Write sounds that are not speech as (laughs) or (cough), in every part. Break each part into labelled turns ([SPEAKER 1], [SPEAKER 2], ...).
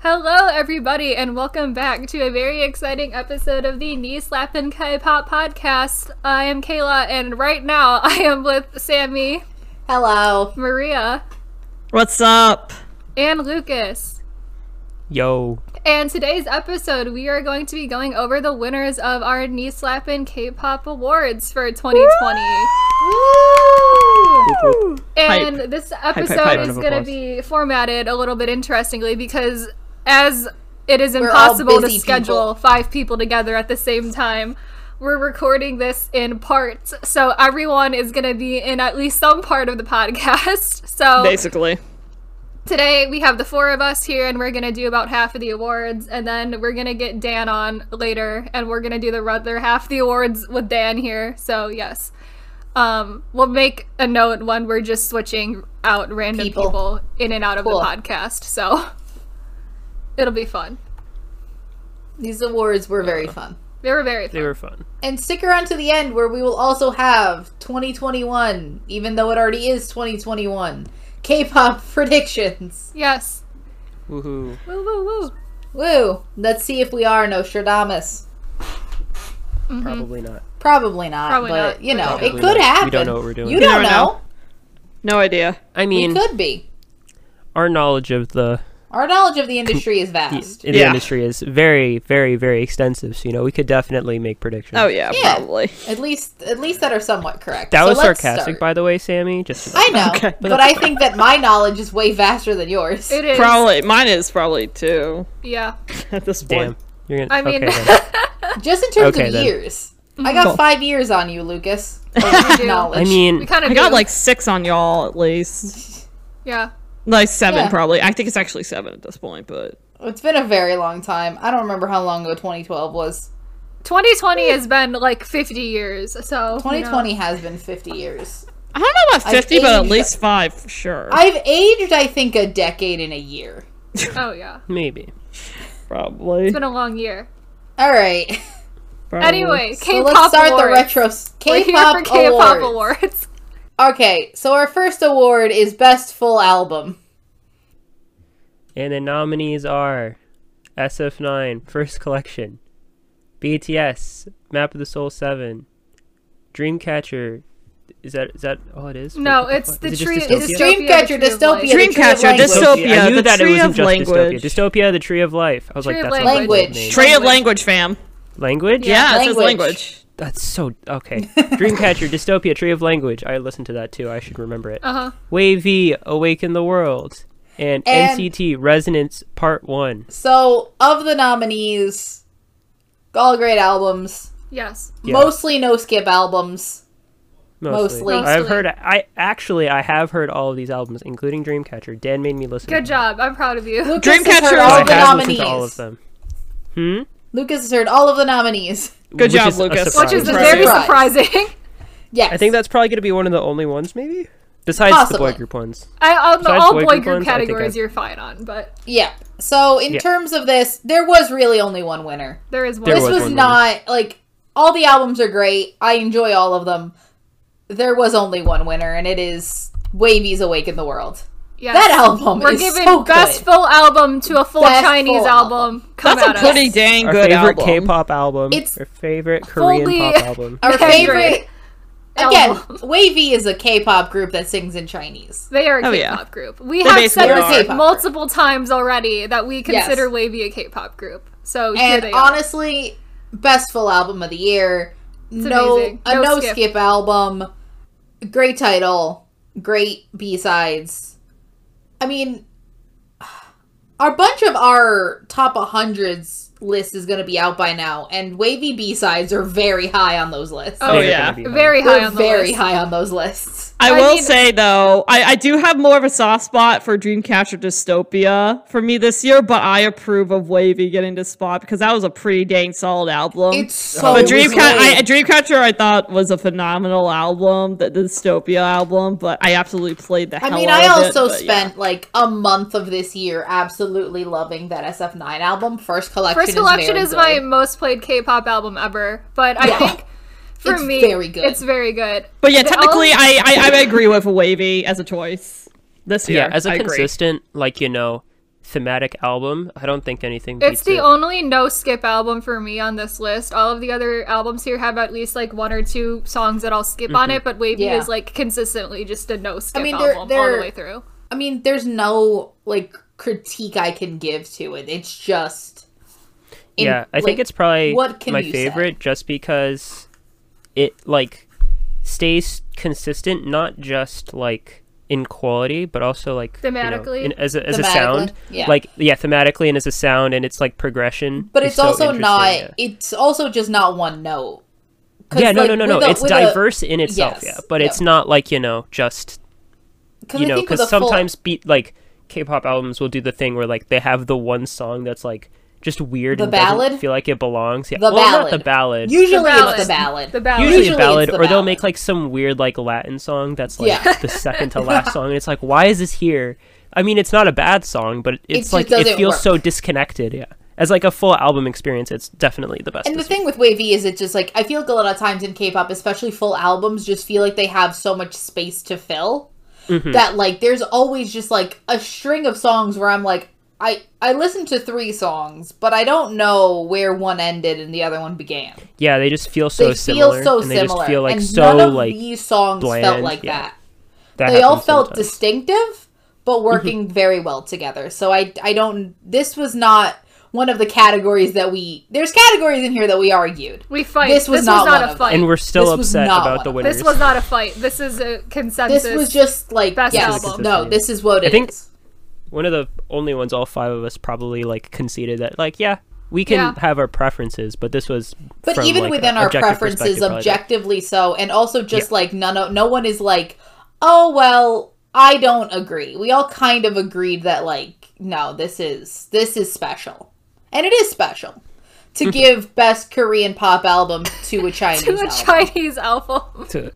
[SPEAKER 1] Hello, everybody, and welcome back to a very exciting episode of the Knee Slap and K-pop podcast. I am Kayla, and right now (laughs) I am with Sammy,
[SPEAKER 2] Hello.
[SPEAKER 1] Maria,
[SPEAKER 3] What's up?
[SPEAKER 1] and Lucas.
[SPEAKER 3] Yo.
[SPEAKER 1] And today's episode, we are going to be going over the winners of our Knee Slap and K-pop awards for 2020. And
[SPEAKER 3] Hype.
[SPEAKER 1] this
[SPEAKER 3] hype,
[SPEAKER 1] episode
[SPEAKER 3] hype. Round
[SPEAKER 1] is
[SPEAKER 3] of
[SPEAKER 1] going to
[SPEAKER 3] applause.
[SPEAKER 1] be formatted a little bit interestingly because as it is
[SPEAKER 2] all
[SPEAKER 1] impossible to
[SPEAKER 2] busy
[SPEAKER 1] schedule five people together at the same time, we're recording this in parts. So everyone is going to be in at least some part of the podcast. (laughs) So
[SPEAKER 3] Basically.
[SPEAKER 1] today we have the four of us here and we're going to do about half of the awards and then we're going to get Dan on later and we're going to do the other half of the awards with Dan here. So yes. Um, we'll make a note when we're just switching out random people,
[SPEAKER 2] People.
[SPEAKER 1] in and out of
[SPEAKER 2] Cool.
[SPEAKER 1] the podcast. So (laughs) it'll be fun.
[SPEAKER 2] These awards were very fun.
[SPEAKER 1] They were very
[SPEAKER 3] They
[SPEAKER 1] fun.
[SPEAKER 3] were fun.
[SPEAKER 2] And stick around to the end where we will also have 2021, even though it already is 2021, K pop (laughs) predictions.
[SPEAKER 1] Yes.
[SPEAKER 3] Woohoo.
[SPEAKER 1] Woo woo woo.
[SPEAKER 2] Woo. Let's see if we are Nostradamus.
[SPEAKER 3] Probably not.
[SPEAKER 2] Probably not,
[SPEAKER 1] Probably
[SPEAKER 2] but
[SPEAKER 1] not.
[SPEAKER 2] you know,
[SPEAKER 3] Probably
[SPEAKER 2] it could
[SPEAKER 3] not. We
[SPEAKER 2] happen.
[SPEAKER 3] don't know what we're doing.
[SPEAKER 2] You
[SPEAKER 3] We
[SPEAKER 2] don't
[SPEAKER 3] don't
[SPEAKER 2] know.
[SPEAKER 4] No idea.
[SPEAKER 3] I
[SPEAKER 2] It
[SPEAKER 3] mean,
[SPEAKER 2] could be.
[SPEAKER 3] our knowledge of the,
[SPEAKER 2] Our knowledge of the industry is
[SPEAKER 3] the,
[SPEAKER 2] vast.
[SPEAKER 3] in the
[SPEAKER 4] Yeah.
[SPEAKER 3] industry is very, very, very extensive. So, you know, we could definitely make predictions.
[SPEAKER 4] Oh yeah,
[SPEAKER 2] Yeah.
[SPEAKER 4] probably.
[SPEAKER 2] At least at least that are somewhat correct.
[SPEAKER 3] That
[SPEAKER 2] So
[SPEAKER 3] was
[SPEAKER 2] let's
[SPEAKER 3] sarcastic,
[SPEAKER 2] start.
[SPEAKER 3] by the way, Sammy. Just
[SPEAKER 2] I
[SPEAKER 3] (laughs)
[SPEAKER 2] know,
[SPEAKER 4] Okay.
[SPEAKER 2] but I think that my knowledge is way (laughs) vaster than yours.
[SPEAKER 1] It is.
[SPEAKER 4] Probably mine is probably too.
[SPEAKER 3] (laughs)
[SPEAKER 1] Yeah.
[SPEAKER 4] At this point,
[SPEAKER 3] Damn. You're gonna,
[SPEAKER 1] I mean- (laughs)
[SPEAKER 3] okay, then.
[SPEAKER 2] Just in terms
[SPEAKER 3] Okay,
[SPEAKER 2] of
[SPEAKER 3] then.
[SPEAKER 2] years. I got five years on
[SPEAKER 1] (laughs)
[SPEAKER 2] you, Lucas.
[SPEAKER 1] We Mm-hmm. do.
[SPEAKER 2] knowledge.
[SPEAKER 3] I mean,
[SPEAKER 2] (laughs)
[SPEAKER 1] we kind of
[SPEAKER 4] I got like six on y'all at least.
[SPEAKER 1] yeah.
[SPEAKER 4] Like seven
[SPEAKER 2] Yeah.
[SPEAKER 4] probably. I think it's actually seven at this point, but
[SPEAKER 2] It's been a very long time. I don't remember how long ago 2012 was.
[SPEAKER 1] 2020 has been like 50 years. So you know.
[SPEAKER 2] 2020 has been 50 years.
[SPEAKER 4] I don't know about
[SPEAKER 2] I've
[SPEAKER 4] fifty, but at
[SPEAKER 2] aged-
[SPEAKER 4] least five for sure.
[SPEAKER 2] I've aged, I think, a decade in a year.
[SPEAKER 1] Oh yeah.
[SPEAKER 3] maybe.
[SPEAKER 4] probably,
[SPEAKER 1] It's been a long year. (laughs)
[SPEAKER 2] All right.
[SPEAKER 4] probably.
[SPEAKER 1] Anyway,
[SPEAKER 2] Oh. So
[SPEAKER 1] K-pop
[SPEAKER 2] let's start
[SPEAKER 1] awards.
[SPEAKER 2] the retro s-
[SPEAKER 1] We're here for
[SPEAKER 2] K-pop,
[SPEAKER 1] K-pop
[SPEAKER 2] awards.
[SPEAKER 1] awards. (laughs)
[SPEAKER 2] Okay, so our first award is Best Full Album.
[SPEAKER 3] And the nominees are SF9, First Collection, BTS, Map of the Soul 7, Dreamcatcher. Is that is that all it is?
[SPEAKER 1] No,
[SPEAKER 3] What the
[SPEAKER 1] it's
[SPEAKER 3] fuck-
[SPEAKER 1] the
[SPEAKER 3] is it
[SPEAKER 1] tree-
[SPEAKER 3] just
[SPEAKER 1] it's
[SPEAKER 3] Dystopia?
[SPEAKER 1] Dystopia,
[SPEAKER 2] Dreamcatcher,
[SPEAKER 1] the Tree of
[SPEAKER 2] Dystopia,
[SPEAKER 1] Life.
[SPEAKER 2] the Tree of Language.
[SPEAKER 4] Dreamcatcher, Dystopia.
[SPEAKER 3] I knew
[SPEAKER 4] the
[SPEAKER 3] that it
[SPEAKER 4] Tree
[SPEAKER 3] wasn't
[SPEAKER 4] of
[SPEAKER 3] just
[SPEAKER 4] Language.
[SPEAKER 3] Dystopia. Dystopia, the Tree of Life. I was
[SPEAKER 1] Tree
[SPEAKER 3] like,
[SPEAKER 1] of
[SPEAKER 3] that's
[SPEAKER 1] Life.
[SPEAKER 3] not the
[SPEAKER 2] Language.
[SPEAKER 3] name.
[SPEAKER 4] Tree of language, fam.
[SPEAKER 3] Language?
[SPEAKER 4] Yeah, it says
[SPEAKER 2] Language.
[SPEAKER 4] language.
[SPEAKER 3] That's so okay. Dreamcatcher, Dystopia, Tree of Language. I listened to that too. I should remember it.
[SPEAKER 1] Uh-huh.
[SPEAKER 3] Wavy, Awaken the World, and,
[SPEAKER 2] And-
[SPEAKER 3] NCT Resonance Part One.
[SPEAKER 2] So, of the nominees, all great albums.
[SPEAKER 1] Yes.
[SPEAKER 3] Yeah.
[SPEAKER 2] Mostly no skip albums. Mostly.
[SPEAKER 3] I've
[SPEAKER 1] Mostly.
[SPEAKER 3] heard. I actually, I have heard all of these albums, including Dreamcatcher. Dan made me listen.
[SPEAKER 1] Good
[SPEAKER 3] to
[SPEAKER 1] job. I'm proud of you.
[SPEAKER 2] Lucas has
[SPEAKER 4] Dreamcatcher
[SPEAKER 2] heard
[SPEAKER 4] is-
[SPEAKER 3] them.
[SPEAKER 2] all
[SPEAKER 3] I
[SPEAKER 2] the
[SPEAKER 3] have listened to all
[SPEAKER 2] nominees.
[SPEAKER 3] of them. Hmm.
[SPEAKER 2] Lucas has heard all of the nominees.
[SPEAKER 4] Good
[SPEAKER 3] Which
[SPEAKER 4] job,
[SPEAKER 3] is a
[SPEAKER 4] Lucas.
[SPEAKER 3] surprise.
[SPEAKER 1] Which is
[SPEAKER 4] Surprise.
[SPEAKER 1] very
[SPEAKER 2] Surprise.
[SPEAKER 1] surprising. (laughs)
[SPEAKER 2] Yes.
[SPEAKER 3] I think that's probably going to be one of the only ones, maybe. Besides
[SPEAKER 2] Possibly.
[SPEAKER 3] the boy group ones.
[SPEAKER 1] I, on the
[SPEAKER 3] Besides
[SPEAKER 1] all
[SPEAKER 3] boy
[SPEAKER 1] boy
[SPEAKER 3] group
[SPEAKER 1] group
[SPEAKER 3] ones, I think
[SPEAKER 1] categories,
[SPEAKER 3] I've-
[SPEAKER 1] you're fine on, but
[SPEAKER 2] Yeah. So in
[SPEAKER 3] Yeah.
[SPEAKER 2] terms of this, there was really only one winner.
[SPEAKER 1] there is one.
[SPEAKER 3] There
[SPEAKER 2] This
[SPEAKER 3] was
[SPEAKER 2] was,
[SPEAKER 3] one
[SPEAKER 2] not like all the albums are great. I enjoy all of them. There was only one winner, and it is Wavy's "Awaken the World."
[SPEAKER 1] Yes.
[SPEAKER 2] That album
[SPEAKER 1] We're
[SPEAKER 2] is
[SPEAKER 1] giving
[SPEAKER 2] so
[SPEAKER 1] best
[SPEAKER 2] good.
[SPEAKER 1] full album to a full
[SPEAKER 2] Best
[SPEAKER 1] Chinese
[SPEAKER 2] full
[SPEAKER 1] album. Come
[SPEAKER 4] That's
[SPEAKER 1] at
[SPEAKER 4] a pretty
[SPEAKER 1] us.
[SPEAKER 4] dang
[SPEAKER 3] Our
[SPEAKER 4] good
[SPEAKER 3] favorite
[SPEAKER 4] album.
[SPEAKER 3] K-pop album.
[SPEAKER 2] It's Oh,
[SPEAKER 3] our favorite Korean
[SPEAKER 1] fully-
[SPEAKER 3] pop album.
[SPEAKER 2] Our
[SPEAKER 1] Kendrick.
[SPEAKER 2] favorite. Again,
[SPEAKER 1] Album.
[SPEAKER 2] Wavy is a K-pop group that sings in Chinese.
[SPEAKER 1] They are a
[SPEAKER 4] Oh, yeah.
[SPEAKER 1] K-pop group. We have said
[SPEAKER 4] basically are.
[SPEAKER 1] this
[SPEAKER 2] K-pop
[SPEAKER 1] multiple times already that we
[SPEAKER 2] Yes.
[SPEAKER 1] consider Wavy a K-pop group. So here
[SPEAKER 2] And
[SPEAKER 1] they are.
[SPEAKER 2] honestly, best full album of the year. no,
[SPEAKER 1] amazing.
[SPEAKER 2] a
[SPEAKER 1] No
[SPEAKER 2] no,
[SPEAKER 1] skip.
[SPEAKER 2] skip. album. Great title. Great B sides. I mean, (sighs) a bunch of our top 100s list is going to be out by now, and wavy B sides are very high on those lists.
[SPEAKER 1] Oh,
[SPEAKER 3] They're gonna
[SPEAKER 4] yeah.
[SPEAKER 3] be high.
[SPEAKER 1] Very high
[SPEAKER 2] They're
[SPEAKER 1] on the
[SPEAKER 2] very
[SPEAKER 1] list.
[SPEAKER 2] high on those lists.
[SPEAKER 4] I,
[SPEAKER 1] I
[SPEAKER 4] will
[SPEAKER 1] mean-
[SPEAKER 4] say though, I, I do have more of a soft spot for Dreamcatcher Dystopia for me this year, but I approve of Wavy getting this spot because that was a pretty dang solid album.
[SPEAKER 2] It's so
[SPEAKER 4] but
[SPEAKER 2] great.
[SPEAKER 4] Dreamca- Um, I, Dreamcatcher, I thought was a phenomenal album, the, the Dystopia album, but I absolutely played the
[SPEAKER 2] I
[SPEAKER 4] hell
[SPEAKER 2] mean,
[SPEAKER 4] out
[SPEAKER 2] I
[SPEAKER 4] of it,
[SPEAKER 2] also
[SPEAKER 4] but yeah.
[SPEAKER 2] spent like a month of this year absolutely loving that SF9 album. First collection.
[SPEAKER 1] First Collection
[SPEAKER 2] very
[SPEAKER 1] is my
[SPEAKER 2] good.
[SPEAKER 1] most played K-pop album ever, but I
[SPEAKER 2] Yeah.
[SPEAKER 1] think
[SPEAKER 2] (laughs)
[SPEAKER 1] for
[SPEAKER 2] It's
[SPEAKER 1] me,
[SPEAKER 2] very good.
[SPEAKER 1] It's very good.
[SPEAKER 4] But yeah,
[SPEAKER 1] They all-
[SPEAKER 4] technically, I, I I agree with Wavy as a choice this year.
[SPEAKER 3] yeah, as a
[SPEAKER 4] I agree.
[SPEAKER 3] consistent, like you know, thematic album. I don't think anything.
[SPEAKER 1] It's
[SPEAKER 3] beats
[SPEAKER 1] the
[SPEAKER 3] it.
[SPEAKER 1] only no skip album for me on this list. All of the other albums here have at least like one or two songs that I'll skip on
[SPEAKER 4] Mm-hmm.
[SPEAKER 1] it, but Wavy
[SPEAKER 2] Yeah.
[SPEAKER 1] is like consistently just a no skip
[SPEAKER 2] mean, they're-
[SPEAKER 1] album all
[SPEAKER 2] they're-
[SPEAKER 1] the way through.
[SPEAKER 2] I mean, there's no like critique I can give to it. It's just in-
[SPEAKER 3] yeah, I think
[SPEAKER 2] like,
[SPEAKER 3] it's probably
[SPEAKER 2] what can
[SPEAKER 3] my
[SPEAKER 2] you say?
[SPEAKER 3] favorite just because it like stays consistent, not just like in quality, but also like you know,
[SPEAKER 1] Thematically?
[SPEAKER 3] in, as a, as a
[SPEAKER 2] Thematically,
[SPEAKER 3] sound.
[SPEAKER 2] yeah.
[SPEAKER 3] Like yeah, thematically and as a sound, and it's like progression.
[SPEAKER 2] but
[SPEAKER 3] is
[SPEAKER 2] it's
[SPEAKER 3] so
[SPEAKER 2] also
[SPEAKER 3] interesting,
[SPEAKER 2] not.
[SPEAKER 3] Yeah,
[SPEAKER 2] It's also just not one note. 'Cause,
[SPEAKER 3] Yeah, no,
[SPEAKER 2] like,
[SPEAKER 3] no, no,
[SPEAKER 2] with
[SPEAKER 3] no.
[SPEAKER 2] a-
[SPEAKER 3] it's
[SPEAKER 2] with a-
[SPEAKER 3] diverse in itself,
[SPEAKER 2] Yes,
[SPEAKER 3] yeah, but
[SPEAKER 2] yeah.
[SPEAKER 3] it's not like you know just
[SPEAKER 2] 'cause
[SPEAKER 3] you
[SPEAKER 2] I
[SPEAKER 3] know
[SPEAKER 2] think with
[SPEAKER 3] because
[SPEAKER 2] a full-
[SPEAKER 3] sometimes beat like K-pop albums will do the thing where like they have the one song that's like just weird
[SPEAKER 2] The
[SPEAKER 3] and doesn't
[SPEAKER 2] ballad?
[SPEAKER 3] feel like it belongs. Yeah,
[SPEAKER 2] The
[SPEAKER 3] well, not the
[SPEAKER 2] ballad.
[SPEAKER 3] ballad.
[SPEAKER 2] usually
[SPEAKER 1] ballad.
[SPEAKER 2] it's the ballad.
[SPEAKER 1] The ballad.
[SPEAKER 3] usually,
[SPEAKER 2] Usually
[SPEAKER 3] a ballad,
[SPEAKER 2] it's the
[SPEAKER 3] or they'll
[SPEAKER 2] ballad.
[SPEAKER 3] make like some weird like Latin song that's like
[SPEAKER 2] Yeah.
[SPEAKER 3] the
[SPEAKER 2] (laughs)
[SPEAKER 3] second to last song. And it's like, why is this here? I mean, it's not a bad song, but it's
[SPEAKER 2] just
[SPEAKER 3] like it
[SPEAKER 2] doesn't
[SPEAKER 3] feels
[SPEAKER 2] work.
[SPEAKER 3] so disconnected. Yeah, as like a full album experience, it's definitely the best.
[SPEAKER 2] And the
[SPEAKER 3] this
[SPEAKER 2] thing with Wavy is it just like I feel like a lot of times in K-pop, especially full albums, just feel like they have so much space to fill
[SPEAKER 3] Mm-hmm.
[SPEAKER 2] that like there's always just like a string of songs where I'm like I I listened to three songs, but I don't know where one ended and the other one began.
[SPEAKER 3] week. yeah, they just feel so
[SPEAKER 2] they feel
[SPEAKER 3] similar,
[SPEAKER 2] so
[SPEAKER 3] and they
[SPEAKER 2] similar,
[SPEAKER 3] just feel like
[SPEAKER 2] and
[SPEAKER 3] so
[SPEAKER 2] none of
[SPEAKER 3] like
[SPEAKER 2] these songs felt
[SPEAKER 3] bland,
[SPEAKER 2] like
[SPEAKER 3] yeah.
[SPEAKER 2] that.
[SPEAKER 3] that
[SPEAKER 2] They all
[SPEAKER 3] happens
[SPEAKER 2] felt
[SPEAKER 3] sometimes. Mm-hmm.
[SPEAKER 2] distinctive, but working very well together. So I I don't. This was not one of the categories that we. There's categories in here that we argued.
[SPEAKER 1] We fight.
[SPEAKER 2] This was not one of
[SPEAKER 1] a
[SPEAKER 2] them.
[SPEAKER 1] fight.
[SPEAKER 3] and we're still
[SPEAKER 2] This was
[SPEAKER 3] upset
[SPEAKER 2] not
[SPEAKER 3] about
[SPEAKER 2] one
[SPEAKER 3] the
[SPEAKER 2] of them.
[SPEAKER 3] winners.
[SPEAKER 1] this was not a fight. This is a consensus.
[SPEAKER 2] This was just like
[SPEAKER 1] Best
[SPEAKER 2] yes,
[SPEAKER 1] album.
[SPEAKER 2] no. This is what it
[SPEAKER 3] I think-
[SPEAKER 2] is.
[SPEAKER 3] one of the only ones all five of us probably like conceded that like yeah we can
[SPEAKER 1] Yeah.
[SPEAKER 3] have our preferences but this was
[SPEAKER 2] But
[SPEAKER 3] from,
[SPEAKER 2] even
[SPEAKER 3] like, a
[SPEAKER 2] within our
[SPEAKER 3] objective
[SPEAKER 2] preferences,
[SPEAKER 3] perspective, probably the-
[SPEAKER 2] objectively so, and also just like none of no one is like, oh well, I don't agree. We all kind of agreed that like no, this is this is special, and it is special
[SPEAKER 3] Mm-hmm.
[SPEAKER 2] to give best Korean pop album
[SPEAKER 1] (laughs)
[SPEAKER 2] to a Chinese
[SPEAKER 1] to a
[SPEAKER 2] album.
[SPEAKER 1] Chinese album.
[SPEAKER 3] to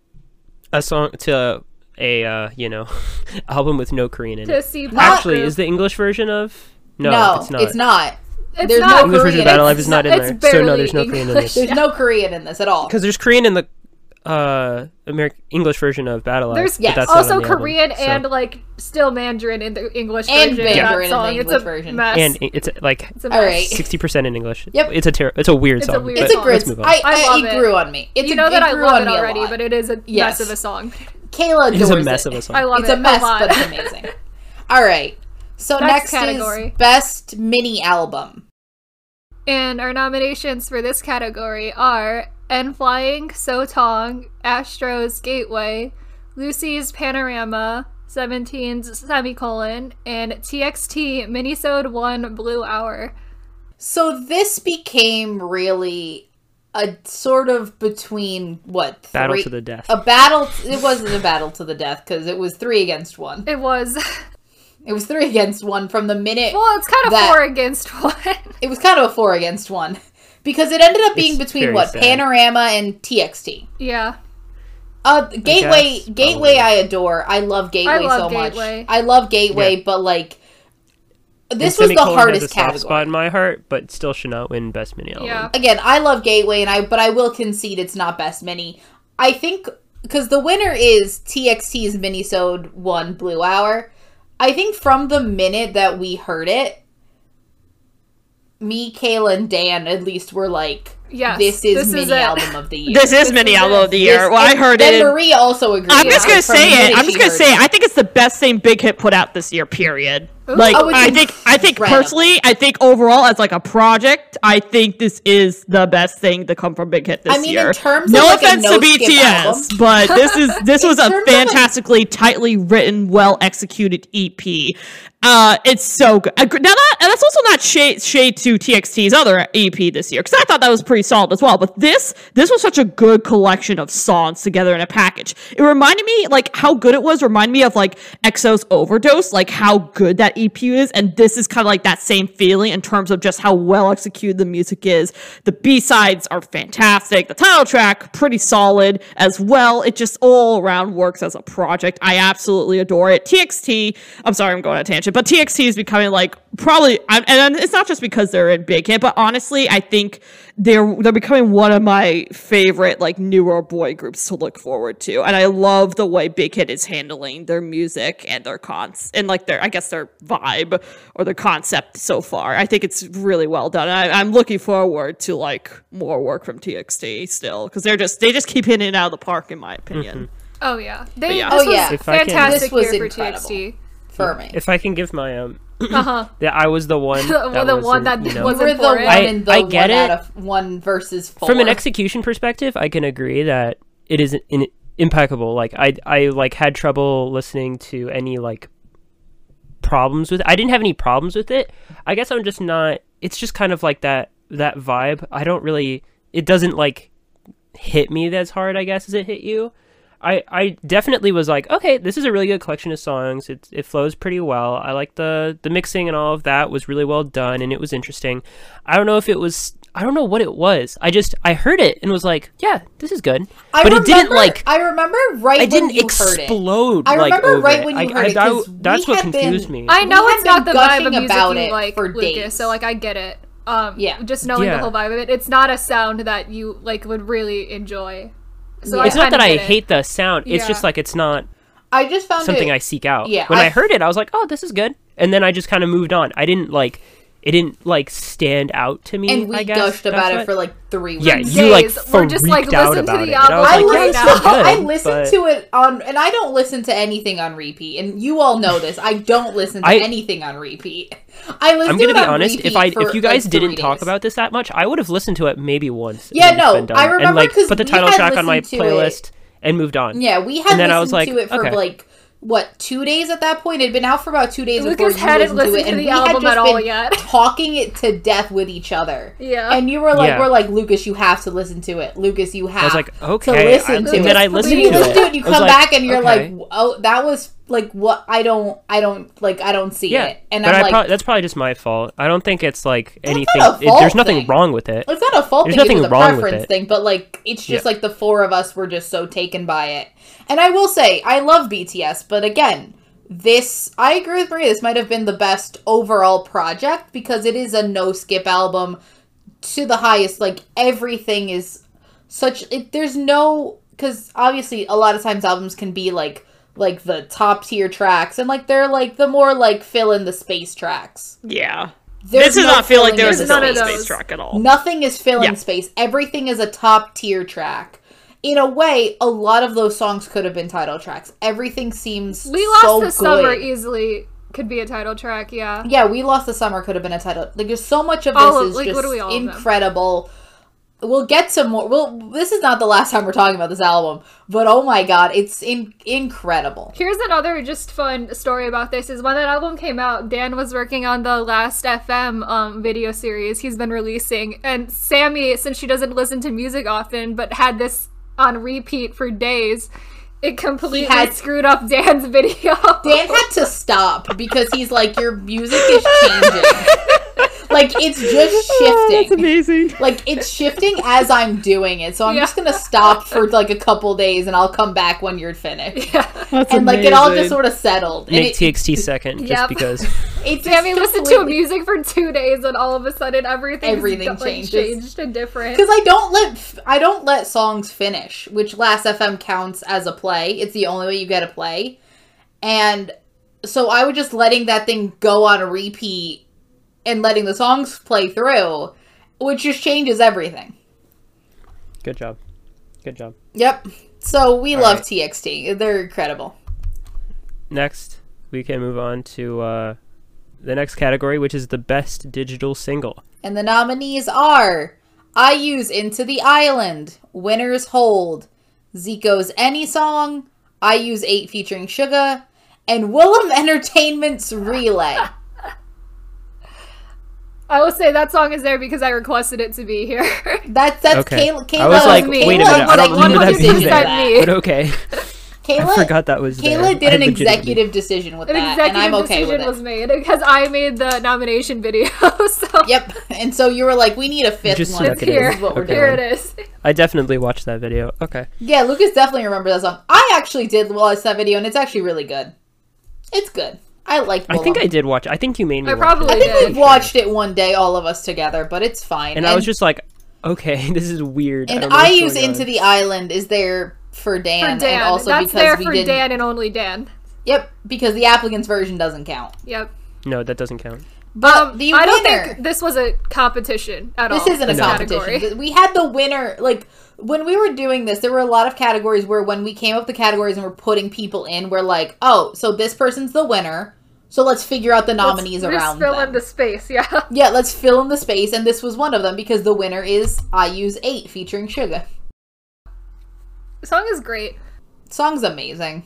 [SPEAKER 3] a song to a uh, you know (laughs) album with no Korean in
[SPEAKER 1] to
[SPEAKER 3] it.
[SPEAKER 1] see pop
[SPEAKER 3] Actually,
[SPEAKER 1] group.
[SPEAKER 3] is the English version of no,
[SPEAKER 2] no,
[SPEAKER 3] it's not.
[SPEAKER 1] It's
[SPEAKER 2] there's
[SPEAKER 1] not-
[SPEAKER 2] no
[SPEAKER 3] English version
[SPEAKER 2] Korean.
[SPEAKER 3] of Battle Life
[SPEAKER 2] It's-
[SPEAKER 3] is not in
[SPEAKER 1] it's
[SPEAKER 3] there, so no,
[SPEAKER 1] barely
[SPEAKER 3] there's no Korean in
[SPEAKER 1] English.
[SPEAKER 3] this.
[SPEAKER 2] There's no Korean in this at all.
[SPEAKER 3] Because there's Korean in the uh American English version of Battle Life.
[SPEAKER 1] There's
[SPEAKER 3] but
[SPEAKER 2] yes.
[SPEAKER 3] that's not
[SPEAKER 1] also
[SPEAKER 3] on the album,
[SPEAKER 1] Korean
[SPEAKER 3] so-
[SPEAKER 1] and like still Mandarin in the English
[SPEAKER 2] And
[SPEAKER 1] version. of that
[SPEAKER 2] Mandarin in the
[SPEAKER 1] song.
[SPEAKER 2] English
[SPEAKER 1] it's a
[SPEAKER 2] version.
[SPEAKER 1] Mess.
[SPEAKER 3] and i- it's like
[SPEAKER 1] it's a mess.
[SPEAKER 2] All right.
[SPEAKER 3] sixty percent in English.
[SPEAKER 2] Yep.
[SPEAKER 3] it's a ter- it's a weird
[SPEAKER 1] It's a
[SPEAKER 3] song.
[SPEAKER 1] weird
[SPEAKER 3] but
[SPEAKER 2] it's a
[SPEAKER 1] song.
[SPEAKER 2] great.
[SPEAKER 3] Let's move on.
[SPEAKER 2] I,
[SPEAKER 1] I
[SPEAKER 2] I,
[SPEAKER 1] love
[SPEAKER 2] it
[SPEAKER 1] it.
[SPEAKER 2] grew on me. It's
[SPEAKER 1] you
[SPEAKER 2] a,
[SPEAKER 1] know that I
[SPEAKER 2] grew
[SPEAKER 1] love
[SPEAKER 2] on
[SPEAKER 1] it
[SPEAKER 2] me a
[SPEAKER 1] already,
[SPEAKER 2] lot.
[SPEAKER 1] but it is a
[SPEAKER 2] Yes.
[SPEAKER 1] mess of a song.
[SPEAKER 2] Kayla
[SPEAKER 3] It's
[SPEAKER 2] adores
[SPEAKER 3] a mess of a song.
[SPEAKER 1] I love
[SPEAKER 2] it's
[SPEAKER 1] it
[SPEAKER 2] a mess,
[SPEAKER 1] lot.
[SPEAKER 2] but it's amazing. (laughs) All right. So next
[SPEAKER 1] Next category.
[SPEAKER 2] is best mini album.
[SPEAKER 1] and our nominations for this category are "And Flying So Tong," Astro's Gateway, Lucy's Panorama, 17's Semicolon, and TXT Minisode One Blue Hour.
[SPEAKER 2] So this became really a sort of between what three,
[SPEAKER 3] Battle to the death.
[SPEAKER 2] a battle. It wasn't a battle to the death because it was three against one.
[SPEAKER 1] It was (laughs)
[SPEAKER 2] It was three against one from the minute.
[SPEAKER 1] well, it's kind of
[SPEAKER 2] That-
[SPEAKER 1] four against (laughs) one.
[SPEAKER 2] It was kind of a four against one because it ended up being
[SPEAKER 3] It's
[SPEAKER 2] between
[SPEAKER 3] very
[SPEAKER 2] what
[SPEAKER 3] sad.
[SPEAKER 2] panorama and TXT.
[SPEAKER 1] yeah,
[SPEAKER 2] Uh, Gateway,
[SPEAKER 3] guess,
[SPEAKER 2] Gateway,
[SPEAKER 3] probably.
[SPEAKER 2] I adore. I love Gateway
[SPEAKER 1] I love
[SPEAKER 2] so
[SPEAKER 1] Gateway.
[SPEAKER 2] much. I love Gateway,
[SPEAKER 3] Yeah.
[SPEAKER 2] but like this
[SPEAKER 3] And
[SPEAKER 2] was the
[SPEAKER 3] Semicolon has a
[SPEAKER 2] hardest
[SPEAKER 3] soft spot
[SPEAKER 2] category.
[SPEAKER 3] in my heart, but still should not win best mini album.
[SPEAKER 1] yeah.
[SPEAKER 2] Again, I love Gateway, and I but I will concede it's not best mini. I think because the winner is TXT's minisode one Blue Hour. I think from the minute that we heard it, me, Kayla, and Dan at least were like,
[SPEAKER 1] Yes,
[SPEAKER 2] this is
[SPEAKER 1] this
[SPEAKER 2] mini
[SPEAKER 1] is it.
[SPEAKER 2] album of the
[SPEAKER 4] (laughs)
[SPEAKER 2] year."
[SPEAKER 4] This is
[SPEAKER 1] This
[SPEAKER 4] mini
[SPEAKER 1] is
[SPEAKER 4] album
[SPEAKER 1] it.
[SPEAKER 4] of the year.
[SPEAKER 2] This-
[SPEAKER 4] well, I
[SPEAKER 2] and-
[SPEAKER 4] heard
[SPEAKER 2] and
[SPEAKER 4] it. in-
[SPEAKER 2] Maria also agreed.
[SPEAKER 4] I'm just gonna
[SPEAKER 2] from the
[SPEAKER 4] say it.
[SPEAKER 2] minute
[SPEAKER 4] I'm
[SPEAKER 2] she
[SPEAKER 4] just gonna
[SPEAKER 2] heard
[SPEAKER 4] say
[SPEAKER 2] it.
[SPEAKER 4] it. I think it's the best thing Big Hit put out this year. Period. Like
[SPEAKER 2] Oh, it's
[SPEAKER 4] I think I think
[SPEAKER 2] incredible.
[SPEAKER 4] personally, I think overall as like a project, I think this is the best thing to come from Big Hit this
[SPEAKER 2] I mean, in
[SPEAKER 4] year.
[SPEAKER 2] terms
[SPEAKER 4] no
[SPEAKER 2] of, like, a
[SPEAKER 4] offense to
[SPEAKER 2] no-skip
[SPEAKER 4] BTS, but this is
[SPEAKER 2] (laughs)
[SPEAKER 4] this was a
[SPEAKER 2] terms of, like-
[SPEAKER 4] fantastically tightly written, well executed EP. Uh, it's so good. I gr- Now that and that's also not shade shade to TXT's other EP this year because I thought that was pretty solid as well. But this this was such a good collection of songs together in a package. It reminded me like how good it was. Reminded me of like EXO's Overdose, like how good that EP is. And this is kind of like that same feeling in terms of just how well executed the music is. The B sides are fantastic. The title track pretty solid as well. It just all around works as a project. I absolutely adore it. TXT. I'm sorry, I'm going on a tangent, but TXT is becoming like probably really, I, and it's not just because they're in Big Hit, but honestly, I think they're they're becoming one of my favorite like newer boy groups to look forward to, and I love the way Big Hit is handling their music and their cons and like their I guess their vibe or their concept so far. I think it's really well done. I, I'm looking forward to like more work from TXT still because they're just they just keep hitting it out of the park in my opinion.
[SPEAKER 1] Oh yeah, they.
[SPEAKER 4] yeah.
[SPEAKER 1] This
[SPEAKER 2] Oh, yeah.
[SPEAKER 1] was
[SPEAKER 2] If
[SPEAKER 3] I can-
[SPEAKER 1] fantastic
[SPEAKER 2] This was
[SPEAKER 1] year for
[SPEAKER 2] incredible.
[SPEAKER 1] TXT.
[SPEAKER 2] for me.
[SPEAKER 3] If I can give my um, (clears throat)
[SPEAKER 1] Uh huh.
[SPEAKER 3] that I was the
[SPEAKER 1] (laughs)
[SPEAKER 3] one.
[SPEAKER 1] The-
[SPEAKER 3] that
[SPEAKER 1] the
[SPEAKER 3] wasn't,
[SPEAKER 1] one that
[SPEAKER 3] you know.
[SPEAKER 1] wasn't-
[SPEAKER 2] We're the
[SPEAKER 1] for
[SPEAKER 2] one
[SPEAKER 1] it.
[SPEAKER 3] I-
[SPEAKER 2] and the
[SPEAKER 3] I get
[SPEAKER 2] one out
[SPEAKER 3] it.
[SPEAKER 2] of one versus four.
[SPEAKER 3] From an execution perspective, I can agree that it is in- impeccable. Like I, I like had trouble listening to any like problems with. I didn't have any problems with it. I guess I'm just not. It's just kind of like that that vibe. I don't really. It doesn't like hit me as hard. I guess as it hit you. I, I definitely was like, okay, this is a really good collection of songs. It it flows pretty well. I like the the mixing and all of that was really well done and it was interesting. I don't know if it was I don't know what it was. I just I heard it and was like, yeah, this is good.
[SPEAKER 2] I
[SPEAKER 3] but
[SPEAKER 2] remember,
[SPEAKER 3] it didn't like
[SPEAKER 2] I remember right.
[SPEAKER 3] I didn't
[SPEAKER 2] when you heard it.
[SPEAKER 3] explode.
[SPEAKER 2] I
[SPEAKER 3] like,
[SPEAKER 2] remember
[SPEAKER 3] over
[SPEAKER 2] right
[SPEAKER 3] it.
[SPEAKER 2] when you
[SPEAKER 3] I,
[SPEAKER 2] heard
[SPEAKER 3] I,
[SPEAKER 2] it,
[SPEAKER 3] that-
[SPEAKER 2] 'cause we
[SPEAKER 3] that's what
[SPEAKER 2] had been-
[SPEAKER 3] confused me.
[SPEAKER 1] I
[SPEAKER 2] We
[SPEAKER 1] know
[SPEAKER 2] have
[SPEAKER 1] it's not the
[SPEAKER 2] been
[SPEAKER 1] vibe of
[SPEAKER 2] gushing
[SPEAKER 1] music
[SPEAKER 2] about
[SPEAKER 1] you
[SPEAKER 2] it
[SPEAKER 1] like,
[SPEAKER 2] for
[SPEAKER 1] Lucas.
[SPEAKER 2] days.
[SPEAKER 1] So like, I get it. Um,
[SPEAKER 2] Yeah.
[SPEAKER 1] Just knowing
[SPEAKER 3] Yeah.
[SPEAKER 1] the whole vibe of it, it's not a sound that you like would really enjoy. So
[SPEAKER 2] Yeah.
[SPEAKER 1] I
[SPEAKER 3] it's not
[SPEAKER 1] kinda
[SPEAKER 3] that I
[SPEAKER 1] get it.
[SPEAKER 3] hate the sound. It's
[SPEAKER 1] Yeah.
[SPEAKER 3] just like it's not
[SPEAKER 2] I just found
[SPEAKER 3] something
[SPEAKER 2] it,
[SPEAKER 3] I seek out.
[SPEAKER 2] Yeah,
[SPEAKER 3] when
[SPEAKER 2] I-
[SPEAKER 3] I, heard it, I was like, oh, this is good, and then I just kind of moved on. I didn't like it. Didn't like stand out to me.
[SPEAKER 2] and we
[SPEAKER 3] I guess.
[SPEAKER 2] gushed
[SPEAKER 3] That's
[SPEAKER 2] about it
[SPEAKER 3] what-
[SPEAKER 2] for like three weeks.
[SPEAKER 3] yeah. You like
[SPEAKER 1] days. We're just, like,
[SPEAKER 3] freaked out
[SPEAKER 1] listen to
[SPEAKER 3] about
[SPEAKER 1] the
[SPEAKER 3] it. And
[SPEAKER 1] album.
[SPEAKER 3] I
[SPEAKER 2] I
[SPEAKER 3] was like,
[SPEAKER 2] listen,
[SPEAKER 3] yeah, this is
[SPEAKER 2] (laughs)
[SPEAKER 3] good,
[SPEAKER 2] I listen
[SPEAKER 3] but-
[SPEAKER 2] to it on, and I don't listen to anything on repeat. And you all know this. I don't listen to
[SPEAKER 3] I-
[SPEAKER 2] anything on repeat. I listen.
[SPEAKER 3] I'm gonna
[SPEAKER 2] to it
[SPEAKER 3] be
[SPEAKER 2] on
[SPEAKER 3] honest. If
[SPEAKER 2] repeat
[SPEAKER 3] I
[SPEAKER 2] for,
[SPEAKER 3] if you guys
[SPEAKER 2] like,
[SPEAKER 3] didn't
[SPEAKER 2] three
[SPEAKER 3] talk
[SPEAKER 2] days.
[SPEAKER 3] about this that much, I would have listened to it maybe once. and
[SPEAKER 2] Yeah,
[SPEAKER 3] then just
[SPEAKER 2] no,
[SPEAKER 3] been done.
[SPEAKER 2] I remember
[SPEAKER 3] and like
[SPEAKER 2] 'cause
[SPEAKER 3] put the
[SPEAKER 2] we
[SPEAKER 3] title
[SPEAKER 2] had
[SPEAKER 3] track on my
[SPEAKER 2] listened to it.
[SPEAKER 3] playlist and moved on.
[SPEAKER 2] yeah, we had
[SPEAKER 3] And then I
[SPEAKER 2] listened
[SPEAKER 3] was
[SPEAKER 2] to
[SPEAKER 3] like,
[SPEAKER 2] it for
[SPEAKER 3] okay.
[SPEAKER 2] like what two days at that point. It had been out for about two days.
[SPEAKER 1] Lucas
[SPEAKER 2] before you
[SPEAKER 1] hadn't
[SPEAKER 2] listened to,
[SPEAKER 1] listened
[SPEAKER 2] it,
[SPEAKER 1] to
[SPEAKER 2] and
[SPEAKER 1] the
[SPEAKER 2] we had
[SPEAKER 1] album
[SPEAKER 2] just
[SPEAKER 1] at all
[SPEAKER 2] been
[SPEAKER 1] yet.
[SPEAKER 2] (laughs) talking it to death with each other.
[SPEAKER 1] Yeah.
[SPEAKER 2] and you were like,
[SPEAKER 3] Yeah.
[SPEAKER 2] we're like, Lucas, you have to listen to it. Lucas, you have.
[SPEAKER 3] I was like,
[SPEAKER 2] to
[SPEAKER 3] okay. I,
[SPEAKER 2] listen
[SPEAKER 3] and
[SPEAKER 2] to it.
[SPEAKER 3] then I
[SPEAKER 1] Please
[SPEAKER 3] listened
[SPEAKER 2] you
[SPEAKER 3] to
[SPEAKER 2] listen
[SPEAKER 3] it.
[SPEAKER 2] to it, you
[SPEAKER 3] I was
[SPEAKER 2] come
[SPEAKER 3] like,
[SPEAKER 2] back, and you're
[SPEAKER 3] okay.
[SPEAKER 2] like, oh, that was like what I don't, I don't like, I don't see
[SPEAKER 3] yeah.
[SPEAKER 2] it, and I'm
[SPEAKER 3] but I
[SPEAKER 2] like,
[SPEAKER 3] prob- that's probably just my fault. I don't think it's like anything.
[SPEAKER 2] not a
[SPEAKER 3] it-
[SPEAKER 2] fault
[SPEAKER 3] there's nothing
[SPEAKER 2] thing.
[SPEAKER 3] wrong with it.
[SPEAKER 2] it's not a fault
[SPEAKER 3] There's
[SPEAKER 2] thing, it
[SPEAKER 3] nothing
[SPEAKER 2] was a
[SPEAKER 3] wrong with
[SPEAKER 2] preference
[SPEAKER 3] it.
[SPEAKER 2] thing, but like, it's just
[SPEAKER 3] Yeah.
[SPEAKER 2] like the four of us were just so taken by it. And I will say, I love BTS, but again, this I agree with Maria. This might have been the best overall project because it is a no skip album to the highest. Like everything is such. It, there's no because obviously a lot of times albums can be like like the top tier tracks and like they're like the more like fill in the space tracks.
[SPEAKER 4] Yeah.
[SPEAKER 2] There's
[SPEAKER 4] this does
[SPEAKER 2] no
[SPEAKER 4] not feel like
[SPEAKER 2] filling
[SPEAKER 4] there was
[SPEAKER 2] in
[SPEAKER 4] a
[SPEAKER 1] None of
[SPEAKER 4] space
[SPEAKER 1] those.
[SPEAKER 4] space track at all.
[SPEAKER 2] Nothing is filling
[SPEAKER 4] Yeah.
[SPEAKER 2] space. Everything is a top tier track. In a way, a lot of those songs could have been title tracks. Everything seems
[SPEAKER 1] We lost
[SPEAKER 2] so
[SPEAKER 1] the
[SPEAKER 2] good.
[SPEAKER 1] summer easily. Could be a title track. Yeah.
[SPEAKER 2] yeah, we lost the summer could have been a title. Like there's so much of this
[SPEAKER 1] All of-
[SPEAKER 2] is
[SPEAKER 1] like,
[SPEAKER 2] just
[SPEAKER 1] what are we all about?
[SPEAKER 2] incredible. We'll get some more. Well, this is not the last time we're talking about this album, but oh my god, it's in- incredible.
[SPEAKER 1] Here's another just fun story about this is when that album came out, Dan was working on the last FM um, video series he's been releasing, and Sammy, since she doesn't listen to music often, but had this on repeat for days, it completely
[SPEAKER 2] had-
[SPEAKER 1] screwed up Dan's (laughs) video.
[SPEAKER 2] Dan had to stop because he's like, your music is
[SPEAKER 1] (laughs)
[SPEAKER 2] changing. like it's just
[SPEAKER 1] Oh,
[SPEAKER 4] that's
[SPEAKER 2] shifting.
[SPEAKER 4] amazing.
[SPEAKER 2] like it's shifting as I'm doing it. So I'm
[SPEAKER 1] Yeah.
[SPEAKER 2] just gonna stop for like a couple days and I'll come back when you're finished.
[SPEAKER 4] That's
[SPEAKER 2] and like it all just sort of settled. And
[SPEAKER 3] Nick
[SPEAKER 2] it, it,
[SPEAKER 3] TXT second, just
[SPEAKER 1] Yep.
[SPEAKER 2] (laughs)
[SPEAKER 3] because.
[SPEAKER 2] it's
[SPEAKER 1] Sammy listened to music for two days, and all of a sudden everything's
[SPEAKER 2] Everything
[SPEAKER 1] like,
[SPEAKER 2] changes.
[SPEAKER 1] changed and different.
[SPEAKER 2] because I don't let f- I don't let songs finish, which Last FM counts as a play. It's the only way you get a play, and so I was just letting that thing go on a repeat and letting the songs play through, which just changes everything.
[SPEAKER 3] Good job. Good job.
[SPEAKER 2] Yep. So we love
[SPEAKER 3] right.
[SPEAKER 2] TXT. They're incredible.
[SPEAKER 3] Next, we can move on to uh, the next category, which is the best digital single.
[SPEAKER 2] And the nominees are I Use Into the Island, Winners Hold, Zico's Any Song, I Use 8 featuring Suga, and Willem (laughs) Entertainment's Relay.
[SPEAKER 1] I will say that song is there because I requested it to be here. (laughs)
[SPEAKER 2] That's that's
[SPEAKER 3] Okay.
[SPEAKER 2] Kayla. Kayla
[SPEAKER 3] I was like,
[SPEAKER 1] me.
[SPEAKER 3] wait a
[SPEAKER 1] Kayla
[SPEAKER 3] minute, I don't
[SPEAKER 1] was
[SPEAKER 3] remember that
[SPEAKER 1] like,
[SPEAKER 3] being
[SPEAKER 1] 100%
[SPEAKER 3] there.
[SPEAKER 1] me.
[SPEAKER 3] But
[SPEAKER 5] (laughs)
[SPEAKER 3] okay,
[SPEAKER 2] Kayla,
[SPEAKER 3] I forgot that was there.
[SPEAKER 2] Kayla
[SPEAKER 3] I
[SPEAKER 2] did an
[SPEAKER 3] legitimately-
[SPEAKER 2] executive decision with
[SPEAKER 1] An
[SPEAKER 2] that,
[SPEAKER 1] executive
[SPEAKER 2] and I'm okay
[SPEAKER 1] decision
[SPEAKER 2] with it.
[SPEAKER 1] was made because I made the nomination video. (laughs) So
[SPEAKER 2] Yep. And so you were like, we need a fifth
[SPEAKER 3] just
[SPEAKER 2] one.
[SPEAKER 3] snuck
[SPEAKER 1] it's
[SPEAKER 3] it in.
[SPEAKER 1] here.
[SPEAKER 2] This is what we're
[SPEAKER 3] Okay.
[SPEAKER 1] Here
[SPEAKER 2] doing.
[SPEAKER 1] it is.
[SPEAKER 3] I definitely watched that video. Okay.
[SPEAKER 2] Yeah, Lucas definitely remembers that song. I actually did watch that video, and it's actually really good. It's good. I like.
[SPEAKER 5] I think I did watch. I think you made me.
[SPEAKER 1] I
[SPEAKER 5] watch
[SPEAKER 1] probably
[SPEAKER 5] it.
[SPEAKER 2] I think
[SPEAKER 1] did.
[SPEAKER 2] we watched it one day, all of us together, but it's fine.
[SPEAKER 5] And I was just like, okay, (laughs) this is weird.
[SPEAKER 2] and
[SPEAKER 5] don't know what's
[SPEAKER 2] I use
[SPEAKER 5] going on.
[SPEAKER 2] into the island is there for Dan,
[SPEAKER 1] for Dan.
[SPEAKER 2] and also
[SPEAKER 1] That's
[SPEAKER 2] because
[SPEAKER 1] there
[SPEAKER 2] we
[SPEAKER 1] for
[SPEAKER 2] didn't.
[SPEAKER 1] Dan and only Dan.
[SPEAKER 2] Yep, because the applicant's version doesn't count.
[SPEAKER 1] Yep.
[SPEAKER 5] No, that doesn't count.
[SPEAKER 2] But
[SPEAKER 1] Um,
[SPEAKER 2] the
[SPEAKER 1] I don't
[SPEAKER 2] winner.
[SPEAKER 1] think this was a competition at all.
[SPEAKER 2] This isn't a
[SPEAKER 5] No.
[SPEAKER 2] competition.
[SPEAKER 1] Oh, Category.
[SPEAKER 2] We had the winner. Like when we were doing this, there were a lot of categories where when we came up with the categories and we're putting people in, we're like, oh, so this person's the winner. So let's figure out the nominees
[SPEAKER 1] Let's
[SPEAKER 2] around
[SPEAKER 1] fill
[SPEAKER 2] them.
[SPEAKER 1] in the space, yeah. (laughs)
[SPEAKER 2] yeah, let's fill in the space, and this was one of them because the winner is "I Use Eight featuring Sugar.
[SPEAKER 1] The song is great.
[SPEAKER 2] Song's amazing.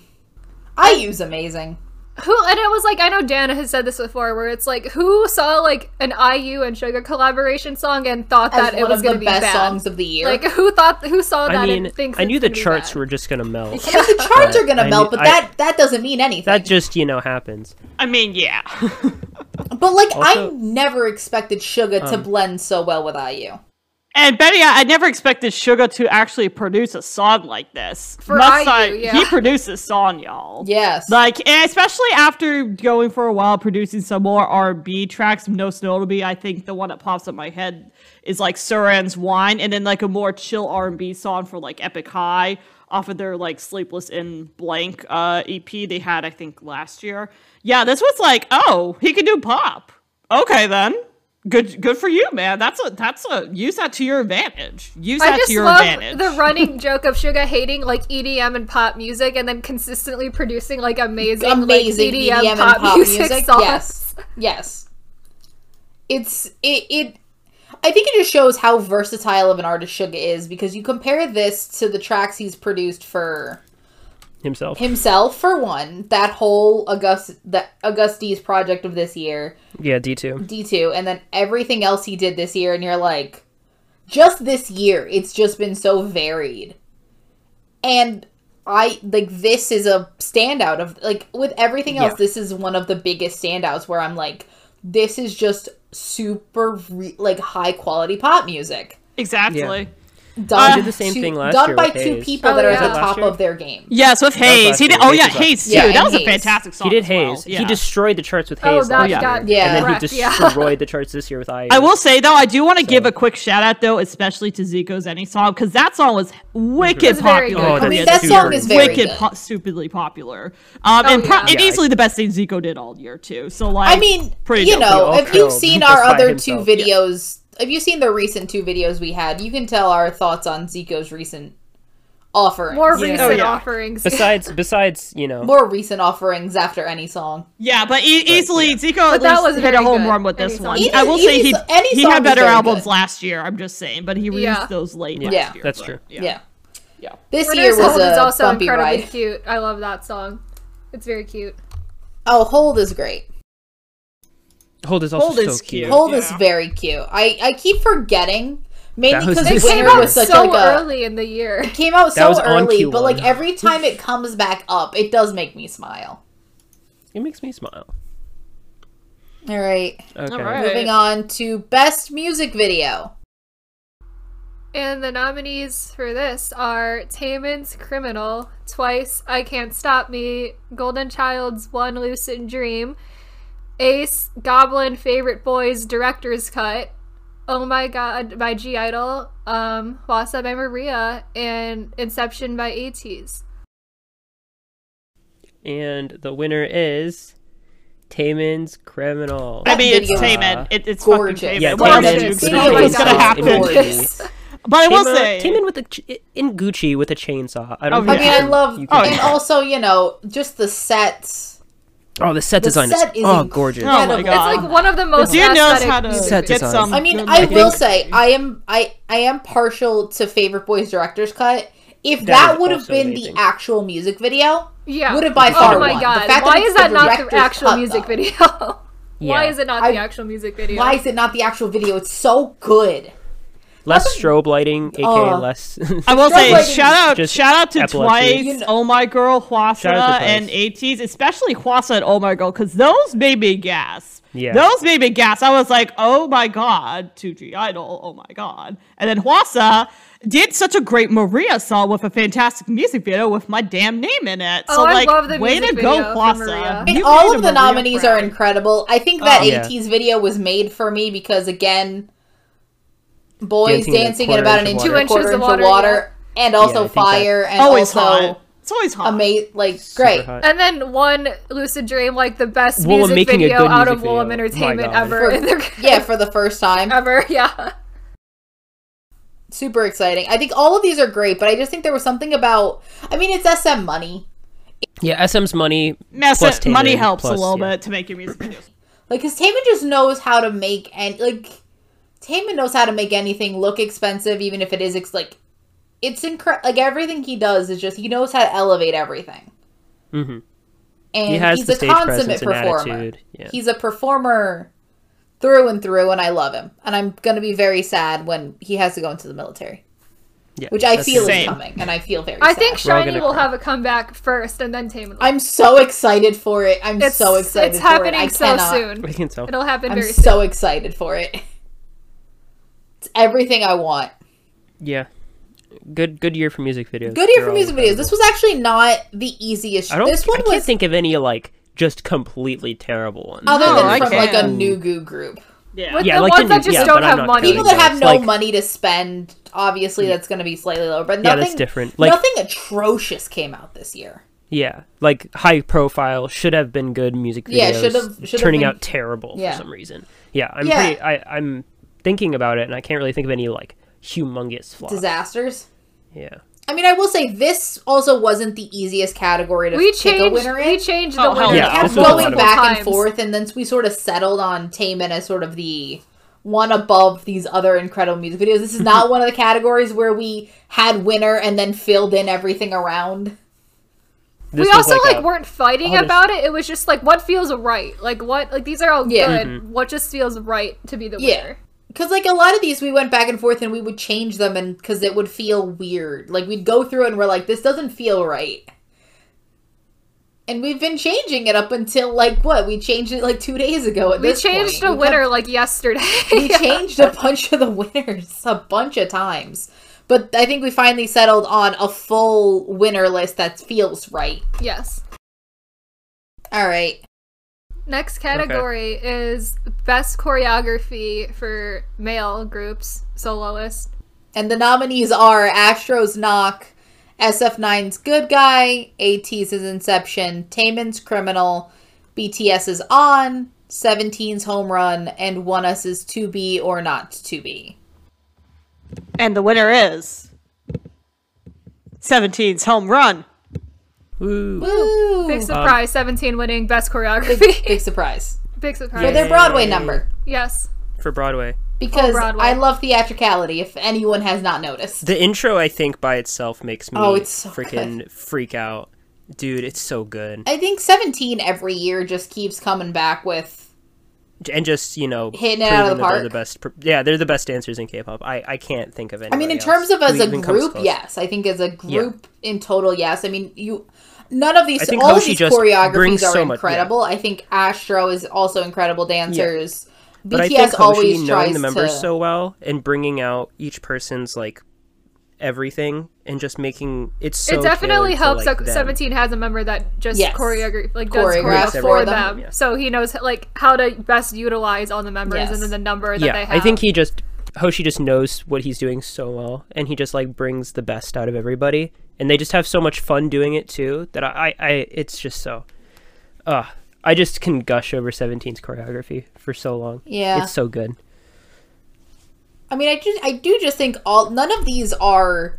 [SPEAKER 2] I use amazing.
[SPEAKER 1] Who and it was like I know Dan has said this before, where it's like who saw like an IU and Sugar collaboration song and thought
[SPEAKER 2] As
[SPEAKER 1] that
[SPEAKER 2] one
[SPEAKER 1] it was
[SPEAKER 2] of the
[SPEAKER 1] going to be
[SPEAKER 2] best
[SPEAKER 1] bad.
[SPEAKER 2] songs of the year. (laughs)
[SPEAKER 1] Like who thought who saw that
[SPEAKER 5] I mean,
[SPEAKER 1] and thinks
[SPEAKER 5] I knew
[SPEAKER 1] it's
[SPEAKER 5] the
[SPEAKER 1] gonna be
[SPEAKER 5] charts
[SPEAKER 1] bad.
[SPEAKER 5] were just gonna melt.
[SPEAKER 2] I mean, the charts are gonna
[SPEAKER 5] I
[SPEAKER 2] melt,
[SPEAKER 5] mean,
[SPEAKER 2] but
[SPEAKER 5] I-
[SPEAKER 2] that that doesn't mean anything.
[SPEAKER 5] That just you know happens.
[SPEAKER 4] I mean, yeah.
[SPEAKER 2] but like, I
[SPEAKER 5] Also-
[SPEAKER 2] never expected Sugar to
[SPEAKER 5] Um,
[SPEAKER 2] blend so well with IU.
[SPEAKER 4] and Betty, I, I never expected Sugar to actually produce a song like this.
[SPEAKER 1] For IU,
[SPEAKER 4] I-
[SPEAKER 1] yeah.
[SPEAKER 4] he produced a song, y'all.
[SPEAKER 2] Yes,
[SPEAKER 4] Like, and especially after going for a while producing some more R&B tracks, No Snow to Be, I think the one that pops up my head is like Saran's Wine, and then like a more chill R&B song for like Epic High off of their like Sleepless in Blank uh, EP they had, I think, last year. Yeah, this was like, oh, he can do pop. Okay, then. Good, good for you, man. That's a that's a use that to your advantage. Use
[SPEAKER 1] I
[SPEAKER 4] that
[SPEAKER 1] just
[SPEAKER 4] to your
[SPEAKER 1] love
[SPEAKER 4] advantage.
[SPEAKER 1] the running joke of Suga hating like EDM and pop music, and then consistently producing like amazing, like,
[SPEAKER 2] amazing
[SPEAKER 1] EDM,
[SPEAKER 2] EDM, and
[SPEAKER 1] pop, music, songs.
[SPEAKER 2] Yes, yes. It's it, it. I think it just shows how versatile of an artist Sugar is because you compare this to the tracks he's produced for
[SPEAKER 5] Himself.
[SPEAKER 2] himself. For one, that whole August that Auguste's project of this year,
[SPEAKER 5] Yeah, D two.
[SPEAKER 2] D two, and then everything else he did this year, and you're like, just this year, it's just been so varied. And I like this is a standout of like with everything else,
[SPEAKER 5] Yeah.
[SPEAKER 2] this is one of the biggest standouts where I'm like, this is just super re- like high quality pop music.
[SPEAKER 4] exactly.
[SPEAKER 5] Yeah.
[SPEAKER 2] Done
[SPEAKER 5] did the same
[SPEAKER 2] two-
[SPEAKER 5] thing last
[SPEAKER 2] done
[SPEAKER 5] year
[SPEAKER 2] by
[SPEAKER 5] with
[SPEAKER 2] two
[SPEAKER 5] Hayes.
[SPEAKER 2] people
[SPEAKER 1] Oh,
[SPEAKER 2] that are
[SPEAKER 1] yeah.
[SPEAKER 2] at the
[SPEAKER 1] Last
[SPEAKER 2] top
[SPEAKER 5] year?
[SPEAKER 2] of their game.
[SPEAKER 4] Yes, with Hayes.
[SPEAKER 5] last
[SPEAKER 4] He did.
[SPEAKER 5] year.
[SPEAKER 4] Oh
[SPEAKER 5] Hayes
[SPEAKER 4] yeah,
[SPEAKER 5] was last
[SPEAKER 4] Hayes too.
[SPEAKER 2] year. Yeah,
[SPEAKER 4] that was a
[SPEAKER 2] Hayes.
[SPEAKER 4] fantastic song.
[SPEAKER 5] He did
[SPEAKER 4] as well.
[SPEAKER 5] Hayes. He
[SPEAKER 4] Yeah.
[SPEAKER 5] destroyed the charts with
[SPEAKER 1] Oh,
[SPEAKER 5] Hayes.
[SPEAKER 1] that
[SPEAKER 5] last year.
[SPEAKER 1] got
[SPEAKER 2] Yeah.
[SPEAKER 5] And then
[SPEAKER 1] wrecked,
[SPEAKER 5] he
[SPEAKER 1] yeah.
[SPEAKER 5] destroyed the charts
[SPEAKER 1] (laughs)
[SPEAKER 5] this year with IU.
[SPEAKER 4] I will say though, I do want to give a quick shout out though, especially to Zico's any song because that song was wicked
[SPEAKER 1] It's very
[SPEAKER 4] popular.
[SPEAKER 1] good.
[SPEAKER 5] Oh,
[SPEAKER 1] I
[SPEAKER 2] I
[SPEAKER 5] that's
[SPEAKER 2] mean,
[SPEAKER 5] Yeah,
[SPEAKER 2] that
[SPEAKER 5] super
[SPEAKER 2] song is very
[SPEAKER 4] wicked,
[SPEAKER 2] good.
[SPEAKER 4] po- stupidly popular. Um,
[SPEAKER 1] Oh,
[SPEAKER 4] and, pro-
[SPEAKER 1] yeah.
[SPEAKER 4] and
[SPEAKER 5] Yeah,
[SPEAKER 4] easily the best thing Zico did all year too. So like,
[SPEAKER 2] I mean,
[SPEAKER 4] pretty
[SPEAKER 2] you
[SPEAKER 4] dope.
[SPEAKER 2] know,
[SPEAKER 5] all
[SPEAKER 2] if you've
[SPEAKER 5] killed
[SPEAKER 2] seen
[SPEAKER 5] just
[SPEAKER 2] our
[SPEAKER 5] by
[SPEAKER 2] other
[SPEAKER 5] himself.
[SPEAKER 2] two videos, if you've seen the recent two videos we had, you can tell our thoughts on Zico's recent offerings.
[SPEAKER 1] More
[SPEAKER 5] Yeah.
[SPEAKER 1] recent
[SPEAKER 4] Oh, yeah.
[SPEAKER 1] offerings.
[SPEAKER 5] (laughs) Besides, besides, you know,
[SPEAKER 2] More recent offerings after any song.
[SPEAKER 4] yeah, but e- easily Zico at
[SPEAKER 1] that
[SPEAKER 4] least
[SPEAKER 1] was
[SPEAKER 4] hit a
[SPEAKER 1] very
[SPEAKER 4] home
[SPEAKER 1] good,
[SPEAKER 4] run with
[SPEAKER 1] any
[SPEAKER 4] this
[SPEAKER 1] song.
[SPEAKER 4] one.
[SPEAKER 1] Even-
[SPEAKER 4] I will say
[SPEAKER 2] even
[SPEAKER 4] he
[SPEAKER 2] so- any
[SPEAKER 4] he
[SPEAKER 2] song
[SPEAKER 4] had
[SPEAKER 2] was
[SPEAKER 4] better
[SPEAKER 2] very
[SPEAKER 4] albums
[SPEAKER 2] good.
[SPEAKER 4] last year. I'm just saying, but he released
[SPEAKER 1] Yeah.
[SPEAKER 4] those late
[SPEAKER 5] Yeah.
[SPEAKER 4] last
[SPEAKER 2] Yeah.
[SPEAKER 4] year.
[SPEAKER 5] That's
[SPEAKER 4] but,
[SPEAKER 5] true.
[SPEAKER 2] Yeah.
[SPEAKER 4] Yeah. Yeah.
[SPEAKER 2] This
[SPEAKER 1] Renner's
[SPEAKER 2] year was
[SPEAKER 1] Hold
[SPEAKER 2] a
[SPEAKER 1] is also
[SPEAKER 2] bumpy
[SPEAKER 1] incredibly
[SPEAKER 2] ride.
[SPEAKER 1] cute. I love that song. It's very cute.
[SPEAKER 2] Oh, Hold is great.
[SPEAKER 5] Hold is also
[SPEAKER 4] Hold
[SPEAKER 5] so
[SPEAKER 4] is cute.
[SPEAKER 5] cute.
[SPEAKER 2] Hold is
[SPEAKER 4] Yeah.
[SPEAKER 2] very cute. I, I keep forgetting, mainly
[SPEAKER 5] That was
[SPEAKER 2] because
[SPEAKER 1] It
[SPEAKER 5] This
[SPEAKER 1] came
[SPEAKER 2] Winter
[SPEAKER 1] out
[SPEAKER 2] was such
[SPEAKER 1] so
[SPEAKER 2] like a
[SPEAKER 1] early in the year.
[SPEAKER 2] came out
[SPEAKER 5] That
[SPEAKER 2] so
[SPEAKER 5] was on
[SPEAKER 2] early,
[SPEAKER 5] Q1.
[SPEAKER 2] but like every time it comes back up, it does make me smile.
[SPEAKER 5] It makes me smile.
[SPEAKER 2] All right,
[SPEAKER 5] Okay.
[SPEAKER 4] right.
[SPEAKER 2] moving on to best music video.
[SPEAKER 1] And the nominees for this are Taman's Criminal, Twice, I Can't Stop Me, Golden Child's One Lucid Dream, Ace, Goblin, Favorite Boys, Director's Cut, Oh My God by G Idol, um, Wasa by Maria, and Inception by ATs.
[SPEAKER 5] And the winner is Taman's Criminal.
[SPEAKER 4] I mean, it's
[SPEAKER 2] video is
[SPEAKER 4] Taman. It, it's
[SPEAKER 2] Gorgeous.
[SPEAKER 4] fucking Taman.
[SPEAKER 5] Uh, Yeah,
[SPEAKER 4] what else
[SPEAKER 1] Taman
[SPEAKER 4] do you
[SPEAKER 1] is
[SPEAKER 4] expect?
[SPEAKER 1] gorgeous.
[SPEAKER 4] What's gonna happen?
[SPEAKER 2] Gorgeous.
[SPEAKER 4] But I will
[SPEAKER 5] Taman-
[SPEAKER 4] say,
[SPEAKER 5] Taman with a ch- in Gucci with a chainsaw. I don't.
[SPEAKER 4] Oh,
[SPEAKER 2] I
[SPEAKER 5] think
[SPEAKER 2] mean,
[SPEAKER 4] yeah.
[SPEAKER 2] I
[SPEAKER 5] you-
[SPEAKER 2] love,
[SPEAKER 5] you
[SPEAKER 4] oh,
[SPEAKER 5] can-
[SPEAKER 2] and
[SPEAKER 4] yeah.
[SPEAKER 2] also, you know, just the sets.
[SPEAKER 5] Oh, the set
[SPEAKER 2] The
[SPEAKER 5] design
[SPEAKER 2] set
[SPEAKER 5] is,
[SPEAKER 2] is
[SPEAKER 5] oh
[SPEAKER 2] inc-
[SPEAKER 5] gorgeous.
[SPEAKER 4] Oh my
[SPEAKER 2] incredible.
[SPEAKER 4] God. Oh
[SPEAKER 1] It's like one of the most
[SPEAKER 4] Dude knows
[SPEAKER 1] aesthetic
[SPEAKER 4] how to
[SPEAKER 1] music
[SPEAKER 5] Set
[SPEAKER 4] get
[SPEAKER 1] videos.
[SPEAKER 5] design.
[SPEAKER 4] some.
[SPEAKER 2] I mean,
[SPEAKER 4] good
[SPEAKER 2] I will
[SPEAKER 4] music.
[SPEAKER 2] say, I am, I, I am partial to Favorite Boys director's cut. If that,
[SPEAKER 5] is
[SPEAKER 2] would have
[SPEAKER 5] also
[SPEAKER 2] been
[SPEAKER 5] amazing.
[SPEAKER 2] the actual music video,
[SPEAKER 1] Yeah.
[SPEAKER 2] would have by
[SPEAKER 1] Oh
[SPEAKER 2] far
[SPEAKER 1] my
[SPEAKER 2] won. The
[SPEAKER 1] god.
[SPEAKER 2] fact
[SPEAKER 1] Why
[SPEAKER 2] it's
[SPEAKER 1] is that
[SPEAKER 2] the
[SPEAKER 1] not the
[SPEAKER 2] director's
[SPEAKER 1] actual
[SPEAKER 2] cut,
[SPEAKER 1] music
[SPEAKER 2] though.
[SPEAKER 1] video? Why
[SPEAKER 2] (laughs)
[SPEAKER 5] Yeah.
[SPEAKER 1] is it not
[SPEAKER 2] I-
[SPEAKER 1] the actual music video?
[SPEAKER 2] Why is it not the actual video? It's so good.
[SPEAKER 3] Less strobe lighting, aka
[SPEAKER 2] Oh.
[SPEAKER 5] (laughs)
[SPEAKER 3] less.
[SPEAKER 4] I
[SPEAKER 2] Strobe
[SPEAKER 4] will say
[SPEAKER 2] lighting.
[SPEAKER 4] shout out
[SPEAKER 3] Just
[SPEAKER 4] shout out to
[SPEAKER 3] epilepsy.
[SPEAKER 4] Twice, Oh My Girl,
[SPEAKER 3] Shout out
[SPEAKER 4] Huasa,
[SPEAKER 3] to
[SPEAKER 4] and
[SPEAKER 3] Twice.
[SPEAKER 4] ATs, especially Huasa and Oh My Girl, because those made me gasp.
[SPEAKER 3] Yeah.
[SPEAKER 4] Those made me gasp. I was like, oh my god, 2G Idol, oh my god. And then Huasa did such a great Maria song with a fantastic music video with my damn name in it.
[SPEAKER 1] Oh,
[SPEAKER 4] so
[SPEAKER 1] I
[SPEAKER 4] like,
[SPEAKER 1] love the
[SPEAKER 4] way to
[SPEAKER 1] music
[SPEAKER 4] go,
[SPEAKER 1] video for Maria.
[SPEAKER 4] Huasa.
[SPEAKER 2] And
[SPEAKER 4] You
[SPEAKER 2] all
[SPEAKER 4] made
[SPEAKER 2] of
[SPEAKER 4] a
[SPEAKER 2] the
[SPEAKER 4] Maria
[SPEAKER 2] nominees
[SPEAKER 4] proud.
[SPEAKER 2] are incredible. I think that
[SPEAKER 4] Oh,
[SPEAKER 3] yeah.
[SPEAKER 2] 18's video was made for me because again, boys
[SPEAKER 3] Dancing in a
[SPEAKER 2] dancing in
[SPEAKER 3] quarter
[SPEAKER 2] about an
[SPEAKER 3] inch
[SPEAKER 2] inch and
[SPEAKER 3] of water.
[SPEAKER 2] a quarter
[SPEAKER 1] Two inches
[SPEAKER 2] inch of
[SPEAKER 1] of
[SPEAKER 2] water,
[SPEAKER 1] water,
[SPEAKER 2] and also
[SPEAKER 3] I think that-
[SPEAKER 2] fire and
[SPEAKER 4] always
[SPEAKER 2] also
[SPEAKER 4] hot. It's always hot.
[SPEAKER 2] amazing. Like
[SPEAKER 3] Super
[SPEAKER 2] great.
[SPEAKER 3] hot.
[SPEAKER 1] (laughs) And then one Lucid Dream, like the best
[SPEAKER 3] Willem
[SPEAKER 1] music
[SPEAKER 3] making a
[SPEAKER 1] video
[SPEAKER 3] good
[SPEAKER 1] out
[SPEAKER 3] music
[SPEAKER 1] of Willem
[SPEAKER 3] video.
[SPEAKER 1] Entertainment
[SPEAKER 3] My God.
[SPEAKER 1] ever.
[SPEAKER 2] For-
[SPEAKER 1] in their-
[SPEAKER 2] (laughs) Yeah, for the first time.
[SPEAKER 1] (laughs) ever. Yeah.
[SPEAKER 2] super exciting. I think all of these are great, but I just think there was something about. I mean, it's SM money.
[SPEAKER 3] yeah, SM's money.
[SPEAKER 4] Mess
[SPEAKER 3] plus
[SPEAKER 4] it- money
[SPEAKER 3] Taemin,
[SPEAKER 4] helps
[SPEAKER 3] plus-
[SPEAKER 4] a little
[SPEAKER 3] yeah.
[SPEAKER 4] bit to make your music videos.
[SPEAKER 2] Like, cause Taman just knows how to make and like, Taman knows how to make anything look expensive, even if it is ex- like, it's incredible. Like everything he does is just he knows how to elevate everything.
[SPEAKER 5] mm-hmm.
[SPEAKER 3] Mhm.
[SPEAKER 2] And
[SPEAKER 3] He has
[SPEAKER 2] he's
[SPEAKER 3] the
[SPEAKER 2] a
[SPEAKER 3] stage
[SPEAKER 2] consummate
[SPEAKER 3] presence and
[SPEAKER 2] performer.
[SPEAKER 3] attitude. Yeah.
[SPEAKER 2] He's a performer through and through, and I love him. And I'm gonna be very sad when he has to go into the military,
[SPEAKER 3] yeah,
[SPEAKER 2] which I
[SPEAKER 3] that's
[SPEAKER 2] feel
[SPEAKER 3] it.
[SPEAKER 2] is
[SPEAKER 4] Same.
[SPEAKER 2] coming, and I feel very.
[SPEAKER 1] I
[SPEAKER 2] sad.
[SPEAKER 1] think
[SPEAKER 3] We're all
[SPEAKER 1] Shiny
[SPEAKER 3] gonna
[SPEAKER 1] will
[SPEAKER 3] cry.
[SPEAKER 1] have a comeback first and then Tame.
[SPEAKER 2] I'm so excited for it. I'm
[SPEAKER 1] it's
[SPEAKER 2] so excited.
[SPEAKER 1] It's
[SPEAKER 2] for
[SPEAKER 1] happening
[SPEAKER 2] it. I
[SPEAKER 1] so
[SPEAKER 2] cannot.
[SPEAKER 1] soon.
[SPEAKER 5] (laughs)
[SPEAKER 3] We can tell.
[SPEAKER 1] It'll happen
[SPEAKER 2] I'm
[SPEAKER 1] very soon.
[SPEAKER 2] so excited for it. (laughs) It's everything I want.
[SPEAKER 3] Yeah. Good good year for music videos.
[SPEAKER 2] Good year
[SPEAKER 3] They're
[SPEAKER 2] for
[SPEAKER 3] all
[SPEAKER 2] music videos.
[SPEAKER 3] incredible.
[SPEAKER 2] This was actually not the easiest.
[SPEAKER 3] I don't.
[SPEAKER 2] this one
[SPEAKER 3] I can't
[SPEAKER 2] was
[SPEAKER 3] think of any like just completely terrible ones.
[SPEAKER 2] other
[SPEAKER 4] No,
[SPEAKER 2] than
[SPEAKER 4] I
[SPEAKER 2] from like a
[SPEAKER 4] can.
[SPEAKER 2] Nugu group.
[SPEAKER 4] Yeah.
[SPEAKER 1] With
[SPEAKER 3] Yeah,
[SPEAKER 1] the
[SPEAKER 3] like
[SPEAKER 1] ones
[SPEAKER 3] the
[SPEAKER 1] that
[SPEAKER 3] new-
[SPEAKER 1] just
[SPEAKER 3] yeah,
[SPEAKER 1] don't
[SPEAKER 3] but I'm
[SPEAKER 1] have
[SPEAKER 3] not
[SPEAKER 1] money.
[SPEAKER 3] counting
[SPEAKER 2] People that have
[SPEAKER 3] those.
[SPEAKER 2] no
[SPEAKER 3] Like-
[SPEAKER 2] money to spend, obviously, that's going to be slightly lower. But
[SPEAKER 3] Yeah,
[SPEAKER 2] nothing,
[SPEAKER 3] that's different. Like-
[SPEAKER 2] nothing atrocious came out this year.
[SPEAKER 3] Yeah, like high profile should have been good music videos.
[SPEAKER 2] Yeah, should have- should have
[SPEAKER 3] turning
[SPEAKER 2] been-
[SPEAKER 3] out terrible
[SPEAKER 2] Yeah.
[SPEAKER 3] for some reason. Yeah, I'm
[SPEAKER 2] Yeah.
[SPEAKER 3] pretty. I, I'm thinking about it, and I can't really think of any like humongous flaws.
[SPEAKER 2] Disasters.
[SPEAKER 3] Yeah,
[SPEAKER 2] I mean, I will say this also wasn't the easiest category to
[SPEAKER 1] we
[SPEAKER 2] pick a
[SPEAKER 1] changed.
[SPEAKER 2] winner in.
[SPEAKER 1] We changed the
[SPEAKER 4] Oh, hell
[SPEAKER 1] winner.
[SPEAKER 3] yeah.
[SPEAKER 1] count
[SPEAKER 3] This
[SPEAKER 2] kept
[SPEAKER 3] was a lot
[SPEAKER 2] going
[SPEAKER 3] of-
[SPEAKER 2] back
[SPEAKER 1] multiple
[SPEAKER 2] and
[SPEAKER 1] times.
[SPEAKER 2] forth, and then we sort of settled on Taman as sort of the one above these other incredible music videos. This is not one of the categories where we had winner and then filled in everything around.
[SPEAKER 1] we
[SPEAKER 3] This was
[SPEAKER 1] also like,
[SPEAKER 3] a-
[SPEAKER 1] weren't fighting
[SPEAKER 3] honest-
[SPEAKER 1] about it. It was just like what feels right. Like what like these are all
[SPEAKER 2] Yeah.
[SPEAKER 1] good.
[SPEAKER 3] Mm-hmm.
[SPEAKER 1] What just feels right to be the
[SPEAKER 2] Yeah.
[SPEAKER 1] winner.
[SPEAKER 2] Because, like, a lot of these we went back and forth and we would change them and because it would feel weird. Like, we'd go through it and we're like, this doesn't feel right. And we've been changing it up until, like, what? We changed it, like, two days ago at
[SPEAKER 1] We
[SPEAKER 2] this point.
[SPEAKER 1] changed a
[SPEAKER 2] We kept
[SPEAKER 1] winner like yesterday.
[SPEAKER 2] (laughs)
[SPEAKER 1] (laughs)
[SPEAKER 2] we changed a bunch of the winners a bunch of times but i think we finally settled on a full winner list that feels right
[SPEAKER 1] yes.
[SPEAKER 2] all right
[SPEAKER 1] Next category is best choreography for male groups soloist.
[SPEAKER 2] and the nominees are astro's knock sf9's good guy at's His inception taman's criminal bts's on 17's home run and one us is to be or not to be
[SPEAKER 4] And the winner is 17's home run.
[SPEAKER 3] Woo.
[SPEAKER 2] Woo!
[SPEAKER 1] Big surprise, 17 winning best choreography.
[SPEAKER 2] big surprise
[SPEAKER 1] (laughs) Big
[SPEAKER 2] for
[SPEAKER 1] surprise.
[SPEAKER 2] their
[SPEAKER 3] Yay.
[SPEAKER 2] broadway number
[SPEAKER 1] Yes.
[SPEAKER 3] for Broadway.
[SPEAKER 2] because
[SPEAKER 1] Broadway.
[SPEAKER 2] i love theatricality if anyone has not noticed
[SPEAKER 3] The intro, I think, by itself makes me
[SPEAKER 2] Oh, it's so
[SPEAKER 3] freaking freak out, dude. It's so good,
[SPEAKER 2] I think 17 every year just keeps coming back with.
[SPEAKER 3] and just you know,
[SPEAKER 2] Hitting it out of the
[SPEAKER 3] proving that
[SPEAKER 2] park.
[SPEAKER 3] They're the best. pr- Yeah, they're the best dancers in K-pop. I I can't think of any.
[SPEAKER 2] I mean, in terms of as a group,
[SPEAKER 3] yeah.
[SPEAKER 2] yes. I think as a group in total, yes. I mean, you. None of
[SPEAKER 3] I
[SPEAKER 2] these,
[SPEAKER 3] think
[SPEAKER 2] all of
[SPEAKER 3] Hoshi
[SPEAKER 2] these
[SPEAKER 3] just
[SPEAKER 2] choreographies
[SPEAKER 3] brings
[SPEAKER 2] are
[SPEAKER 3] so much- yeah.
[SPEAKER 2] incredible. I think Astro is also incredible dancers.
[SPEAKER 3] But I
[SPEAKER 1] E
[SPEAKER 2] BTS
[SPEAKER 3] think Hoshi
[SPEAKER 2] always
[SPEAKER 3] knowing
[SPEAKER 2] tries
[SPEAKER 3] the members
[SPEAKER 2] to.
[SPEAKER 3] so well and bringing out each person's like everything and just making it's so
[SPEAKER 1] it definitely
[SPEAKER 3] tailored
[SPEAKER 1] helps
[SPEAKER 3] to, like,
[SPEAKER 1] that
[SPEAKER 3] them.
[SPEAKER 1] 17 has a member that just
[SPEAKER 2] Yes.
[SPEAKER 1] choreograph like does
[SPEAKER 2] Choreographs
[SPEAKER 1] choreograph for
[SPEAKER 2] everyone.
[SPEAKER 1] them.
[SPEAKER 3] Yeah.
[SPEAKER 1] So he knows like how to best utilize all the members
[SPEAKER 2] Yes.
[SPEAKER 1] and then the number that
[SPEAKER 3] Yeah,
[SPEAKER 1] they have.
[SPEAKER 3] I think he just Hoshi just knows what he's doing so well and he just like brings the best out of everybody and they just have so much fun doing it too that I I, I it's just so uh I just can gush over 17's choreography for so long.
[SPEAKER 2] Yeah.
[SPEAKER 3] It's so good.
[SPEAKER 2] I mean, I do, I do just think all none of these are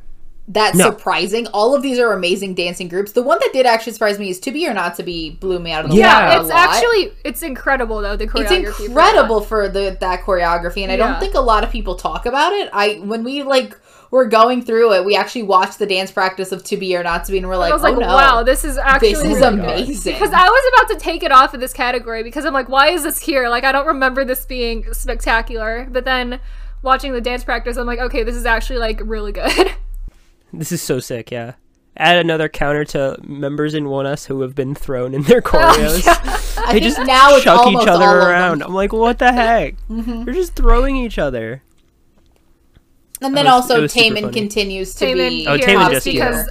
[SPEAKER 2] that
[SPEAKER 3] No.
[SPEAKER 2] surprising. All of these are amazing dancing groups. The one that did actually surprise me is To Be or Not to Be blew me out of the
[SPEAKER 1] yeah,
[SPEAKER 2] water. a
[SPEAKER 1] it's
[SPEAKER 2] lot.
[SPEAKER 1] actually it's incredible though the
[SPEAKER 2] it's
[SPEAKER 1] choreography. for that.
[SPEAKER 2] incredible for the that choreography and i
[SPEAKER 1] Yeah.
[SPEAKER 2] don't think a lot of people talk about it i when we like were going through it we actually watched the dance practice of to be or not to be and we're like
[SPEAKER 1] I was
[SPEAKER 2] oh
[SPEAKER 1] like,
[SPEAKER 2] no
[SPEAKER 1] wow, this is actually
[SPEAKER 2] this is
[SPEAKER 1] really good."
[SPEAKER 2] amazing
[SPEAKER 1] Because I was about to take it off of this category because I'm like, why is this here? Like, I don't remember this being spectacular. But then watching the dance practice, I'm like, okay, this is actually like really good. (laughs)
[SPEAKER 3] This is so sick, yeah. Add another counter to members in 1S who have been thrown in
[SPEAKER 1] (laughs) Oh,
[SPEAKER 3] their choreos.
[SPEAKER 2] I
[SPEAKER 3] They
[SPEAKER 2] think
[SPEAKER 3] just
[SPEAKER 2] now it's
[SPEAKER 3] chuck
[SPEAKER 2] almost
[SPEAKER 3] each other
[SPEAKER 2] all of them. mm-hmm.
[SPEAKER 3] around. I'm like, what the heck? They're just throwing each other.
[SPEAKER 2] And then
[SPEAKER 3] That was- it
[SPEAKER 2] also
[SPEAKER 3] was super
[SPEAKER 2] Taman
[SPEAKER 3] funny.
[SPEAKER 2] continues to be
[SPEAKER 1] Taman
[SPEAKER 3] Oh,
[SPEAKER 1] here
[SPEAKER 3] Taman
[SPEAKER 2] top
[SPEAKER 3] just-
[SPEAKER 2] tier.
[SPEAKER 1] because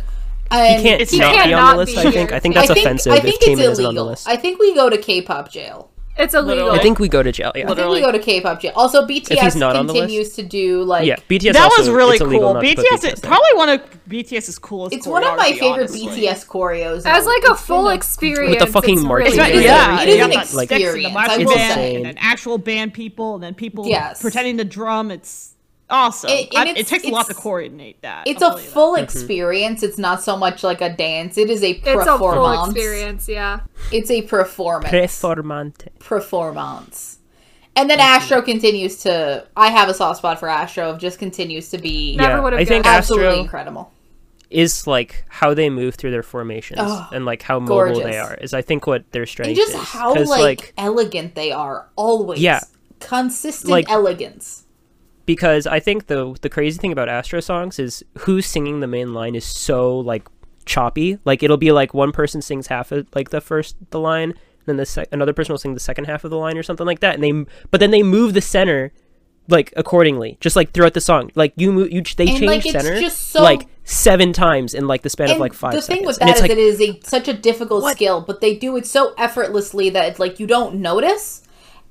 [SPEAKER 2] And
[SPEAKER 3] He can't
[SPEAKER 1] he
[SPEAKER 3] not
[SPEAKER 1] can't
[SPEAKER 3] be on
[SPEAKER 1] not
[SPEAKER 3] the list,
[SPEAKER 1] be
[SPEAKER 3] I think.
[SPEAKER 1] here.
[SPEAKER 3] I think that's
[SPEAKER 2] I think,
[SPEAKER 3] offensive
[SPEAKER 2] I think
[SPEAKER 3] if
[SPEAKER 2] it's
[SPEAKER 3] Taman isn't on the
[SPEAKER 2] illegal.
[SPEAKER 3] list.
[SPEAKER 2] I think we go to K-pop jail.
[SPEAKER 1] it's illegal.
[SPEAKER 3] I think we go to jail, yeah.
[SPEAKER 2] I think we
[SPEAKER 4] Literally.
[SPEAKER 2] go to K-pop jail. Also, BTS
[SPEAKER 3] not on the
[SPEAKER 2] continues to do like
[SPEAKER 3] Yeah, BTS
[SPEAKER 4] that
[SPEAKER 3] also,
[SPEAKER 4] was really
[SPEAKER 3] it's illegal
[SPEAKER 4] cool.
[SPEAKER 3] not to put
[SPEAKER 4] BTS is
[SPEAKER 3] in.
[SPEAKER 4] probably one of BTS's coolest.
[SPEAKER 2] it's one of my
[SPEAKER 4] choreography,
[SPEAKER 2] favorite
[SPEAKER 4] honestly.
[SPEAKER 2] BTS choreos.
[SPEAKER 1] as
[SPEAKER 2] now.
[SPEAKER 1] like a full experience.
[SPEAKER 3] With the fucking
[SPEAKER 1] it's
[SPEAKER 3] marching
[SPEAKER 4] It's
[SPEAKER 1] really good.
[SPEAKER 4] not,
[SPEAKER 3] band.
[SPEAKER 4] yeah,
[SPEAKER 2] It
[SPEAKER 4] you
[SPEAKER 2] is
[SPEAKER 4] got
[SPEAKER 2] an
[SPEAKER 4] the sticks and
[SPEAKER 2] experience,
[SPEAKER 4] The marching
[SPEAKER 2] I
[SPEAKER 3] will
[SPEAKER 4] band
[SPEAKER 3] say.
[SPEAKER 4] and then actual band people, and then people
[SPEAKER 2] Yes.
[SPEAKER 4] pretending to drum. It's awesome.
[SPEAKER 2] It- and
[SPEAKER 4] I-
[SPEAKER 2] it's-
[SPEAKER 4] it takes a lot to
[SPEAKER 2] it's-
[SPEAKER 4] coordinate that.
[SPEAKER 2] It's a
[SPEAKER 4] I'll tell you that.
[SPEAKER 2] full
[SPEAKER 3] Mm-hmm.
[SPEAKER 2] experience. It's not so much like a dance. It is a
[SPEAKER 1] It's a full
[SPEAKER 2] performance.
[SPEAKER 1] experience, yeah.
[SPEAKER 2] It's a performance.
[SPEAKER 3] Performante.
[SPEAKER 2] performance. And then Astro continues to. I have a soft spot for Astro. Just continues to be
[SPEAKER 1] Never
[SPEAKER 3] Yeah,
[SPEAKER 1] would've
[SPEAKER 3] I think
[SPEAKER 1] guessed.
[SPEAKER 2] absolutely
[SPEAKER 3] Astro
[SPEAKER 2] incredible.
[SPEAKER 3] is like how they move through their formations
[SPEAKER 2] Oh,
[SPEAKER 3] and like how mobile
[SPEAKER 2] gorgeous.
[SPEAKER 3] they are is I think what their strength
[SPEAKER 2] And just
[SPEAKER 3] is.
[SPEAKER 2] how
[SPEAKER 3] 'Cause,
[SPEAKER 2] like, elegant they are always.
[SPEAKER 3] Yeah.
[SPEAKER 2] consistent
[SPEAKER 3] Like-
[SPEAKER 2] elegance.
[SPEAKER 3] because I think the the crazy thing about Astro songs is who's singing the main line is so like choppy. Like it'll be like one person sings half of like the first the line, then the sec- another person will sing the second half of the line or something like that. And they m- but then they move the center like accordingly, just like throughout the song. Like you move, you ch- they
[SPEAKER 2] And,
[SPEAKER 3] change
[SPEAKER 2] like, it's
[SPEAKER 3] center
[SPEAKER 2] just so-
[SPEAKER 3] like seven times in like the span of
[SPEAKER 2] And
[SPEAKER 3] like five
[SPEAKER 2] the
[SPEAKER 3] seconds.
[SPEAKER 2] thing with
[SPEAKER 3] and
[SPEAKER 2] that
[SPEAKER 3] it's
[SPEAKER 2] is
[SPEAKER 3] like
[SPEAKER 2] it is a, such a difficult skill, but they do it so effortlessly that it's like you don't notice,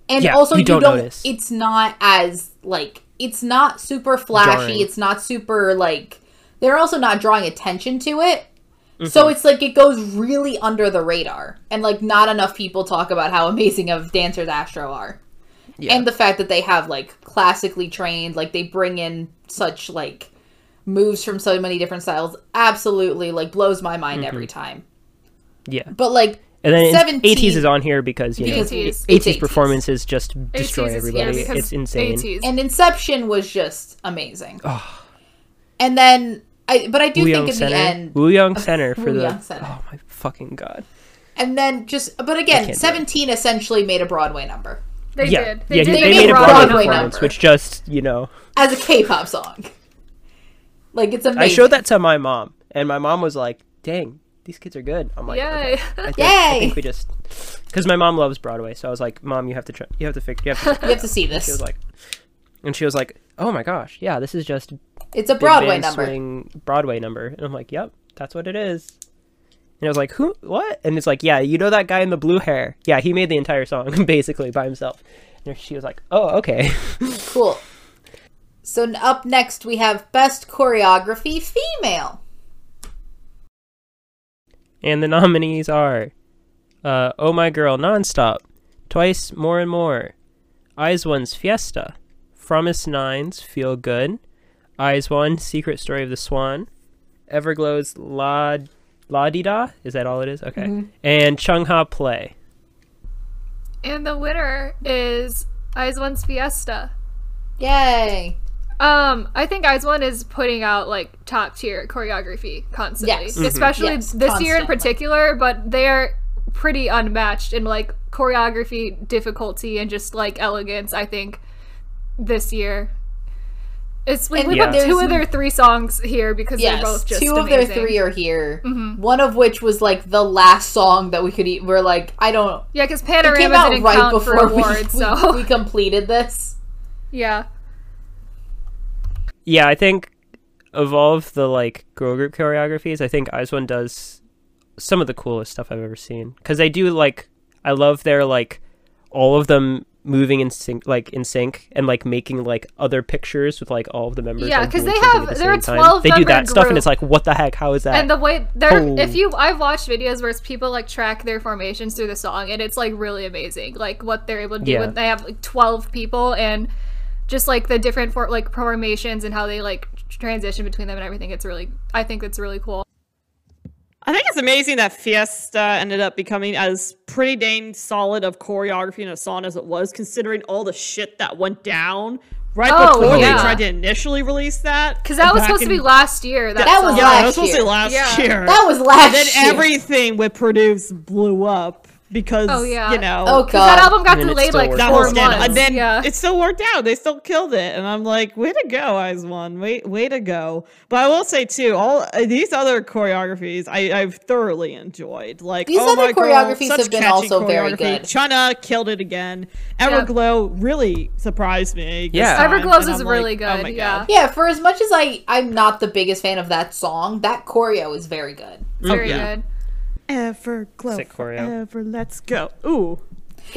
[SPEAKER 2] and
[SPEAKER 3] Yeah,
[SPEAKER 2] also
[SPEAKER 3] you
[SPEAKER 2] you,
[SPEAKER 3] don't
[SPEAKER 2] don't.
[SPEAKER 3] notice.
[SPEAKER 2] It's not as like it's not super flashy.
[SPEAKER 3] Jarring.
[SPEAKER 2] It's not super like they're also not drawing attention to it. So
[SPEAKER 3] Mm-hmm.
[SPEAKER 2] it's like it goes really under the radar, and like not enough people talk about how amazing of dancers Astro are,
[SPEAKER 3] Yeah.
[SPEAKER 2] and the fact that they have like classically trained, like they bring in such like moves from so many different styles. Absolutely, like blows my mind every time.
[SPEAKER 3] Mm-hmm. yeah.
[SPEAKER 2] But like,
[SPEAKER 3] And then
[SPEAKER 2] 17
[SPEAKER 3] ATs is on here because you know
[SPEAKER 2] because
[SPEAKER 1] ATs.
[SPEAKER 2] it's
[SPEAKER 3] AT's performances just destroy
[SPEAKER 1] ATs is- yeah,
[SPEAKER 3] everybody.
[SPEAKER 1] because
[SPEAKER 3] it's insane.
[SPEAKER 1] ATs.
[SPEAKER 2] and Inception was just amazing. And then I, but I do
[SPEAKER 3] Woo
[SPEAKER 2] think
[SPEAKER 3] Young
[SPEAKER 2] in the
[SPEAKER 3] Center.
[SPEAKER 2] end,
[SPEAKER 3] Woo Young Center for the.
[SPEAKER 2] Wooyoung Center.
[SPEAKER 3] Oh my fucking god.
[SPEAKER 2] and then just, but
[SPEAKER 3] can't do
[SPEAKER 2] again,
[SPEAKER 3] it.
[SPEAKER 2] seventeen essentially made a Broadway number
[SPEAKER 1] They
[SPEAKER 3] yeah,
[SPEAKER 1] did.
[SPEAKER 3] yeah,
[SPEAKER 1] did.
[SPEAKER 3] he-
[SPEAKER 2] They
[SPEAKER 3] they made a
[SPEAKER 2] Broadway
[SPEAKER 3] Broadway
[SPEAKER 2] number.
[SPEAKER 3] performance, which just you know,
[SPEAKER 2] as a K-pop song. Like it's amazing.
[SPEAKER 3] I showed that to my mom, and my mom was like, "Dang, these kids are good." I'm like,
[SPEAKER 1] Yay. (laughs)
[SPEAKER 3] "Okay." I think, I
[SPEAKER 2] Yay.
[SPEAKER 3] think we just because my mom loves Broadway, so I was like, "Mom, you have to try. You have to fix. You have to."
[SPEAKER 2] You have to see
[SPEAKER 3] she
[SPEAKER 2] this.
[SPEAKER 3] was like, and she was like, "Oh my gosh, yeah, this is just big
[SPEAKER 2] It's a Broadway
[SPEAKER 3] band
[SPEAKER 2] number.
[SPEAKER 3] swing Broadway number," and I'm like, "Yep, that's what it is." And I was like, "Who? What?" And it's like, "Yeah, you know that guy in the blue hair? Yeah, he made the entire song (laughs) basically by himself." And she was like, "Oh, okay." (laughs)
[SPEAKER 2] Cool. So n- up next we have best choreography female.
[SPEAKER 3] And the nominees are uh, Oh My Girl Nonstop, Twice More and More, Eyes One's Fiesta, Promise Nine's Feel Good, Eyes One Secret Story of the Swan, Everglow's La La Di Da, is that all it is? Okay.
[SPEAKER 2] Mm-hmm.
[SPEAKER 3] And Chung Ha Play.
[SPEAKER 1] And the winner is Eyes One's Fiesta.
[SPEAKER 2] Yay!
[SPEAKER 1] Um, I think Eyes One is putting out like top tier choreography constantly,
[SPEAKER 2] Yes. Mhm.
[SPEAKER 1] especially
[SPEAKER 2] Yes,
[SPEAKER 1] this year in
[SPEAKER 2] constantly.
[SPEAKER 1] particular. But they are pretty unmatched in like choreography difficulty and just like elegance. I think this year, it's we,
[SPEAKER 2] And
[SPEAKER 1] we
[SPEAKER 3] Yeah.
[SPEAKER 1] put two
[SPEAKER 2] there's-
[SPEAKER 1] of their three songs here because
[SPEAKER 2] Yes,
[SPEAKER 1] they're both just
[SPEAKER 2] two of
[SPEAKER 1] amazing. Mm-hmm.
[SPEAKER 2] their three are here. One of which was like the last song that we could eat. We're like, I don't.
[SPEAKER 1] Yeah, because
[SPEAKER 2] It came
[SPEAKER 1] Panorama
[SPEAKER 2] out
[SPEAKER 1] didn't
[SPEAKER 2] right
[SPEAKER 1] count for
[SPEAKER 2] before we,
[SPEAKER 1] awards,
[SPEAKER 2] (laughs) we-
[SPEAKER 1] so
[SPEAKER 2] we completed this.
[SPEAKER 1] yeah.
[SPEAKER 3] Yeah, I think of all of the like girl group choreographies, I think Eyes One does some of the coolest stuff I've ever seen. Because they do like, I love their like all of them moving in sync, like in sync, and like making like other pictures with like all of the members.
[SPEAKER 1] Yeah,
[SPEAKER 3] like,
[SPEAKER 1] 'cause
[SPEAKER 3] doing
[SPEAKER 1] they
[SPEAKER 3] something
[SPEAKER 1] have-
[SPEAKER 3] at the
[SPEAKER 1] they're a
[SPEAKER 3] same time.
[SPEAKER 1] 12
[SPEAKER 3] They do
[SPEAKER 1] member
[SPEAKER 3] that stuff, and
[SPEAKER 1] group.
[SPEAKER 3] it's like, what the heck? How is that?
[SPEAKER 1] And the way they're
[SPEAKER 3] Oh.
[SPEAKER 1] if you I've watched videos where people like track their formations through the song and it's like really amazing like what they're able to do
[SPEAKER 3] Yeah.
[SPEAKER 1] when they have like 12 people and just like the different for, like formations and how they like transition between them and everything it's really I think it's really cool.
[SPEAKER 4] I think it's amazing that Fiesta ended up becoming as pretty dang solid of choreography and a song as it was, considering all the shit that went down right
[SPEAKER 1] Oh,
[SPEAKER 4] before
[SPEAKER 1] yeah.
[SPEAKER 4] they tried to initially release that.
[SPEAKER 1] Cuz that was
[SPEAKER 4] back
[SPEAKER 1] supposed to
[SPEAKER 4] in-
[SPEAKER 1] be last year. That,
[SPEAKER 2] That
[SPEAKER 1] song.
[SPEAKER 2] was
[SPEAKER 4] yeah,
[SPEAKER 2] last
[SPEAKER 4] that was supposed to
[SPEAKER 2] year.
[SPEAKER 4] be last
[SPEAKER 1] Yeah.
[SPEAKER 4] year.
[SPEAKER 2] That was last.
[SPEAKER 4] then
[SPEAKER 2] year.
[SPEAKER 4] everything with Produce blew up. because
[SPEAKER 1] Oh, yeah.
[SPEAKER 4] you know
[SPEAKER 2] Oh
[SPEAKER 1] 'Cause that
[SPEAKER 2] God.
[SPEAKER 1] album got
[SPEAKER 3] And then it
[SPEAKER 1] delayed
[SPEAKER 3] still
[SPEAKER 1] like
[SPEAKER 3] worked
[SPEAKER 4] uh, that
[SPEAKER 3] out.
[SPEAKER 1] four
[SPEAKER 4] whole
[SPEAKER 1] months.
[SPEAKER 4] scandal. And then
[SPEAKER 1] yeah.
[SPEAKER 4] it still worked out. They still killed it. And I'm like, way to go, Eyes One. Way, way to go. But I will say too, all uh, these other choreographies I, I've thoroughly enjoyed. Like
[SPEAKER 2] These
[SPEAKER 4] oh
[SPEAKER 2] other
[SPEAKER 4] my girl,
[SPEAKER 2] choreographies
[SPEAKER 4] such
[SPEAKER 2] have been
[SPEAKER 4] catchy
[SPEAKER 2] also very
[SPEAKER 4] choreography.
[SPEAKER 2] good.
[SPEAKER 4] Chana killed it again.
[SPEAKER 1] Yeah.
[SPEAKER 4] Everglow really surprised me. this
[SPEAKER 3] Yeah.
[SPEAKER 4] time,
[SPEAKER 1] Everglow's
[SPEAKER 4] and
[SPEAKER 1] is
[SPEAKER 4] I'm
[SPEAKER 1] really
[SPEAKER 4] like, oh
[SPEAKER 1] good,
[SPEAKER 4] my
[SPEAKER 1] yeah.
[SPEAKER 4] God.
[SPEAKER 2] Yeah, for as much as I I'm not the biggest fan of that song, that choreo is very good.
[SPEAKER 1] It's very
[SPEAKER 4] oh, yeah.
[SPEAKER 1] good.
[SPEAKER 4] Everglow.
[SPEAKER 3] Oh, Sick choreo.
[SPEAKER 4] Forever, let's go. Ooh.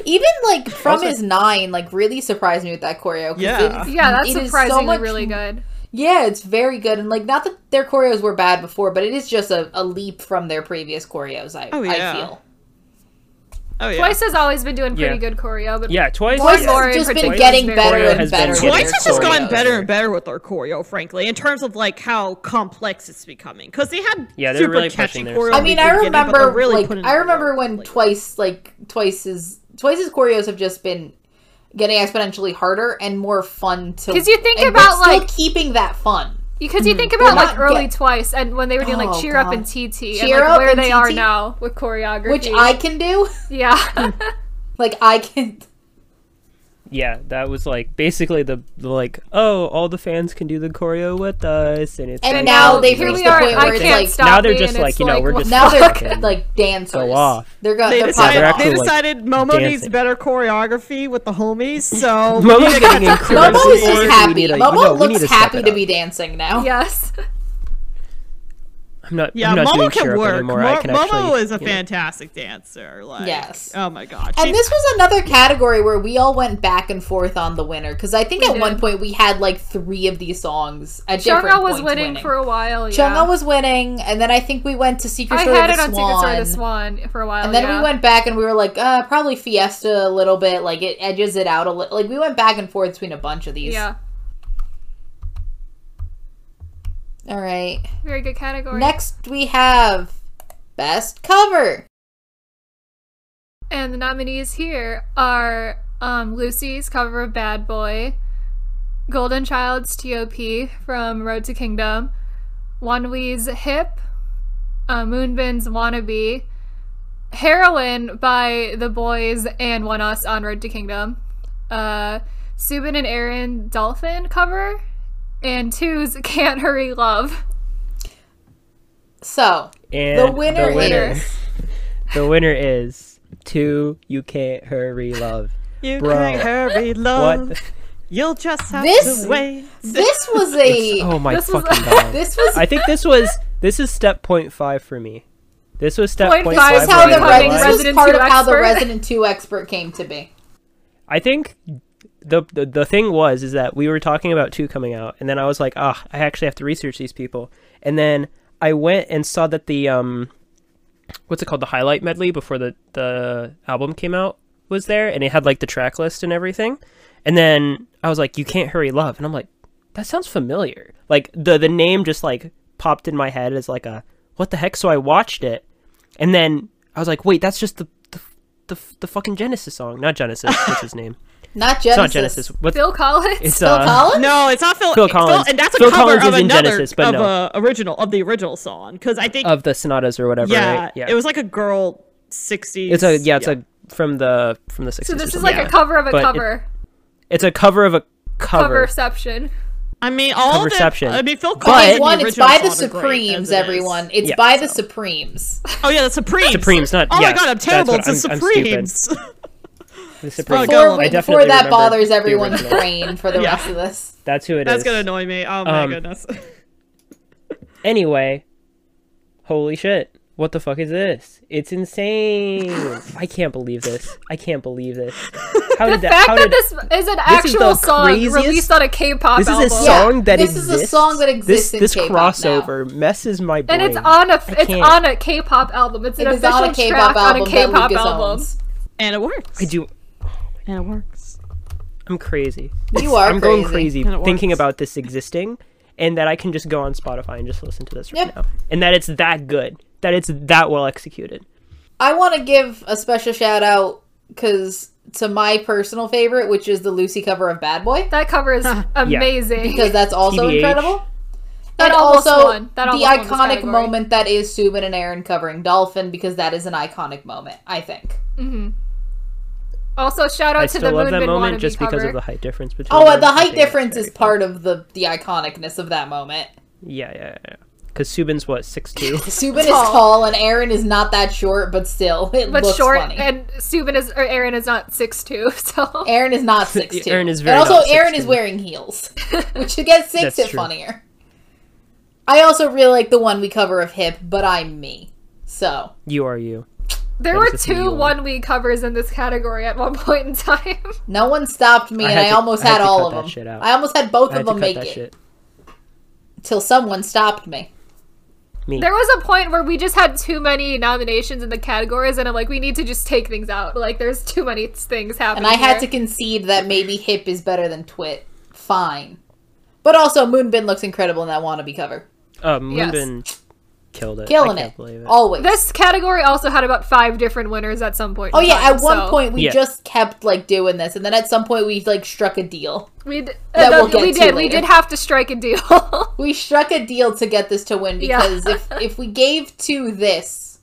[SPEAKER 2] Even like from
[SPEAKER 3] Also-
[SPEAKER 2] his nine, like really surprised me with that choreo. 'cause
[SPEAKER 4] Yeah.
[SPEAKER 2] it-
[SPEAKER 1] Yeah, that's
[SPEAKER 2] it is so
[SPEAKER 1] surprisingly
[SPEAKER 2] much-
[SPEAKER 1] really good.
[SPEAKER 2] Yeah, it's very good, and like not that their choreos were bad before, but it is just a, a leap from their previous choreos. I
[SPEAKER 4] Oh, yeah.
[SPEAKER 2] I feel
[SPEAKER 4] Oh yeah.
[SPEAKER 1] Twice has always been doing pretty
[SPEAKER 3] Yeah.
[SPEAKER 1] good choreo, but
[SPEAKER 3] Yeah, twice.
[SPEAKER 2] Twice
[SPEAKER 1] More
[SPEAKER 2] has
[SPEAKER 1] in
[SPEAKER 2] just been
[SPEAKER 1] particular
[SPEAKER 2] getting
[SPEAKER 1] is very
[SPEAKER 2] better
[SPEAKER 1] good.
[SPEAKER 2] and
[SPEAKER 3] Has
[SPEAKER 2] better.
[SPEAKER 3] been
[SPEAKER 2] with
[SPEAKER 3] good.
[SPEAKER 2] their
[SPEAKER 4] Twice has just gotten
[SPEAKER 2] choreos.
[SPEAKER 4] better and better with their choreo, frankly, in terms of like how complex it's becoming. Because they had
[SPEAKER 3] Yeah, they're
[SPEAKER 4] super
[SPEAKER 3] really
[SPEAKER 4] catchy
[SPEAKER 3] pushing their
[SPEAKER 4] choreo.
[SPEAKER 3] stuff.
[SPEAKER 2] I
[SPEAKER 4] in the
[SPEAKER 2] mean, I
[SPEAKER 4] beginning, but
[SPEAKER 2] remember
[SPEAKER 4] they're really
[SPEAKER 2] like
[SPEAKER 4] putting in
[SPEAKER 2] I
[SPEAKER 4] the
[SPEAKER 2] remember
[SPEAKER 4] work
[SPEAKER 2] when
[SPEAKER 4] lately.
[SPEAKER 2] twice like twice's twice's choreos have just been getting exponentially harder and more fun to
[SPEAKER 1] 'Cause you think
[SPEAKER 2] and- but
[SPEAKER 1] about,
[SPEAKER 2] still
[SPEAKER 1] like-
[SPEAKER 2] keeping that fun.
[SPEAKER 1] because you think about
[SPEAKER 2] They're
[SPEAKER 1] like
[SPEAKER 2] Mm-hmm. not
[SPEAKER 1] early
[SPEAKER 2] get-
[SPEAKER 1] twice and when they were doing like
[SPEAKER 2] Oh,
[SPEAKER 1] cheer up
[SPEAKER 2] God.
[SPEAKER 1] and TT
[SPEAKER 2] Cheer
[SPEAKER 1] and like
[SPEAKER 2] Up
[SPEAKER 1] where
[SPEAKER 2] and
[SPEAKER 1] they are
[SPEAKER 2] TT?
[SPEAKER 1] now with choreography.
[SPEAKER 2] Which I can do. (laughs)
[SPEAKER 1] yeah.
[SPEAKER 2] Like I can
[SPEAKER 3] Yeah, that was like basically the, the like oh all the fans can do the choreo with us and it's
[SPEAKER 2] And
[SPEAKER 3] like,
[SPEAKER 2] now
[SPEAKER 3] oh,
[SPEAKER 2] they've
[SPEAKER 3] you know,
[SPEAKER 2] reached
[SPEAKER 1] we
[SPEAKER 2] the
[SPEAKER 1] are,
[SPEAKER 2] point
[SPEAKER 1] I
[SPEAKER 2] where it's
[SPEAKER 1] can't
[SPEAKER 2] like-
[SPEAKER 1] stop
[SPEAKER 3] Now they're
[SPEAKER 1] me,
[SPEAKER 3] just
[SPEAKER 1] and
[SPEAKER 3] like,
[SPEAKER 1] it's
[SPEAKER 3] you know, we're
[SPEAKER 1] what- (laughs)
[SPEAKER 3] just-
[SPEAKER 2] now they're
[SPEAKER 3] Fucking
[SPEAKER 2] like dancers.
[SPEAKER 3] off.
[SPEAKER 2] They're going
[SPEAKER 4] They
[SPEAKER 2] they're popping
[SPEAKER 4] decided,
[SPEAKER 3] they're
[SPEAKER 2] off.
[SPEAKER 4] they
[SPEAKER 3] actually, like,
[SPEAKER 4] decided Momo needs
[SPEAKER 3] dancing.
[SPEAKER 4] better choreography with the homies,
[SPEAKER 3] (laughs)
[SPEAKER 4] so we
[SPEAKER 3] Momo's
[SPEAKER 4] need to
[SPEAKER 3] getting
[SPEAKER 4] catch up to
[SPEAKER 3] incredibly
[SPEAKER 2] (laughs) Momo is
[SPEAKER 4] the
[SPEAKER 2] just
[SPEAKER 3] Seriously, we
[SPEAKER 2] happy.
[SPEAKER 3] need a-
[SPEAKER 2] Momo
[SPEAKER 3] no, we need
[SPEAKER 2] looks
[SPEAKER 3] to step
[SPEAKER 2] happy
[SPEAKER 3] it
[SPEAKER 2] to
[SPEAKER 3] up.
[SPEAKER 2] be dancing now.
[SPEAKER 1] yes.
[SPEAKER 3] I'm not
[SPEAKER 4] Yeah,
[SPEAKER 3] I'm not
[SPEAKER 4] Momo
[SPEAKER 3] doing
[SPEAKER 4] can
[SPEAKER 3] cheer up
[SPEAKER 4] work.
[SPEAKER 3] anymore.
[SPEAKER 4] Mo-
[SPEAKER 3] I can
[SPEAKER 4] Momo
[SPEAKER 3] actually,
[SPEAKER 4] is a
[SPEAKER 3] you know,
[SPEAKER 4] fantastic dancer. Like,
[SPEAKER 2] Yes.
[SPEAKER 4] Oh my god.
[SPEAKER 2] And
[SPEAKER 4] She's-
[SPEAKER 2] this was another category where we all went back and forth on the winner because I think at
[SPEAKER 1] did.
[SPEAKER 2] one point we had like three of these songs at
[SPEAKER 1] Jungle
[SPEAKER 2] different
[SPEAKER 1] was
[SPEAKER 2] points
[SPEAKER 1] winning, for a while. Yeah.
[SPEAKER 2] Chunga was winning, and then I think we went to Secret
[SPEAKER 1] I
[SPEAKER 2] Story
[SPEAKER 1] had
[SPEAKER 2] of
[SPEAKER 1] it
[SPEAKER 2] the
[SPEAKER 1] on Secret
[SPEAKER 2] Swan.
[SPEAKER 1] Story of the Swan for a while.
[SPEAKER 2] And then
[SPEAKER 1] yeah.
[SPEAKER 2] we went back and we were like, uh, probably Fiesta a little bit. Like it edges it out a little. Like we went back and forth between a bunch of these.
[SPEAKER 1] Yeah.
[SPEAKER 2] All right.
[SPEAKER 1] Very good category.
[SPEAKER 2] Next we have best cover.
[SPEAKER 1] And the nominees here are um, Lucy's cover of Bad Boy, Golden Child's T.O.P. from Road to Kingdom, Wanwee's Hip, uh, Moonbin's Wannabe, Heroin by The Boys and One Us on Road to Kingdom, uh, Subin and Aaron Dolphin cover, and Two's (laughs) Can't Hurry Love.
[SPEAKER 2] So
[SPEAKER 3] and
[SPEAKER 2] the winner,
[SPEAKER 3] the winner,
[SPEAKER 2] is
[SPEAKER 3] the winner is two you can't hurry love.
[SPEAKER 4] you
[SPEAKER 3] bro.
[SPEAKER 4] can't hurry love.
[SPEAKER 3] What?
[SPEAKER 4] You'll just have
[SPEAKER 2] This-
[SPEAKER 4] to wait.
[SPEAKER 2] (laughs) this was a
[SPEAKER 3] Oh my
[SPEAKER 1] This was-
[SPEAKER 3] fucking god.
[SPEAKER 2] this was
[SPEAKER 3] I think this was this is step point five for me. This was step
[SPEAKER 1] Point
[SPEAKER 3] point,
[SPEAKER 1] five
[SPEAKER 2] this
[SPEAKER 3] five.
[SPEAKER 2] is how
[SPEAKER 1] Wait,
[SPEAKER 2] the
[SPEAKER 1] wait,
[SPEAKER 2] re-
[SPEAKER 1] wait.
[SPEAKER 2] this was
[SPEAKER 1] Resident
[SPEAKER 2] part
[SPEAKER 1] Two
[SPEAKER 2] of how the
[SPEAKER 1] expert.
[SPEAKER 2] Resident Two expert came to be.
[SPEAKER 3] I think the, the the thing was is that we were talking about two coming out, and then I was like, ah, I actually have to research these people, and then I went and saw that the um, what's it called, the highlight medley before the the album came out was there, and it had like the track list and everything, and then I was like, you can't hurry love, and I'm like, that sounds familiar, like the the name just like popped in my head as like a what the heck, so I watched it, and then I was like, wait, that's just the the the, the fucking Genesis song, not Genesis,
[SPEAKER 1] (laughs)
[SPEAKER 3] what's his name?
[SPEAKER 2] Not Genesis.
[SPEAKER 3] It's not Genesis. What,
[SPEAKER 1] Phil Collins.
[SPEAKER 3] it's
[SPEAKER 2] Phil
[SPEAKER 3] uh,
[SPEAKER 2] Collins?
[SPEAKER 4] No, it's not Phil,
[SPEAKER 3] Phil
[SPEAKER 4] it's Phil-
[SPEAKER 3] Collins.
[SPEAKER 4] and that's a
[SPEAKER 3] Phil
[SPEAKER 4] cover
[SPEAKER 3] Collins
[SPEAKER 4] of
[SPEAKER 3] is in
[SPEAKER 4] another
[SPEAKER 3] Genesis, but
[SPEAKER 4] of
[SPEAKER 3] no.
[SPEAKER 4] a original of the original song because I think
[SPEAKER 3] of the sonatas or whatever.
[SPEAKER 4] yeah,
[SPEAKER 3] right? yeah.
[SPEAKER 4] it was like a girl sixties.
[SPEAKER 3] It's a yeah. It's a from the from the
[SPEAKER 1] so
[SPEAKER 3] sixties.
[SPEAKER 1] this is like a cover of a
[SPEAKER 3] But it-
[SPEAKER 1] cover.
[SPEAKER 3] It's a cover of a cover.
[SPEAKER 1] Coverception.
[SPEAKER 4] I mean all of the
[SPEAKER 3] Coverception.
[SPEAKER 4] I mean Phil
[SPEAKER 3] But-
[SPEAKER 4] Collins.
[SPEAKER 2] It's one,
[SPEAKER 4] the
[SPEAKER 2] it's
[SPEAKER 4] original
[SPEAKER 2] by the
[SPEAKER 4] song are great,
[SPEAKER 2] Supremes,
[SPEAKER 4] as it is.
[SPEAKER 2] everyone. It's
[SPEAKER 3] Yeah,
[SPEAKER 2] by the Supremes.
[SPEAKER 4] Oh yeah, the Supremes.
[SPEAKER 3] Supremes, not-
[SPEAKER 4] oh
[SPEAKER 3] yeah,
[SPEAKER 4] my god, I'm
[SPEAKER 3] that's
[SPEAKER 4] terrible.
[SPEAKER 3] what-
[SPEAKER 4] It's the
[SPEAKER 3] I'm- I'm stupid.
[SPEAKER 4] Supremes. (laughs)
[SPEAKER 3] The Supreme-
[SPEAKER 4] Oh,
[SPEAKER 2] Before,
[SPEAKER 4] go
[SPEAKER 2] we-
[SPEAKER 4] on. I
[SPEAKER 3] definitely
[SPEAKER 2] before that
[SPEAKER 3] remember
[SPEAKER 2] bothers
[SPEAKER 3] the
[SPEAKER 2] everyone's
[SPEAKER 3] original.
[SPEAKER 2] brain
[SPEAKER 3] (laughs)
[SPEAKER 2] for the
[SPEAKER 4] Yeah.
[SPEAKER 2] rest of this.
[SPEAKER 3] That's who it
[SPEAKER 4] that's
[SPEAKER 3] is.
[SPEAKER 4] gonna annoy me. Oh my
[SPEAKER 3] Um,
[SPEAKER 4] goodness.
[SPEAKER 3] Anyway, holy shit! What the fuck is this? It's insane.
[SPEAKER 4] (laughs)
[SPEAKER 3] I can't believe this. I can't
[SPEAKER 1] (laughs)
[SPEAKER 3] believe this. How did
[SPEAKER 1] The
[SPEAKER 3] that?
[SPEAKER 1] fact
[SPEAKER 3] how
[SPEAKER 1] that
[SPEAKER 3] did
[SPEAKER 1] this is an
[SPEAKER 3] this is
[SPEAKER 1] actual
[SPEAKER 3] the
[SPEAKER 1] song
[SPEAKER 3] craziest-
[SPEAKER 1] released on a K-pop
[SPEAKER 3] this
[SPEAKER 1] album,
[SPEAKER 3] is a song that
[SPEAKER 2] this is
[SPEAKER 3] exists.
[SPEAKER 2] a song that exists
[SPEAKER 3] This,
[SPEAKER 2] in
[SPEAKER 3] this
[SPEAKER 2] K-pop now.
[SPEAKER 3] crossover messes my brain.
[SPEAKER 1] and it's on a it's
[SPEAKER 3] can't.
[SPEAKER 1] on a K-pop album. It's an
[SPEAKER 2] It is
[SPEAKER 1] official
[SPEAKER 2] on a K-pop
[SPEAKER 1] track
[SPEAKER 2] album
[SPEAKER 1] on a K-pop
[SPEAKER 2] that Lucas
[SPEAKER 1] album.
[SPEAKER 2] owns.
[SPEAKER 4] and it works.
[SPEAKER 3] I do.
[SPEAKER 4] And it works.
[SPEAKER 3] I'm crazy.
[SPEAKER 2] You are
[SPEAKER 3] I'm
[SPEAKER 2] crazy.
[SPEAKER 3] going crazy
[SPEAKER 4] And it
[SPEAKER 3] thinking
[SPEAKER 4] works.
[SPEAKER 3] about this existing and that I can just go on Spotify and just listen to this right
[SPEAKER 2] Yep.
[SPEAKER 3] now. And that it's that good. That it's that well executed.
[SPEAKER 2] I want to give a special shout out because to my personal favorite, which is the Lucy cover of Bad Boy,
[SPEAKER 3] (laughs)
[SPEAKER 1] That cover is amazing.
[SPEAKER 2] because that's also
[SPEAKER 3] TBH.
[SPEAKER 2] incredible.
[SPEAKER 1] That
[SPEAKER 2] and
[SPEAKER 1] almost
[SPEAKER 2] also
[SPEAKER 1] won. That
[SPEAKER 2] the
[SPEAKER 1] almost won this
[SPEAKER 2] iconic
[SPEAKER 1] category.
[SPEAKER 2] moment that is Subin and Aaron covering Dolphin because that is an iconic moment. I think.
[SPEAKER 1] hmm Also, shout out
[SPEAKER 3] I
[SPEAKER 1] to
[SPEAKER 3] still
[SPEAKER 1] the
[SPEAKER 3] love
[SPEAKER 1] Moon
[SPEAKER 3] that
[SPEAKER 1] Bin
[SPEAKER 3] moment
[SPEAKER 1] Wannabe
[SPEAKER 3] just
[SPEAKER 1] cover.
[SPEAKER 3] because of the height difference between.
[SPEAKER 2] Oh,
[SPEAKER 3] them.
[SPEAKER 2] and the
[SPEAKER 3] I
[SPEAKER 2] height
[SPEAKER 3] think that's
[SPEAKER 2] difference
[SPEAKER 3] very
[SPEAKER 2] is part of the the iconicness of that moment.
[SPEAKER 3] cool. Yeah, yeah, yeah. Because Subin's what
[SPEAKER 2] (laughs)
[SPEAKER 3] six two.
[SPEAKER 2] Subin is
[SPEAKER 1] Tall.
[SPEAKER 2] tall and Aaron is not that short, but still it
[SPEAKER 1] but
[SPEAKER 2] looks
[SPEAKER 1] short
[SPEAKER 2] funny.
[SPEAKER 1] and Subin is or Aaron is not six two, (laughs) so
[SPEAKER 2] Aaron is
[SPEAKER 3] (laughs)
[SPEAKER 2] not six two.
[SPEAKER 3] Aaron is very
[SPEAKER 2] and also
[SPEAKER 3] not
[SPEAKER 2] Aaron
[SPEAKER 3] 6'2".
[SPEAKER 2] is
[SPEAKER 1] (laughs)
[SPEAKER 2] wearing heels, which again makes
[SPEAKER 3] That's
[SPEAKER 2] it
[SPEAKER 3] true.
[SPEAKER 2] funnier. I also really like the one we cover of hip, but I'm me. So
[SPEAKER 3] you are you.
[SPEAKER 1] there
[SPEAKER 3] That
[SPEAKER 1] were
[SPEAKER 3] is the thing you
[SPEAKER 1] two
[SPEAKER 3] want.
[SPEAKER 1] one week covers in this category at one (laughs) point in time.
[SPEAKER 3] (laughs)
[SPEAKER 2] no one stopped me,
[SPEAKER 3] I
[SPEAKER 2] and
[SPEAKER 3] had
[SPEAKER 2] I
[SPEAKER 3] to-
[SPEAKER 2] almost
[SPEAKER 3] I had
[SPEAKER 2] had,
[SPEAKER 3] to
[SPEAKER 2] all
[SPEAKER 3] cut
[SPEAKER 2] of
[SPEAKER 3] that
[SPEAKER 2] them.
[SPEAKER 3] shit out.
[SPEAKER 2] I almost had both of
[SPEAKER 3] I had to
[SPEAKER 2] them
[SPEAKER 3] cut
[SPEAKER 2] make
[SPEAKER 3] that
[SPEAKER 2] it
[SPEAKER 3] shit.
[SPEAKER 2] till someone stopped me.
[SPEAKER 3] Me.
[SPEAKER 1] There was a point where we just had too many nominations in the categories, and I'm like, we need to just take things out. Like, there's too many things happening.
[SPEAKER 2] And I had to
[SPEAKER 1] here.
[SPEAKER 2] concede that maybe hip is better than twit. Fine. But also, Moonbin looks incredible in that wannabe cover.
[SPEAKER 3] Uh,
[SPEAKER 1] Yes.
[SPEAKER 3] Moonbin killed it.
[SPEAKER 2] Killing
[SPEAKER 3] I can't
[SPEAKER 2] it.
[SPEAKER 3] Believe it.
[SPEAKER 2] Always.
[SPEAKER 1] This category also had about five different winners at some point. in
[SPEAKER 2] oh, yeah.
[SPEAKER 1] time,
[SPEAKER 2] At one
[SPEAKER 1] so
[SPEAKER 2] point, we
[SPEAKER 3] Yeah.
[SPEAKER 2] just kept, like, doing this. And then at some point, we, like, struck a deal.
[SPEAKER 1] we d-
[SPEAKER 2] that
[SPEAKER 1] uh,
[SPEAKER 2] we'll get
[SPEAKER 1] we
[SPEAKER 2] to
[SPEAKER 1] did we
[SPEAKER 2] later.
[SPEAKER 1] did have to strike a deal. (laughs)
[SPEAKER 2] We struck a deal to get this to win
[SPEAKER 1] Yeah. (laughs)
[SPEAKER 2] because if, if we gave to this,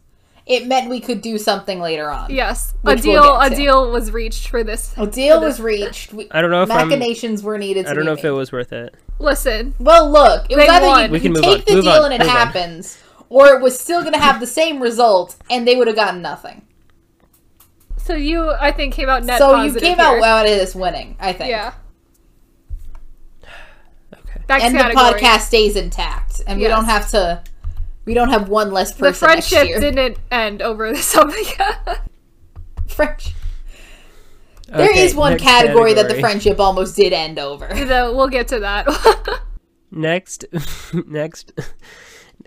[SPEAKER 2] it meant we could do something later on.
[SPEAKER 1] yes, a
[SPEAKER 2] Which we'll
[SPEAKER 1] deal
[SPEAKER 2] get
[SPEAKER 1] a
[SPEAKER 2] to.
[SPEAKER 1] deal was reached for this.
[SPEAKER 2] A deal was reached. We,
[SPEAKER 3] I don't know if I'm. I
[SPEAKER 2] machinations were needed to
[SPEAKER 3] don't
[SPEAKER 2] be
[SPEAKER 3] know if
[SPEAKER 2] made.
[SPEAKER 3] it was worth it.
[SPEAKER 1] Listen,
[SPEAKER 2] Well, look, it was
[SPEAKER 1] They
[SPEAKER 2] either
[SPEAKER 1] won.
[SPEAKER 2] you,
[SPEAKER 1] We
[SPEAKER 2] you
[SPEAKER 3] can move
[SPEAKER 2] take
[SPEAKER 3] on.
[SPEAKER 2] the
[SPEAKER 3] Move
[SPEAKER 2] deal
[SPEAKER 3] on.
[SPEAKER 2] and it
[SPEAKER 3] Move on.
[SPEAKER 2] happens, or it was still going to have the same result, and they would have gotten nothing.
[SPEAKER 1] so you I think came out net
[SPEAKER 2] so you
[SPEAKER 1] positive
[SPEAKER 2] came
[SPEAKER 1] here.
[SPEAKER 2] out out of this winning, I think. (sighs)
[SPEAKER 1] Yeah.
[SPEAKER 3] Okay.
[SPEAKER 1] That's
[SPEAKER 2] and
[SPEAKER 1] category.
[SPEAKER 2] the podcast stays intact, and we don't
[SPEAKER 1] Yes.
[SPEAKER 2] have to. We don't have one less person
[SPEAKER 1] The friendship
[SPEAKER 2] next year.
[SPEAKER 1] didn't end over (laughs) the summer.
[SPEAKER 2] French. There is one
[SPEAKER 3] next
[SPEAKER 2] category, that the friendship almost did end over.
[SPEAKER 1] Though we'll get to that. (laughs)
[SPEAKER 3] Next, (laughs) next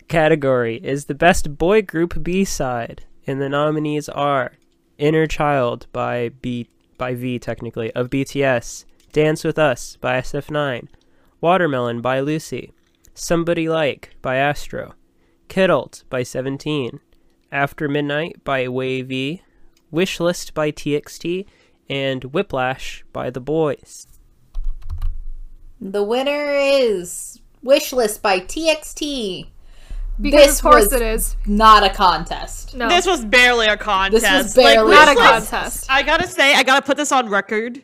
[SPEAKER 3] category is the best boy group B side, and the nominees are "Inner Child" by B by V technically of BTS, "Dance with Us" by SF9, "Watermelon" by Lucy, "Somebody Like" by Astro, "Kiddled" by Seventeen, "After Midnight" by Wavy, "Wishlist" by TXT, and "Whiplash" by The Boys.
[SPEAKER 2] the winner is Wishlist by TXT.
[SPEAKER 1] because
[SPEAKER 2] This
[SPEAKER 1] of course
[SPEAKER 2] was-
[SPEAKER 1] it is.
[SPEAKER 2] Not a contest.
[SPEAKER 1] No.
[SPEAKER 4] This was barely a contest.
[SPEAKER 2] This was barely
[SPEAKER 1] not a
[SPEAKER 2] (laughs)
[SPEAKER 4] Wishlist-
[SPEAKER 1] contest.
[SPEAKER 4] I gotta say, I gotta put this on record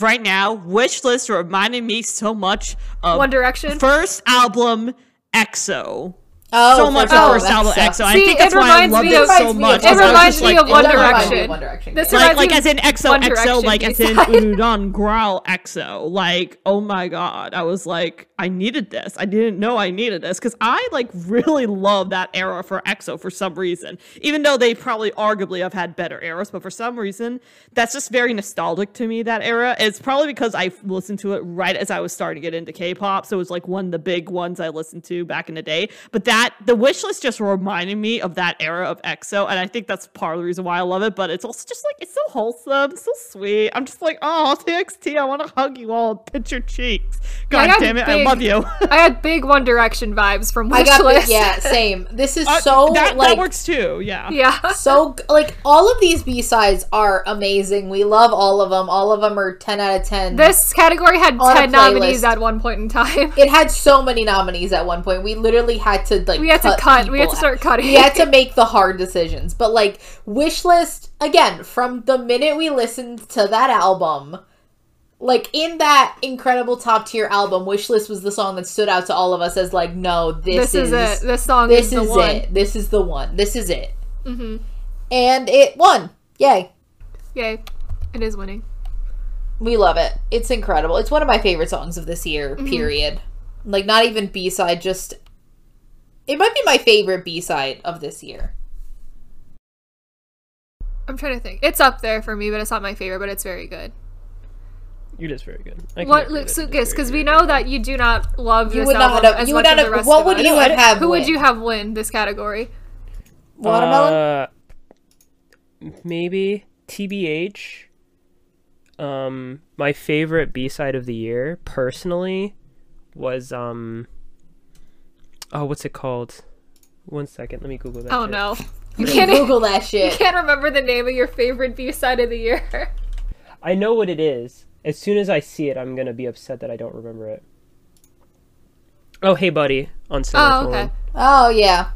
[SPEAKER 4] right now. Wishlist reminded me so much of
[SPEAKER 1] One Direction.
[SPEAKER 4] first album EXO.
[SPEAKER 2] Oh,
[SPEAKER 4] so much
[SPEAKER 2] first
[SPEAKER 4] of
[SPEAKER 2] album,
[SPEAKER 4] first album
[SPEAKER 2] that's-
[SPEAKER 4] EXO. I
[SPEAKER 1] See, it
[SPEAKER 4] think that's why I
[SPEAKER 1] reminds
[SPEAKER 4] loved
[SPEAKER 1] me
[SPEAKER 4] it
[SPEAKER 1] of-
[SPEAKER 4] so
[SPEAKER 2] it
[SPEAKER 4] much.
[SPEAKER 1] It
[SPEAKER 4] is I was
[SPEAKER 1] reminds
[SPEAKER 4] just
[SPEAKER 1] me
[SPEAKER 4] like,
[SPEAKER 2] "Oh
[SPEAKER 1] of
[SPEAKER 4] it
[SPEAKER 1] One
[SPEAKER 4] does remind
[SPEAKER 2] reminds me
[SPEAKER 1] Direction.
[SPEAKER 2] of One Direction,
[SPEAKER 1] This
[SPEAKER 2] yeah.
[SPEAKER 4] like
[SPEAKER 1] reminds
[SPEAKER 4] like
[SPEAKER 1] me
[SPEAKER 4] as
[SPEAKER 1] of
[SPEAKER 4] in EXO
[SPEAKER 1] One
[SPEAKER 4] EXO
[SPEAKER 1] Direction
[SPEAKER 4] like as
[SPEAKER 1] (laughs)
[SPEAKER 4] in
[SPEAKER 1] B-side.
[SPEAKER 4] Udon Growl EXO like oh my god I was like I needed this I didn't know I needed this because I like really love that era for EXO for some reason even though they probably arguably have had better eras but for some reason that's just very nostalgic to me that era it's probably because I listened to it right as I was starting to get into K-pop so it was like one of the big ones I listened to back in the day but that the wish list just reminded me of that era of EXO and I think that's part of the reason why I love it but it's also just like it's so wholesome it's so sweet I'm just like oh TXT I want to hug you all and pinch your cheeks
[SPEAKER 1] Yeah, I
[SPEAKER 4] god
[SPEAKER 1] got
[SPEAKER 4] damn it I
[SPEAKER 1] big-
[SPEAKER 2] (laughs)
[SPEAKER 4] love you
[SPEAKER 1] I had big One Direction vibes from
[SPEAKER 2] I got
[SPEAKER 1] Wishlist.
[SPEAKER 2] the, yeah, same. This is
[SPEAKER 4] Uh,
[SPEAKER 2] so
[SPEAKER 4] that,
[SPEAKER 2] like
[SPEAKER 4] that works too yeah
[SPEAKER 1] (laughs) yeah.
[SPEAKER 2] so g- like all of these B sides are amazing. We love all of them. All of them are ten out of ten.
[SPEAKER 1] This category had
[SPEAKER 2] On a
[SPEAKER 1] 10 nominees
[SPEAKER 2] playlist.
[SPEAKER 1] at one point in time. (laughs)
[SPEAKER 2] it had so many nominees at one point. We literally had to like
[SPEAKER 1] We had to cut. We had
[SPEAKER 2] people
[SPEAKER 1] to (laughs) start
[SPEAKER 2] out.
[SPEAKER 1] cutting.
[SPEAKER 2] We had to make the hard decisions. But like Wishlist again, from the minute we listened to that album, like in that incredible top tier album, Wishlist was the song that stood out to all of us as like, no,
[SPEAKER 1] (laughs)
[SPEAKER 2] this,
[SPEAKER 1] this is,
[SPEAKER 2] is
[SPEAKER 1] it. This song is
[SPEAKER 2] this is,
[SPEAKER 1] the one. Mm-hmm.
[SPEAKER 2] it. This is the one. This is it. And it won. Yay.
[SPEAKER 1] Yay. It is winning.
[SPEAKER 2] We love it. It's incredible. It's one of my favorite songs of this year, period. Like, not even B side, just. It might be my favorite B side of this year.
[SPEAKER 1] I'm trying to think. It's up there for me, but it's not my favorite, but it's very good.
[SPEAKER 3] It is very good. I can
[SPEAKER 1] What
[SPEAKER 3] agree
[SPEAKER 1] Lucas 'cause
[SPEAKER 3] that it is very,
[SPEAKER 1] Lucas, because
[SPEAKER 3] very
[SPEAKER 1] we
[SPEAKER 3] good.
[SPEAKER 1] know that you do not love
[SPEAKER 2] You
[SPEAKER 1] this
[SPEAKER 2] would not
[SPEAKER 1] album
[SPEAKER 2] have-
[SPEAKER 1] as
[SPEAKER 2] you
[SPEAKER 1] much
[SPEAKER 2] would
[SPEAKER 1] as
[SPEAKER 2] not
[SPEAKER 1] the
[SPEAKER 2] have.
[SPEAKER 1] rest
[SPEAKER 2] What
[SPEAKER 1] of
[SPEAKER 2] would
[SPEAKER 1] us.
[SPEAKER 2] you have had?
[SPEAKER 1] Who would
[SPEAKER 2] win?
[SPEAKER 1] you have win this category?
[SPEAKER 2] Watermelon?
[SPEAKER 3] Uh, maybe TBH. Um, my favorite B side of the year, personally, was um. Oh, what's it called? One second, let me Google that.
[SPEAKER 1] Oh
[SPEAKER 3] shit.
[SPEAKER 1] no. You
[SPEAKER 2] You
[SPEAKER 1] can't
[SPEAKER 2] Google that
[SPEAKER 1] you
[SPEAKER 2] shit.
[SPEAKER 1] (laughs) can't remember the name of your favorite B side of the year.
[SPEAKER 3] I know what it is. As soon as I see it, I'm gonna be upset that I don't remember it.
[SPEAKER 5] Oh, hey buddy on Stellar
[SPEAKER 1] Oh, okay.
[SPEAKER 2] Oh yeah,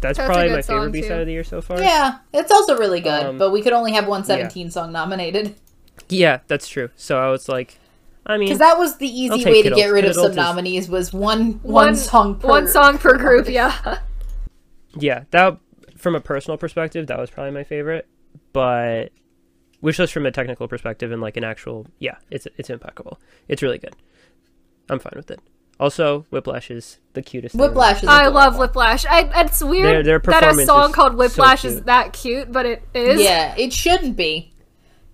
[SPEAKER 5] That's,
[SPEAKER 1] That's a
[SPEAKER 5] probably
[SPEAKER 1] good
[SPEAKER 5] my
[SPEAKER 1] song,
[SPEAKER 5] favorite B
[SPEAKER 1] too.
[SPEAKER 5] side of the year so far.
[SPEAKER 2] yeah. It's also really good,
[SPEAKER 5] Um,
[SPEAKER 2] but we could only have one 17 song nominated
[SPEAKER 5] Yeah, that's true. So I was like, I mean,
[SPEAKER 2] because that was the easy
[SPEAKER 5] take
[SPEAKER 2] way to
[SPEAKER 5] Kidult.
[SPEAKER 2] get rid of
[SPEAKER 5] Kidult
[SPEAKER 2] some
[SPEAKER 5] is-
[SPEAKER 2] nominees was one one song per
[SPEAKER 1] one song per group. Yeah.
[SPEAKER 5] yeah, that from a personal perspective, that was probably my favorite. But which just from a technical perspective and like an actual, yeah, it's it's impeccable. It's really good. I'm fine with it. Also, Whiplash is the cutest. thing.
[SPEAKER 2] Whiplash is
[SPEAKER 1] I
[SPEAKER 2] adorable.
[SPEAKER 1] love Whiplash. I, it's weird
[SPEAKER 5] Their- their
[SPEAKER 1] that a
[SPEAKER 5] performance
[SPEAKER 1] song
[SPEAKER 5] is
[SPEAKER 1] called
[SPEAKER 5] so
[SPEAKER 1] Whiplash is
[SPEAKER 5] cute.
[SPEAKER 1] that cute, but it is.
[SPEAKER 2] Yeah, it shouldn't be.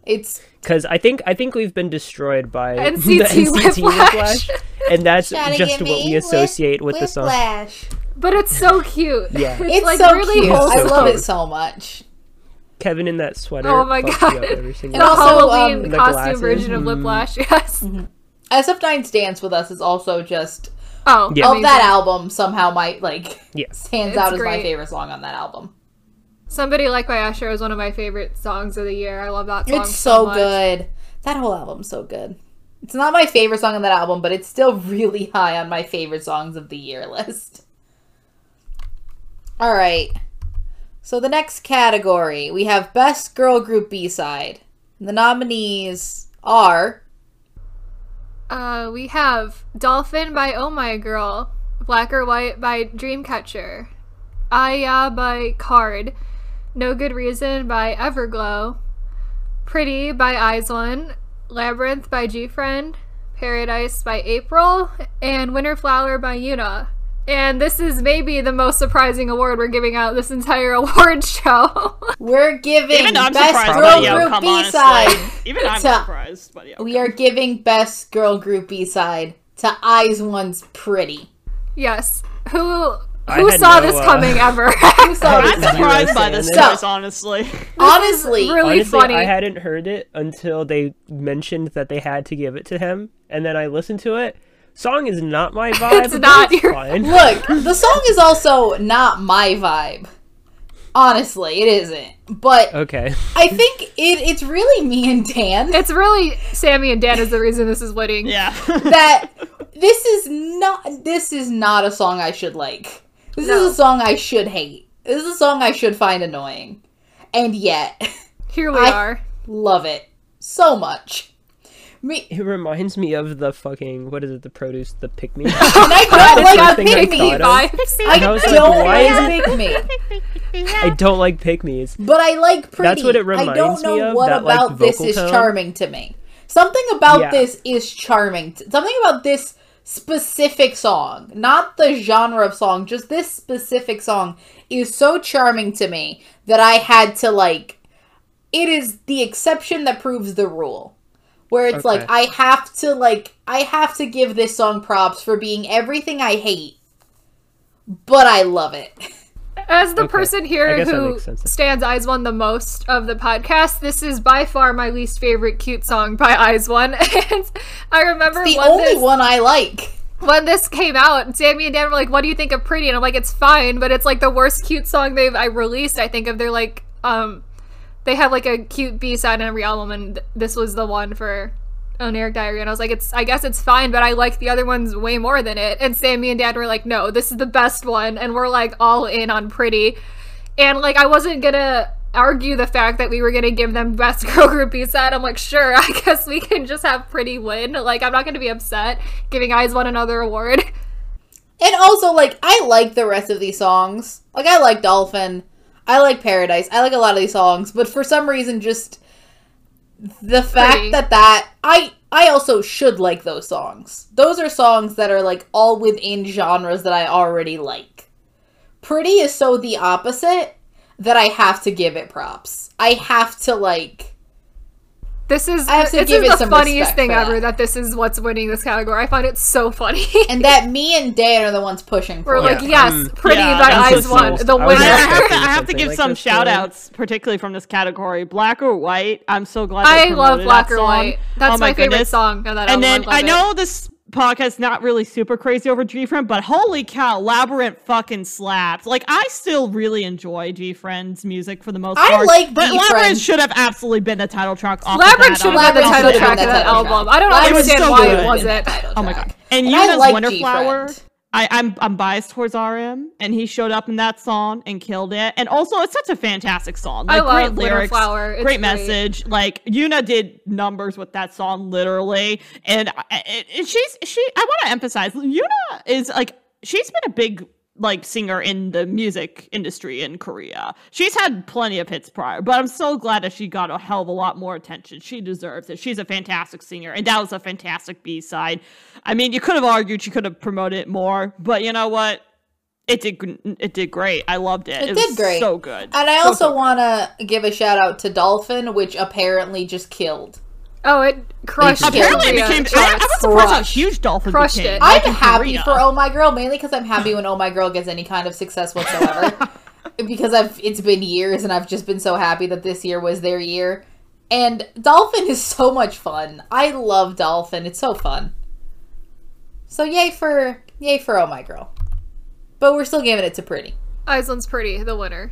[SPEAKER 2] It's
[SPEAKER 5] because I think I think we've been destroyed by (laughs)
[SPEAKER 1] NCT
[SPEAKER 5] the NCT
[SPEAKER 1] Whiplash.
[SPEAKER 5] Whiplash, and that's
[SPEAKER 2] Gotta
[SPEAKER 5] just
[SPEAKER 2] get
[SPEAKER 5] what
[SPEAKER 2] me
[SPEAKER 5] we associate with, the song.
[SPEAKER 2] Whiplash.
[SPEAKER 1] But it's so cute.
[SPEAKER 5] Yeah.
[SPEAKER 2] It's
[SPEAKER 1] like
[SPEAKER 2] so
[SPEAKER 1] really
[SPEAKER 2] cute. I
[SPEAKER 1] wholesome.
[SPEAKER 2] love
[SPEAKER 5] cute.
[SPEAKER 2] it so much.
[SPEAKER 5] Kevin in that sweater.
[SPEAKER 1] Oh my
[SPEAKER 5] fucks
[SPEAKER 1] God.
[SPEAKER 5] You up every single
[SPEAKER 1] The
[SPEAKER 2] also, um, Mm-hmm.
[SPEAKER 1] Halloween
[SPEAKER 5] the
[SPEAKER 1] costume
[SPEAKER 5] glasses.
[SPEAKER 1] version of
[SPEAKER 5] Mm.
[SPEAKER 1] Whiplash. (laughs) Yes.
[SPEAKER 2] SF9's dance with us is also just
[SPEAKER 1] Oh,
[SPEAKER 5] Yeah.
[SPEAKER 2] of
[SPEAKER 1] amazing.
[SPEAKER 2] that album somehow my like
[SPEAKER 5] Yeah.
[SPEAKER 2] stands
[SPEAKER 1] It's
[SPEAKER 2] out as my
[SPEAKER 1] great.
[SPEAKER 2] favorite song on that album.
[SPEAKER 1] Somebody Like My Usher is one of my favorite songs of the year. I love that song.
[SPEAKER 2] It's so
[SPEAKER 1] much.
[SPEAKER 2] good. That whole album's so good. It's not my favorite song on that album, but it's still really high on my favorite songs of the year (laughs) list. All right. So the next category, we have best girl group B-side. The nominees are
[SPEAKER 1] Uh, we have Dolphin by Oh My Girl, Black or White by Dreamcatcher, Aya by Card, No Good Reason by Everglow, Pretty by Eyes One, Labyrinth by G Friend, Paradise by April, and Winter Flower by Yuna. And this is maybe the most surprising award we're giving out this entire (laughs) award show. (laughs)
[SPEAKER 2] we're giving
[SPEAKER 4] Even I'm
[SPEAKER 2] best
[SPEAKER 4] surprised
[SPEAKER 2] girl
[SPEAKER 4] by the
[SPEAKER 2] group
[SPEAKER 4] outcome,
[SPEAKER 2] B-side.
[SPEAKER 4] honestly. Even I'm
[SPEAKER 2] So-
[SPEAKER 4] surprised by the outcome.
[SPEAKER 2] We are giving best girl group B side to Eyes One's Pretty.
[SPEAKER 1] yes. Who
[SPEAKER 5] I
[SPEAKER 1] who
[SPEAKER 5] had
[SPEAKER 1] saw
[SPEAKER 5] no,
[SPEAKER 1] this
[SPEAKER 5] uh,
[SPEAKER 1] coming ever? (laughs)
[SPEAKER 2] So
[SPEAKER 4] I'm surprised by
[SPEAKER 5] Zero
[SPEAKER 4] this
[SPEAKER 5] standard.
[SPEAKER 4] choice, honestly. (laughs)
[SPEAKER 2] honestly,
[SPEAKER 1] really
[SPEAKER 5] Honestly,
[SPEAKER 1] funny.
[SPEAKER 5] I hadn't heard it until they mentioned that they had to give it to him, and then I listened to it. Song is not my
[SPEAKER 1] (laughs)
[SPEAKER 5] vibe.
[SPEAKER 1] It's
[SPEAKER 5] but
[SPEAKER 1] not
[SPEAKER 5] it's
[SPEAKER 1] your- (laughs)
[SPEAKER 5] fine.
[SPEAKER 2] look, the song is also not my vibe. Honestly, it isn't. But
[SPEAKER 5] Okay,
[SPEAKER 2] I think it, it's really me and Dan
[SPEAKER 1] It's really Sammy and Dan is the reason this is winning.
[SPEAKER 4] Yeah.
[SPEAKER 2] (laughs) that this is not this is not a song I should like. This
[SPEAKER 1] No.
[SPEAKER 2] is a song I should hate. This is a song I should find annoying. And yet,
[SPEAKER 1] Here we
[SPEAKER 2] I-
[SPEAKER 1] are.
[SPEAKER 2] love it so
[SPEAKER 5] (laughs)
[SPEAKER 2] much. Me
[SPEAKER 5] it reminds me of the fucking what is it? The produce, the pick
[SPEAKER 1] (laughs)
[SPEAKER 5] me.
[SPEAKER 2] and I don't like
[SPEAKER 5] something I
[SPEAKER 2] pick me
[SPEAKER 5] thought of.
[SPEAKER 1] Vibes.
[SPEAKER 2] I
[SPEAKER 5] I was like,
[SPEAKER 2] don't
[SPEAKER 5] why is
[SPEAKER 2] like pick me.
[SPEAKER 5] I don't like pick me's.
[SPEAKER 2] But I like pretty.
[SPEAKER 5] what it
[SPEAKER 2] I
[SPEAKER 5] reminds
[SPEAKER 2] don't know
[SPEAKER 5] me of,
[SPEAKER 2] what
[SPEAKER 5] that, like,
[SPEAKER 2] about this
[SPEAKER 5] vocal
[SPEAKER 2] is
[SPEAKER 5] tone.
[SPEAKER 2] charming to me. Something about
[SPEAKER 5] Yeah.
[SPEAKER 2] this is charming. t- something about this specific song, not the genre of song, just this specific song is so charming to me that I had to like it is the exception that proves the rule. Where it's
[SPEAKER 5] Okay.
[SPEAKER 2] like I have to like I have to give this song props for being everything I hate, but I love it.
[SPEAKER 1] As the
[SPEAKER 5] Okay.
[SPEAKER 1] person
[SPEAKER 5] I
[SPEAKER 1] here
[SPEAKER 5] guess that
[SPEAKER 1] who
[SPEAKER 5] makes sense.
[SPEAKER 1] stands Eyes One the most of the podcast, this is by far my least favorite cute song by Eyes One. (laughs) And I remember
[SPEAKER 2] The
[SPEAKER 1] when,
[SPEAKER 2] only
[SPEAKER 1] this,
[SPEAKER 2] one I like.
[SPEAKER 1] when this came out, Sammy and Dan were like, "What do you think of Pretty?" And I'm like, "It's fine, but it's like the worst cute song they've I released." I think of their like um, they have like a cute B side on every album, and th- this was the one for on Eric Diary, and I was like, it's I guess it's fine, but I like the other ones way more than it. And Sammy and Dad were like, no, this is the best one, and we're like all in on pretty. And like I wasn't gonna argue the fact that we were gonna give them best (laughs) girl group B side. I'm like, sure, (laughs) I guess we can just have pretty win. Like I'm not gonna be upset giving Eyes One another award. (laughs)
[SPEAKER 2] And also, like, I like the rest of these songs. Like, I like Dolphin. I like Paradise. I like a lot of these songs, but for some reason, just the fact
[SPEAKER 1] Pretty.
[SPEAKER 2] that that I I also should like those songs. Those are songs that are like all within genres that I already like. Pretty is so the opposite that I have to give it props. I have to like.
[SPEAKER 1] This is
[SPEAKER 2] I have to
[SPEAKER 1] this
[SPEAKER 2] give
[SPEAKER 1] is
[SPEAKER 2] it
[SPEAKER 1] the
[SPEAKER 2] some
[SPEAKER 1] funniest
[SPEAKER 2] respect
[SPEAKER 1] thing
[SPEAKER 2] for that.
[SPEAKER 1] ever that. this is what's winning this category. I find it so funny. (laughs)
[SPEAKER 2] And that me and Dan are the ones pushing for
[SPEAKER 1] we're
[SPEAKER 2] it.
[SPEAKER 1] like,
[SPEAKER 5] Yeah.
[SPEAKER 1] yes,
[SPEAKER 5] Mm.
[SPEAKER 1] pretty
[SPEAKER 4] Yeah,
[SPEAKER 1] by
[SPEAKER 4] that's
[SPEAKER 1] Eyes
[SPEAKER 5] so
[SPEAKER 1] One,
[SPEAKER 5] sad.
[SPEAKER 1] the
[SPEAKER 5] I was
[SPEAKER 4] I
[SPEAKER 1] winner.
[SPEAKER 5] Yeah.
[SPEAKER 4] have to,
[SPEAKER 5] Yeah.
[SPEAKER 4] I have to give
[SPEAKER 5] Something
[SPEAKER 4] some
[SPEAKER 5] like this,
[SPEAKER 4] shout
[SPEAKER 5] uh,
[SPEAKER 4] outs, particularly from this category. Black or White. I'm so glad
[SPEAKER 1] (laughs)
[SPEAKER 4] they
[SPEAKER 1] I love
[SPEAKER 4] promoted
[SPEAKER 1] Black
[SPEAKER 4] that
[SPEAKER 1] or
[SPEAKER 4] song.
[SPEAKER 1] White. That's
[SPEAKER 4] Oh
[SPEAKER 1] my, favorite
[SPEAKER 4] goodness.
[SPEAKER 1] song of that
[SPEAKER 4] And
[SPEAKER 1] album.
[SPEAKER 4] then
[SPEAKER 1] love
[SPEAKER 4] I
[SPEAKER 1] it.
[SPEAKER 4] know this podcast's not really super crazy over G Friend, but holy cow, Labyrinth fucking slapped. Like I still really enjoy G Friend's music for the most
[SPEAKER 2] I
[SPEAKER 4] part.
[SPEAKER 2] like
[SPEAKER 4] but
[SPEAKER 2] G-Friend.
[SPEAKER 4] Labyrinth should have absolutely been the title track off of
[SPEAKER 1] Labyrinth
[SPEAKER 4] that
[SPEAKER 1] should
[SPEAKER 4] album.
[SPEAKER 1] have been the
[SPEAKER 2] Labyrinth
[SPEAKER 1] title
[SPEAKER 2] should have
[SPEAKER 1] track of
[SPEAKER 2] been the
[SPEAKER 1] that
[SPEAKER 2] title
[SPEAKER 1] album.
[SPEAKER 2] track.
[SPEAKER 1] I don't
[SPEAKER 2] Labyrinth
[SPEAKER 1] understand
[SPEAKER 4] so
[SPEAKER 1] why
[SPEAKER 4] good.
[SPEAKER 1] it wasn't.
[SPEAKER 2] title
[SPEAKER 4] Oh my
[SPEAKER 2] track.
[SPEAKER 4] god. And,
[SPEAKER 2] And
[SPEAKER 4] you
[SPEAKER 2] I
[SPEAKER 4] as
[SPEAKER 2] like
[SPEAKER 4] Winterflower.
[SPEAKER 2] G-Friend.
[SPEAKER 4] I, I'm I'm biased towards RM, and he showed up in that song and killed it. And also, it's such a fantastic song.
[SPEAKER 1] I
[SPEAKER 4] Like,
[SPEAKER 1] love
[SPEAKER 4] great lyrics,
[SPEAKER 1] Winterflower. It's great.
[SPEAKER 4] great message. Like Yuna did numbers with that song, literally. And, I- I- and she's she. I want to emphasize Yuna is like she's been a big like singer in the music industry in Korea. She's had plenty of hits prior, but I'm so glad that she got a hell of a lot more attention. She deserves it. She's a fantastic singer, and that was a fantastic B side. I mean, you could have argued she could have promoted it more, but you know what? It did. gr- It did great. I loved it.
[SPEAKER 2] It
[SPEAKER 4] It,
[SPEAKER 2] did
[SPEAKER 4] was
[SPEAKER 2] great.
[SPEAKER 4] So good.
[SPEAKER 2] And I
[SPEAKER 4] So
[SPEAKER 2] also
[SPEAKER 4] good.
[SPEAKER 2] want to give a shout out to Dolphin, which apparently just killed.
[SPEAKER 1] Oh, it crushed.
[SPEAKER 2] They just-
[SPEAKER 4] Apparently, it
[SPEAKER 1] Korea
[SPEAKER 4] became. I, I
[SPEAKER 1] charts.
[SPEAKER 4] was surprised how
[SPEAKER 2] crushed.
[SPEAKER 4] huge Dolphin
[SPEAKER 1] Crushed
[SPEAKER 4] became.
[SPEAKER 1] it.
[SPEAKER 4] like,
[SPEAKER 2] I'm
[SPEAKER 4] in
[SPEAKER 2] happy
[SPEAKER 4] Korea.
[SPEAKER 2] for Oh My Girl mainly because I'm happy when Oh My Girl gets any kind of success
[SPEAKER 3] (laughs)
[SPEAKER 2] whatsoever. because I've it's been years and I've just been so happy that this year was their year. And Dolphin is so much fun. I love Dolphin. It's so fun. So yay for yay for Oh My Girl. But we're still giving it to Pretty.
[SPEAKER 1] Iceland's pretty. The winner.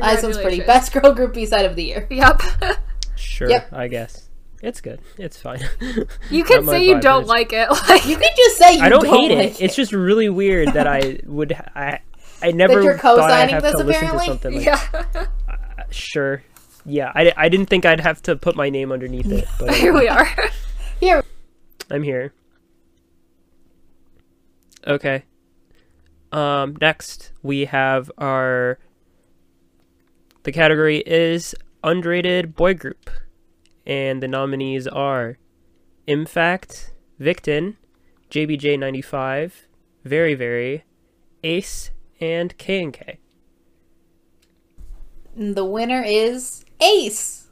[SPEAKER 2] Iceland's Pretty.
[SPEAKER 1] Congratulations.
[SPEAKER 2] Best girl group B side of the year.
[SPEAKER 1] Yep. (laughs)
[SPEAKER 3] Sure,
[SPEAKER 2] Yep.
[SPEAKER 3] I guess. It's good. It's fine.
[SPEAKER 5] (laughs)
[SPEAKER 1] you can
[SPEAKER 3] Not my
[SPEAKER 1] say you
[SPEAKER 3] vibe,
[SPEAKER 1] don't
[SPEAKER 3] but-
[SPEAKER 1] like it. (laughs) Like
[SPEAKER 2] You could just say you
[SPEAKER 3] I don't, hate
[SPEAKER 2] like
[SPEAKER 3] it. It's just really weird
[SPEAKER 1] (laughs)
[SPEAKER 3] that I would. I I never
[SPEAKER 2] you're
[SPEAKER 3] thought I'd
[SPEAKER 2] co-signing
[SPEAKER 3] have
[SPEAKER 2] this,
[SPEAKER 3] to listen to
[SPEAKER 2] apparently?
[SPEAKER 3] something like
[SPEAKER 1] yeah.
[SPEAKER 3] sure. Yeah, I, I didn't think I'd have to put my name underneath it, but
[SPEAKER 1] Here we
[SPEAKER 2] (laughs)
[SPEAKER 1] are.
[SPEAKER 2] Here,
[SPEAKER 3] I'm here. Okay. Um, next we have our. The category is underrated boy group, and the nominees are, Impact, Victon, JBJ95, Very Very, Ace, and K and K.
[SPEAKER 2] the winner is Ace.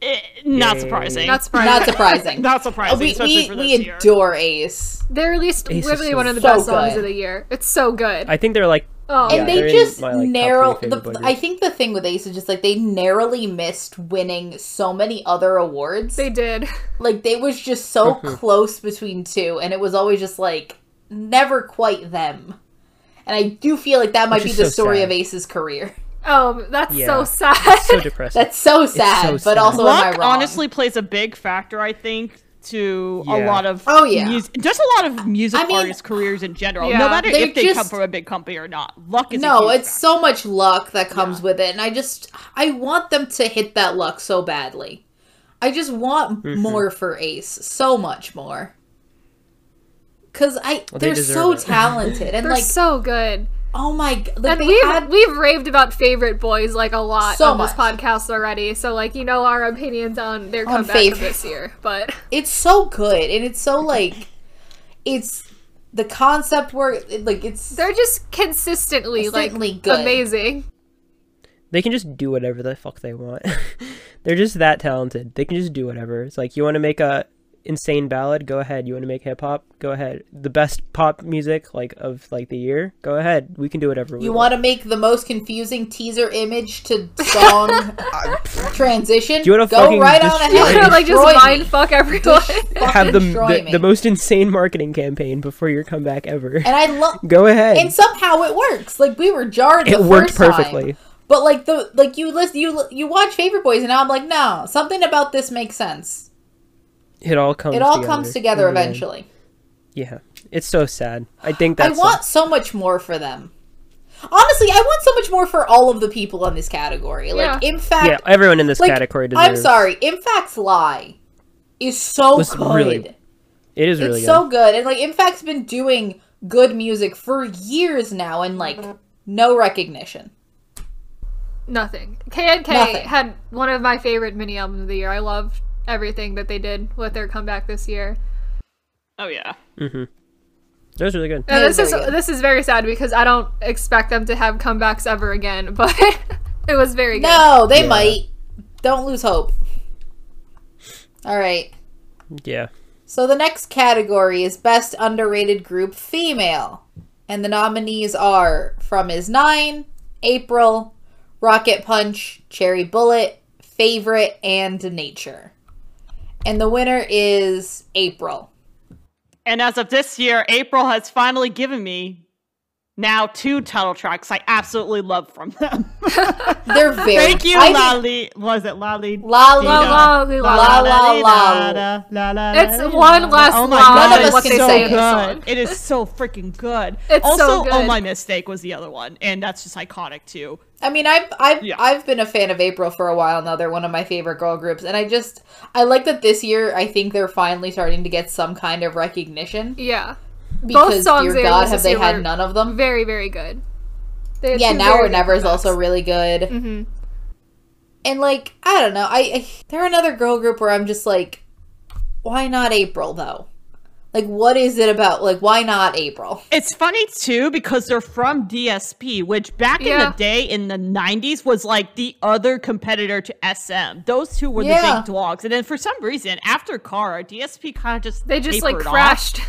[SPEAKER 4] Eh, not
[SPEAKER 3] Yay.
[SPEAKER 4] surprising.
[SPEAKER 1] Not surprising.
[SPEAKER 2] Not surprising.
[SPEAKER 4] (laughs) Not
[SPEAKER 2] Uh,
[SPEAKER 4] surprising.
[SPEAKER 2] we
[SPEAKER 4] especially
[SPEAKER 2] we,
[SPEAKER 4] for this
[SPEAKER 2] we
[SPEAKER 4] year.
[SPEAKER 2] adore Ace.
[SPEAKER 1] They released
[SPEAKER 3] Ace is
[SPEAKER 1] literally
[SPEAKER 3] so
[SPEAKER 1] one of the
[SPEAKER 2] so
[SPEAKER 1] best songs
[SPEAKER 2] good.
[SPEAKER 1] of the year. It's so good.
[SPEAKER 3] I think they're like
[SPEAKER 1] oh,
[SPEAKER 3] Yeah,
[SPEAKER 2] and
[SPEAKER 3] they're
[SPEAKER 2] they
[SPEAKER 3] in
[SPEAKER 2] just
[SPEAKER 3] my, like, top three
[SPEAKER 2] narrow
[SPEAKER 3] favorite boy
[SPEAKER 2] the,
[SPEAKER 3] groups.
[SPEAKER 2] i think the thing with ace is just like they narrowly missed winning so many other awards
[SPEAKER 1] they did. (laughs)
[SPEAKER 2] like they was just
[SPEAKER 3] (laughs)
[SPEAKER 2] so close between two and it was always just like never quite them and i do feel like that might
[SPEAKER 3] Which
[SPEAKER 2] be
[SPEAKER 3] is
[SPEAKER 2] the
[SPEAKER 3] so
[SPEAKER 2] story
[SPEAKER 3] sad.
[SPEAKER 2] of ace's career (laughs)
[SPEAKER 1] Oh, that's
[SPEAKER 3] Yeah.
[SPEAKER 1] so sad.
[SPEAKER 3] so depressing.
[SPEAKER 2] that's so sad but
[SPEAKER 3] sad.
[SPEAKER 2] also am i
[SPEAKER 4] Luck
[SPEAKER 2] wrong
[SPEAKER 4] honestly plays a big factor, I think, to a
[SPEAKER 3] Yeah.
[SPEAKER 4] lot of
[SPEAKER 2] Oh, yeah.
[SPEAKER 4] mus- just a lot of music
[SPEAKER 2] I mean-
[SPEAKER 4] artists' careers in general.
[SPEAKER 1] Yeah.
[SPEAKER 4] No matter
[SPEAKER 2] They're
[SPEAKER 4] if they come
[SPEAKER 2] just-
[SPEAKER 4] from a big company or not, luck is
[SPEAKER 2] no
[SPEAKER 4] A huge
[SPEAKER 2] it's
[SPEAKER 4] factor.
[SPEAKER 2] so much luck that comes with it and i just i want them to hit that luck so badly i just want
[SPEAKER 3] Mm-hmm.
[SPEAKER 2] more for ace so much more because i
[SPEAKER 3] they
[SPEAKER 2] they're
[SPEAKER 3] deserve
[SPEAKER 2] so
[SPEAKER 3] it. (laughs)
[SPEAKER 2] talented
[SPEAKER 1] (laughs)
[SPEAKER 2] and
[SPEAKER 1] They're
[SPEAKER 2] like
[SPEAKER 1] so good.
[SPEAKER 2] oh my god like,
[SPEAKER 1] And
[SPEAKER 2] they
[SPEAKER 1] we've
[SPEAKER 2] had-
[SPEAKER 1] we've raved about favorite boys like a lot
[SPEAKER 2] So
[SPEAKER 1] on this
[SPEAKER 2] much.
[SPEAKER 1] podcast already. So like you know our opinions on their
[SPEAKER 2] On
[SPEAKER 1] comeback of
[SPEAKER 2] favorite.
[SPEAKER 1] this year. But
[SPEAKER 2] it's so good and it's so like it's the concept work it- like it's
[SPEAKER 1] they're just consistently like
[SPEAKER 2] Consistently good.
[SPEAKER 1] amazing.
[SPEAKER 3] they can just do whatever the fuck they want. (laughs) They're just that talented. They can just do whatever. It's like you want to make a insane ballad, go ahead. You want to make hip hop, go ahead. The best pop music like of like the year, go ahead. We can do whatever we
[SPEAKER 2] you want to make the most confusing teaser
[SPEAKER 1] (laughs)
[SPEAKER 2] image to song
[SPEAKER 3] (laughs)
[SPEAKER 2] transition
[SPEAKER 3] Do you wanna
[SPEAKER 2] go
[SPEAKER 3] fucking
[SPEAKER 2] right on
[SPEAKER 3] destroy
[SPEAKER 2] ahead
[SPEAKER 1] (laughs)
[SPEAKER 3] me?
[SPEAKER 1] like just
[SPEAKER 2] Destroy me.
[SPEAKER 1] mind fuck everyone.
[SPEAKER 2] (laughs) Fucking
[SPEAKER 3] have the,
[SPEAKER 2] destroy
[SPEAKER 3] the
[SPEAKER 2] me.
[SPEAKER 3] the most insane marketing campaign before your comeback ever. (laughs)
[SPEAKER 2] and i love
[SPEAKER 3] go ahead.
[SPEAKER 2] and somehow it works. Like we were jarred.
[SPEAKER 3] it
[SPEAKER 2] the
[SPEAKER 3] worked
[SPEAKER 2] first time.
[SPEAKER 3] perfectly.
[SPEAKER 2] but like the like you list you li- you watch Favorite Boys, and now I'm like, no, something about this makes sense.
[SPEAKER 3] It all comes.
[SPEAKER 2] It all
[SPEAKER 3] together Mm-hmm.
[SPEAKER 2] comes together
[SPEAKER 3] in the end.
[SPEAKER 2] eventually.
[SPEAKER 3] Yeah, it's so sad. I think
[SPEAKER 2] I
[SPEAKER 3] that's
[SPEAKER 2] want so much more for them. Honestly, I want so much more for all of the people in this category. Like,
[SPEAKER 1] Yeah.
[SPEAKER 2] in fact,
[SPEAKER 3] yeah. Everyone in this
[SPEAKER 2] like,
[SPEAKER 3] category deserves.
[SPEAKER 2] I'm sorry, in fact's lie is so
[SPEAKER 3] Was
[SPEAKER 2] good.
[SPEAKER 3] really It is really
[SPEAKER 2] it's
[SPEAKER 3] good.
[SPEAKER 2] so good, and like, in fact's been doing good music for years now, and like, no recognition.
[SPEAKER 1] Nothing. K and K
[SPEAKER 2] Nothing.
[SPEAKER 1] had one of my favorite mini albums of the year. I loved everything that they did with their comeback this year.
[SPEAKER 4] Oh yeah.
[SPEAKER 3] It was really good.
[SPEAKER 1] And
[SPEAKER 2] Yeah,
[SPEAKER 1] this is
[SPEAKER 2] very good.
[SPEAKER 1] this is very sad because I don't expect them to have comebacks ever again. (laughs) But it was very good.
[SPEAKER 2] No, they
[SPEAKER 3] Yeah.
[SPEAKER 2] might. Don't lose hope. All right.
[SPEAKER 3] Yeah.
[SPEAKER 2] So the next category is best underrated group female, and the nominees are from is nine, April, Rocket Punch, Cherry Bullet, Favorite, and Nature. And the winner is April.
[SPEAKER 4] And as of this year, April has finally given me now two title tracks I absolutely love from them. (laughs)
[SPEAKER 2] They're very.
[SPEAKER 4] Thank you,
[SPEAKER 2] I think-
[SPEAKER 4] Lali. Was it Lali?
[SPEAKER 2] Lali.
[SPEAKER 1] La, la, la, la, la. It's one less
[SPEAKER 4] Oh my
[SPEAKER 1] la
[SPEAKER 4] god,
[SPEAKER 2] than
[SPEAKER 4] it is
[SPEAKER 2] what they
[SPEAKER 4] so
[SPEAKER 2] say in
[SPEAKER 1] the
[SPEAKER 4] good.
[SPEAKER 1] song.
[SPEAKER 4] It is so freaking good.
[SPEAKER 1] It's
[SPEAKER 4] also,
[SPEAKER 1] so good.
[SPEAKER 4] oh my mistake was the other one, and that's just iconic too.
[SPEAKER 2] I mean, I've I've
[SPEAKER 4] Yeah.
[SPEAKER 2] I've been a fan of April for a while now. They're one of my favorite girl groups, and I just I like that this year. I think they're finally starting to get some kind of recognition
[SPEAKER 1] Yeah.
[SPEAKER 2] because
[SPEAKER 1] songs
[SPEAKER 2] dear
[SPEAKER 1] they
[SPEAKER 2] God,
[SPEAKER 1] released this
[SPEAKER 2] have they
[SPEAKER 1] year
[SPEAKER 2] had
[SPEAKER 1] were
[SPEAKER 2] none of them?
[SPEAKER 1] Very, very good. They had
[SPEAKER 2] Yeah,
[SPEAKER 1] two
[SPEAKER 2] now
[SPEAKER 1] very
[SPEAKER 2] or
[SPEAKER 1] good
[SPEAKER 2] never is
[SPEAKER 1] comebacks.
[SPEAKER 2] also really good,
[SPEAKER 1] Mhm.
[SPEAKER 2] and like I don't know, I, I they're another girl group where I'm just like, why not April though? Like, what is it about? Like, why not April?
[SPEAKER 4] It's funny too because they're from DSP, which back in
[SPEAKER 1] Yeah.
[SPEAKER 4] the day in the 90s was like the other competitor to SM. Those two were
[SPEAKER 2] Yeah.
[SPEAKER 4] the big dogs. And then for some reason, after Kara, DSP kind of just
[SPEAKER 1] They just like
[SPEAKER 4] tapered off.
[SPEAKER 1] crashed.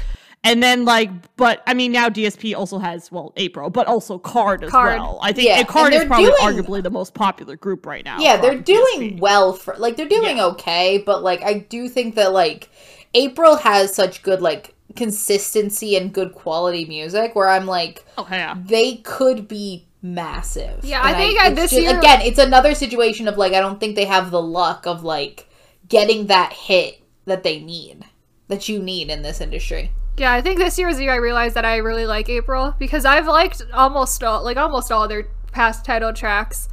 [SPEAKER 4] And then like, but I mean, now DSP also has well April, but also Card as
[SPEAKER 1] Card.
[SPEAKER 4] well. I think
[SPEAKER 2] Yeah,
[SPEAKER 4] and Card
[SPEAKER 2] and
[SPEAKER 4] is
[SPEAKER 2] they're
[SPEAKER 4] probably
[SPEAKER 2] doing-
[SPEAKER 4] arguably the most popular group right now.
[SPEAKER 2] yeah they're
[SPEAKER 4] from
[SPEAKER 2] doing
[SPEAKER 4] DSP.
[SPEAKER 2] well for like they're doing
[SPEAKER 4] Yeah.
[SPEAKER 2] okay but like i do think that like april has such good like consistency and good quality music where i'm like
[SPEAKER 4] Oh yeah.
[SPEAKER 2] they could be massive
[SPEAKER 1] Yeah, I
[SPEAKER 2] And
[SPEAKER 1] think, uh,
[SPEAKER 2] it's
[SPEAKER 1] this
[SPEAKER 2] ju-
[SPEAKER 1] year-
[SPEAKER 2] again it's another situation of like i don't think they have the luck of like getting that hit that they need that you need in this industry
[SPEAKER 1] Yeah, I think this year is the year I realized that I really like April because I've liked almost all like almost all their past title tracks.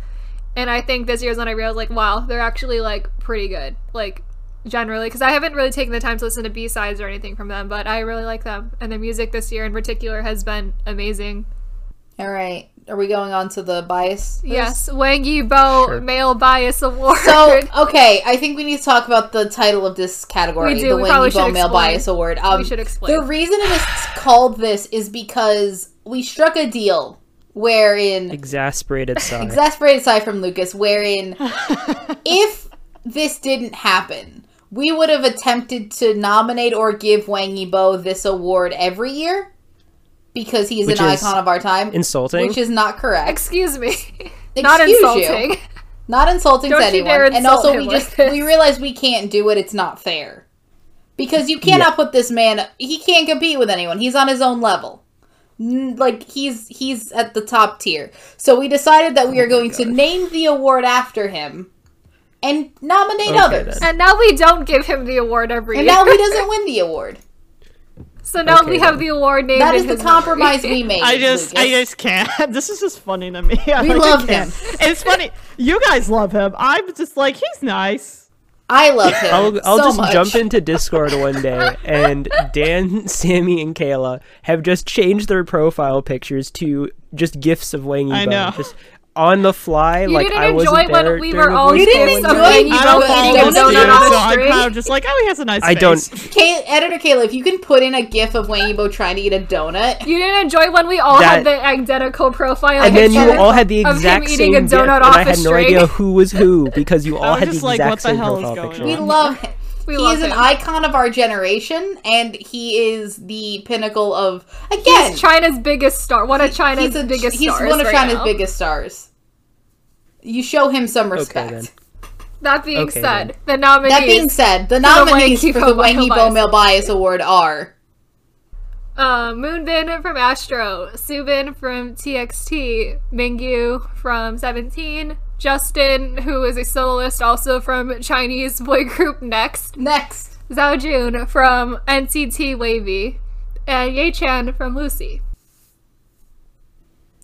[SPEAKER 1] And I think this year's when I realized like, wow, they're actually like pretty good. Like generally because I haven't really taken the time to listen to B-sides or anything from them, but I really like them. And their music this year in particular has been amazing.
[SPEAKER 2] all right are we going on to the bias list?
[SPEAKER 1] Yes, Wang Yi Bo
[SPEAKER 5] Sure.
[SPEAKER 1] Male Bias Award. (laughs)
[SPEAKER 2] So okay, I think we need to talk about the title of this category,
[SPEAKER 1] We do,
[SPEAKER 2] the
[SPEAKER 1] we
[SPEAKER 2] Wang
[SPEAKER 1] probably
[SPEAKER 2] Yibo
[SPEAKER 1] should
[SPEAKER 2] Male
[SPEAKER 1] explain.
[SPEAKER 2] Bias Award. Um,
[SPEAKER 1] We should explain.
[SPEAKER 2] The reason it is called this is because we struck a deal wherein (laughs)
[SPEAKER 5] Exasperated sigh.
[SPEAKER 2] exasperated aside from Lucas,
[SPEAKER 1] (laughs)
[SPEAKER 2] wherein if this didn't happen, we would have attempted to nominate or give Wang Yibo this award every year because he's
[SPEAKER 5] Which
[SPEAKER 2] an
[SPEAKER 5] is
[SPEAKER 2] icon of our time,
[SPEAKER 5] Insulting.
[SPEAKER 2] which is not correct.
[SPEAKER 1] Excuse me. Not
[SPEAKER 2] Excuse you.
[SPEAKER 1] insulting.
[SPEAKER 2] not insulting
[SPEAKER 1] Don't
[SPEAKER 2] to
[SPEAKER 1] you
[SPEAKER 2] anyone.
[SPEAKER 1] dare
[SPEAKER 2] and
[SPEAKER 1] insult
[SPEAKER 2] also,
[SPEAKER 1] him
[SPEAKER 2] we
[SPEAKER 1] like
[SPEAKER 2] just
[SPEAKER 1] this.
[SPEAKER 2] we realize we can't do it. It's not fair because you cannot put this man. He can't compete with anyone. He's on his own level. N- Like he's he's at the top tier. So we decided that
[SPEAKER 5] Oh
[SPEAKER 2] we are going to name the award after him and nominate
[SPEAKER 5] Okay,
[SPEAKER 2] others.
[SPEAKER 5] then.
[SPEAKER 1] And now we don't give him the award every
[SPEAKER 2] And
[SPEAKER 1] year.
[SPEAKER 2] now he doesn't win
[SPEAKER 1] (laughs)
[SPEAKER 2] the award.
[SPEAKER 1] so now
[SPEAKER 5] Okay,
[SPEAKER 1] we have the
[SPEAKER 5] then.
[SPEAKER 1] award named.
[SPEAKER 2] That
[SPEAKER 1] in
[SPEAKER 2] is the
[SPEAKER 1] his memory.
[SPEAKER 2] compromise we made.
[SPEAKER 4] I just, I
[SPEAKER 2] Lucas.
[SPEAKER 4] just can't. (laughs) This is just funny to me. (laughs) I
[SPEAKER 2] We
[SPEAKER 4] like, I
[SPEAKER 2] love
[SPEAKER 4] can't.
[SPEAKER 2] him.
[SPEAKER 4] (laughs) It's funny. You guys love him. I'm just like, he's nice.
[SPEAKER 2] I love him.
[SPEAKER 1] (laughs)
[SPEAKER 5] I'll, I'll
[SPEAKER 2] so
[SPEAKER 5] just
[SPEAKER 2] much.
[SPEAKER 5] jump into Discord one day, and Dan, (laughs) Sammy, and Kayla have just changed their profile pictures to just gifs of Wang Yibo.
[SPEAKER 4] I know.
[SPEAKER 5] Just on the fly,
[SPEAKER 1] You
[SPEAKER 5] like
[SPEAKER 1] didn't
[SPEAKER 5] I wasn't
[SPEAKER 1] enjoy when
[SPEAKER 5] there
[SPEAKER 1] we
[SPEAKER 5] during
[SPEAKER 1] were
[SPEAKER 5] the
[SPEAKER 1] all
[SPEAKER 5] voice
[SPEAKER 2] You didn't
[SPEAKER 5] call.
[SPEAKER 1] kids of
[SPEAKER 2] enjoy
[SPEAKER 1] when you both
[SPEAKER 2] I don't
[SPEAKER 1] eating
[SPEAKER 2] follow
[SPEAKER 1] a
[SPEAKER 2] this
[SPEAKER 1] donut
[SPEAKER 2] dude,
[SPEAKER 1] on
[SPEAKER 4] so
[SPEAKER 1] a
[SPEAKER 4] I'm
[SPEAKER 1] string.
[SPEAKER 4] kind of just like, oh, he has a nice.
[SPEAKER 5] (laughs) I don't.
[SPEAKER 4] face.
[SPEAKER 2] Kay- editor Kayla, if you can put in a gif of Wayne Yibo trying to eat a donut.
[SPEAKER 1] You didn't enjoy when we all had
[SPEAKER 5] That-
[SPEAKER 1] the identical profile.
[SPEAKER 5] And then you
[SPEAKER 1] picture
[SPEAKER 5] all had the
[SPEAKER 1] of him
[SPEAKER 5] exact
[SPEAKER 1] eating
[SPEAKER 5] same
[SPEAKER 1] a
[SPEAKER 5] gift,
[SPEAKER 1] donut
[SPEAKER 5] and
[SPEAKER 1] off
[SPEAKER 5] I
[SPEAKER 1] a
[SPEAKER 5] had no
[SPEAKER 1] string.
[SPEAKER 5] idea who was who because
[SPEAKER 4] (laughs)
[SPEAKER 5] you all
[SPEAKER 4] was
[SPEAKER 5] had the
[SPEAKER 4] just like,
[SPEAKER 5] exact
[SPEAKER 4] what the
[SPEAKER 5] same
[SPEAKER 4] hell is
[SPEAKER 5] profile
[SPEAKER 4] going
[SPEAKER 5] picture.
[SPEAKER 2] We
[SPEAKER 4] on?
[SPEAKER 2] love him.
[SPEAKER 1] (laughs) We
[SPEAKER 2] he
[SPEAKER 1] love
[SPEAKER 2] is an
[SPEAKER 1] him.
[SPEAKER 2] icon of our generation, and he is the pinnacle of again.
[SPEAKER 1] China's biggest star. One of China's
[SPEAKER 2] he's a-
[SPEAKER 1] biggest
[SPEAKER 2] he's
[SPEAKER 1] stars.
[SPEAKER 2] one of
[SPEAKER 1] right
[SPEAKER 2] China's
[SPEAKER 1] now.
[SPEAKER 2] biggest stars. You show him some respect.
[SPEAKER 5] then.
[SPEAKER 1] That being
[SPEAKER 5] Okay,
[SPEAKER 1] said, the nominees.
[SPEAKER 2] that being said, the
[SPEAKER 1] Wang
[SPEAKER 2] nominees for
[SPEAKER 1] Yibo
[SPEAKER 2] the Wang
[SPEAKER 1] Male
[SPEAKER 2] Yibo
[SPEAKER 1] Bias
[SPEAKER 2] Male Bias Award are
[SPEAKER 1] Uh, Moonbin from Astro, Subin from TXT, Mingyu from 17, Justin, who is a soloist also from Chinese boy group Next,
[SPEAKER 2] next.
[SPEAKER 1] Zhao Jun from NCT Wavy, and Ye Chan from Lucy.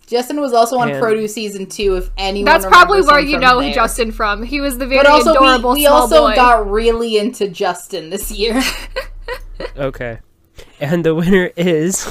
[SPEAKER 2] Justin was also on
[SPEAKER 5] And-
[SPEAKER 2] Produce season two. If anyone,
[SPEAKER 1] That's probably
[SPEAKER 2] remembers
[SPEAKER 1] where
[SPEAKER 2] him
[SPEAKER 1] you
[SPEAKER 2] from
[SPEAKER 1] know
[SPEAKER 2] there.
[SPEAKER 1] Justin from. He was the very
[SPEAKER 2] But also,
[SPEAKER 1] adorable
[SPEAKER 2] we, we
[SPEAKER 1] small
[SPEAKER 2] also
[SPEAKER 1] boy. (laughs)
[SPEAKER 2] got really into Justin this year.
[SPEAKER 5] Okay. And the winner is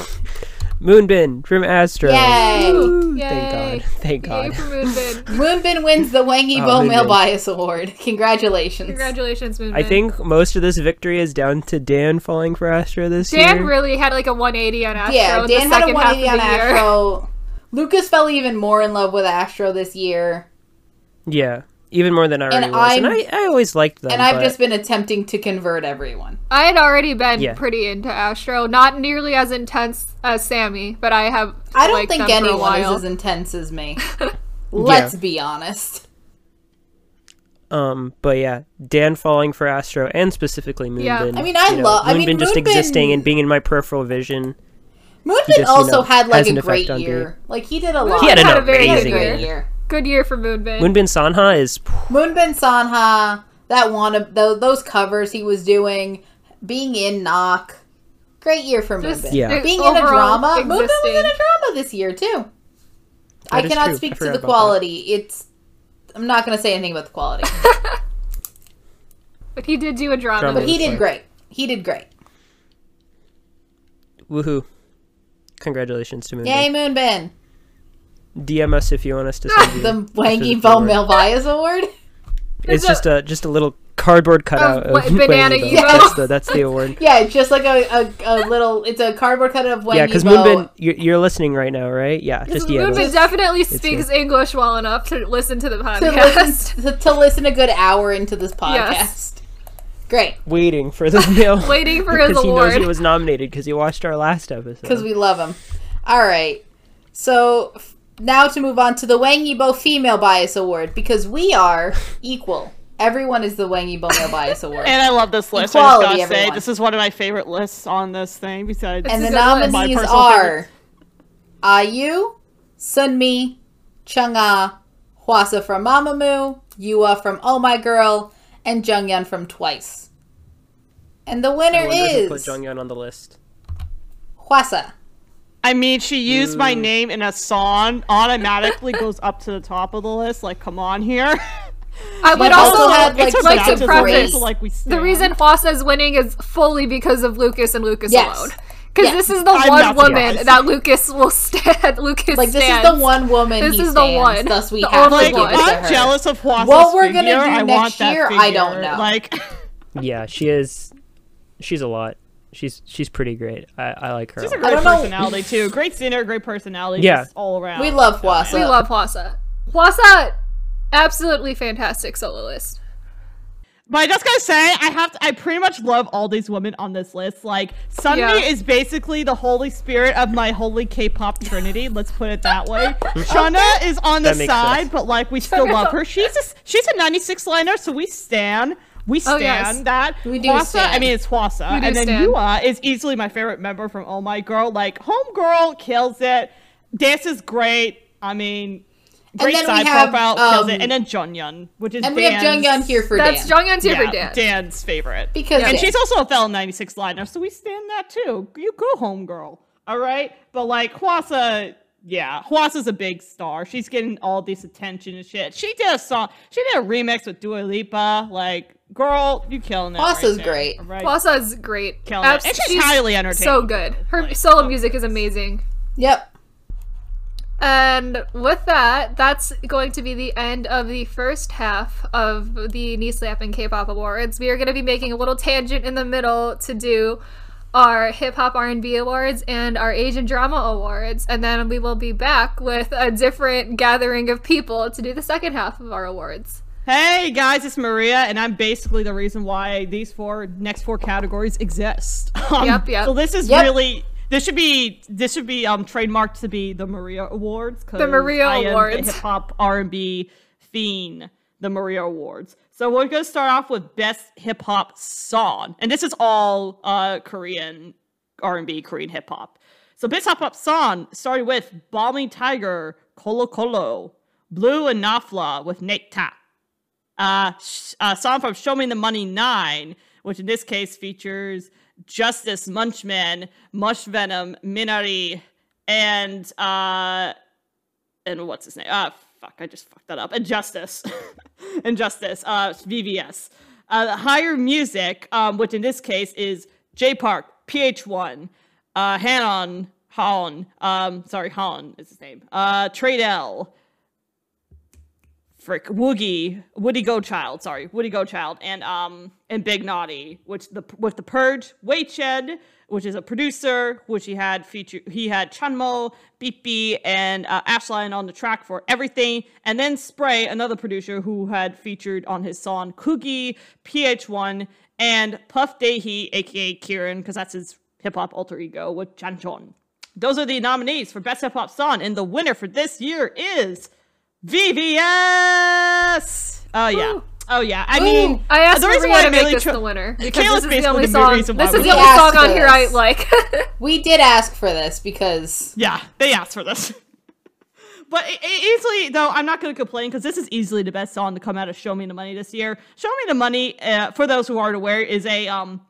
[SPEAKER 5] (laughs) Moonbin from Astro.
[SPEAKER 2] Yay!
[SPEAKER 5] Woo,
[SPEAKER 1] Yay.
[SPEAKER 5] Thank God. Thank
[SPEAKER 1] Yay
[SPEAKER 5] God.
[SPEAKER 1] for
[SPEAKER 2] (laughs)
[SPEAKER 1] Moonbin.
[SPEAKER 2] Moonbin wins the Wang Yibo
[SPEAKER 5] Moonbin.
[SPEAKER 2] Male Bias Award. Congratulations.
[SPEAKER 1] Congratulations, Moonbin.
[SPEAKER 5] I think most of this victory is down to Dan falling for Astro this year.
[SPEAKER 1] Dan really had like a 180 on Astro.
[SPEAKER 2] Yeah,
[SPEAKER 1] in
[SPEAKER 2] Dan
[SPEAKER 1] the
[SPEAKER 2] had a
[SPEAKER 1] second half of
[SPEAKER 2] 180
[SPEAKER 1] the
[SPEAKER 2] on
[SPEAKER 1] year.
[SPEAKER 2] Astro. Lucas fell even more in love with Astro this year,
[SPEAKER 5] Yeah, even more than I already
[SPEAKER 2] And
[SPEAKER 5] was. And
[SPEAKER 2] I'm-
[SPEAKER 5] I, I always liked them.
[SPEAKER 2] and I've
[SPEAKER 5] Um, but
[SPEAKER 2] just been attempting to convert everyone.
[SPEAKER 1] (laughs) I had already been
[SPEAKER 5] Yeah.
[SPEAKER 1] pretty into Astro, not nearly as intense as Sammy, but I have.
[SPEAKER 2] I don't
[SPEAKER 1] liked them
[SPEAKER 2] think
[SPEAKER 1] for a
[SPEAKER 2] anyone is
[SPEAKER 1] while.
[SPEAKER 2] as intense
[SPEAKER 1] (laughs)
[SPEAKER 2] as me. Let's
[SPEAKER 5] Yeah.
[SPEAKER 2] be honest.
[SPEAKER 5] um, but yeah, Dan falling for Astro and specifically Moonbin.
[SPEAKER 1] Yeah.
[SPEAKER 2] I mean, I
[SPEAKER 5] you know,
[SPEAKER 2] love- I mean,
[SPEAKER 5] Moonbin just
[SPEAKER 2] Moonbin-
[SPEAKER 5] existing and being in my peripheral vision.
[SPEAKER 2] Moonbin
[SPEAKER 5] just, you
[SPEAKER 2] also
[SPEAKER 5] know,
[SPEAKER 2] had like
[SPEAKER 5] has an
[SPEAKER 2] a
[SPEAKER 5] effect
[SPEAKER 2] great
[SPEAKER 5] on
[SPEAKER 2] year. Like he did a lot.
[SPEAKER 5] He had
[SPEAKER 1] He
[SPEAKER 5] an
[SPEAKER 1] had a very
[SPEAKER 2] He had a
[SPEAKER 5] amazing
[SPEAKER 1] good
[SPEAKER 2] great
[SPEAKER 5] year.
[SPEAKER 2] year.
[SPEAKER 1] Good year for Moonbin.
[SPEAKER 5] Moonbin Sanha is
[SPEAKER 2] Moonbin Sanha, that one of tho- those covers he was doing, being in Knock. Great year for
[SPEAKER 1] Just-
[SPEAKER 2] Moonbin.
[SPEAKER 5] Yeah.
[SPEAKER 2] Being in a
[SPEAKER 1] overall
[SPEAKER 2] drama. Moonbin was in
[SPEAKER 1] existing.
[SPEAKER 2] a drama this year too. I
[SPEAKER 5] is
[SPEAKER 2] cannot
[SPEAKER 5] true. I
[SPEAKER 2] speak to
[SPEAKER 5] forgot
[SPEAKER 2] the
[SPEAKER 5] about
[SPEAKER 2] quality. It's I'm not going to say anything about the
[SPEAKER 5] (laughs)
[SPEAKER 2] quality,
[SPEAKER 1] But he did do a drama.
[SPEAKER 5] Drama.
[SPEAKER 2] but he
[SPEAKER 5] It's
[SPEAKER 2] did
[SPEAKER 5] like-
[SPEAKER 2] great. He did great.
[SPEAKER 5] woohoo. Congratulations to Moonbin.
[SPEAKER 2] Yay, Moonbin!
[SPEAKER 5] DM us if you want us to send you
[SPEAKER 2] The
[SPEAKER 5] After the
[SPEAKER 2] wangy Bone
[SPEAKER 5] award.
[SPEAKER 2] Melvias Award.
[SPEAKER 5] It's
[SPEAKER 1] There's
[SPEAKER 5] just a just a little cardboard cutout of,
[SPEAKER 1] what- banana
[SPEAKER 5] Wayne Bell.
[SPEAKER 1] you know?
[SPEAKER 5] That's the that's the award.
[SPEAKER 2] Yeah, just like a, a, a little. It's a cardboard cutout of wangy
[SPEAKER 5] yeah, because
[SPEAKER 2] Bone.
[SPEAKER 5] Moonbin, you're, you're listening right now, right? Yeah, just yeah.
[SPEAKER 1] Moonbin
[SPEAKER 5] those-
[SPEAKER 1] definitely speaks English well enough to listen to the
[SPEAKER 2] to
[SPEAKER 1] podcast. (laughs)
[SPEAKER 2] listen to, to listen a good hour into this podcast.
[SPEAKER 1] Yes.
[SPEAKER 2] Great,
[SPEAKER 5] Waiting for the mail.
[SPEAKER 1] Waiting for his
[SPEAKER 5] Because he knows he
[SPEAKER 1] award.
[SPEAKER 5] was nominated because he watched our last episode.
[SPEAKER 2] because we love him. All right, so f- now to move on to the Wang Yibo Female Bias Award because we are equal. Everyone is the Wang Yibo Male
[SPEAKER 1] (laughs)
[SPEAKER 2] Bias Award,
[SPEAKER 4] And I love this list. I
[SPEAKER 2] Equality,
[SPEAKER 4] just gotta
[SPEAKER 2] everyone.
[SPEAKER 4] say, this is one of my favorite lists on this thing. Besides,
[SPEAKER 2] and
[SPEAKER 1] This
[SPEAKER 2] the
[SPEAKER 1] is a good list. My
[SPEAKER 2] nominees
[SPEAKER 4] personal
[SPEAKER 2] are IU, Sunmi, Chunga, Ah, Hwasa from Mamamoo, Yua from Oh My Girl, and Jungyun from Twice. And the winner
[SPEAKER 5] Who put
[SPEAKER 2] is
[SPEAKER 5] Jung Yun on the list.
[SPEAKER 2] Hwasa.
[SPEAKER 4] I mean, she used my name in a song.
[SPEAKER 2] (laughs)
[SPEAKER 4] Automatically goes up to the top of the list. Like, come on here.
[SPEAKER 1] I would
[SPEAKER 2] But
[SPEAKER 1] also,
[SPEAKER 2] also had,
[SPEAKER 1] like,
[SPEAKER 2] like,
[SPEAKER 1] to,
[SPEAKER 2] some
[SPEAKER 1] like to
[SPEAKER 2] baptism
[SPEAKER 1] preface
[SPEAKER 2] rates.
[SPEAKER 4] like we stand.
[SPEAKER 1] the reason Huasa's winning is fully because of Lucas and Lucas
[SPEAKER 2] Yes.
[SPEAKER 1] alone. Because
[SPEAKER 2] Yes.
[SPEAKER 1] this is the
[SPEAKER 4] I'm
[SPEAKER 1] one
[SPEAKER 4] not
[SPEAKER 1] woman
[SPEAKER 4] surprised.
[SPEAKER 1] that Lucas will (laughs) stand. Lucas
[SPEAKER 2] Like this
[SPEAKER 1] stands.
[SPEAKER 2] is the one woman.
[SPEAKER 1] This
[SPEAKER 2] he
[SPEAKER 1] is the
[SPEAKER 2] stands,
[SPEAKER 1] one.
[SPEAKER 2] Thus, we
[SPEAKER 1] The
[SPEAKER 2] have to
[SPEAKER 1] only
[SPEAKER 4] Like,
[SPEAKER 2] give
[SPEAKER 1] one.
[SPEAKER 2] it to
[SPEAKER 4] I'm
[SPEAKER 2] her.
[SPEAKER 4] jealous of Huasa's
[SPEAKER 2] What we're gonna
[SPEAKER 4] figure.
[SPEAKER 2] do
[SPEAKER 4] I
[SPEAKER 2] next
[SPEAKER 4] want that
[SPEAKER 2] year, I don't
[SPEAKER 4] figure.
[SPEAKER 2] know.
[SPEAKER 4] Like, (laughs)
[SPEAKER 5] Yeah, she is. She's a lot. She's she's pretty great. I, I like her.
[SPEAKER 4] she's
[SPEAKER 5] a
[SPEAKER 4] a
[SPEAKER 5] lot.
[SPEAKER 4] great
[SPEAKER 2] don't know.
[SPEAKER 4] personality too. Great singer, great personality.
[SPEAKER 5] Yeah.
[SPEAKER 4] just all around.
[SPEAKER 2] We love Wasa.
[SPEAKER 1] We love Huasa. Huasa, absolutely fantastic soloist.
[SPEAKER 4] But I just gotta say, I have to, I pretty much love all these women on this list. Like Sunmi
[SPEAKER 1] Yeah.
[SPEAKER 4] is basically the holy spirit of my holy K-pop trinity. Let's put it that
[SPEAKER 2] (laughs)
[SPEAKER 4] way. Shana is on the
[SPEAKER 5] That makes
[SPEAKER 4] side,
[SPEAKER 5] sense.
[SPEAKER 4] but like we still
[SPEAKER 1] Shana's
[SPEAKER 4] love
[SPEAKER 1] on-
[SPEAKER 4] her. She's a, she's a 96 liner, so we stand. We
[SPEAKER 1] Oh,
[SPEAKER 4] stand
[SPEAKER 1] yes.
[SPEAKER 4] that.
[SPEAKER 2] We do
[SPEAKER 4] Hwasa, I
[SPEAKER 2] stan.
[SPEAKER 4] mean, it's Hwasa,
[SPEAKER 1] We do
[SPEAKER 4] and then
[SPEAKER 1] stan.
[SPEAKER 4] Yua is easily my favorite member from Oh My Girl. Like Homegirl kills it. Dance is great. I mean, great
[SPEAKER 2] then we
[SPEAKER 4] side
[SPEAKER 2] have,
[SPEAKER 4] profile kills
[SPEAKER 2] um,
[SPEAKER 4] it, and then Junhyun, which is
[SPEAKER 2] and we have
[SPEAKER 4] Dan's-
[SPEAKER 2] Jungyun here for
[SPEAKER 1] That's
[SPEAKER 2] Dan.
[SPEAKER 1] Jongyun's here for
[SPEAKER 4] yeah,
[SPEAKER 1] Dan.
[SPEAKER 4] Dan's favorite.
[SPEAKER 2] because
[SPEAKER 1] Yeah.
[SPEAKER 2] Dan.
[SPEAKER 4] and she's also a fellow 96 liner, so we stand that too. You go home, girl. All right? But like Huasa, yeah, Huasa's a big star. She's getting all this attention and shit. She did a song, she did a remix with Dua Lipa. Like, girl, you killing it.
[SPEAKER 2] Hwasa's
[SPEAKER 4] right there,
[SPEAKER 2] great.
[SPEAKER 4] all Right?
[SPEAKER 1] Huasa is great.
[SPEAKER 4] Killing it.
[SPEAKER 1] Abs-
[SPEAKER 4] And she's highly entertaining,
[SPEAKER 1] So good. Her
[SPEAKER 4] like, oh,
[SPEAKER 1] solo
[SPEAKER 4] so
[SPEAKER 1] music is amazing.
[SPEAKER 2] yep.
[SPEAKER 1] And with that, that's going to be the end of the first half of the Knee Slap and K-pop Awards. We are going to be making a little tangent in the middle to do our Hip Hop R&B Awards and our Asian Drama Awards, and then we will be back with a different gathering of people to do the second half of our awards.
[SPEAKER 4] Hey guys, it's Maria, and I'm basically the reason why these four next four categories exist. (laughs) Um,
[SPEAKER 1] Yep, yep.
[SPEAKER 4] So this is
[SPEAKER 2] Yep.
[SPEAKER 4] really this should be this should be um trademarked to be the Maria Awards. 'cause
[SPEAKER 1] The Maria
[SPEAKER 4] I am
[SPEAKER 1] Awards.
[SPEAKER 4] hip hop R and B fiend. The Maria Awards. So we're gonna start off with best hip hop song, and this is all uh Korean R and B, Korean hip hop. So best hip hop song started with Bombing Tiger, Kolo Kolo, Blue and Nafla with Nate Ta uh, sh- a song from Show Me the Money Nine, which in this case features Justice Munchman, Mush Venom, Minari, and uh, and what's his name? Ah, fuck, I just fucked that up. Injustice, (laughs) Injustice, uh, VVS. Uh, the higher music, um, which in this case is J Park, PH1, uh, Hanon, Haon, um, sorry, Haon is his name, uh, Tradel, frick Woogie, Woody Go Child, sorry, Woody Go Child, and um and Big Naughty, which the with the Purge, Wei Ched, which is a producer, which he had feature he had Chunmo, BP, and uh, Ashline on the track for everything, and then Spray, another producer who had featured on his song Coogie, PH1, and Puff Dahi, aka Kieran, because that's his hip hop alter ego with Chanchon. Those are the nominees for Best Hip Hop Song, and the winner for this year is VVS. Oh yeah. Oh yeah, I mean,
[SPEAKER 1] I asked
[SPEAKER 4] the reason
[SPEAKER 1] Maria
[SPEAKER 4] why
[SPEAKER 1] to
[SPEAKER 4] I
[SPEAKER 1] make
[SPEAKER 4] really
[SPEAKER 1] this
[SPEAKER 4] cho-
[SPEAKER 1] the winner
[SPEAKER 4] Kayla's
[SPEAKER 1] because this is
[SPEAKER 4] basically
[SPEAKER 1] the only
[SPEAKER 4] the
[SPEAKER 1] song. This
[SPEAKER 4] reason why
[SPEAKER 1] is the
[SPEAKER 4] we
[SPEAKER 1] only
[SPEAKER 2] asked
[SPEAKER 1] song on here I
[SPEAKER 2] this.
[SPEAKER 1] like. (laughs)
[SPEAKER 2] We did ask for this because
[SPEAKER 4] yeah, they asked for this. (laughs) but it, it easily, though, I'm not going to complain because this is easily the best song to come out of Show Me the Money this year. Show Me the Money, uh, for those who aren't aware, is a um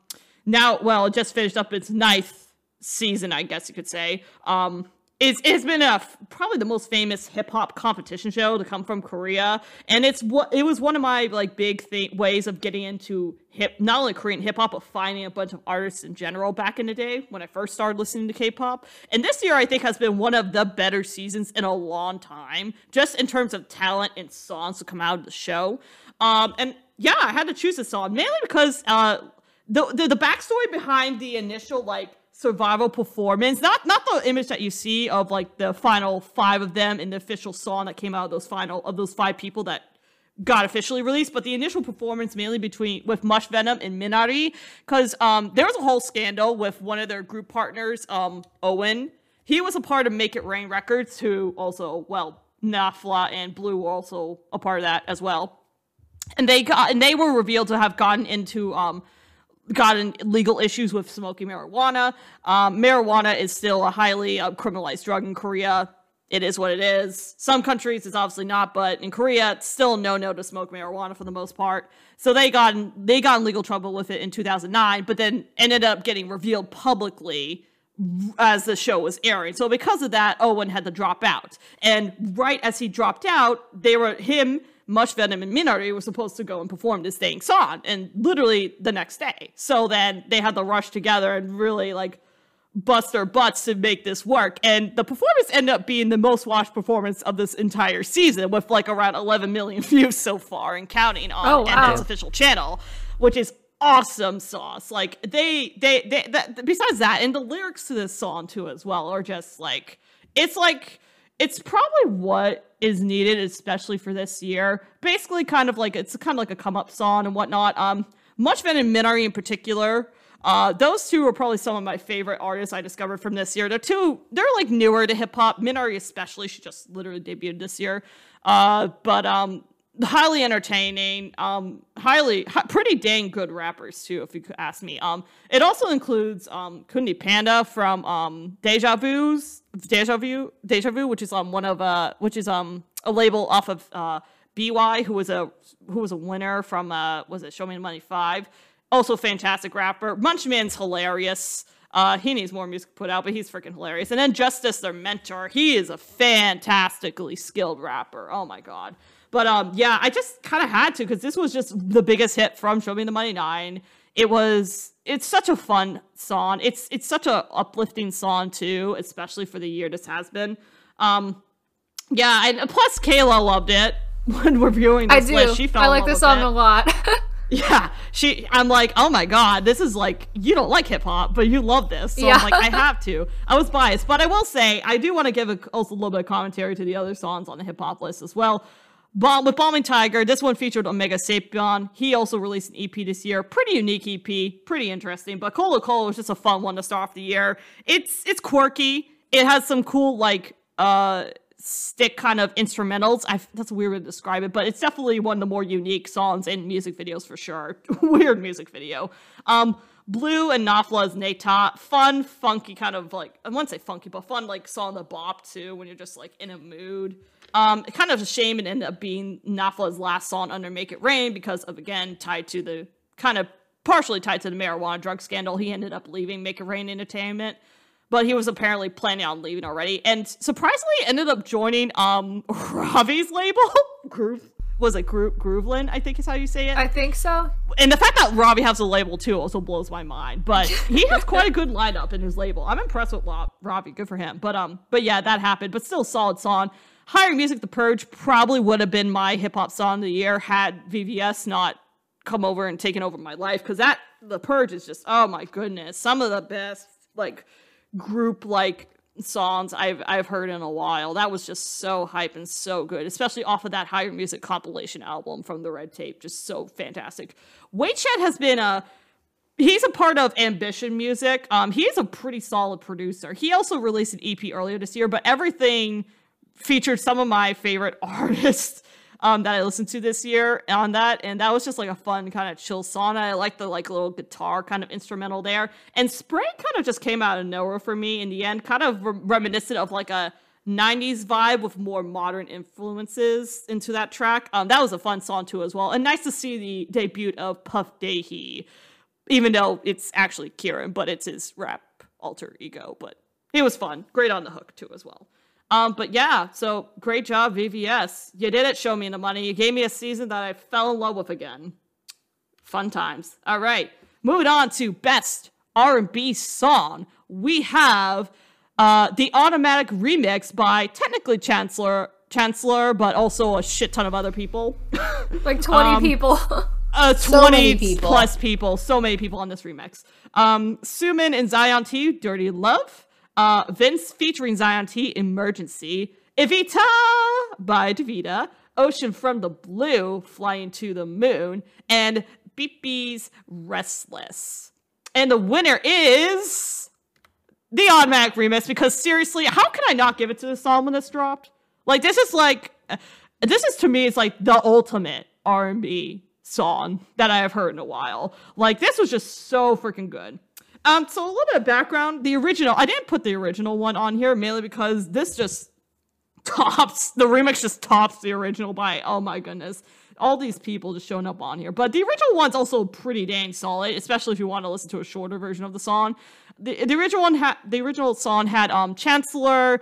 [SPEAKER 4] now well it just finished up its ninth season, I guess you could say. Um, it's, it's been a f- probably the most famous hip hop competition show to come from Korea, and it's what it was one of my like big th- ways of getting into hip not only Korean hip hop but finding a bunch of artists in general back in the day when I first started listening to K-pop. And this year I think has been one of the better seasons in a long time, just in terms of talent and songs to come out of the show. Um, and yeah, I had to choose a song mainly because uh, the, the the backstory behind the initial like survival performance not not the image that you see of like the final five of them in the official song that came out of those final of those five people that got officially released but the initial performance mainly between with mush venom and minari because um there was a whole scandal with one of their group partners um owen he was a part of make it rain records who also well nafla and blue were also a part of that as well and they got and they were revealed to have gotten into um gotten legal issues with smoking marijuana. Um, marijuana is still a highly uh, criminalized drug in Korea. It is what it is. Some countries it's obviously not, but in Korea it's still no no to smoke marijuana for the most part. So they got in, they got in legal trouble with it in 2009, but then ended up getting revealed publicly as the show was airing. So because of that, Owen had to drop out. And right as he dropped out, they were him, Mush Venom, and Minari were supposed to go and perform this dang song, and literally the next day. So then they had to rush together and really like bust their butts to make this work. And the performance ended up being the most watched performance of this entire season, with like around 11 million (laughs) views so far and counting on
[SPEAKER 1] Oh, wow.
[SPEAKER 4] M's official channel, which is awesome sauce. Like they, they, they. That, besides that, and the lyrics to this song too, as well, are just like it's like it's probably what is needed, especially for this year. Basically, kind of like it's kind of like a come up song and whatnot. Um, Mushman and Minari in particular. Uh, those two were probably some of my favorite artists I discovered from this year. They're two, they're like newer to hip hop. Minari especially, she just literally debuted this year. Uh, but um, highly entertaining, um, highly hi- pretty dang good rappers too, if you could ask me. Um, it also includes um, Kundi Panda from um, Deja Vu's Deja Vu Deja Vu, which is on one of uh, which is um a label off of uh, By, who was a who was a winner from uh, was it Show Me the Money Five. Also fantastic rapper. Munchman's hilarious. Uh, he needs more music put out, but he's freaking hilarious. And then Justice, their mentor, he is a fantastically skilled rapper. Oh my god. But um, yeah, I just kind of had to because this was just the biggest hit from Show Me the Money Nine. It was. It's such a fun song. It's it's such a uplifting song too, especially for the year this has been. Um, yeah, and plus Kayla loved it (laughs) when reviewing
[SPEAKER 1] I
[SPEAKER 4] this
[SPEAKER 1] do.
[SPEAKER 4] list. She fell
[SPEAKER 1] I
[SPEAKER 4] in
[SPEAKER 1] like
[SPEAKER 4] love
[SPEAKER 1] this
[SPEAKER 4] with
[SPEAKER 1] song
[SPEAKER 4] it.
[SPEAKER 1] a lot. (laughs)
[SPEAKER 4] Yeah, she. I'm like, oh my god, this is like you don't like hip hop, but you love this. So
[SPEAKER 1] Yeah.
[SPEAKER 4] I'm like, I have to. I was biased, but I will say I do want to give a, also a little bit of commentary to the other songs on the hip hop list as well. Bomb with Bombing Tiger, this one featured Omega Sapien. He also released an EP this year. Pretty unique EP, pretty interesting. But Cola Cola was just a fun one to start off the year. It's it's quirky. It has some cool like uh stick kind of instrumentals. I that's a weird way to describe it, but it's definitely one of the more unique songs in music videos for sure. (laughs) weird music video. Um, Blue and Nafla's Nata, fun, funky kind of like I wouldn't say funky, but fun like song to bop to when you're just like in a mood. Um, kind of a shame it ended up being Nafla's last song under Make It Rain because of again tied to the kind of partially tied to the marijuana drug scandal. He ended up leaving Make It Rain Entertainment but he was apparently planning on leaving already and surprisingly ended up joining um (laughs) Ravi's label (laughs) Groove was it Groove Grooveland I think is how you say it
[SPEAKER 1] I think so.
[SPEAKER 4] and the fact that Robbie has a label too also blows my mind. But he has quite a good lineup in his label. I'm impressed with Lo- Robbie. Good for him. But um, but yeah, that happened. But still, solid song. Higher Music, The Purge probably would have been my hip hop song of the year had VVS not come over and taken over my life because that The Purge is just oh my goodness, some of the best like group like songs I've I've heard in a while. That was just so hype and so good, especially off of that higher music compilation album from the Red Tape. Just so fantastic. Wade Shed has been a he's a part of Ambition Music. Um, he is a pretty solid producer. He also E released an EP earlier this year, but everything featured some of my favorite (laughs) artists. um, that I listened to this year on that, and that was just like a fun kind of chill song. I like the like little guitar kind of instrumental there, and Spring kind of just came out of nowhere for me in the end, kind of re- reminiscent of like a 90s vibe with more modern influences into that track. Um, that was a fun song too as well, and nice to see the debut of Puff Dahy, even though it's actually Kieran, but it's his rap alter ego. But it was fun, great on the hook too as well. Um, but yeah, so great job, VVS. You did it, show me the money. You gave me a season that I fell in love with again. Fun times. All right, moving on to best R&B song. We have uh, the automatic remix by technically Chancellor, Chancellor, but also a shit ton of other people.
[SPEAKER 1] Like 20
[SPEAKER 4] Um,
[SPEAKER 1] people. (laughs)
[SPEAKER 4] uh,
[SPEAKER 2] So
[SPEAKER 4] 20
[SPEAKER 2] many people.
[SPEAKER 4] plus people. So many people on this remix. Um, Suman and Zion T, Dirty Love. Uh, Vince featuring Zion T, Emergency. Evita by Davida. Ocean from the Blue, Flying to the Moon. And Beepy's Restless. And the winner is the automatic remix because seriously, how can I not give it to this song when it's dropped? Like this is like uh, this is to me it's like the ultimate R and B song that I have heard in a while. Like this was just so freaking good. Um, so a little bit of background. The original I didn't put the original one on here mainly because this just tops the remix just tops the original by oh my goodness all these people just showing up on here but the original one's also pretty dang solid especially if you want to listen to a shorter version of the song the, the original one had the original song had um chancellor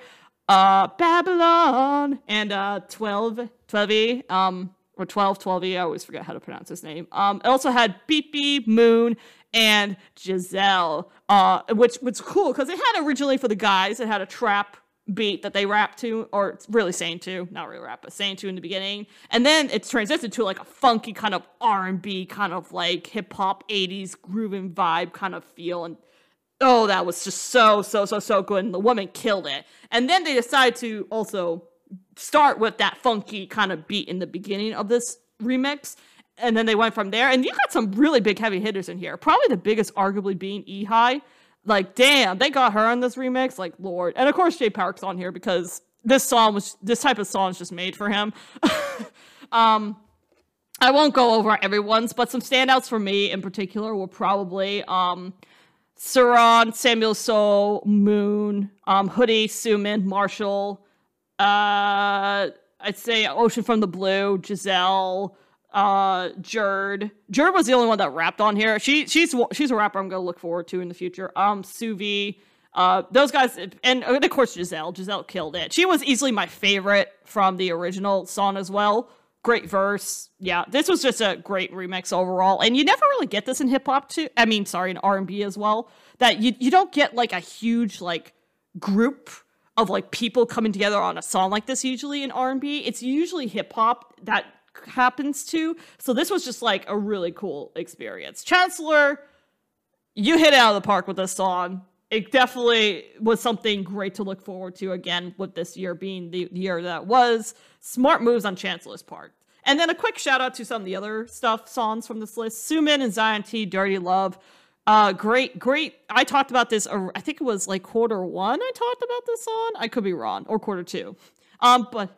[SPEAKER 4] uh babylon and uh 12 12 um or 12 12 i always forget how to pronounce his name um it also had beep beep moon and giselle uh which was cool because it had originally for the guys it had a trap beat that they rap to, or it's really sang to, not really rap, but sang to in the beginning, and then it's transitioned to like a funky kind of R and B, kind of like hip hop '80s grooving vibe kind of feel, and oh, that was just so so so so good, and the woman killed it. And then they decided to also start with that funky kind of beat in the beginning of this remix. And then they went from there, and you got some really big heavy hitters in here. Probably the biggest, arguably, being E High like damn they got her on this remix like lord and of course jay park's on here because this song was this type of song is just made for him (laughs) um i won't go over everyone's but some standouts for me in particular were probably um Saran, Samuel Soul, Moon, um, Hoodie, Suman, Marshall, uh, I'd say Ocean from the Blue, Giselle, uh, Jerd. Jerd was the only one that rapped on here. She she's she's a rapper I'm gonna look forward to in the future. Um, Suvi, uh, those guys, and, and of course Giselle. Giselle killed it. She was easily my favorite from the original song as well. Great verse, yeah. This was just a great remix overall, and you never really get this in hip hop too. I mean, sorry, in R and B as well. That you you don't get like a huge like group of like people coming together on a song like this usually in R&B. It's usually hip hop that happens too. So this was just like a really cool experience. Chancellor, you hit it out of the park with this song. It definitely was something great to look forward to again with this year being the year that was. Smart moves on Chancellor's part. And then a quick shout out to some of the other stuff songs from this list. Suman and Zion T, Dirty Love. Uh, great, great. I talked about this. ar- I think it was like quarter one. I talked about this on. I could be wrong, or quarter two. Um, but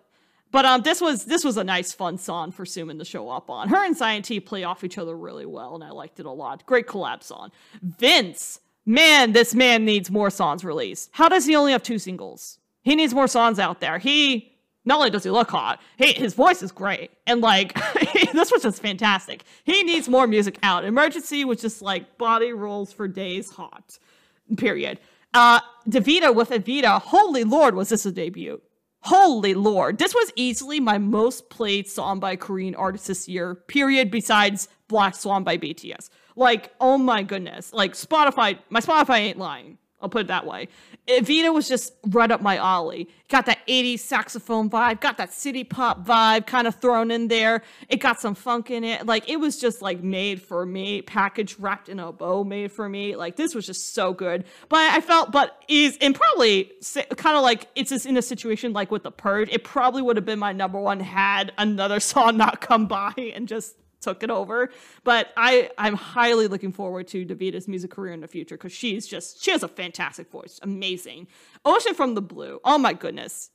[SPEAKER 4] but um, this was this was a nice, fun song for Suman to show up on. Her and Scientee play off each other really well, and I liked it a lot. Great collab song. Vince, man, this man needs more songs released. How does he only have two singles? He needs more songs out there. He not only does he look hot, he, his voice is great, and like (laughs) this was just fantastic. He needs more music out. Emergency was just like body rolls for days hot. Period. Uh, Davida with Evita. Holy Lord, was this a debut? Holy Lord. This was easily my most played song by Korean artists this year, period, besides Black Swan by BTS. Like, oh my goodness. Like, Spotify, my Spotify ain't lying. I'll put it that way. Evita was just right up my alley. Got that 80s saxophone vibe, got that city pop vibe kind of thrown in there. It got some funk in it. Like, it was just like made for me, packaged, wrapped in a bow, made for me. Like, this was just so good. But I felt, but is, and probably kind of like it's just in a situation like with The Purge, it probably would have been my number one had another (laughs) song not come by and just took it over. But I I'm highly looking forward to Davita's music career in the future because she's just she has a fantastic voice, amazing. Ocean from the Blue, oh my goodness.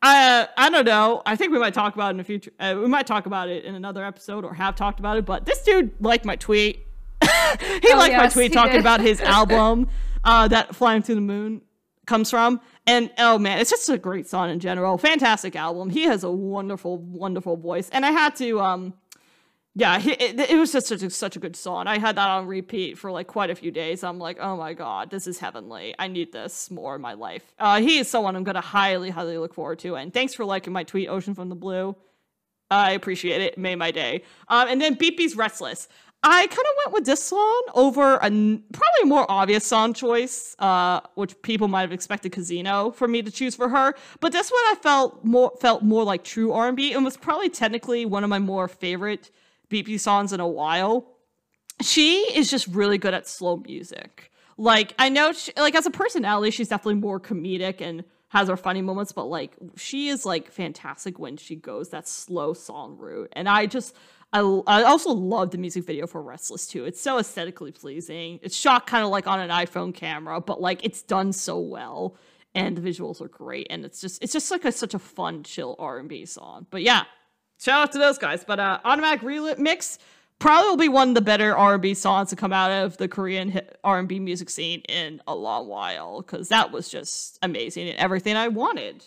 [SPEAKER 4] I I don't know. I think we might talk about it in the future. Uh, we might talk about it in another episode or have talked about it. But this dude liked my tweet. (laughs) he liked my
[SPEAKER 1] Oh, yes,
[SPEAKER 4] tweet
[SPEAKER 1] he
[SPEAKER 4] talking
[SPEAKER 1] did. (laughs)
[SPEAKER 4] about his album uh, that "Flying to the Moon" comes from. And oh man, it's just a great song in general. Fantastic album. He has a wonderful, wonderful voice. And I had to um, yeah, he, it, it was just such a, such a good song. I had that on repeat for like quite a few days. I'm like, oh my god, this is heavenly. I need this more in my life. Uh, he is someone I'm gonna highly, highly look forward to. And thanks for liking my tweet, Ocean from the Blue. I appreciate it. It Made my day. Um, and then Beepy's Restless. I kind of went with this song over a n- probably a more obvious song choice, uh, which people might have expected Casino for me to choose for her. But this one I felt more felt more like true R and B, and was probably technically one of my more favorite Beepy songs in a while she is just really good at slow music. Like I know, she, like as a personality, she's definitely more comedic and has her funny moments, but like she is like fantastic when she goes that slow song route. And I just, I, I also love the music video for Restless too. It's so aesthetically pleasing. It's shot kind of like on an iPhone camera, but like it's done so well, and the visuals are great. And it's just, it's just like a, such a fun, chill R and B song. But yeah, shout out to those guys. But uh, automatic remix probably will be one of the better R and B songs to come out of the Korean R and B music scene in a long while because that was just amazing and everything I wanted.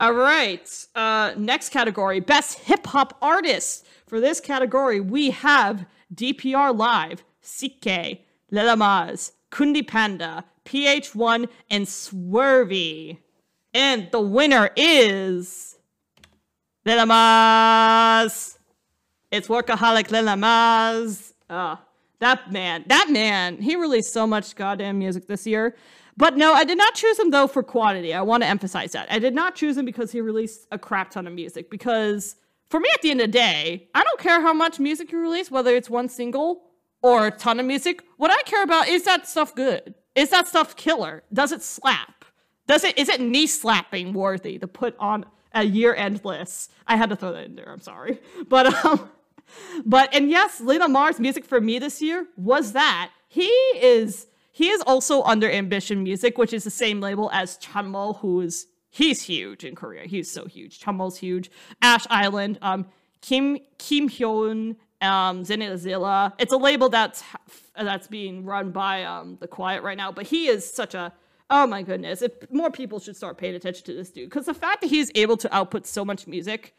[SPEAKER 4] All right, uh, next category: best hip hop artist. For this category, we have DPR Live, CK, Lelamaz, Kundi Panda, PH1, and Swervy. And the winner is Lelamaz. It's workaholic Lilamaz. Ah, that man, that man, he released so much goddamn music this year. But no, I did not choose him though for quantity. I want to emphasize that. I did not choose him because he released a crap ton of music. Because for me, at the end of the day, I don't care how much music you release, whether it's one single or a ton of music. What I care about is that stuff good? Is that stuff killer? Does it slap? Does it is it knee slapping worthy to put on a year end list? I had to throw that in there. I'm sorry, but um, but and yes, Lena Mars music for me this year was that he is he is also under Ambition Music, which is the same label as Chunmo, who is he's huge in Korea. He's so huge. Chunmo's huge. Ash Island, um, Kim Kim Hyun, um, Zenita Zilla. It's a label that's that's being run by um the Quiet right now, but he is such a Oh my goodness! If more people should start paying attention to this dude, because the fact that he's able to output so much music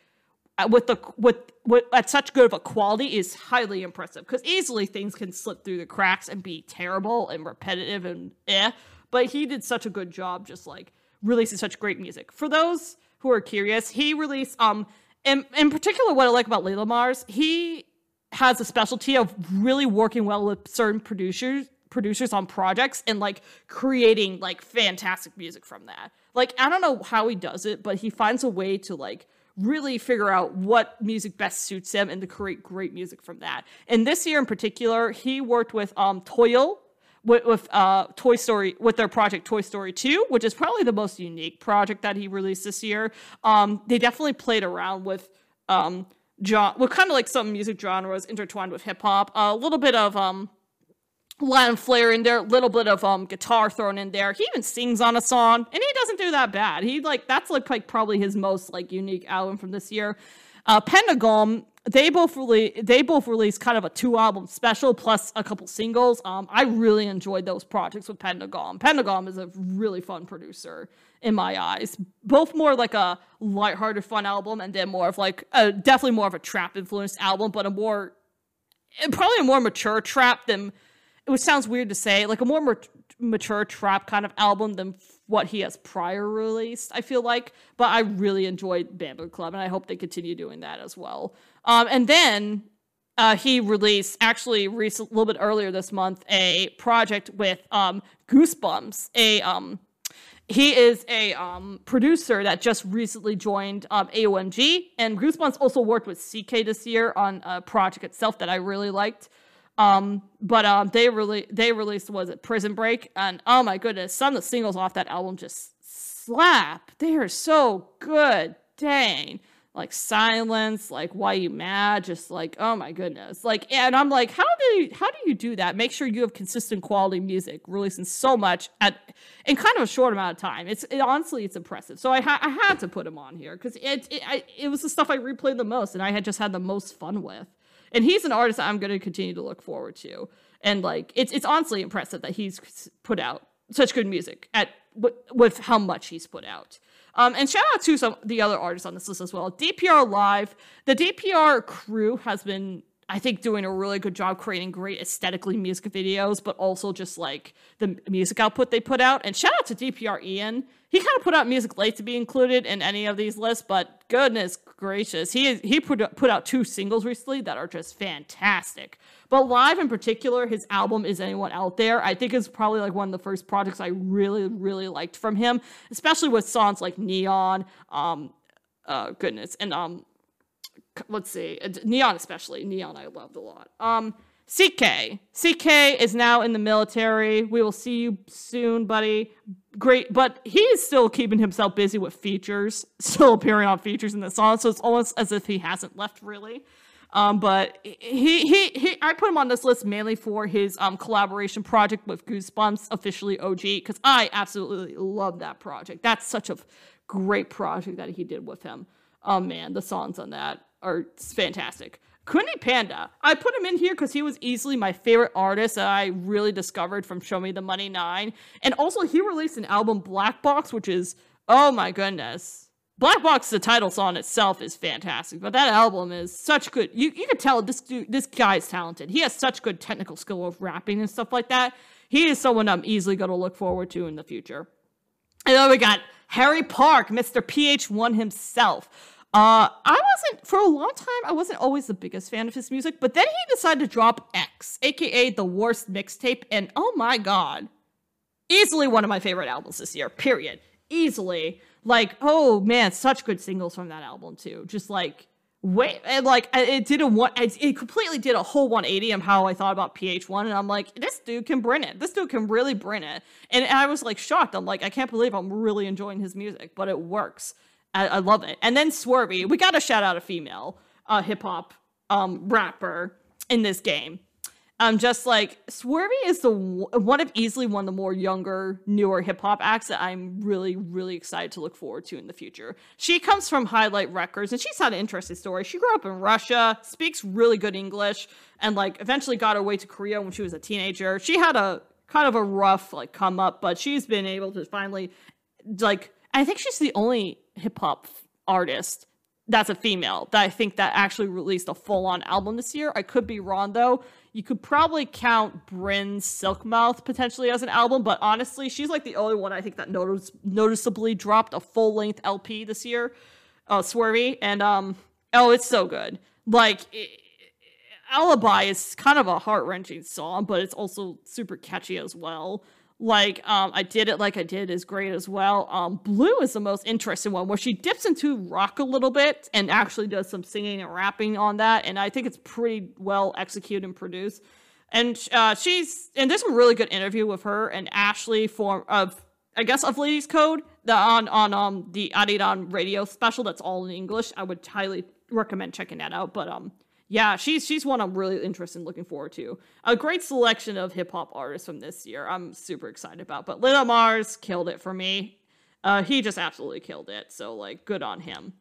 [SPEAKER 4] uh, with the with, with at such good of a quality is highly impressive because easily things can slip through the cracks and be terrible and repetitive and eh. But he did such a good job, just like releasing such great music. For those who are curious, he released um in in particular what I like about Layla Mars, he has a specialty of really working well with certain producers producers on projects and like creating like fantastic music from that. Like I don't know how he does it, but he finds a way to like really figure out what music best suits him and to create great music from that. And this year in particular, he worked with um Toyo with, with uh Toy Story with their project Toy Story 2, which is probably the most unique project that he released this year. Um they definitely played around with um John, well, kind of like some music genres intertwined with hip hop, a little bit of um, Latin flair in there, a little bit of um guitar thrown in there. He even sings on a song, and he doesn't do that bad. He like that's like, like probably his most like unique album from this year. Uh, Pentagon, they both really they both released kind of a two album special plus a couple singles. Um, I really enjoyed those projects with Pentagon. Pentagon is a really fun producer in my eyes. Both more like a lighthearted fun album, and then more of like a, definitely more of a trap influenced album, but a more and probably a more mature trap than which sounds weird to say like a more mat- mature trap kind of album than f- what he has prior released i feel like but i really enjoyed bamboo club and i hope they continue doing that as well um, and then uh, he released actually rec- a little bit earlier this month a project with um, goosebumps a um, he is a um, producer that just recently joined um, AOMG, and Goosebumps also worked with CK this year on a project itself that I really liked. Um, but um, they really they released was it Prison Break, and oh my goodness, some of the singles off that album just slap. They are so good, dang. like silence, like why you mad, just like oh my goodness, like and I'm like how do you, how do you do that? Make sure you have consistent quality music releasing so much at in kind of a short amount of time. It's it, honestly it's impressive. So I ha- I had to put him on here because it it, I, it was the stuff I replayed the most and I had just had the most fun with. And he's an artist I'm going to continue to look forward to. And like it's it's honestly impressive that he's put out such good music at with, with how much he's put out. Um, and shout out to some the other artists on this list as well. DPR Live, the DPR crew has been, I think, doing a really good job creating great aesthetically music videos, but also just like the music output they put out. And shout out to DPR Ian. He kind of put out music late to be included in any of these lists, but goodness gracious, he is, he put put out two singles recently that are just fantastic. But live in particular, his album "Is Anyone Out There" I think is probably like one of the first projects I really really liked from him, especially with songs like "Neon," um, uh, goodness, and um, c- let's see, uh, "Neon" especially. "Neon" I loved a lot. Um, CK. CK is now in the military. We will see you soon, buddy. Great, but he is still keeping himself busy with features, (laughs) still appearing on features in the song, so it's almost as if he hasn't left really. Um, but he, he he I put him on this list mainly for his um collaboration project with Goosebumps, officially OG, because I absolutely love that project. That's such a great project that he did with him. Oh man, the songs on that are fantastic. Kunni Panda. I put him in here because he was easily my favorite artist that I really discovered from Show Me the Money Nine. And also, he released an album, Black Box, which is, oh my goodness. Black Box, the title song itself, is fantastic, but that album is such good. You, you could tell this dude, this guy's talented. He has such good technical skill of rapping and stuff like that. He is someone I'm easily going to look forward to in the future. And then we got Harry Park, Mr. PH1 himself. Uh, I wasn't for a long time. I wasn't always the biggest fan of his music, but then he decided to drop X, aka the worst mixtape, and oh my god, easily one of my favorite albums this year. Period. Easily, like oh man, such good singles from that album too. Just like wait, and like I- it did a one, I- it completely did a whole 180 on how I thought about PH1, and I'm like, this dude can bring it. This dude can really bring it, and I was like shocked. I'm like, I can't believe I'm really enjoying his music, but it works. I, I love it. And then Swervy, we got to shout out a female uh, hip hop um, rapper in this game. Um, just like Swervy is the w- one of easily one of the more younger, newer hip hop acts that I'm really, really excited to look forward to in the future. She comes from Highlight Records, and she's had an interesting story. She grew up in Russia, speaks really good English, and like eventually got her way to Korea when she was a teenager. She had a kind of a rough like come up, but she's been able to finally like I think she's the only hip hop artist that's a female that I think that actually released a full on album this year. I could be wrong though. You could probably count Bryn's Silkmouth potentially as an album, but honestly, she's like the only one I think that notice- noticeably dropped a full length LP this year. Uh, Swervy and um oh, it's so good. Like it- Alibi is kind of a heart wrenching song, but it's also super catchy as well like um, I did it like I did is great as well. Um, Blue is the most interesting one where she dips into rock a little bit and actually does some singing and rapping on that, and I think it's pretty well executed and produced. And uh, she's and there's a really good interview with her and Ashley form of I guess of Ladies Code the on on um the Adidon radio special that's all in English. I would highly recommend checking that out. But um yeah, she's she's one I'm really interested in looking forward to. A great selection of hip hop artists from this year. I'm super excited about. But Little Mars killed it for me. Uh, he just absolutely killed it. So like, good on him.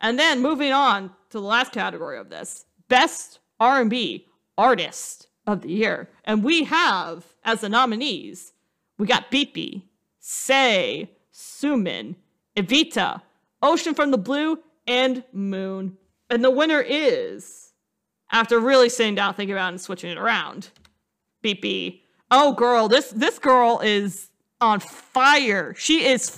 [SPEAKER 4] And then moving on to the last category of this, best R&B artist of the year, and we have as the nominees, we got Beepy, Say, Sumin, Evita, Ocean from the Blue, and Moon. And the winner is after really sitting down, thinking about it, and switching it around. Beep beep. Oh girl, this this girl is on fire. She is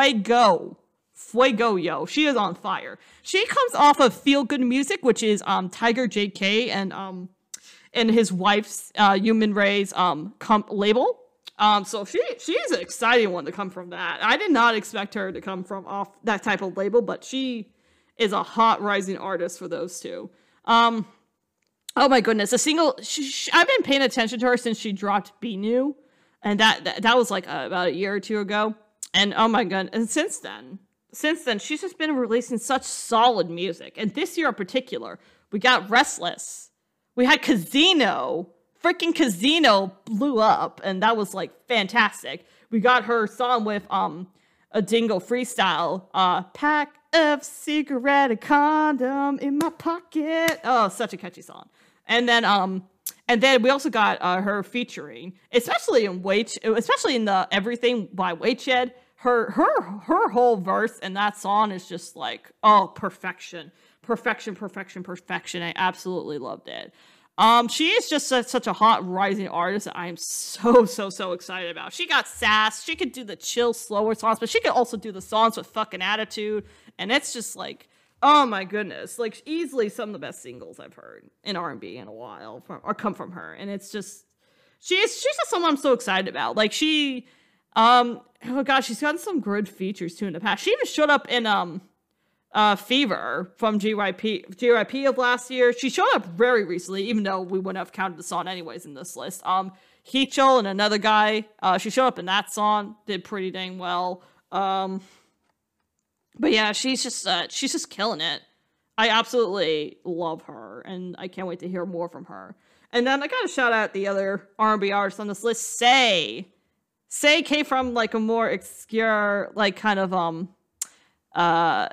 [SPEAKER 4] fuego. Fuego yo. She is on fire. She comes off of Feel Good Music, which is um Tiger JK and um and his wife's uh, Human Rays um comp label. Um, so she she is an exciting one to come from that. I did not expect her to come from off that type of label, but she is a hot rising artist for those two. Um, Oh my goodness, a single. She, she, I've been paying attention to her since she dropped "Be New," and that that, that was like uh, about a year or two ago. And oh my god, and since then, since then, she's just been releasing such solid music. And this year in particular, we got Restless. We had Casino. Freaking Casino blew up, and that was like fantastic. We got her song with um a dingo freestyle, uh pack of cigarette, a condom in my pocket. Oh, such a catchy song. And then um and then we also got uh, her featuring, especially in Wait, especially in the Everything by Waited. Her her her whole verse in that song is just like oh perfection, perfection, perfection, perfection. I absolutely loved it. Um, she is just su- such a hot rising artist that I am so so so excited about. She got sass. She could do the chill, slower songs, but she could also do the songs with fucking attitude. And it's just like Oh my goodness! Like easily some of the best singles I've heard in R and B in a while from, or come from her, and it's just she's she's just someone I'm so excited about. Like she, um, oh gosh, she's gotten some good features too in the past. She even showed up in um, uh, Fever from GYP GYP of last year. She showed up very recently, even though we wouldn't have counted the song anyways in this list. Um, Heechul and another guy, uh, she showed up in that song, did pretty dang well. Um but yeah, she's just uh, she's just killing it. I absolutely love her, and I can't wait to hear more from her. And then I gotta shout out the other R&B artists on this list. Say, Say came from like a more obscure, like kind of um, uh,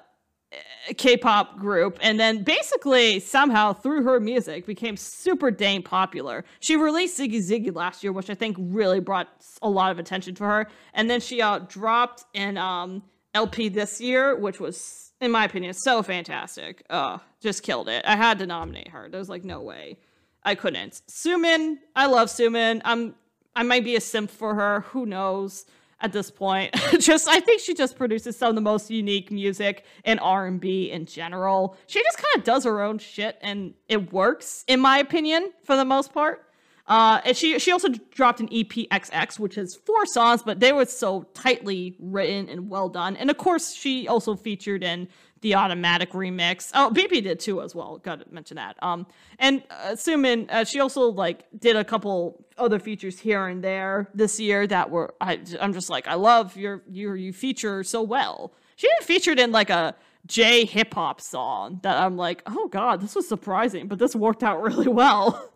[SPEAKER 4] K-pop group, and then basically somehow through her music became super dang popular. She released Ziggy Ziggy last year, which I think really brought s- a lot of attention to her, and then she uh, dropped an um, LP this year, which was, in my opinion, so fantastic. Uh, just killed it. I had to nominate her. There's like no way I couldn't. Sumin, I love Sumin. I'm I might be a simp for her. Who knows at this point? (laughs) just I think she just produces some of the most unique music in R and B in general. She just kind of does her own shit, and it works in my opinion for the most part. Uh, and she she also dropped an E EPXX, which is four songs, but they were so tightly written and well done. And of course, she also featured in the automatic remix. Oh, BP did too as well. Got to mention that. Um, and uh, Sumin, uh, she also like did a couple other features here and there this year that were I, I'm just like I love your your you feature so well. She even featured in like a J hip hop song that I'm like, oh god, this was surprising, but this worked out (laughs) really well.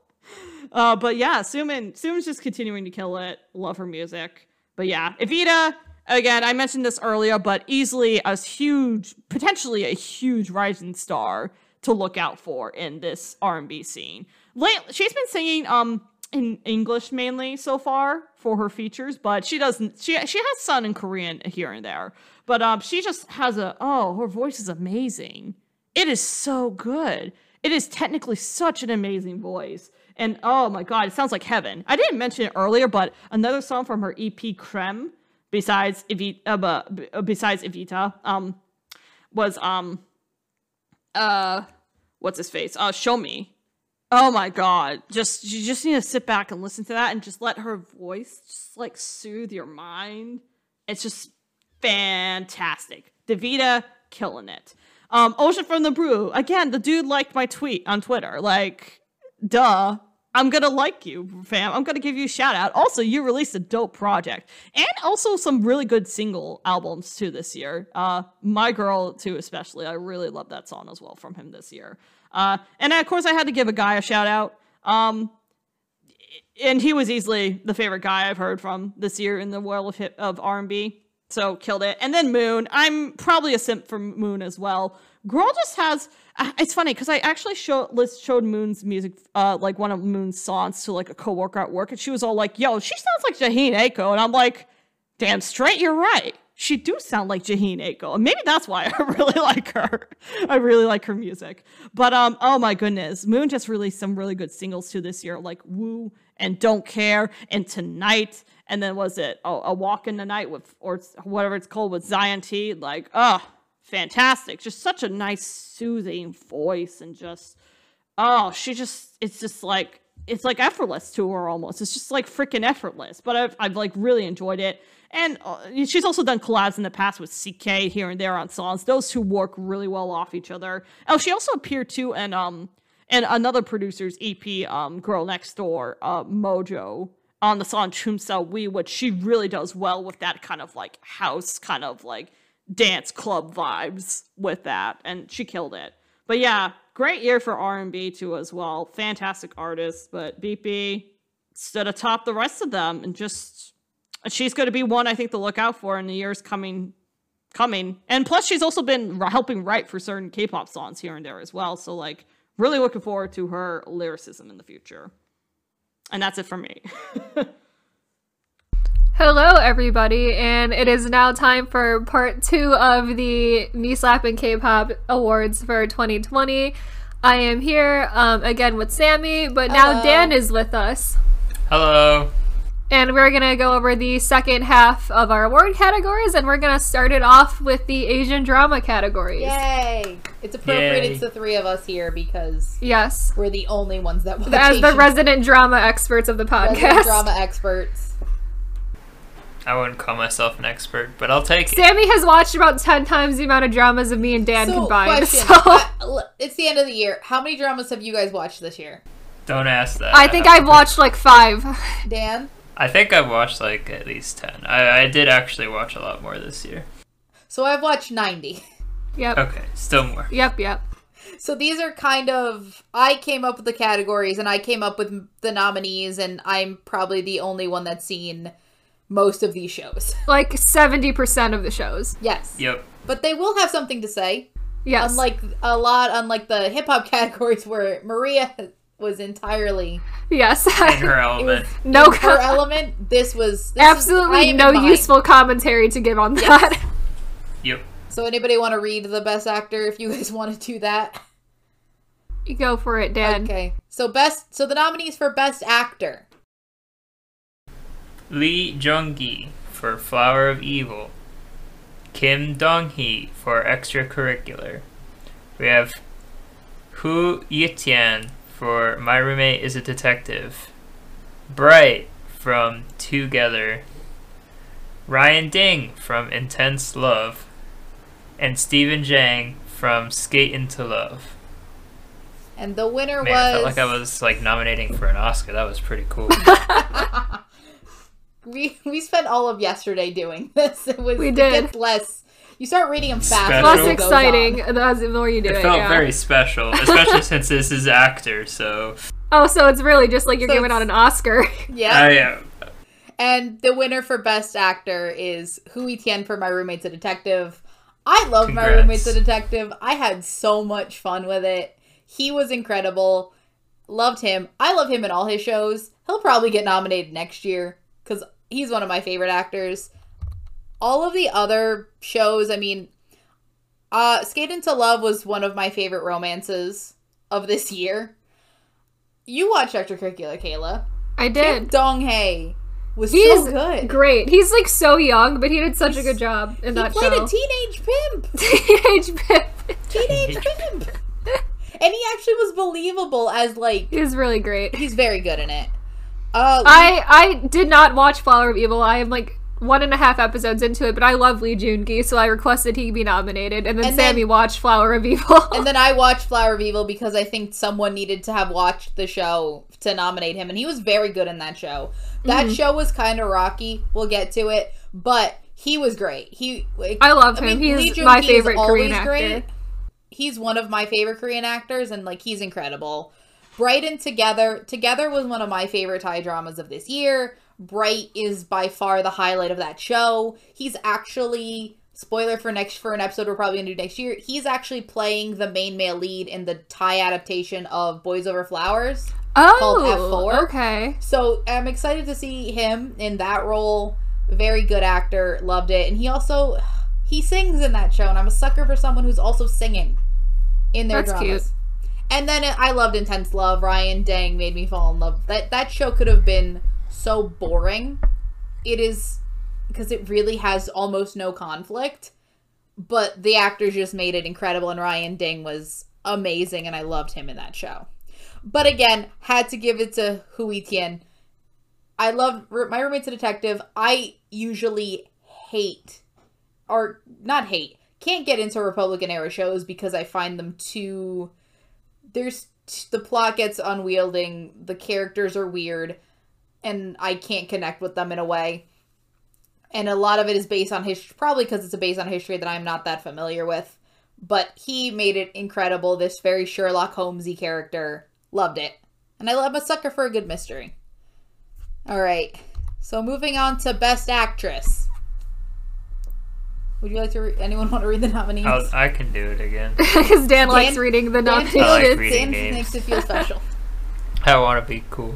[SPEAKER 4] Uh, but yeah, Suman Suman's just continuing to kill it. Love her music. But yeah, Evita. Again, I mentioned this earlier, but easily a huge, potentially a huge rising star to look out for in this R&B scene. Late, she's been singing um in English mainly so far for her features, but she doesn't. She she has some in Korean here and there, but um she just has a oh her voice is amazing. It is so good. It is technically such an amazing voice. And oh my god, it sounds like heaven. I didn't mention it earlier, but another song from her EP Creme, besides Evita, uh, bu- uh, besides Evita, um, was um, uh, what's his face? Uh, Show Me. Oh my god, just you just need to sit back and listen to that, and just let her voice just like soothe your mind. It's just fantastic. Davida killing it. Um, Ocean from the Brew. Again, the dude liked my tweet on Twitter. Like, duh. I'm gonna like you, fam. I'm gonna give you a shout out. Also, you released a dope project and also some really good single albums too this year. Uh, My Girl too, especially. I really love that song as well from him this year. Uh, and of course, I had to give a guy a shout out. Um, and he was easily the favorite guy I've heard from this year in the world of hip, of R and B. So killed it. And then Moon, I'm probably a simp for Moon as well. Girl just has. I- It's funny because I actually show, list showed Moon's music, uh, like one of Moon's songs to like a coworker at work, and she was all like, "Yo, she sounds like Jaheen Eiko," and I'm like, damn straight you're right she do sound like Jaheen Aiko. And maybe that's why (laughs) I really like her. I really like her music. But um, oh my goodness. Moon just released some really good singles too this year, like Woo and Don't Care and Tonight. And then was it oh, A Walk in the Night with or it's- whatever it's called with Zion T. Like, oh, fantastic. Just such a nice soothing voice and just oh, she just it's just like it's like effortless to her almost. It's just like freaking effortless. But I've I've like really enjoyed it. And uh, she's also done collabs in the past with CK here and there on songs. Those two work really well off each other. Oh, she also appeared too in um and another producer's EP, um, Girl Next Door, uh, Mojo, on the song Chumsa We, which she really does well with that kind of like house kind of like dance club vibes with that, and she killed it. But yeah, great year for R and B too as well. Fantastic artists, but BP stood atop the rest of them, and just she's going to be one I think to look out for in the years coming. Coming, and plus she's also been r- helping write for certain K-pop songs here and there as well. So like, really looking forward to her lyricism in the future. And that's it for me.
[SPEAKER 1] Hello, everybody, and it is now time for part two of the Knee Slap and K-pop Awards for 2020. I am here um, again with Sammy, but now
[SPEAKER 2] Hello.
[SPEAKER 1] Dan is with us,
[SPEAKER 3] Hello.
[SPEAKER 1] and we're gonna go over the second half of our award categories, and we're gonna start it off with the Asian drama categories.
[SPEAKER 2] Yay! It's appropriate
[SPEAKER 3] Yay.
[SPEAKER 2] it's the three of us here because
[SPEAKER 1] Yes,
[SPEAKER 2] we're the only ones that watch
[SPEAKER 1] as the
[SPEAKER 2] Asian
[SPEAKER 1] resident drama experts of the
[SPEAKER 2] resident
[SPEAKER 1] podcast.
[SPEAKER 2] drama experts.
[SPEAKER 3] I wouldn't call myself an expert, but I'll take it.
[SPEAKER 1] Sammy has watched about ten times the amount of dramas of me and Dan combined. (laughs)
[SPEAKER 2] question.
[SPEAKER 1] So
[SPEAKER 2] I- l- it's the end of the year. How many dramas have you guys watched this year,
[SPEAKER 3] Don't ask that.
[SPEAKER 1] I think
[SPEAKER 3] have
[SPEAKER 1] I've watched like five.
[SPEAKER 2] Dan?
[SPEAKER 3] I think I've watched like at least ten. I, I did actually watch a lot more this year.
[SPEAKER 2] So I've watched ninety. (laughs)
[SPEAKER 1] Yep.
[SPEAKER 3] Okay, still more.
[SPEAKER 1] Yep. Yep.
[SPEAKER 2] So these are kind of I came up with the categories and I came up with the nominees and I'm probably the only one that's seen most of these shows.
[SPEAKER 1] Like seventy percent of the shows.
[SPEAKER 2] yes.
[SPEAKER 3] Yep.
[SPEAKER 2] But they will have something to say.
[SPEAKER 1] Yes.
[SPEAKER 2] Unlike a lot unlike the hip hop (laughs) categories where Maria was entirely
[SPEAKER 1] yes. (laughs)
[SPEAKER 3] In her element.
[SPEAKER 1] no.
[SPEAKER 2] in her
[SPEAKER 1] co-
[SPEAKER 2] element. This was this is- I
[SPEAKER 1] Oh, absolutely
[SPEAKER 2] am
[SPEAKER 1] no
[SPEAKER 2] in mine.
[SPEAKER 1] useful commentary to give on that. (laughs)
[SPEAKER 3] Yep.
[SPEAKER 2] So anybody want to read the best actor if you guys (laughs) want to do that?
[SPEAKER 1] Go for it, Dan.
[SPEAKER 2] Okay. So best so the nominees for best actor.
[SPEAKER 3] Lee Jung Gi for Flower of Evil. Kim Dong Hee for Extracurricular. We have Hu Yitian for My Roommate is a Detective. Bright from Together. Ryan Ding from Intense Love. And Steven Zhang from Skate Into Love.
[SPEAKER 2] And the winner
[SPEAKER 3] Man, I felt like I was like nominating for an Oscar. That was pretty cool. I
[SPEAKER 2] We we spent all of yesterday doing (laughs) this. It was
[SPEAKER 1] We
[SPEAKER 2] it
[SPEAKER 1] did.
[SPEAKER 2] gets less. You start reading them fast. as
[SPEAKER 3] Special.
[SPEAKER 1] Less
[SPEAKER 2] it goes on.
[SPEAKER 1] exciting. That's the more you do it.
[SPEAKER 3] felt
[SPEAKER 1] yeah.
[SPEAKER 3] very special, especially since this is actor, so
[SPEAKER 1] Oh, so it's really just like you're
[SPEAKER 2] So
[SPEAKER 1] giving
[SPEAKER 2] it's-
[SPEAKER 1] out an Oscar. (laughs)
[SPEAKER 2] Yeah.
[SPEAKER 3] I uh, am.
[SPEAKER 2] and the winner for best actor is Hui Tian for My Roommate's a Detective. I love My
[SPEAKER 3] Congrats.
[SPEAKER 2] Roommate's a Detective. I had so much fun with it. He was incredible. Loved him. I love him in all his shows. He'll probably get nominated next year because he's one of my favorite actors. All of the other shows, I mean, uh, Skate Into Love was one of my favorite romances of this year. You watched Extracurricular, Kayla.
[SPEAKER 1] I did.
[SPEAKER 2] Dong Hae was
[SPEAKER 1] He's
[SPEAKER 2] so good.
[SPEAKER 1] Great. He's like so young, but he did such a good job in
[SPEAKER 2] he
[SPEAKER 1] that
[SPEAKER 2] played
[SPEAKER 1] show. (laughs)
[SPEAKER 2] a teenage pimp.
[SPEAKER 1] Teenage Pimp
[SPEAKER 2] Teenage pimp. And he actually was believable as like
[SPEAKER 1] is really great.
[SPEAKER 2] he's very good in it. Uh,
[SPEAKER 1] I I did not watch Flower of Evil. I am like one and a half episodes into it, but I love Lee Joon Gi, so I requested he be nominated, and then
[SPEAKER 2] And
[SPEAKER 1] Sammy
[SPEAKER 2] then-
[SPEAKER 1] watched Flower of Evil.
[SPEAKER 2] and then I watched Flower of Evil because I think someone needed to have watched the show to nominate him, and he was very good in that show. That show was kind of rocky. We'll get to it, but he was great. He like,
[SPEAKER 1] (laughs) I love him. He's
[SPEAKER 2] Lee
[SPEAKER 1] my
[SPEAKER 2] Joon-ki is
[SPEAKER 1] favorite Korean
[SPEAKER 2] always
[SPEAKER 1] actor.
[SPEAKER 2] He's one of my favorite Korean actors, and like he's incredible. Bright and Together. Together was one of my favorite Thai dramas of this year. Bright is by far the highlight of that show. He's actually spoiler for next for an episode we're probably gonna do next year. He's actually playing the main male lead in the Thai adaptation of Boys Over Flowers.
[SPEAKER 1] oh,
[SPEAKER 2] F4.
[SPEAKER 1] okay. (laughs)
[SPEAKER 2] So I'm excited to see him in that role. Very good actor, loved it, and he also he sings in that show, and I'm a sucker for someone who's also singing in their
[SPEAKER 1] That's
[SPEAKER 2] dramas. And then I loved Intense Love. Ryan Dang made me fall in love. That that show could have been so boring. It is because it really has almost no conflict, but the actors just made it incredible, and Ryan Dang was amazing, and I loved him in that show. But again, had to give it to Hui Tian. I love my roommate's a detective. I usually hate, or not hate, can't get into Republican era shows because I find them too. There's the plot gets unwielding, the characters are weird, and I can't connect with them in a way. and a lot of it is based on history, probably because it's a based on history that I'm not that familiar with. But he made it incredible. This very Sherlock Holmesy character loved it, and I love a sucker for a good mystery. All right, so moving on to Best Actress. Would you like to? Re- anyone want to read the nominees?
[SPEAKER 3] I'll, I can do it again.
[SPEAKER 1] Because Dan, likes reading the
[SPEAKER 2] Dan
[SPEAKER 1] nominations.
[SPEAKER 2] feels-
[SPEAKER 3] like
[SPEAKER 2] Dan
[SPEAKER 3] reading names.
[SPEAKER 2] makes it feel special.
[SPEAKER 3] I want to be cool.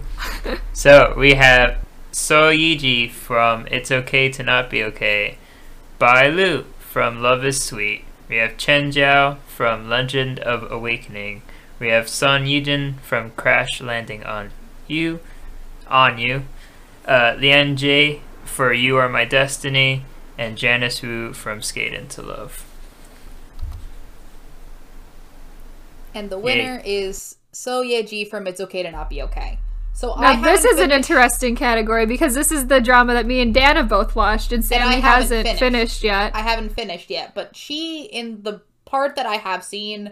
[SPEAKER 3] so we have So Yiji from It's Okay to Not Be Okay, Bai Lu from Love Is Sweet, we have Chen Zhao from Legend of Awakening, we have Son Yujin from Crash Landing on You, on You, uh, Lian Jie for You Are My Destiny, and Janice Wu from Skate Into Love.
[SPEAKER 2] And the winner is So Ye Ji from It's Okay to Not Be Okay. So I
[SPEAKER 1] Now, this
[SPEAKER 2] haven't
[SPEAKER 1] is an
[SPEAKER 2] fin-
[SPEAKER 1] interesting category because this is the drama that me and Dan have both watched, and Sammy
[SPEAKER 2] haven't
[SPEAKER 1] hasn't
[SPEAKER 2] finished.
[SPEAKER 1] finished, yet.
[SPEAKER 2] I haven't finished yet, but she in the part that I have seen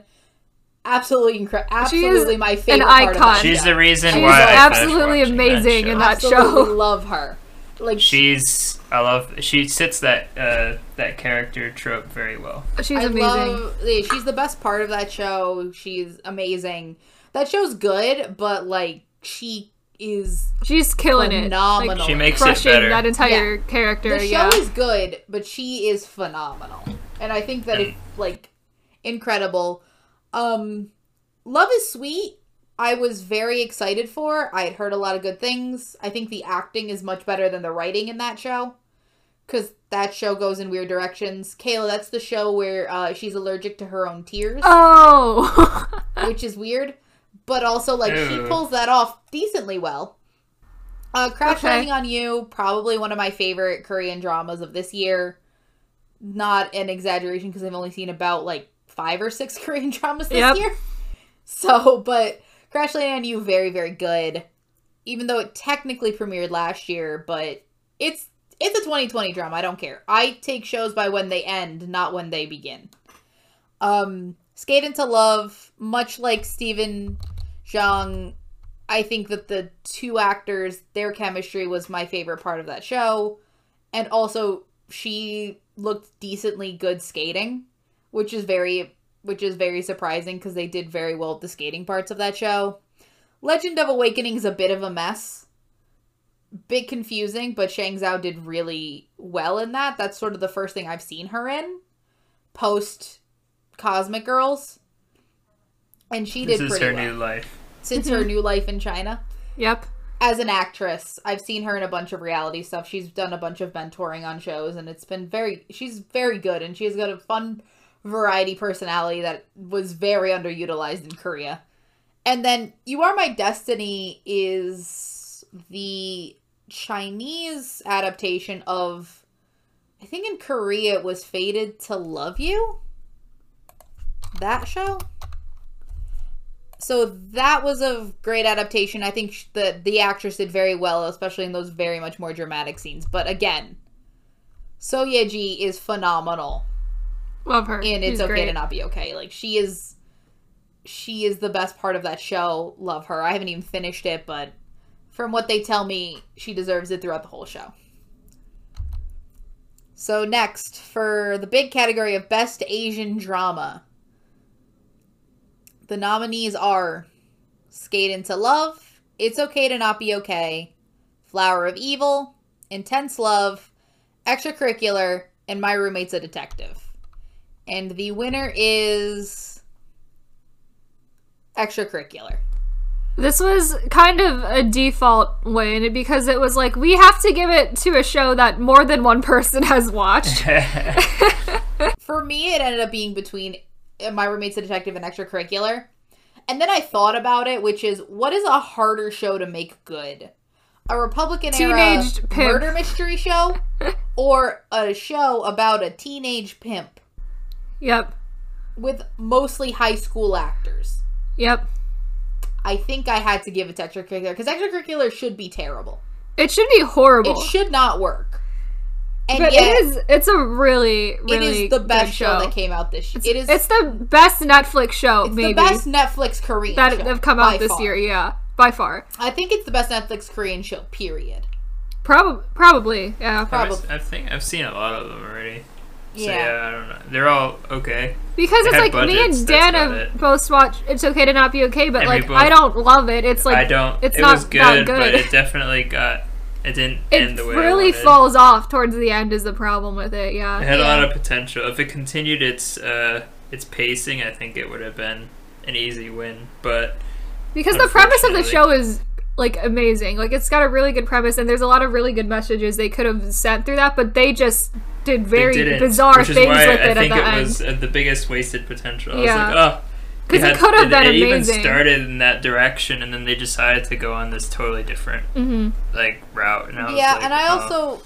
[SPEAKER 2] absolutely incredible.
[SPEAKER 1] She is
[SPEAKER 2] Absolutely my favorite part of
[SPEAKER 1] icon.
[SPEAKER 2] that
[SPEAKER 3] She's
[SPEAKER 2] show.
[SPEAKER 3] the reason
[SPEAKER 1] She's
[SPEAKER 3] why I finished
[SPEAKER 1] absolutely
[SPEAKER 3] watching that
[SPEAKER 1] amazing in
[SPEAKER 3] show.
[SPEAKER 1] that
[SPEAKER 2] absolutely
[SPEAKER 1] show. (laughs)
[SPEAKER 2] love her. Like
[SPEAKER 3] She's I love she sits that uh that character trope very well.
[SPEAKER 1] She's
[SPEAKER 2] I
[SPEAKER 1] amazing.
[SPEAKER 2] love yeah, she's the best part of that show. She's amazing. That show's good, but like she is
[SPEAKER 1] She's killing it.
[SPEAKER 2] phenomenal.
[SPEAKER 1] Like,
[SPEAKER 3] She makes it
[SPEAKER 1] crushing
[SPEAKER 3] better.
[SPEAKER 1] that entire character.
[SPEAKER 2] the show
[SPEAKER 1] yeah.
[SPEAKER 2] is good, but she is phenomenal, and I think that it's like incredible. Um, Love is Sweet. I was very excited for. I had heard a lot of good things. I think the acting is much better than the writing in that show, because that show goes in weird directions. Kayla, that's the show where uh, she's allergic to her own tears,
[SPEAKER 1] oh. (laughs)
[SPEAKER 2] which is weird, but also like she
[SPEAKER 3] Ew.
[SPEAKER 2] pulls that off decently well. Uh, Crash
[SPEAKER 1] Okay.
[SPEAKER 2] Landing on You, probably one of my favorite Korean dramas of this year. Not an exaggeration because I've only seen about like five or six (laughs) Korean dramas this
[SPEAKER 1] Yep.
[SPEAKER 2] year. So, but Crash Landing on You, very very good. Even though it technically premiered last year, but it's it's a 2020 drama. I don't care. I take shows by when they end, not when they begin. Um, Skate into Love, much like Steven Zhang, I think that the two actors, their chemistry was my favorite part of that show. And also she looked decently good skating, which is very which is very surprising because they did very well with the skating parts of that show. Legend of Awakening is a bit of a mess. Bit confusing, but Shang Zhao did really well in that. That's sort of the first thing I've seen her in post Cosmic Girls. And she
[SPEAKER 3] This
[SPEAKER 2] did
[SPEAKER 3] is
[SPEAKER 2] pretty
[SPEAKER 3] her
[SPEAKER 2] well
[SPEAKER 3] new life.
[SPEAKER 2] since her new life in China.
[SPEAKER 1] Yep.
[SPEAKER 2] As an actress, I've seen her in a bunch of reality stuff. She's done a bunch of mentoring on shows, and it's been very. She's very good, and she's got a fun variety personality that was very underutilized in Korea. And then You Are My Destiny is the Chinese adaptation of. I think in Korea it was Fated to Love You? That show? so that was a great adaptation. I think sh- the the actress did very well, especially in those very much more dramatic scenes. But again, So Yeji is phenomenal,
[SPEAKER 1] Love her.
[SPEAKER 2] and it's
[SPEAKER 1] She's
[SPEAKER 2] okay
[SPEAKER 1] great.
[SPEAKER 2] to not be okay. Like she is, she is the best part of that show. Love her. I haven't even finished it, but from what they tell me, she deserves it throughout the whole show. So next for the big category of best Asian drama, the nominees are Skate into Love, It's Okay to Not Be Okay, Flower of Evil, Intense Love, Extracurricular, and My Roommate's a Detective. And the winner is Extracurricular.
[SPEAKER 1] This was kind of a default win because it was like we have to give it to a show that more than one person (laughs) has
[SPEAKER 3] (laughs)
[SPEAKER 1] watched.
[SPEAKER 2] for me, it ended up being between uh, my roommate's a detective and extracurricular. And then I thought about it, which is what is a harder show to make good? A Republican
[SPEAKER 1] Teenaged
[SPEAKER 2] era
[SPEAKER 1] pimp.
[SPEAKER 2] murder
[SPEAKER 1] (laughs)
[SPEAKER 2] mystery show or a show about a teenage pimp
[SPEAKER 1] yep.
[SPEAKER 2] with mostly high school actors?
[SPEAKER 1] Yep.
[SPEAKER 2] I think I had to give it to extracurricular because extracurricular should be terrible.
[SPEAKER 1] It should be horrible.
[SPEAKER 2] It should not work. And
[SPEAKER 1] but
[SPEAKER 2] yet,
[SPEAKER 1] it is it's a really
[SPEAKER 2] it
[SPEAKER 1] really
[SPEAKER 2] is the
[SPEAKER 1] good
[SPEAKER 2] best show. that came out this year. It is
[SPEAKER 1] It's the best Netflix show
[SPEAKER 2] it's
[SPEAKER 1] maybe
[SPEAKER 2] the best Netflix Korean
[SPEAKER 1] that
[SPEAKER 2] show
[SPEAKER 1] have come
[SPEAKER 2] by
[SPEAKER 1] out this
[SPEAKER 2] far.
[SPEAKER 1] year, yeah. By far.
[SPEAKER 2] I think it's the best Netflix Korean show, period.
[SPEAKER 1] Probably, probably, yeah.
[SPEAKER 3] I've-
[SPEAKER 2] Probably.
[SPEAKER 3] I think I've seen a lot of them already. So,
[SPEAKER 2] Yeah.
[SPEAKER 3] yeah, I don't know. They're all okay.
[SPEAKER 1] Because
[SPEAKER 3] They
[SPEAKER 1] it's
[SPEAKER 3] had
[SPEAKER 1] like me
[SPEAKER 3] budgets,
[SPEAKER 1] and
[SPEAKER 3] that's
[SPEAKER 1] Dan
[SPEAKER 3] about
[SPEAKER 1] have
[SPEAKER 3] it.
[SPEAKER 1] both watched. It's okay to not be okay, but
[SPEAKER 3] And we
[SPEAKER 1] like
[SPEAKER 3] both-
[SPEAKER 1] I don't love it. It's like
[SPEAKER 3] I don't.
[SPEAKER 1] It's
[SPEAKER 3] it
[SPEAKER 1] not
[SPEAKER 3] was good,
[SPEAKER 1] that good.
[SPEAKER 3] but it definitely got. It didn't
[SPEAKER 1] it
[SPEAKER 3] end the way
[SPEAKER 1] really
[SPEAKER 3] I wanted.
[SPEAKER 1] falls off towards the end. Is the problem with it? Yeah.
[SPEAKER 3] It had a
[SPEAKER 2] Yeah.
[SPEAKER 3] lot of potential. If it continued its uh, its pacing, I think it would have been an easy win. But
[SPEAKER 1] Because the premise of the
[SPEAKER 3] Unfortunately.
[SPEAKER 1] show is like amazing. Like it's got a really good premise and there's a lot of really good messages they could have sent through that, but they just did
[SPEAKER 3] they
[SPEAKER 1] very
[SPEAKER 3] didn't,
[SPEAKER 1] bizarre
[SPEAKER 3] which is
[SPEAKER 1] things
[SPEAKER 3] why
[SPEAKER 1] with
[SPEAKER 3] I
[SPEAKER 1] it at
[SPEAKER 3] think
[SPEAKER 1] the
[SPEAKER 3] it
[SPEAKER 1] end.
[SPEAKER 3] was uh, the biggest wasted
[SPEAKER 1] Yeah.
[SPEAKER 3] potential. I was like, oh.
[SPEAKER 1] Because it
[SPEAKER 3] had-
[SPEAKER 1] could have been
[SPEAKER 3] it
[SPEAKER 1] amazing.
[SPEAKER 3] even started in that direction, and then they decided to go on this totally different
[SPEAKER 1] Mhm.
[SPEAKER 3] like route. And I was
[SPEAKER 2] yeah,
[SPEAKER 3] like,
[SPEAKER 2] and I
[SPEAKER 3] oh.
[SPEAKER 2] also,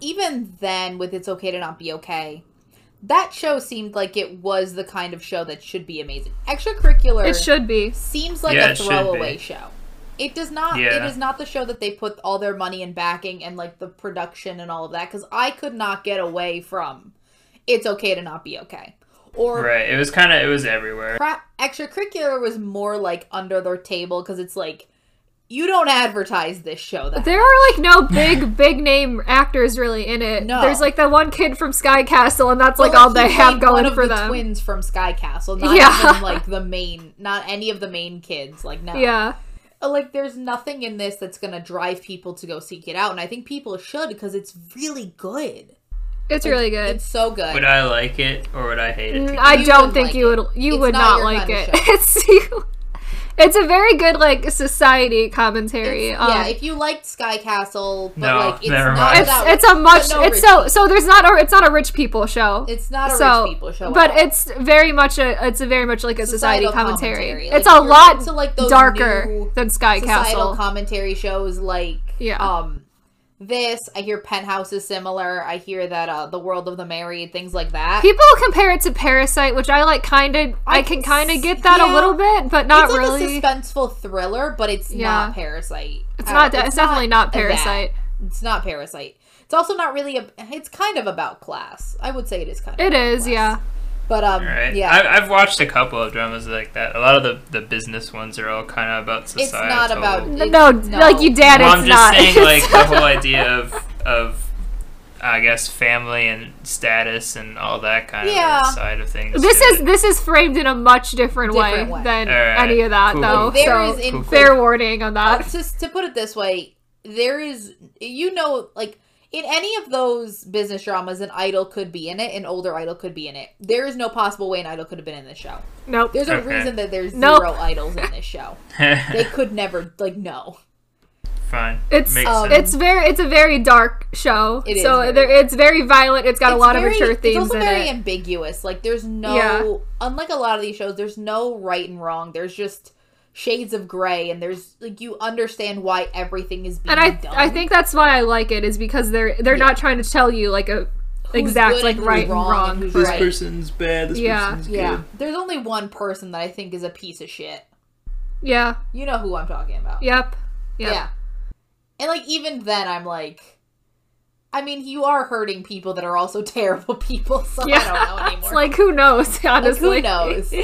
[SPEAKER 2] even then, with It's Okay to Not Be Okay, that show seemed like it was the kind of show that should be amazing. Extracurricular
[SPEAKER 1] It should be.
[SPEAKER 2] seems like
[SPEAKER 3] Yeah,
[SPEAKER 2] a
[SPEAKER 3] it should be.
[SPEAKER 2] throwaway show. It does not. It
[SPEAKER 3] Yeah.
[SPEAKER 2] is not the show that they put all their money and backing and like the production and all of that. Because I could not get away from. It's okay to not be okay. Or
[SPEAKER 3] right. It was kind of it was everywhere.
[SPEAKER 2] Pra- extracurricular was more like under their table because it's like you don't advertise this show that
[SPEAKER 1] There are like
[SPEAKER 3] (laughs)
[SPEAKER 1] no big, big name actors really in it.
[SPEAKER 2] No.
[SPEAKER 1] There's like the one kid from Sky Castle, and that's
[SPEAKER 2] Well,
[SPEAKER 1] like all
[SPEAKER 2] he
[SPEAKER 1] they have
[SPEAKER 2] played one
[SPEAKER 1] going
[SPEAKER 2] of
[SPEAKER 1] for
[SPEAKER 2] the
[SPEAKER 1] them.
[SPEAKER 2] Twins from Sky Castle, not
[SPEAKER 1] Yeah.
[SPEAKER 2] even like the main, not any of the main kids. Like no,
[SPEAKER 1] Yeah.
[SPEAKER 2] Uh, like there's nothing in this that's gonna drive people to go seek it out, and I think people should because it's really good.
[SPEAKER 1] It's really good.
[SPEAKER 2] It's so good.
[SPEAKER 3] Would I like it or would I hate it?
[SPEAKER 1] Mm,
[SPEAKER 3] Because-
[SPEAKER 1] I
[SPEAKER 2] You
[SPEAKER 1] don't
[SPEAKER 2] would
[SPEAKER 1] think
[SPEAKER 2] like
[SPEAKER 1] you
[SPEAKER 2] it.
[SPEAKER 1] would. You
[SPEAKER 2] It's
[SPEAKER 1] would
[SPEAKER 2] not
[SPEAKER 1] not
[SPEAKER 2] your
[SPEAKER 1] like
[SPEAKER 2] kind of
[SPEAKER 1] it.
[SPEAKER 2] show.
[SPEAKER 1] (laughs) It's you. It's a very good like society commentary.
[SPEAKER 2] It's-
[SPEAKER 1] um,
[SPEAKER 2] yeah, if you liked Sky Castle, but
[SPEAKER 3] No,
[SPEAKER 2] like it's
[SPEAKER 3] never
[SPEAKER 2] not
[SPEAKER 3] mind.
[SPEAKER 1] it's
[SPEAKER 2] about
[SPEAKER 1] it's a much
[SPEAKER 2] no
[SPEAKER 1] it's
[SPEAKER 2] rich
[SPEAKER 1] so
[SPEAKER 2] people.
[SPEAKER 1] so there's not a it's not a rich people show
[SPEAKER 2] it's not a
[SPEAKER 1] so
[SPEAKER 2] rich people show, at
[SPEAKER 1] but
[SPEAKER 2] all.
[SPEAKER 1] it's very much a it's a very much like a society
[SPEAKER 2] Societal
[SPEAKER 1] commentary,
[SPEAKER 2] commentary.
[SPEAKER 1] it's
[SPEAKER 2] Like,
[SPEAKER 1] a
[SPEAKER 2] you're
[SPEAKER 1] lot
[SPEAKER 2] into, like, those
[SPEAKER 1] darker
[SPEAKER 2] new
[SPEAKER 1] than sky
[SPEAKER 2] societal
[SPEAKER 1] castle
[SPEAKER 2] commentary shows like
[SPEAKER 1] Yeah.
[SPEAKER 2] um this i hear penthouse is similar i hear that uh the world of the married things like that
[SPEAKER 1] people compare it to parasite which i like kind of i,
[SPEAKER 2] I
[SPEAKER 1] can
[SPEAKER 2] can
[SPEAKER 1] kind of
[SPEAKER 2] s-
[SPEAKER 1] get that a
[SPEAKER 2] yeah.
[SPEAKER 1] little bit but not
[SPEAKER 2] it's like
[SPEAKER 1] really
[SPEAKER 2] a suspenseful thriller but it's
[SPEAKER 1] Yeah.
[SPEAKER 2] not parasite
[SPEAKER 1] it's
[SPEAKER 2] Uh,
[SPEAKER 1] not it's, definitely not
[SPEAKER 2] that.
[SPEAKER 1] parasite
[SPEAKER 2] it's not parasite it's also not really a it's kind of about class i would say it is kind of
[SPEAKER 1] it
[SPEAKER 2] about
[SPEAKER 1] is
[SPEAKER 2] class.
[SPEAKER 1] yeah
[SPEAKER 2] but um
[SPEAKER 3] Right.
[SPEAKER 2] yeah
[SPEAKER 3] I, I've watched a couple of dramas like that. A lot of the, the business ones are all kind of about
[SPEAKER 2] It's
[SPEAKER 3] society.
[SPEAKER 2] not about-
[SPEAKER 1] no,
[SPEAKER 2] It- no.
[SPEAKER 1] like you dad
[SPEAKER 3] well,
[SPEAKER 1] it's
[SPEAKER 3] I'm just
[SPEAKER 1] not
[SPEAKER 2] (laughs)
[SPEAKER 3] saying, like the whole idea of of I guess family and status and all that kind
[SPEAKER 2] Yeah.
[SPEAKER 3] of side of
[SPEAKER 1] (laughs)
[SPEAKER 3] things.
[SPEAKER 1] this
[SPEAKER 3] to
[SPEAKER 1] is
[SPEAKER 3] it.
[SPEAKER 1] this is framed in a much different,
[SPEAKER 2] Different
[SPEAKER 1] way,
[SPEAKER 2] way.
[SPEAKER 1] than
[SPEAKER 3] Alright,
[SPEAKER 1] any of that
[SPEAKER 3] cool.
[SPEAKER 1] though
[SPEAKER 2] there
[SPEAKER 1] so
[SPEAKER 2] is in
[SPEAKER 3] Cool, cool.
[SPEAKER 1] fair warning on
[SPEAKER 2] Uh,
[SPEAKER 1] that
[SPEAKER 2] just to put it this way, there is you know like in any of those business dramas, an idol could be in it, an older idol could be in it. There is no possible way an idol could have been in this show.
[SPEAKER 1] nope
[SPEAKER 2] There's a
[SPEAKER 3] Okay.
[SPEAKER 2] reason that there's
[SPEAKER 1] Nope.
[SPEAKER 2] zero idols in this show. They could never like no.
[SPEAKER 3] (laughs) fine.
[SPEAKER 1] It's
[SPEAKER 3] Makes
[SPEAKER 2] um,
[SPEAKER 3] sense.
[SPEAKER 1] it's very it's a very dark show.
[SPEAKER 2] It is
[SPEAKER 1] so
[SPEAKER 2] very
[SPEAKER 1] there,
[SPEAKER 2] dark.
[SPEAKER 1] it's very violent. It's got a
[SPEAKER 2] It's
[SPEAKER 1] lot
[SPEAKER 2] very-
[SPEAKER 1] of mature themes
[SPEAKER 2] It's also
[SPEAKER 1] in
[SPEAKER 2] very
[SPEAKER 1] it.
[SPEAKER 2] ambiguous. Like there's no
[SPEAKER 1] Yeah.
[SPEAKER 2] unlike a lot of these shows, there's no right and wrong. There's just shades of gray and there's like you understand why everything is being
[SPEAKER 1] And I
[SPEAKER 2] done.
[SPEAKER 1] I think that's why I like it is because they're they're not trying to tell you like a exact
[SPEAKER 2] good
[SPEAKER 1] like
[SPEAKER 2] and
[SPEAKER 1] right and
[SPEAKER 2] wrong
[SPEAKER 1] wrong.
[SPEAKER 2] and who's
[SPEAKER 1] for
[SPEAKER 2] right.
[SPEAKER 1] it.
[SPEAKER 3] person's bad. This
[SPEAKER 1] Yeah.
[SPEAKER 2] yeah. There's only one person that I think is a piece of shit.
[SPEAKER 1] Yeah.
[SPEAKER 2] You know who I'm talking about.
[SPEAKER 1] Yep. Yep.
[SPEAKER 2] Yeah. And like even then I'm like I mean, you are hurting people that are also (laughs) terrible people, so
[SPEAKER 1] Yeah.
[SPEAKER 2] I don't know anymore.
[SPEAKER 1] (laughs) It's like who knows, (laughs)
[SPEAKER 2] Like,
[SPEAKER 1] honestly.
[SPEAKER 2] who knows?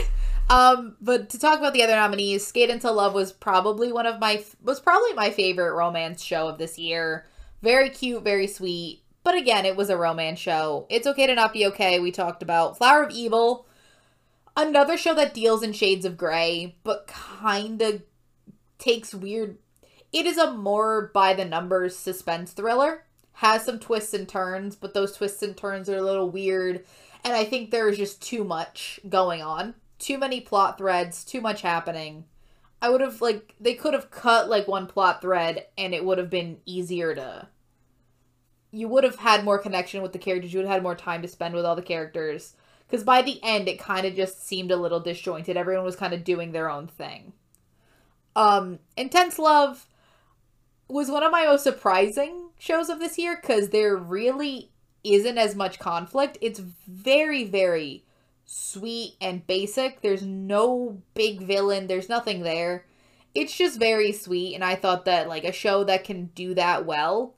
[SPEAKER 2] um, but to talk about the other nominees, Skate Into Love was probably one of my was probably my favorite romance show of this year. Very cute, very sweet. But again, it was a romance show. It's okay to not be okay. We talked about Flower of Evil, another show that deals in shades of gray, but kind of takes weird. It is a more by the numbers suspense thriller. Has some twists and turns, but those twists and turns are a little weird. And I think there's just too much going on. Too many plot threads, too much happening. I would have, like, they could have cut, like, one plot thread and it would have been easier to. You would have had more connection with the characters. You would have had more time to spend with all the characters. Because by the end, it kind of just seemed a little disjointed. Everyone was kind of doing their own thing um intense love was one of my most surprising shows of this year because there really isn't as much conflict it's very very sweet and basic there's no big villain there's nothing there it's just very sweet and i thought that like a show that can do that well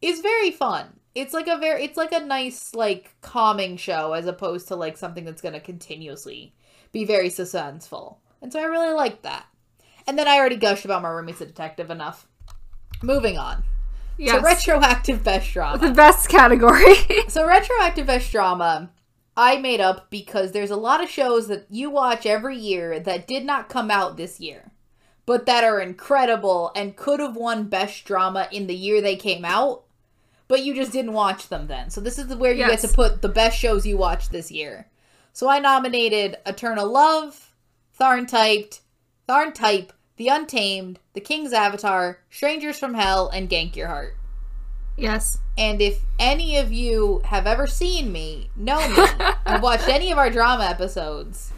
[SPEAKER 2] is very fun it's like a very it's like a nice like calming show as opposed to like something that's going to continuously be very suspenseful and so i really liked that and then I already gushed about my roommate's a detective enough. Moving on.
[SPEAKER 1] Yes.
[SPEAKER 2] So retroactive best drama.
[SPEAKER 1] (laughs) the best category. (laughs)
[SPEAKER 2] So retroactive best drama, I made up because there's a lot of shows that you watch every year that did not come out this year, but that are incredible and could have won best drama in the year they came out, but you just didn't watch them then. So this is where you
[SPEAKER 1] Yes.
[SPEAKER 2] get to put the best shows you watched this year. So I nominated Eternal Love, Tharn Typed, Tharn Type, The Untamed, The King's Avatar, Strangers from Hell, and Gank Your Heart.
[SPEAKER 1] yes.
[SPEAKER 2] And if any of you have ever seen me, know me, have watched any of our drama episodes,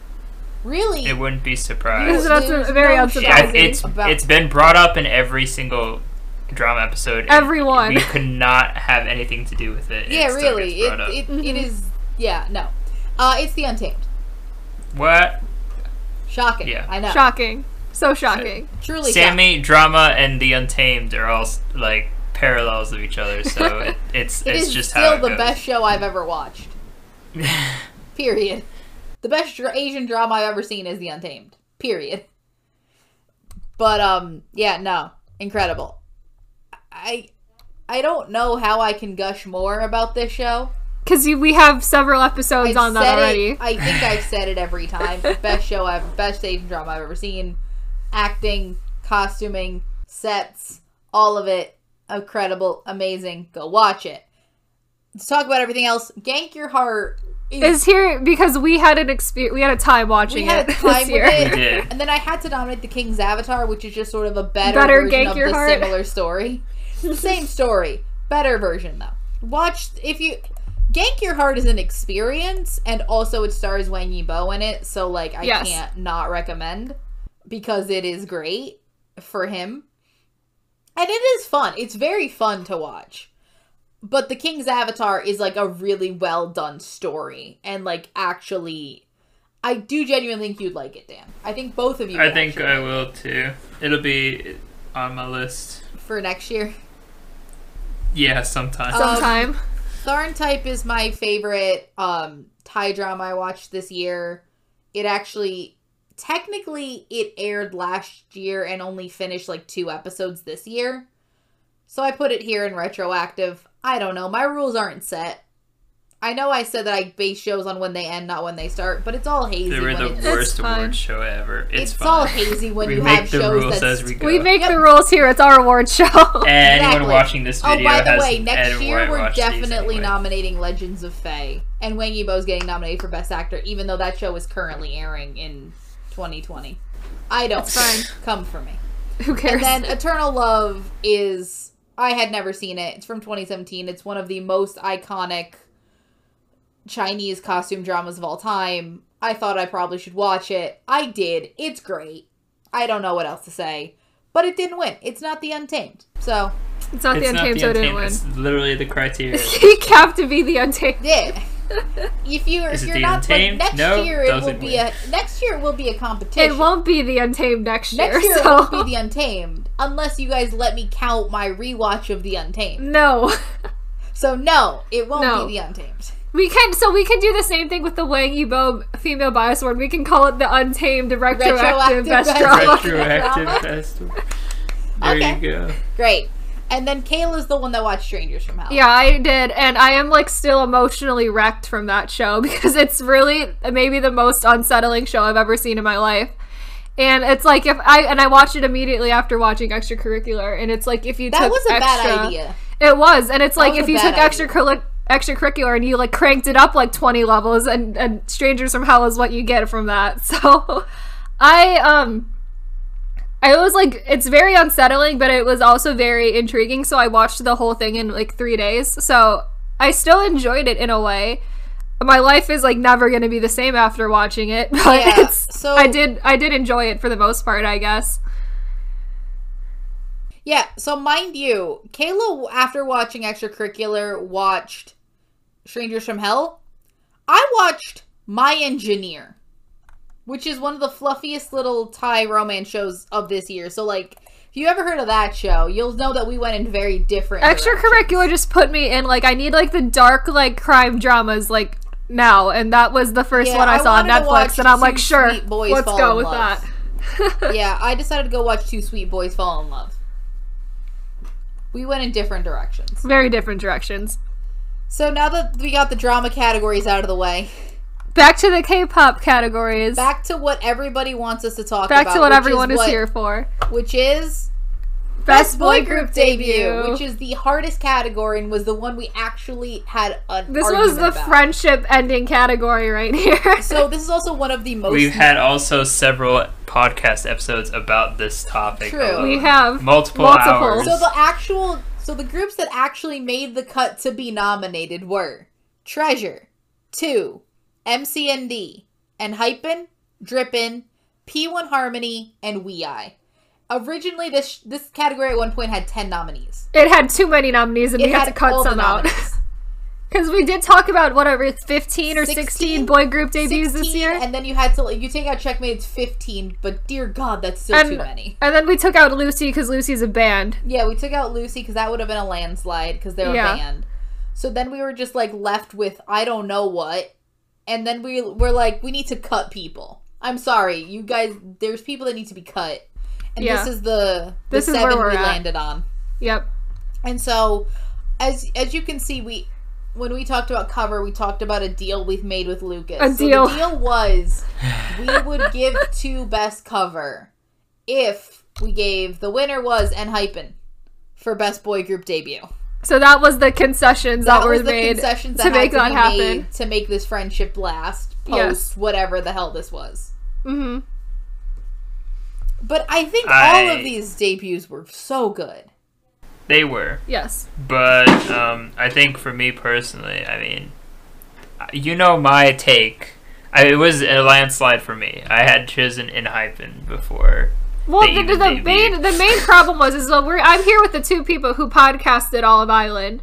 [SPEAKER 2] really,
[SPEAKER 3] It wouldn't be
[SPEAKER 1] Because
[SPEAKER 3] surprised.
[SPEAKER 1] that's
[SPEAKER 2] there's
[SPEAKER 1] a- very
[SPEAKER 2] no
[SPEAKER 3] Yeah,
[SPEAKER 1] unsurprising.
[SPEAKER 2] shame.
[SPEAKER 3] it's
[SPEAKER 2] About-
[SPEAKER 3] it's been brought up in every single drama episode. and
[SPEAKER 1] Everyone.
[SPEAKER 3] we could not have anything to do with it. and
[SPEAKER 2] yeah,
[SPEAKER 3] it still
[SPEAKER 2] really,
[SPEAKER 3] gets
[SPEAKER 2] it,
[SPEAKER 3] brought up.
[SPEAKER 2] it, it is, yeah, no, uh, it's the Untamed.
[SPEAKER 3] what
[SPEAKER 2] Shocking,
[SPEAKER 3] Yeah.
[SPEAKER 2] I know,
[SPEAKER 1] Shocking. So shocking.
[SPEAKER 2] truly. shocking.
[SPEAKER 3] Sammy drama and the Untamed are all s- like parallels of each
[SPEAKER 2] (laughs)
[SPEAKER 3] other, so it, it's
[SPEAKER 2] it
[SPEAKER 3] it's
[SPEAKER 2] is
[SPEAKER 3] just
[SPEAKER 2] still
[SPEAKER 3] how it
[SPEAKER 2] the
[SPEAKER 3] goes.
[SPEAKER 2] best show I've ever
[SPEAKER 3] (laughs)
[SPEAKER 2] watched. Period. The best dra- Asian drama I've ever seen is The Untamed. Period. But um, yeah, no, incredible. I I don't know how I can gush more about this show.
[SPEAKER 1] Because we have several episodes
[SPEAKER 2] I've
[SPEAKER 1] on that
[SPEAKER 2] said
[SPEAKER 1] already.
[SPEAKER 2] It, I think I've said it every time.
[SPEAKER 1] (laughs)
[SPEAKER 2] best show I've best Asian drama I've ever seen. Acting, costuming, sets, all of it. Incredible, amazing. Go watch it. To talk about everything else, Gank Your Heart
[SPEAKER 1] Is here because we had an experience. We had a time watching
[SPEAKER 2] we had
[SPEAKER 1] it
[SPEAKER 2] time
[SPEAKER 1] this year.
[SPEAKER 2] with it.
[SPEAKER 3] We did.
[SPEAKER 2] (laughs) And then I had to nominate the King's Avatar, which is just sort of a better,
[SPEAKER 1] Better
[SPEAKER 2] version
[SPEAKER 1] Gank
[SPEAKER 2] of
[SPEAKER 1] Your
[SPEAKER 2] the
[SPEAKER 1] Heart. (laughs)
[SPEAKER 2] similar story. Same story, better version though. Watch if you Gank Your Heart is an experience, and also it stars Wang Yibo in it, so like I
[SPEAKER 1] Yes.
[SPEAKER 2] can't not recommend because it is great for him. And it is fun. It's very fun to watch. But The King's Avatar is like a really well done story and like actually I do genuinely think you'd like it, Dan. I think both of you
[SPEAKER 3] I
[SPEAKER 2] would,
[SPEAKER 3] think
[SPEAKER 2] actually,
[SPEAKER 3] I will too. It'll be on my list.
[SPEAKER 2] for next year.
[SPEAKER 3] Yeah, sometime.
[SPEAKER 2] Um,
[SPEAKER 1] (laughs) Sometime.
[SPEAKER 2] Tharn Type is my favorite um Thai drama I watched this year. It actually technically it aired last year and only finished like two episodes this year. So I put it here in retroactive. I don't know. My rules aren't set. I know I said that I base shows on when they end, not when they start, but it's all hazy.
[SPEAKER 3] they were
[SPEAKER 2] when
[SPEAKER 3] the
[SPEAKER 2] it's,
[SPEAKER 3] worst
[SPEAKER 1] fine.
[SPEAKER 3] award show ever. It's,
[SPEAKER 2] it's
[SPEAKER 3] fine.
[SPEAKER 2] all hazy when
[SPEAKER 3] we
[SPEAKER 2] you
[SPEAKER 3] make
[SPEAKER 2] have
[SPEAKER 3] the
[SPEAKER 2] shows
[SPEAKER 3] rules
[SPEAKER 2] that's
[SPEAKER 3] as we go.
[SPEAKER 1] we make the rules here. It's our award show. (laughs)
[SPEAKER 3] Anyone
[SPEAKER 2] Exactly.
[SPEAKER 3] watching this
[SPEAKER 2] Oh,
[SPEAKER 3] video
[SPEAKER 2] by the
[SPEAKER 3] has
[SPEAKER 2] way, next
[SPEAKER 3] anyone
[SPEAKER 2] year we're
[SPEAKER 3] watched these
[SPEAKER 2] definitely
[SPEAKER 3] anyway.
[SPEAKER 2] nominating Legends of Fae, and Wang Yibo's getting nominated for Best Actor, even though that show is currently airing in 2020. I don't fine. (laughs) come for me.
[SPEAKER 1] Who cares?
[SPEAKER 2] And then Eternal Love is I had never seen it. It's from 2017. It's one of the most iconic Chinese costume dramas of all time. I thought I probably should watch it. I did. It's great. I don't know what else to say. But it didn't win. It's not the Untamed. So,
[SPEAKER 1] it's not the
[SPEAKER 3] It's not
[SPEAKER 1] untamed,
[SPEAKER 3] the
[SPEAKER 1] so it didn't
[SPEAKER 3] Untamed.
[SPEAKER 1] win. (laughs)
[SPEAKER 3] It's literally
[SPEAKER 2] (laughs)
[SPEAKER 3] the (laughs) criteria.
[SPEAKER 1] You have to be the untamed. (laughs)
[SPEAKER 2] yeah. if you are
[SPEAKER 3] Is it
[SPEAKER 2] you're
[SPEAKER 3] the
[SPEAKER 2] not but
[SPEAKER 3] Untamed?
[SPEAKER 2] next
[SPEAKER 3] No,
[SPEAKER 2] year it will
[SPEAKER 3] doesn't
[SPEAKER 2] be
[SPEAKER 3] win.
[SPEAKER 2] a next year it will be a competition.
[SPEAKER 1] It won't be the untamed next year.
[SPEAKER 2] next year it
[SPEAKER 1] so
[SPEAKER 2] won't be the Untamed unless you guys let me count my rewatch of the
[SPEAKER 1] (laughs)
[SPEAKER 2] Untamed.
[SPEAKER 1] no,
[SPEAKER 2] So no, it won't
[SPEAKER 1] No.
[SPEAKER 2] be the Untamed.
[SPEAKER 1] we can. So we can do the same thing with the Wang Yibo female bias award. We can call it the untamed retroactive,
[SPEAKER 2] Retroactive
[SPEAKER 1] best
[SPEAKER 2] best
[SPEAKER 1] drama.
[SPEAKER 2] drama.
[SPEAKER 3] Retroactive festival. There
[SPEAKER 2] Okay.
[SPEAKER 3] you go.
[SPEAKER 2] Great. And then Kayla's the one that watched Strangers from Hell.
[SPEAKER 1] Yeah, I did, and I am like still emotionally wrecked from that show (laughs) because it's really maybe the most unsettling show I've ever seen in my life. And it's like if I and I watched it immediately after watching extracurricular, and it's like if you
[SPEAKER 2] That
[SPEAKER 1] took
[SPEAKER 2] was a
[SPEAKER 1] extra-
[SPEAKER 2] bad idea.
[SPEAKER 1] It was, and it's like
[SPEAKER 2] was
[SPEAKER 1] if
[SPEAKER 2] a
[SPEAKER 1] you took
[SPEAKER 2] bad idea.
[SPEAKER 1] extracurricular extracurricular and you like cranked it up like 20 levels and, and strangers from hell is what you get from that (laughs) so i um i was like it's very unsettling but it was also very intriguing so i watched the whole thing in like three days so i still enjoyed it in a way my life is like never going to be the same after watching it (laughs) but
[SPEAKER 2] Yeah,
[SPEAKER 1] it's
[SPEAKER 2] so-
[SPEAKER 1] i did i did enjoy it for the most part i guess
[SPEAKER 2] Yeah, so mind you, Kayla, after watching Extracurricular, watched Strangers from Hell. I watched My Engineer, which is one of the fluffiest little Thai romance shows of this year. So, like, if you ever heard of that show, you'll know that we went in very different.
[SPEAKER 1] extracurricular just put me in like I need like the dark like crime dramas like now, and that was the first
[SPEAKER 2] Yeah,
[SPEAKER 1] one I,
[SPEAKER 2] I
[SPEAKER 1] saw on
[SPEAKER 2] wanted to watch
[SPEAKER 1] Netflix, and I'm
[SPEAKER 2] Two
[SPEAKER 1] like, sure,
[SPEAKER 2] Sweet Boys
[SPEAKER 1] let's
[SPEAKER 2] Fall
[SPEAKER 1] go
[SPEAKER 2] in
[SPEAKER 1] with
[SPEAKER 2] Love.
[SPEAKER 1] that. (laughs)
[SPEAKER 2] (laughs) directions. yeah, I decided to go watch Two Sweet Boys Fall in Love. We went in different directions.
[SPEAKER 1] Very different directions.
[SPEAKER 2] So now that we got the drama categories out of the way,
[SPEAKER 1] Back to the K-pop categories. Back,
[SPEAKER 2] back to what everybody wants us to talk about.
[SPEAKER 1] to what
[SPEAKER 2] which
[SPEAKER 1] everyone is,
[SPEAKER 2] what-
[SPEAKER 1] here for.
[SPEAKER 2] Which is
[SPEAKER 1] Best Boy Group debut.
[SPEAKER 2] which is the hardest category and was the one we actually had an
[SPEAKER 1] This was
[SPEAKER 2] argument
[SPEAKER 1] the
[SPEAKER 2] about.
[SPEAKER 1] friendship ending category right (laughs) here.
[SPEAKER 2] So this is also one of the most
[SPEAKER 3] We've had also several podcast episodes about this topic.
[SPEAKER 2] True.
[SPEAKER 3] alone.
[SPEAKER 1] we have
[SPEAKER 3] multiple,
[SPEAKER 1] multiple.
[SPEAKER 3] hours.
[SPEAKER 2] So the actual so the groups that actually made the cut to be nominated were Treasure, Two, MCND, and Hyphen, Drippin, P1 Harmony, and WeI. Originally, this this category at one point had ten nominees.
[SPEAKER 1] It had too many nominees, and we had to cut some out (laughs)
[SPEAKER 2] nominees.
[SPEAKER 1] because we did talk about whatever it's fifteen or
[SPEAKER 2] 16?
[SPEAKER 1] sixteen, boy group debuts this
[SPEAKER 2] 16,
[SPEAKER 1] year, and,
[SPEAKER 2] and then you had to like, you take out Checkmate. It's fifteen, but dear God, that's still
[SPEAKER 1] And-
[SPEAKER 2] too many.
[SPEAKER 1] then we took out Lucy because Lucy's a band.
[SPEAKER 2] Yeah, we took out Lucy because that would have been a landslide because they're
[SPEAKER 1] Yeah.
[SPEAKER 2] a band. So then we were just like left with I don't know what, and then we were like we need to cut people. I'm sorry, you guys. There's people that need to be cut, and
[SPEAKER 1] Yeah.
[SPEAKER 2] this is the the
[SPEAKER 1] This is where
[SPEAKER 2] seven
[SPEAKER 1] we're
[SPEAKER 2] we
[SPEAKER 1] at.
[SPEAKER 2] landed on.
[SPEAKER 1] Yep.
[SPEAKER 2] And so, as as you can see, we when we talked about cover, we talked about a deal we've made with Lucas.
[SPEAKER 1] A
[SPEAKER 2] So
[SPEAKER 1] deal.
[SPEAKER 2] the deal was we would give two best cover if we gave the winner was and hyphen for best boy group debut.
[SPEAKER 1] So that was the concessions that, were
[SPEAKER 2] was the
[SPEAKER 1] made
[SPEAKER 2] concessions that
[SPEAKER 1] to
[SPEAKER 2] had
[SPEAKER 1] make
[SPEAKER 2] to
[SPEAKER 1] that
[SPEAKER 2] be
[SPEAKER 1] happen.
[SPEAKER 2] made to make this friendship last post
[SPEAKER 1] Yes.
[SPEAKER 2] whatever the hell this was.
[SPEAKER 1] hmm
[SPEAKER 2] But I think all
[SPEAKER 3] I-
[SPEAKER 2] of these debuts were so good.
[SPEAKER 3] they were,
[SPEAKER 1] Yes.
[SPEAKER 3] but um, I think for me personally, I mean, you know my take. I, it was a landslide for me. I had chosen in hyphen before.
[SPEAKER 1] Well,
[SPEAKER 3] They
[SPEAKER 1] the, the, the
[SPEAKER 3] even debuted.
[SPEAKER 1] main the main problem was is well, we're I'm here with the two people who podcasted all of Island,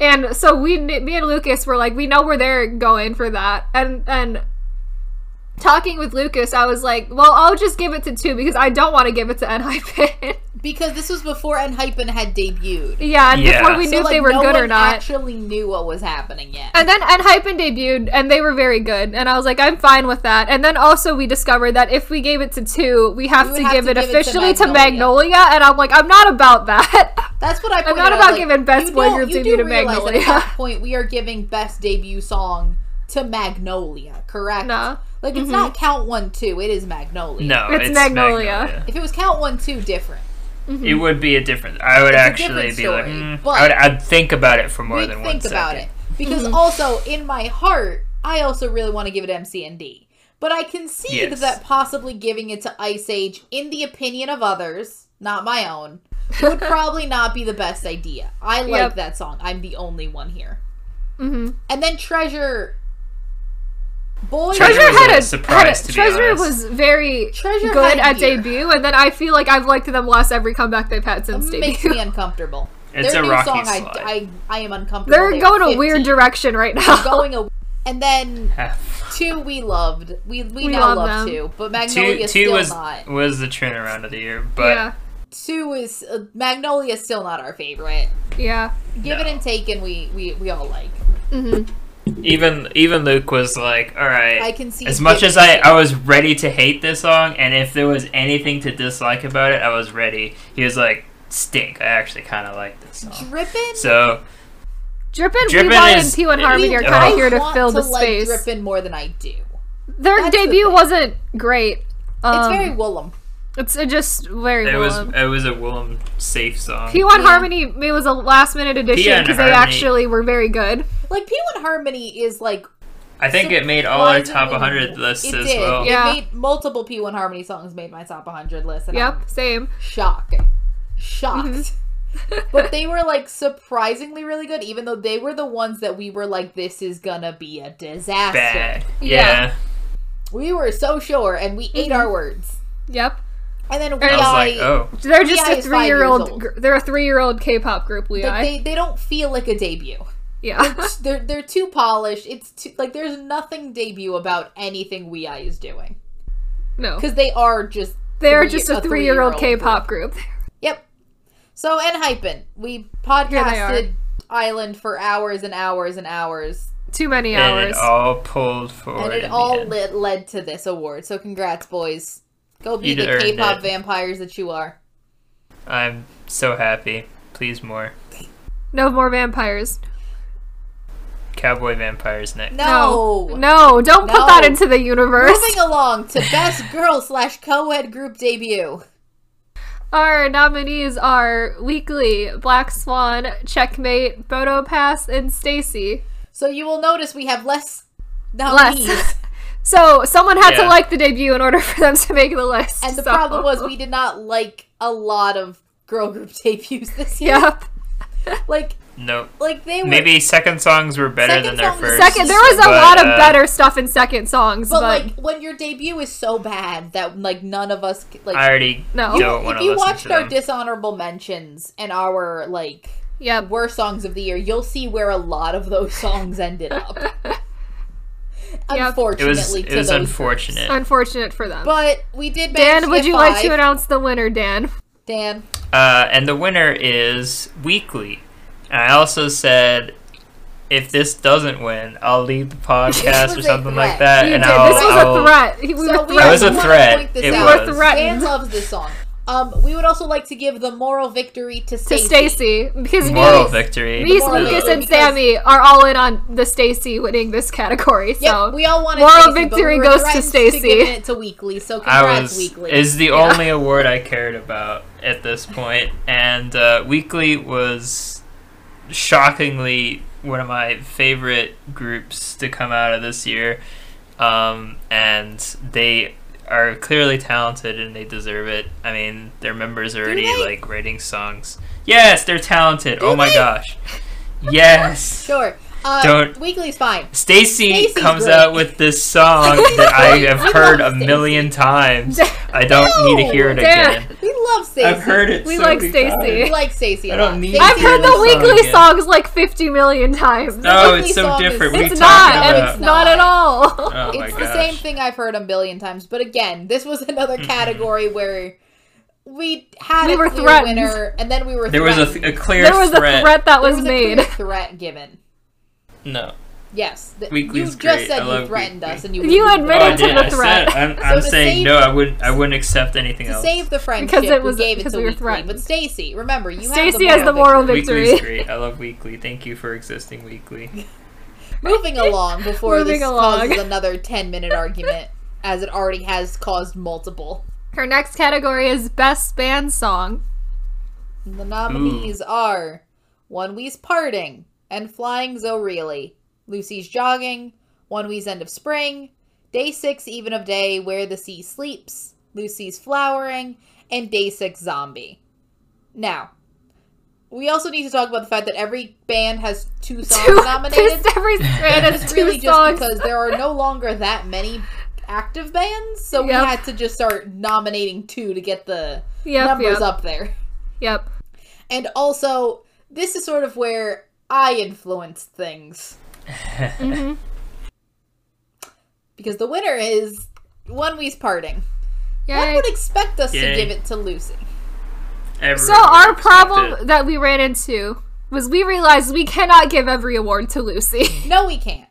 [SPEAKER 1] and so we kn- me and Lucas were like we know where they're going for that, and and talking with Lucas, I was like, well, I'll just give it to two because I don't want to give it to NHYPN.
[SPEAKER 2] Because this was before and hyphen had debuted.
[SPEAKER 1] (laughs) yeah, and
[SPEAKER 3] Yeah.
[SPEAKER 1] before we knew
[SPEAKER 2] So,
[SPEAKER 1] if
[SPEAKER 2] like,
[SPEAKER 1] they were
[SPEAKER 2] no
[SPEAKER 1] good or
[SPEAKER 2] one
[SPEAKER 1] not.
[SPEAKER 2] actually knew what was happening yet.
[SPEAKER 1] and then NHYPN debuted, and they were very good, and I was like, I'm fine with that. And then also we discovered that if we gave it to two, we have
[SPEAKER 2] We
[SPEAKER 1] to
[SPEAKER 2] would have
[SPEAKER 1] give
[SPEAKER 2] to
[SPEAKER 1] it
[SPEAKER 2] give it to
[SPEAKER 1] officially to
[SPEAKER 2] Magnolia.
[SPEAKER 1] Magnolia, and I'm like, I'm not about that. (laughs)
[SPEAKER 2] That's what I. Pointed
[SPEAKER 1] not
[SPEAKER 2] out,
[SPEAKER 1] about
[SPEAKER 2] like,
[SPEAKER 1] giving best
[SPEAKER 2] you
[SPEAKER 1] boy
[SPEAKER 2] know-
[SPEAKER 1] group
[SPEAKER 2] you
[SPEAKER 1] debut
[SPEAKER 2] do
[SPEAKER 1] to
[SPEAKER 2] realize that
[SPEAKER 1] Magnolia.
[SPEAKER 2] At that point, we are giving best debut song to Magnolia, correct?
[SPEAKER 1] No.
[SPEAKER 2] Like it's not Count One Two. It is Magnolia.
[SPEAKER 3] No,
[SPEAKER 1] It's
[SPEAKER 3] it's,
[SPEAKER 1] Magnolia.
[SPEAKER 3] Magnolia.
[SPEAKER 2] If it was Count One Two, different.
[SPEAKER 3] It would be a different. I would
[SPEAKER 2] It's a
[SPEAKER 3] actually
[SPEAKER 2] different
[SPEAKER 3] be like,
[SPEAKER 2] story,
[SPEAKER 3] mm,
[SPEAKER 2] but
[SPEAKER 3] I would, I'd think about it for more
[SPEAKER 2] We
[SPEAKER 3] than one
[SPEAKER 2] think
[SPEAKER 3] second.
[SPEAKER 2] about it because
[SPEAKER 1] Mm-hmm.
[SPEAKER 2] also in my heart, I also really want to give it MCND, but I concede
[SPEAKER 3] Yes.
[SPEAKER 2] that possibly giving it to Ice Age, in the opinion of others, not my
[SPEAKER 1] (laughs)
[SPEAKER 2] own, would probably not be the best idea. I like
[SPEAKER 1] Yep.
[SPEAKER 2] that song. I'm the only one here.
[SPEAKER 1] hmm
[SPEAKER 2] And then Treasure. Boy,
[SPEAKER 3] Treasure
[SPEAKER 1] Treasure
[SPEAKER 3] was
[SPEAKER 1] had
[SPEAKER 3] a
[SPEAKER 1] a,
[SPEAKER 3] surprise,
[SPEAKER 1] had a-
[SPEAKER 3] to be
[SPEAKER 1] Treasure
[SPEAKER 3] honest.
[SPEAKER 1] was very
[SPEAKER 2] Treasure
[SPEAKER 1] good
[SPEAKER 2] had a
[SPEAKER 1] at
[SPEAKER 2] year.
[SPEAKER 1] debut, and then I feel like I've liked them less every comeback they've had since
[SPEAKER 2] makes
[SPEAKER 1] debut.
[SPEAKER 2] me uncomfortable.
[SPEAKER 3] It's
[SPEAKER 2] Their
[SPEAKER 3] a
[SPEAKER 2] new
[SPEAKER 3] rocky
[SPEAKER 2] song,
[SPEAKER 3] slide.
[SPEAKER 2] I, I, I am uncomfortable.
[SPEAKER 1] (laughs) They're
[SPEAKER 2] They are
[SPEAKER 1] going a weird
[SPEAKER 2] 15.
[SPEAKER 1] direction right now.
[SPEAKER 2] Going a. And then
[SPEAKER 3] Half.
[SPEAKER 2] two, we loved. We we,
[SPEAKER 1] We
[SPEAKER 2] now
[SPEAKER 1] love
[SPEAKER 2] love
[SPEAKER 1] them.
[SPEAKER 2] two, but
[SPEAKER 3] (sighs) Two,
[SPEAKER 2] Magnolia's
[SPEAKER 3] two
[SPEAKER 2] still
[SPEAKER 3] was
[SPEAKER 2] not.
[SPEAKER 3] was the turnaround of the year, but
[SPEAKER 1] (laughs) yeah,
[SPEAKER 2] Two is uh, Magnolia's still not our favorite.
[SPEAKER 1] yeah.
[SPEAKER 2] Give it
[SPEAKER 3] No.
[SPEAKER 2] and take, and we we we all like.
[SPEAKER 3] even even Luke was like, "All right."
[SPEAKER 2] I can see
[SPEAKER 3] As much
[SPEAKER 2] that-
[SPEAKER 3] as I, I was ready to hate this song, and if there was anything to dislike about it, I was ready. He was like, "Stink!" I actually kind of like this song.
[SPEAKER 2] Drippin.
[SPEAKER 3] Oh. So
[SPEAKER 1] Drippin',
[SPEAKER 3] Drippin'
[SPEAKER 1] we wanted
[SPEAKER 3] is-
[SPEAKER 1] P1 Harmony are kind
[SPEAKER 3] we don't
[SPEAKER 1] of here to
[SPEAKER 2] want
[SPEAKER 1] fill the
[SPEAKER 2] like
[SPEAKER 1] space.
[SPEAKER 2] Drippin more than I do.
[SPEAKER 1] Their
[SPEAKER 2] That's the
[SPEAKER 1] debut
[SPEAKER 2] thing.
[SPEAKER 1] wasn't great. Um,
[SPEAKER 2] it's very Woolham.
[SPEAKER 1] It's uh, just very.
[SPEAKER 3] it was
[SPEAKER 1] long.
[SPEAKER 3] it was a Willem safe song.
[SPEAKER 1] P1
[SPEAKER 2] Yeah.
[SPEAKER 1] Harmony it was a last minute addition
[SPEAKER 3] P1
[SPEAKER 1] because they
[SPEAKER 3] Harmony-
[SPEAKER 1] actually were very good.
[SPEAKER 2] Like P1 Harmony is like
[SPEAKER 3] I think it made all our top 100 lists
[SPEAKER 2] It
[SPEAKER 3] as
[SPEAKER 2] did.
[SPEAKER 3] well.
[SPEAKER 2] It
[SPEAKER 1] Yeah.
[SPEAKER 2] made multiple P1 Harmony songs made my top 100 list, and I'm
[SPEAKER 1] Yep, same.
[SPEAKER 2] shocked,
[SPEAKER 1] Mm-hmm.
[SPEAKER 2] shocked.
[SPEAKER 1] (laughs)
[SPEAKER 2] but they were like surprisingly really good, even though they were the ones that we were like, "This is gonna be a disaster."
[SPEAKER 3] Bad.
[SPEAKER 1] Yeah.
[SPEAKER 3] Yeah.
[SPEAKER 2] We were so sure, and we ate our words.
[SPEAKER 1] Yep,
[SPEAKER 2] And then we
[SPEAKER 1] Mm-hmm. I
[SPEAKER 3] I was like,
[SPEAKER 2] I-
[SPEAKER 3] oh.
[SPEAKER 1] they're just
[SPEAKER 2] Yeah,
[SPEAKER 1] a
[SPEAKER 2] it's five years
[SPEAKER 1] three-year-old.
[SPEAKER 2] old.
[SPEAKER 1] Gr- they're a three-year-old K-pop group. We
[SPEAKER 2] like, they they don't feel like a
[SPEAKER 1] (laughs)
[SPEAKER 2] debut.
[SPEAKER 1] yeah.
[SPEAKER 2] they're they're too polished. It's too like there's nothing debut about anything We I is doing
[SPEAKER 1] No.
[SPEAKER 2] because they are just
[SPEAKER 1] They're
[SPEAKER 2] three-
[SPEAKER 1] just a three year old K pop group.
[SPEAKER 2] Yep. So and hyphen. We
[SPEAKER 1] Here they are.
[SPEAKER 2] podcasted Island for hours and hours and hours.
[SPEAKER 1] Too many
[SPEAKER 3] And uh,
[SPEAKER 1] hours.
[SPEAKER 3] it all pulled forward.
[SPEAKER 2] And it
[SPEAKER 3] in the
[SPEAKER 2] all
[SPEAKER 3] end.
[SPEAKER 2] lit, led to this award. So congrats, boys. Go be
[SPEAKER 3] You
[SPEAKER 2] the
[SPEAKER 3] earned
[SPEAKER 2] K pop
[SPEAKER 3] it.
[SPEAKER 2] vampires that you are.
[SPEAKER 3] I'm so happy. Please more.
[SPEAKER 1] No more vampires.
[SPEAKER 3] Cowboy vampires next.
[SPEAKER 2] No.
[SPEAKER 1] No, no don't put that
[SPEAKER 2] No.
[SPEAKER 1] into the universe.
[SPEAKER 2] Moving along to best girl slash co-ed group debut.
[SPEAKER 1] Our nominees are Weekly, Black Swan, Checkmate, Bodo Pass, and Stacy.
[SPEAKER 2] So you will notice we have less nominees. (laughs)
[SPEAKER 1] So someone had to
[SPEAKER 3] Yeah.
[SPEAKER 1] like the debut in order for them to make the list.
[SPEAKER 2] And the
[SPEAKER 1] so-
[SPEAKER 2] problem was we did not like a lot of girl group (laughs) debuts this year.
[SPEAKER 1] (laughs) Yep.
[SPEAKER 2] Like
[SPEAKER 3] Nope.
[SPEAKER 2] like they were
[SPEAKER 3] Maybe second songs were better
[SPEAKER 2] Second
[SPEAKER 3] than their
[SPEAKER 2] song-
[SPEAKER 3] first.
[SPEAKER 1] Second, there was a
[SPEAKER 3] But,
[SPEAKER 1] lot of
[SPEAKER 3] uh,
[SPEAKER 1] better stuff in second songs,
[SPEAKER 2] but
[SPEAKER 1] but,
[SPEAKER 2] like when your debut is so bad that like none of us c- like
[SPEAKER 3] I
[SPEAKER 2] (laughs)
[SPEAKER 3] already
[SPEAKER 1] no.
[SPEAKER 3] don't want
[SPEAKER 2] if
[SPEAKER 3] to
[SPEAKER 2] you
[SPEAKER 3] listen
[SPEAKER 2] watched
[SPEAKER 3] to
[SPEAKER 2] our
[SPEAKER 3] them.
[SPEAKER 2] dishonorable mentions and our like
[SPEAKER 1] Yep.
[SPEAKER 2] worst songs of the year, you'll see where a lot of those songs ended
[SPEAKER 1] (laughs)
[SPEAKER 2] up.
[SPEAKER 3] It was
[SPEAKER 2] Unfortunately,
[SPEAKER 3] it
[SPEAKER 2] to
[SPEAKER 3] was
[SPEAKER 2] those
[SPEAKER 3] unfortunate.
[SPEAKER 1] Unfortunate for them.
[SPEAKER 2] But we did. manage
[SPEAKER 1] Dan,
[SPEAKER 2] to
[SPEAKER 1] would
[SPEAKER 2] get
[SPEAKER 1] you
[SPEAKER 2] five.
[SPEAKER 1] like to announce the winner, Dan?
[SPEAKER 2] Dan,
[SPEAKER 3] Uh, and the winner is Weekly. And I also said, if this doesn't win, I'll
[SPEAKER 2] (laughs)
[SPEAKER 3] leave the podcast
[SPEAKER 2] was
[SPEAKER 3] or
[SPEAKER 2] a
[SPEAKER 3] something like
[SPEAKER 2] threat.
[SPEAKER 3] that.
[SPEAKER 1] You
[SPEAKER 3] Uh, and
[SPEAKER 1] did.
[SPEAKER 3] I'll,
[SPEAKER 1] this was
[SPEAKER 3] I'll-
[SPEAKER 1] a threat. He- We
[SPEAKER 2] So
[SPEAKER 1] were
[SPEAKER 2] we
[SPEAKER 3] It was
[SPEAKER 1] threatened.
[SPEAKER 3] a
[SPEAKER 2] wanna
[SPEAKER 3] threat.
[SPEAKER 2] point this
[SPEAKER 3] It
[SPEAKER 1] We
[SPEAKER 2] out.
[SPEAKER 1] were
[SPEAKER 3] was.
[SPEAKER 2] Dan
[SPEAKER 1] threatened
[SPEAKER 2] loves this song. Um, we would also like to give the moral victory
[SPEAKER 1] to
[SPEAKER 2] to Stacey.
[SPEAKER 1] Stacy because
[SPEAKER 3] Moral
[SPEAKER 1] me,
[SPEAKER 3] victory.
[SPEAKER 1] me,
[SPEAKER 2] moral
[SPEAKER 1] Lucas,
[SPEAKER 2] victory
[SPEAKER 1] and
[SPEAKER 2] because-
[SPEAKER 1] Sammy are all in on the Stacy winning this category.
[SPEAKER 2] Yep,
[SPEAKER 1] So
[SPEAKER 2] we all wanted
[SPEAKER 1] moral
[SPEAKER 2] Stacey, but
[SPEAKER 1] victory
[SPEAKER 2] we were
[SPEAKER 1] goes to
[SPEAKER 2] threatened
[SPEAKER 1] Stacey.
[SPEAKER 2] giving it to Weekly, so
[SPEAKER 3] I
[SPEAKER 2] congrats,
[SPEAKER 3] was
[SPEAKER 2] Weekly.
[SPEAKER 3] is the only award I cared about at this point, and uh, Weekly was shockingly one of my favorite groups to come out of this year, um, and they are clearly talented and they deserve it. I mean, their members are already
[SPEAKER 2] they?
[SPEAKER 3] like writing songs. Yes, they're talented. oh my
[SPEAKER 2] they? (laughs)
[SPEAKER 3] gosh, yes.
[SPEAKER 2] sure. Uh,
[SPEAKER 3] Don't-
[SPEAKER 2] Weekly's fine.
[SPEAKER 3] Stacy
[SPEAKER 2] Stacey's
[SPEAKER 3] comes
[SPEAKER 2] great.
[SPEAKER 3] out with
[SPEAKER 1] (laughs)
[SPEAKER 3] this song that I have
[SPEAKER 2] love
[SPEAKER 3] heard a
[SPEAKER 2] Stacey.
[SPEAKER 3] million times. I don't need to hear it
[SPEAKER 1] No, Dan.
[SPEAKER 3] again.
[SPEAKER 2] We love Stacey.
[SPEAKER 3] it.
[SPEAKER 1] We so like many Stacey.
[SPEAKER 2] We
[SPEAKER 3] times.
[SPEAKER 2] like Stacey.
[SPEAKER 3] I
[SPEAKER 2] a
[SPEAKER 3] don't
[SPEAKER 2] lot.
[SPEAKER 3] need
[SPEAKER 1] I've
[SPEAKER 2] Stacey
[SPEAKER 1] heard
[SPEAKER 3] the
[SPEAKER 1] the
[SPEAKER 3] song
[SPEAKER 1] weekly
[SPEAKER 3] again.
[SPEAKER 1] songs like 50 million times.
[SPEAKER 3] No,
[SPEAKER 2] Weekly
[SPEAKER 3] it's so
[SPEAKER 2] song is-
[SPEAKER 3] different.
[SPEAKER 2] we
[SPEAKER 1] it's
[SPEAKER 3] talked
[SPEAKER 1] not,
[SPEAKER 2] about-
[SPEAKER 1] and
[SPEAKER 2] No,
[SPEAKER 1] it's
[SPEAKER 2] it's
[SPEAKER 1] not
[SPEAKER 2] not.
[SPEAKER 1] at
[SPEAKER 3] (laughs)
[SPEAKER 1] all.
[SPEAKER 3] Oh my
[SPEAKER 2] it's
[SPEAKER 3] gosh. Mm-hmm.
[SPEAKER 2] the same thing I've heard a billion times. But again, this was (laughs) another category where we had
[SPEAKER 1] We
[SPEAKER 2] a
[SPEAKER 1] were
[SPEAKER 2] clear
[SPEAKER 1] threatened.
[SPEAKER 2] winner, and then we were
[SPEAKER 3] There was a,
[SPEAKER 2] threatened.
[SPEAKER 3] th- a clear
[SPEAKER 1] there was a
[SPEAKER 3] threat.
[SPEAKER 1] threat that
[SPEAKER 2] There
[SPEAKER 1] was,
[SPEAKER 2] was a
[SPEAKER 1] made.
[SPEAKER 2] clear threat given.
[SPEAKER 3] No.
[SPEAKER 2] Yes, th- you
[SPEAKER 3] Weekly's
[SPEAKER 2] just
[SPEAKER 3] great.
[SPEAKER 2] said
[SPEAKER 3] I
[SPEAKER 2] you
[SPEAKER 3] love
[SPEAKER 2] threatened
[SPEAKER 3] Weekly.
[SPEAKER 2] us, and you
[SPEAKER 1] You
[SPEAKER 2] wouldn't
[SPEAKER 1] admitted
[SPEAKER 3] Oh, I
[SPEAKER 1] to
[SPEAKER 3] did.
[SPEAKER 1] the
[SPEAKER 3] I
[SPEAKER 1] threat.
[SPEAKER 3] said- I'm, I'm
[SPEAKER 2] to
[SPEAKER 3] saying
[SPEAKER 2] save-
[SPEAKER 3] no. I wouldn't. I wouldn't accept anything
[SPEAKER 2] to
[SPEAKER 3] else.
[SPEAKER 2] save the friendship
[SPEAKER 1] Because it was-
[SPEAKER 2] we gave it
[SPEAKER 1] because
[SPEAKER 2] to
[SPEAKER 1] we were
[SPEAKER 2] Weekly.
[SPEAKER 1] threatened.
[SPEAKER 2] But Stacy, remember you
[SPEAKER 1] Stacy
[SPEAKER 2] have
[SPEAKER 1] has the
[SPEAKER 2] the (laughs)
[SPEAKER 1] moral
[SPEAKER 3] Weekly's
[SPEAKER 1] victory.
[SPEAKER 3] great. I love Weekly. Thank you for existing,
[SPEAKER 1] (laughs)
[SPEAKER 3] Weekly.
[SPEAKER 2] victory. Moving along before
[SPEAKER 1] Moving
[SPEAKER 2] this
[SPEAKER 1] along.
[SPEAKER 2] causes another
[SPEAKER 1] (laughs)
[SPEAKER 2] ten minute argument, as it already has caused multiple.
[SPEAKER 1] Her next category is Best Band Song.
[SPEAKER 2] And The nominees are One Wee's Parting and Flying's O'Reilly, Lucy's Jogging, One Wee's End of Spring, Day Six Even of Day Where the Sea Sleeps, Lucy's Flowering, and Day Six Zombie. Now, we also need to talk about the fact that every band has
[SPEAKER 1] (laughs)
[SPEAKER 2] two songs
[SPEAKER 1] Two,
[SPEAKER 2] nominated.
[SPEAKER 1] just
[SPEAKER 2] (laughs)
[SPEAKER 1] every (laughs) strand
[SPEAKER 2] And
[SPEAKER 1] has
[SPEAKER 2] it's
[SPEAKER 1] two
[SPEAKER 2] really just
[SPEAKER 1] songs.
[SPEAKER 2] because there are no longer that many active bands, so
[SPEAKER 1] Yep.
[SPEAKER 2] we had to just start nominating two to get the
[SPEAKER 1] Yep,
[SPEAKER 2] numbers
[SPEAKER 1] yep,
[SPEAKER 2] up there.
[SPEAKER 1] yep.
[SPEAKER 2] And also, this is sort of where I influenced things.
[SPEAKER 1] Mm-hmm.
[SPEAKER 2] Because the winner is One Wee's Parting. One
[SPEAKER 1] Yay.
[SPEAKER 2] would expect us to
[SPEAKER 3] Yay.
[SPEAKER 2] give it to Lucy.
[SPEAKER 3] Everyone
[SPEAKER 1] So our
[SPEAKER 3] accepted.
[SPEAKER 1] problem that we ran into was we realized we cannot give every award to Lucy. (laughs)
[SPEAKER 2] No, we can't.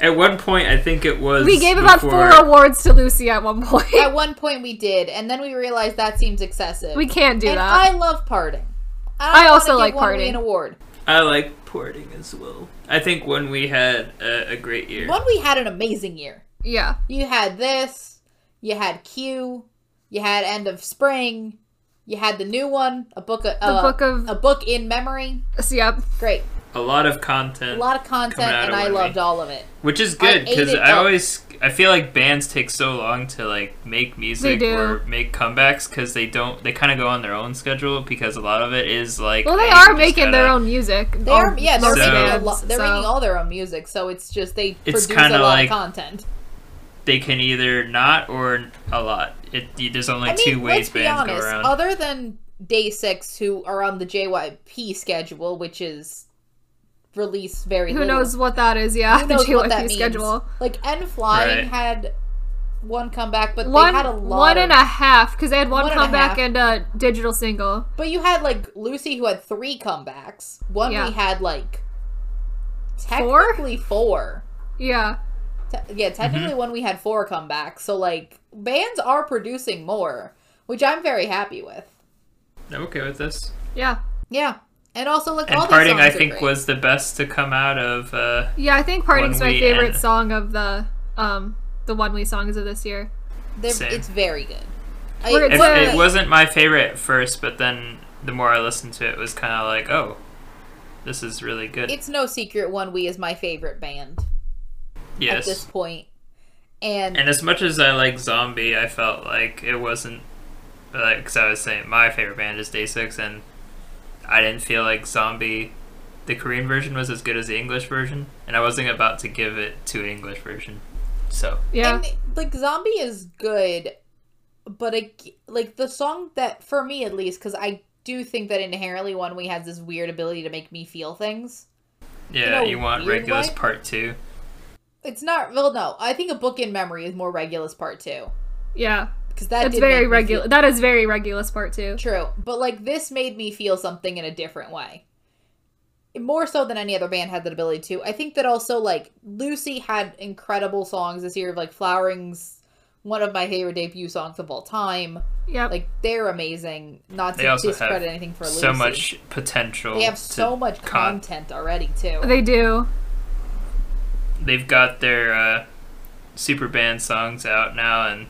[SPEAKER 3] At one point, I think it was.
[SPEAKER 1] We gave about
[SPEAKER 3] before-
[SPEAKER 1] four awards to Lucy at one point.
[SPEAKER 2] At one point we did, and then we realized that seems
[SPEAKER 1] (laughs)
[SPEAKER 2] excessive.
[SPEAKER 1] We can't do
[SPEAKER 2] and
[SPEAKER 1] that.
[SPEAKER 2] I love parting.
[SPEAKER 1] I
[SPEAKER 2] wanna
[SPEAKER 1] also
[SPEAKER 2] give
[SPEAKER 1] like
[SPEAKER 2] One Wee
[SPEAKER 1] Parting.
[SPEAKER 2] An award.
[SPEAKER 3] I like porting as well. I think when we had a, a great year.
[SPEAKER 2] One we had an amazing year.
[SPEAKER 1] yeah.
[SPEAKER 2] You had this. You had Q. You had End of Spring. You had the new one, a book, of, uh,
[SPEAKER 1] Book of-
[SPEAKER 2] a book in memory.
[SPEAKER 1] So, yep.
[SPEAKER 2] Great,
[SPEAKER 3] A lot of content.
[SPEAKER 2] a lot of content,
[SPEAKER 3] Coming out
[SPEAKER 2] and
[SPEAKER 3] of
[SPEAKER 2] I
[SPEAKER 3] one
[SPEAKER 2] loved
[SPEAKER 3] week.
[SPEAKER 2] all of it.
[SPEAKER 3] Which is
[SPEAKER 2] I
[SPEAKER 3] good
[SPEAKER 2] ate
[SPEAKER 3] because
[SPEAKER 2] it
[SPEAKER 3] I,
[SPEAKER 2] up.
[SPEAKER 3] always I feel like bands take so long to like make music
[SPEAKER 1] do.
[SPEAKER 3] or make comebacks because they don't they kind of go on their own schedule because a lot of it is like
[SPEAKER 1] Well, they
[SPEAKER 3] hey,
[SPEAKER 1] are
[SPEAKER 3] we just
[SPEAKER 1] making their
[SPEAKER 3] gotta-
[SPEAKER 1] own music.
[SPEAKER 2] They
[SPEAKER 1] all-
[SPEAKER 2] are, yeah, they're
[SPEAKER 1] most
[SPEAKER 3] So-
[SPEAKER 2] making a
[SPEAKER 1] bands,
[SPEAKER 2] lot. They're
[SPEAKER 1] so-
[SPEAKER 2] making all their own music, so it's just they
[SPEAKER 3] It's
[SPEAKER 2] produce a
[SPEAKER 3] kinda
[SPEAKER 2] lot
[SPEAKER 3] like-
[SPEAKER 2] of content.
[SPEAKER 3] They can either not or a lot. It you, there's only
[SPEAKER 2] I mean,
[SPEAKER 3] two
[SPEAKER 2] let's
[SPEAKER 3] ways
[SPEAKER 2] be
[SPEAKER 3] bands
[SPEAKER 2] honest.
[SPEAKER 3] go around.
[SPEAKER 2] Other than Day Six, who are on the JYP schedule, which is released very
[SPEAKER 1] Who
[SPEAKER 2] little.
[SPEAKER 1] knows what that is? Yeah, (laughs)
[SPEAKER 2] Who
[SPEAKER 1] the
[SPEAKER 2] knows what that
[SPEAKER 1] JYP
[SPEAKER 2] means?
[SPEAKER 1] schedule.
[SPEAKER 2] Like N Flying
[SPEAKER 3] Right.
[SPEAKER 2] had one comeback, but
[SPEAKER 1] One,
[SPEAKER 2] they had a lot.
[SPEAKER 1] one
[SPEAKER 2] of-
[SPEAKER 1] and a half because they had one,
[SPEAKER 2] One and a
[SPEAKER 1] comeback
[SPEAKER 2] half.
[SPEAKER 1] and a digital single.
[SPEAKER 2] But you had like Lucy, who had three comebacks. One
[SPEAKER 1] Yeah.
[SPEAKER 2] we had like
[SPEAKER 1] Four?
[SPEAKER 2] technically four.
[SPEAKER 1] Yeah,
[SPEAKER 2] Te- yeah,
[SPEAKER 3] Mm-hmm.
[SPEAKER 2] technically one we had four comebacks. So like bands are producing more, which I'm very happy with.
[SPEAKER 3] I'm okay with this.
[SPEAKER 1] yeah.
[SPEAKER 2] Yeah. And also, like,
[SPEAKER 3] And
[SPEAKER 2] all
[SPEAKER 3] Parting,
[SPEAKER 2] these songs
[SPEAKER 3] I
[SPEAKER 2] are
[SPEAKER 3] think,
[SPEAKER 2] great.
[SPEAKER 3] was the best to come out of. Uh,
[SPEAKER 1] Yeah, I think Parting's
[SPEAKER 3] One
[SPEAKER 1] my
[SPEAKER 3] We
[SPEAKER 1] favorite
[SPEAKER 3] and-
[SPEAKER 1] song of the um the one we songs of this year.
[SPEAKER 2] They're-
[SPEAKER 3] same.
[SPEAKER 2] It's very good. I-
[SPEAKER 1] We're-
[SPEAKER 3] it,
[SPEAKER 1] It's a-
[SPEAKER 3] it wasn't my favorite at first, but then the more I listened to it, it was kind of like, oh, this is really good.
[SPEAKER 2] It's no secret One We is my favorite band at
[SPEAKER 3] yes.
[SPEAKER 2] this point. And,
[SPEAKER 3] And as much as I like Zombie, I felt like it wasn't like because I was saying my favorite band is Day Six, and I didn't feel like Zombie. The Korean version was as good as the English version, and I wasn't about to give it to English version. So
[SPEAKER 1] Yeah.
[SPEAKER 2] and like Zombie is good, but ag- like the song that for me at least cuz I do think that inherently One We has this weird ability to make me feel things.
[SPEAKER 3] yeah,
[SPEAKER 2] In a
[SPEAKER 3] you want
[SPEAKER 2] weird
[SPEAKER 3] Regulus
[SPEAKER 2] way?
[SPEAKER 3] Part Two.
[SPEAKER 2] It's not well no, I think a book in memory is more regulus part 2
[SPEAKER 1] yeah.
[SPEAKER 2] cuz that
[SPEAKER 1] It's
[SPEAKER 2] did
[SPEAKER 1] very
[SPEAKER 2] make me feel-
[SPEAKER 1] regular. That is very regulus part two.
[SPEAKER 2] True, but like this made me feel something in a different way. More so than any other band had that ability to. I think that also like Lucy had incredible songs this year, like Flowering's one of my favorite debut songs of all time.
[SPEAKER 1] Yep.
[SPEAKER 2] Like they're amazing. Not to
[SPEAKER 3] They also have
[SPEAKER 2] discredit anything for Lucy.
[SPEAKER 3] So much potential.
[SPEAKER 2] They have
[SPEAKER 3] to
[SPEAKER 2] so much
[SPEAKER 3] con-
[SPEAKER 2] content already too.
[SPEAKER 1] they do.
[SPEAKER 3] They've got their uh, super band songs out now, and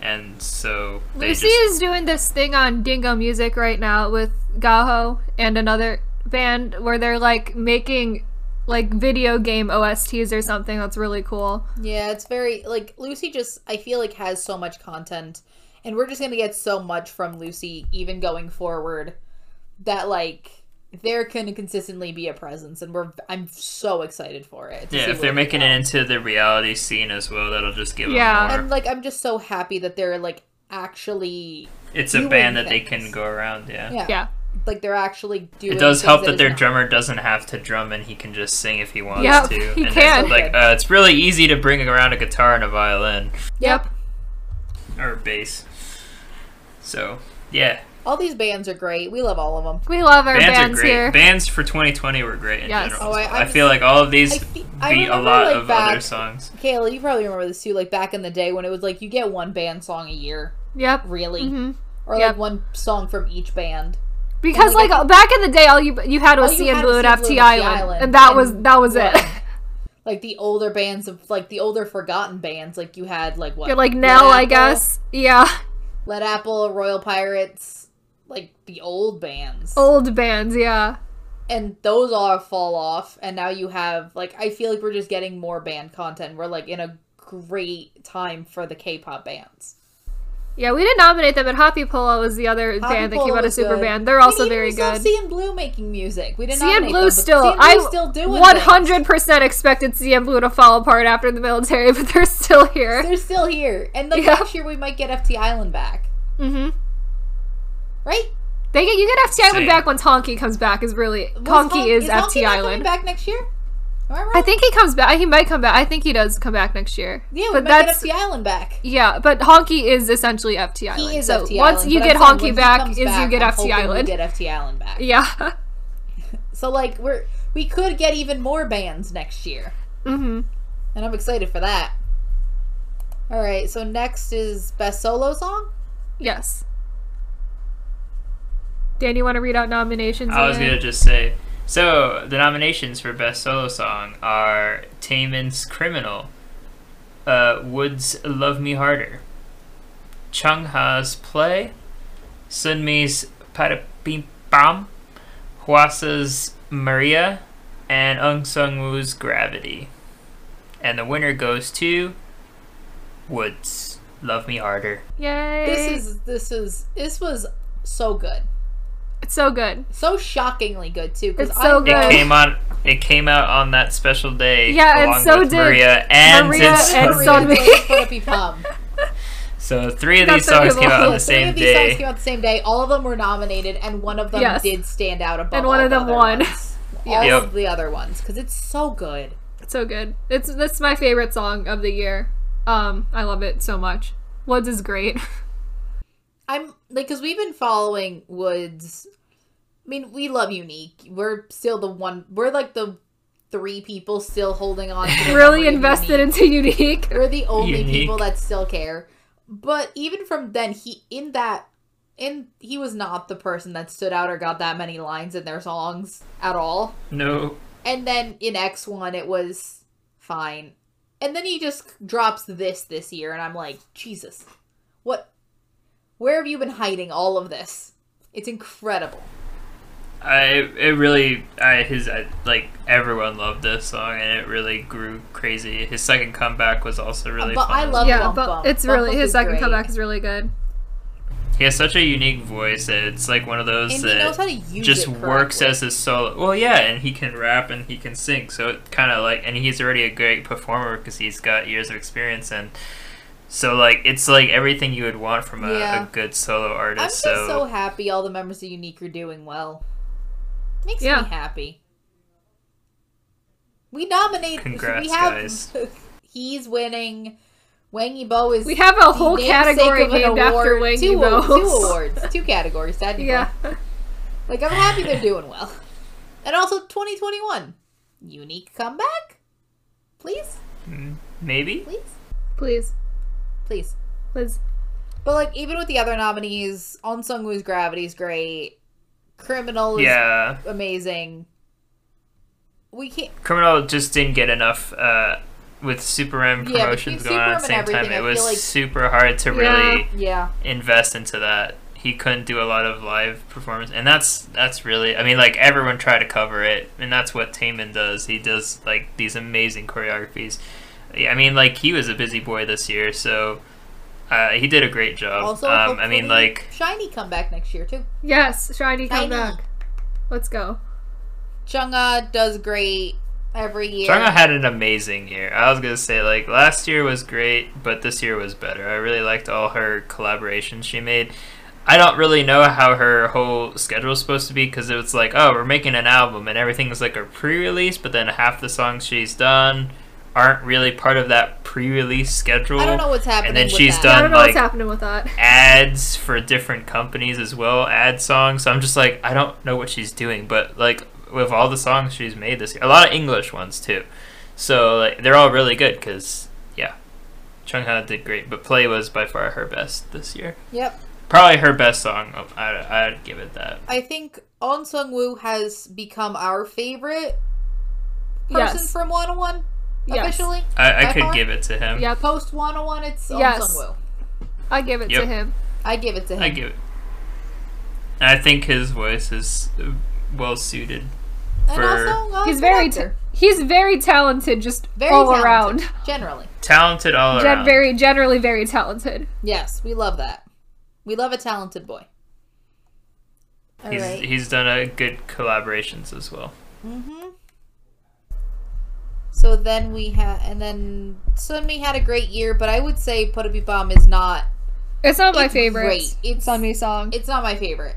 [SPEAKER 3] and so they
[SPEAKER 1] Lucy
[SPEAKER 3] just-
[SPEAKER 1] is doing this thing on Dingo Music right now with Gaho and another band where they're like making like video game OSTs or something. That's really cool.
[SPEAKER 2] Yeah, it's very like Lucy just I feel like has so much content and we're just going to get so much from Lucy even going forward that like there can consistently be a presence and we're I'm so excited for it. to
[SPEAKER 3] Yeah,
[SPEAKER 2] see
[SPEAKER 3] if
[SPEAKER 2] where
[SPEAKER 3] they're
[SPEAKER 2] they
[SPEAKER 3] making
[SPEAKER 2] go.
[SPEAKER 3] it into the reality scene as well, that'll just give
[SPEAKER 1] Yeah.
[SPEAKER 3] them
[SPEAKER 2] and
[SPEAKER 3] more.
[SPEAKER 2] like I'm just so happy that they're like actually
[SPEAKER 3] It's a
[SPEAKER 2] doing
[SPEAKER 3] band that they
[SPEAKER 2] things.
[SPEAKER 3] can go around, yeah.
[SPEAKER 2] yeah,
[SPEAKER 1] Yeah.
[SPEAKER 2] like they're actually doing
[SPEAKER 3] It does
[SPEAKER 2] things
[SPEAKER 3] help that
[SPEAKER 2] is
[SPEAKER 3] their
[SPEAKER 2] not-
[SPEAKER 3] drummer doesn't have to drum and he can just sing if he wants
[SPEAKER 1] Yep,
[SPEAKER 2] (laughs)
[SPEAKER 3] to.
[SPEAKER 1] he
[SPEAKER 3] and it's
[SPEAKER 1] can.
[SPEAKER 3] Like uh, it's really easy to bring around a guitar and a violin
[SPEAKER 1] Yep.
[SPEAKER 3] or bass. So yeah,
[SPEAKER 2] All these bands are great. We love all of them.
[SPEAKER 1] We love our
[SPEAKER 3] bands,
[SPEAKER 1] bands,
[SPEAKER 3] are great.
[SPEAKER 1] here.
[SPEAKER 3] Bands for 2020 were great in
[SPEAKER 1] Yes.
[SPEAKER 3] general.
[SPEAKER 2] Oh, I-
[SPEAKER 3] as well.
[SPEAKER 2] I
[SPEAKER 3] I,
[SPEAKER 2] was-
[SPEAKER 3] feel like all of these
[SPEAKER 2] I fe- I
[SPEAKER 3] beat a
[SPEAKER 2] remember,
[SPEAKER 3] lot
[SPEAKER 2] like,
[SPEAKER 3] of other
[SPEAKER 2] back-
[SPEAKER 3] songs.
[SPEAKER 2] Kayla, you probably remember this too like back in the day when it was like you get one band song a year,
[SPEAKER 1] Yep.
[SPEAKER 2] really.
[SPEAKER 1] hmm
[SPEAKER 2] or
[SPEAKER 1] Yep.
[SPEAKER 2] like one song from each band.
[SPEAKER 1] Because
[SPEAKER 2] like,
[SPEAKER 1] like back in the day, all you you had was
[SPEAKER 2] All you
[SPEAKER 1] Sea and
[SPEAKER 2] had
[SPEAKER 1] Blue
[SPEAKER 2] was
[SPEAKER 1] and FT
[SPEAKER 2] Sea and Blue and FT
[SPEAKER 1] Island,
[SPEAKER 2] Island,
[SPEAKER 1] and that was
[SPEAKER 2] and
[SPEAKER 1] that was it.
[SPEAKER 2] Blood. (laughs) Like the older bands of like the older forgotten bands, like you had like what?
[SPEAKER 1] You're like
[SPEAKER 2] Lead
[SPEAKER 1] Nell, I
[SPEAKER 2] Apple-
[SPEAKER 1] guess. Yeah, (laughs)
[SPEAKER 2] Lead Apple, Royal Pirates, like the old bands,
[SPEAKER 1] old bands. Yeah,
[SPEAKER 2] and those all fall off. And now you have like I feel like we're just getting more band content. We're like in a great time for the K-pop bands.
[SPEAKER 1] yeah. We didn't nominate them, but Hoppy Polo was the other band that
[SPEAKER 2] Pola
[SPEAKER 1] came out of
[SPEAKER 2] was
[SPEAKER 1] Super
[SPEAKER 2] good.
[SPEAKER 1] Band. They're
[SPEAKER 2] And
[SPEAKER 1] also
[SPEAKER 2] even
[SPEAKER 1] very
[SPEAKER 2] we saw
[SPEAKER 1] good.
[SPEAKER 2] Sea and Blue making music. We didn't.
[SPEAKER 1] Sea and
[SPEAKER 2] nominate
[SPEAKER 1] Blue
[SPEAKER 2] them, but
[SPEAKER 1] still-
[SPEAKER 2] Sea and
[SPEAKER 1] I
[SPEAKER 2] Blue's still doing
[SPEAKER 1] One
[SPEAKER 2] things.
[SPEAKER 1] hundred percent expected CM Blue to fall apart after the military, (laughs) but they're still here.
[SPEAKER 2] They're still here, and
[SPEAKER 1] (laughs)
[SPEAKER 2] like
[SPEAKER 1] Yeah.
[SPEAKER 2] next year we might get FT Island back,
[SPEAKER 1] hmm
[SPEAKER 2] right?
[SPEAKER 1] They get you get FT Island
[SPEAKER 3] Same.
[SPEAKER 1] back once Honky comes back. Is really
[SPEAKER 2] Was
[SPEAKER 1] Honky
[SPEAKER 2] Hon-
[SPEAKER 1] is, FT
[SPEAKER 2] Honky not coming
[SPEAKER 1] Island.
[SPEAKER 2] back next year? Am I wrong?
[SPEAKER 1] I think he comes back. He might come back. I think he does come back next year.
[SPEAKER 2] Yeah, we
[SPEAKER 1] but
[SPEAKER 2] might get
[SPEAKER 1] that's
[SPEAKER 2] FT Island back.
[SPEAKER 1] Yeah, but Honky is essentially FT Island.
[SPEAKER 2] He is
[SPEAKER 1] so
[SPEAKER 2] FT
[SPEAKER 1] once
[SPEAKER 2] Island,
[SPEAKER 1] you
[SPEAKER 2] but
[SPEAKER 1] get
[SPEAKER 2] I'm saying
[SPEAKER 1] Honky
[SPEAKER 2] when he
[SPEAKER 1] back,
[SPEAKER 2] comes
[SPEAKER 1] is you get
[SPEAKER 2] I'm
[SPEAKER 1] FT
[SPEAKER 2] hoping
[SPEAKER 1] Island.
[SPEAKER 2] We get FT Island back.
[SPEAKER 1] (laughs) yeah.
[SPEAKER 2] So like we're we could get even more bands next year,
[SPEAKER 1] hmm
[SPEAKER 2] and I'm excited for that. All right, so next is best solo song.
[SPEAKER 1] Yes. Dan, you want to read out nominations?
[SPEAKER 3] I was
[SPEAKER 1] again?
[SPEAKER 3] gonna just say. So the nominations for best solo song are Taemin's "Criminal," uh, Wood's "Love Me Harder," Chung Ha's "Play," Sunmi's "Parapim Pam," Hwasa's "Maria," and Ung Sung Woo's "Gravity." And the winner goes to Woods. Love me harder.
[SPEAKER 1] Yay!
[SPEAKER 2] This is this is this was so good,
[SPEAKER 1] it's so good.
[SPEAKER 2] so shockingly good too.
[SPEAKER 1] It's so
[SPEAKER 2] I-
[SPEAKER 1] good.
[SPEAKER 3] It came on. It came out on that special day.
[SPEAKER 1] Yeah, and
[SPEAKER 3] along
[SPEAKER 1] so
[SPEAKER 3] with
[SPEAKER 1] did
[SPEAKER 3] Maria and
[SPEAKER 1] Maria
[SPEAKER 3] Zin's
[SPEAKER 1] and
[SPEAKER 3] Maria.
[SPEAKER 1] Sunmi.
[SPEAKER 3] (laughs)
[SPEAKER 2] Pom.
[SPEAKER 3] So three of
[SPEAKER 1] That's
[SPEAKER 3] these
[SPEAKER 1] so
[SPEAKER 3] songs
[SPEAKER 1] cool.
[SPEAKER 3] came out on
[SPEAKER 1] Yeah,
[SPEAKER 3] the
[SPEAKER 2] Three
[SPEAKER 3] same
[SPEAKER 2] of these songs
[SPEAKER 3] day.
[SPEAKER 2] came out the same day. All of them were nominated, and one of them
[SPEAKER 1] Yes.
[SPEAKER 2] did stand out above.
[SPEAKER 1] And one
[SPEAKER 2] all
[SPEAKER 1] of
[SPEAKER 2] the
[SPEAKER 1] them
[SPEAKER 2] other
[SPEAKER 1] won. (laughs)
[SPEAKER 2] ones. All
[SPEAKER 3] Yep.
[SPEAKER 2] of the other ones, because it's so good.
[SPEAKER 1] It's so good. It's this is my favorite song of the year. Um, I love it so much. Woods is (laughs) great.
[SPEAKER 2] I'm like, because we've been following Woods. I mean, we love Unique. We're still the one. We're like the three people still holding on. To the
[SPEAKER 1] really
[SPEAKER 2] memory of
[SPEAKER 1] invested
[SPEAKER 2] Unique.
[SPEAKER 1] into (laughs) Unique.
[SPEAKER 2] We're the only
[SPEAKER 3] Unique.
[SPEAKER 2] people that still care. But even from then, he in that and he was not the person that stood out or got that many lines in their songs at all.
[SPEAKER 3] No.
[SPEAKER 2] And then in X1, it was fine. And then he just drops this this year, and I'm like, Jesus, what? Where have you been hiding all of this? It's incredible.
[SPEAKER 3] I it really I his I, like everyone loved this song and it really grew crazy. His second comeback was also really
[SPEAKER 2] But
[SPEAKER 3] fun.
[SPEAKER 2] I love-
[SPEAKER 1] yeah,
[SPEAKER 2] Bump
[SPEAKER 1] but
[SPEAKER 2] Bump.
[SPEAKER 1] it's
[SPEAKER 2] Bump
[SPEAKER 1] really
[SPEAKER 2] Bump
[SPEAKER 1] his
[SPEAKER 2] is
[SPEAKER 1] second
[SPEAKER 2] great.
[SPEAKER 1] comeback is really good.
[SPEAKER 3] he has such a unique voice. that It's like one of those
[SPEAKER 2] And he knows how
[SPEAKER 3] that
[SPEAKER 2] to use
[SPEAKER 3] just
[SPEAKER 2] it
[SPEAKER 3] works
[SPEAKER 2] correctly.
[SPEAKER 3] as his solo. Well, yeah, and he can rap and he can sing. So it kind of like and he's already a great performer because he's got years of experience and so like it's like everything you would want from a,
[SPEAKER 2] Yeah.
[SPEAKER 3] a good solo
[SPEAKER 2] I'm
[SPEAKER 3] artist.
[SPEAKER 2] just
[SPEAKER 3] so,
[SPEAKER 2] so, happy all the members of Unique are doing well. Makes
[SPEAKER 1] Yeah.
[SPEAKER 2] me happy. We nominate.
[SPEAKER 3] Congrats,
[SPEAKER 2] we have, (laughs)
[SPEAKER 3] guys.
[SPEAKER 2] He's winning. Wang Yibo is.
[SPEAKER 1] We have a
[SPEAKER 2] the
[SPEAKER 1] whole
[SPEAKER 2] namesake
[SPEAKER 1] category
[SPEAKER 2] of an
[SPEAKER 1] named after
[SPEAKER 2] award.
[SPEAKER 1] Wang
[SPEAKER 2] Two,
[SPEAKER 1] Yibo. (laughs)
[SPEAKER 2] two awards, two categories. That'd be
[SPEAKER 1] Yeah.
[SPEAKER 2] Like I'm happy they're doing well. And also 2021. Unique comeback? Please?
[SPEAKER 3] maybe
[SPEAKER 2] Please?
[SPEAKER 1] Please.
[SPEAKER 2] Please.
[SPEAKER 1] Please.
[SPEAKER 2] But like even with the other nominees, On Sung Woo's Gravity is great. Criminal is
[SPEAKER 3] yeah.
[SPEAKER 2] amazing. We can't
[SPEAKER 3] Criminal just didn't get enough uh, with Super M
[SPEAKER 2] Yeah,
[SPEAKER 3] promotions
[SPEAKER 2] between
[SPEAKER 3] going on at the
[SPEAKER 2] Super M
[SPEAKER 3] same
[SPEAKER 2] and
[SPEAKER 3] time.
[SPEAKER 2] everything,
[SPEAKER 3] It
[SPEAKER 2] I
[SPEAKER 3] was
[SPEAKER 2] feel like-
[SPEAKER 3] super hard to
[SPEAKER 1] Yeah.
[SPEAKER 3] really
[SPEAKER 2] Yeah.
[SPEAKER 3] invest into that. He couldn't do a lot of live performance, and that's that's really. I mean, like everyone tried to cover it, and that's what Taman does. He does like these amazing choreographies. Yeah, I mean, like he was a busy boy this year, so uh, he did a great job.
[SPEAKER 2] Also
[SPEAKER 3] um, I mean,
[SPEAKER 2] hopefully
[SPEAKER 3] like
[SPEAKER 2] Shiny comeback next year too.
[SPEAKER 1] Yes, Shiny, come
[SPEAKER 2] Shiny.
[SPEAKER 1] back. Let's go.
[SPEAKER 2] Chunga does great every year.
[SPEAKER 3] Changa had an amazing year. I was gonna say like last year was great, but this year was better. I really liked all her collaborations she made. I don't really know how her whole schedule is supposed to be because it was like, oh, we're making an album and everything is like a pre-release, but then half the songs she's done aren't really part of that pre-release schedule.
[SPEAKER 2] I don't know what's happening.
[SPEAKER 3] And then
[SPEAKER 2] with
[SPEAKER 3] she's
[SPEAKER 2] that.
[SPEAKER 3] done
[SPEAKER 1] I don't know
[SPEAKER 3] like-
[SPEAKER 1] what's happening with that.
[SPEAKER 3] ads for different companies as well, ad songs. So I'm just like, I don't know what she's doing, but like with all the songs she's made this year, a lot of English ones too. So like they're all really good because yeah, Chung Ha did great, but Play was by far her best this year.
[SPEAKER 2] Yep.
[SPEAKER 3] Probably her best song. I- I I'd give it that.
[SPEAKER 2] I think On Sung Woo has become our favorite person
[SPEAKER 1] Yes.
[SPEAKER 2] from 101
[SPEAKER 1] Yes.
[SPEAKER 2] officially.
[SPEAKER 3] I, I
[SPEAKER 2] By
[SPEAKER 3] could
[SPEAKER 2] far?
[SPEAKER 3] give it to him.
[SPEAKER 1] Yep.
[SPEAKER 2] Post 101, it's On
[SPEAKER 1] Yes.
[SPEAKER 2] Sung Woo.
[SPEAKER 1] I give it
[SPEAKER 3] Yep.
[SPEAKER 1] to him.
[SPEAKER 2] I give it to him.
[SPEAKER 3] I give it. I think his voice is uh, well suited.
[SPEAKER 2] and
[SPEAKER 3] for-
[SPEAKER 2] also, uh,
[SPEAKER 1] He's
[SPEAKER 2] good
[SPEAKER 1] very
[SPEAKER 2] actor.
[SPEAKER 1] ta- he's very talented just
[SPEAKER 2] very
[SPEAKER 1] all
[SPEAKER 2] talented,
[SPEAKER 1] around. (laughs)
[SPEAKER 2] Generally,
[SPEAKER 3] Talented all
[SPEAKER 1] Gen-
[SPEAKER 3] around.
[SPEAKER 1] very generally very talented.
[SPEAKER 2] yes, we love that. We love a talented boy. All
[SPEAKER 3] he's
[SPEAKER 2] right.
[SPEAKER 3] he's done a good collaborations as well.
[SPEAKER 2] So then we had, and then Sunmi had a great year, but I would say Put Bomb is not.
[SPEAKER 1] It's not my
[SPEAKER 2] It's
[SPEAKER 1] favorite.
[SPEAKER 2] great. It's-
[SPEAKER 1] Sunmi song.
[SPEAKER 2] It's not my favorite.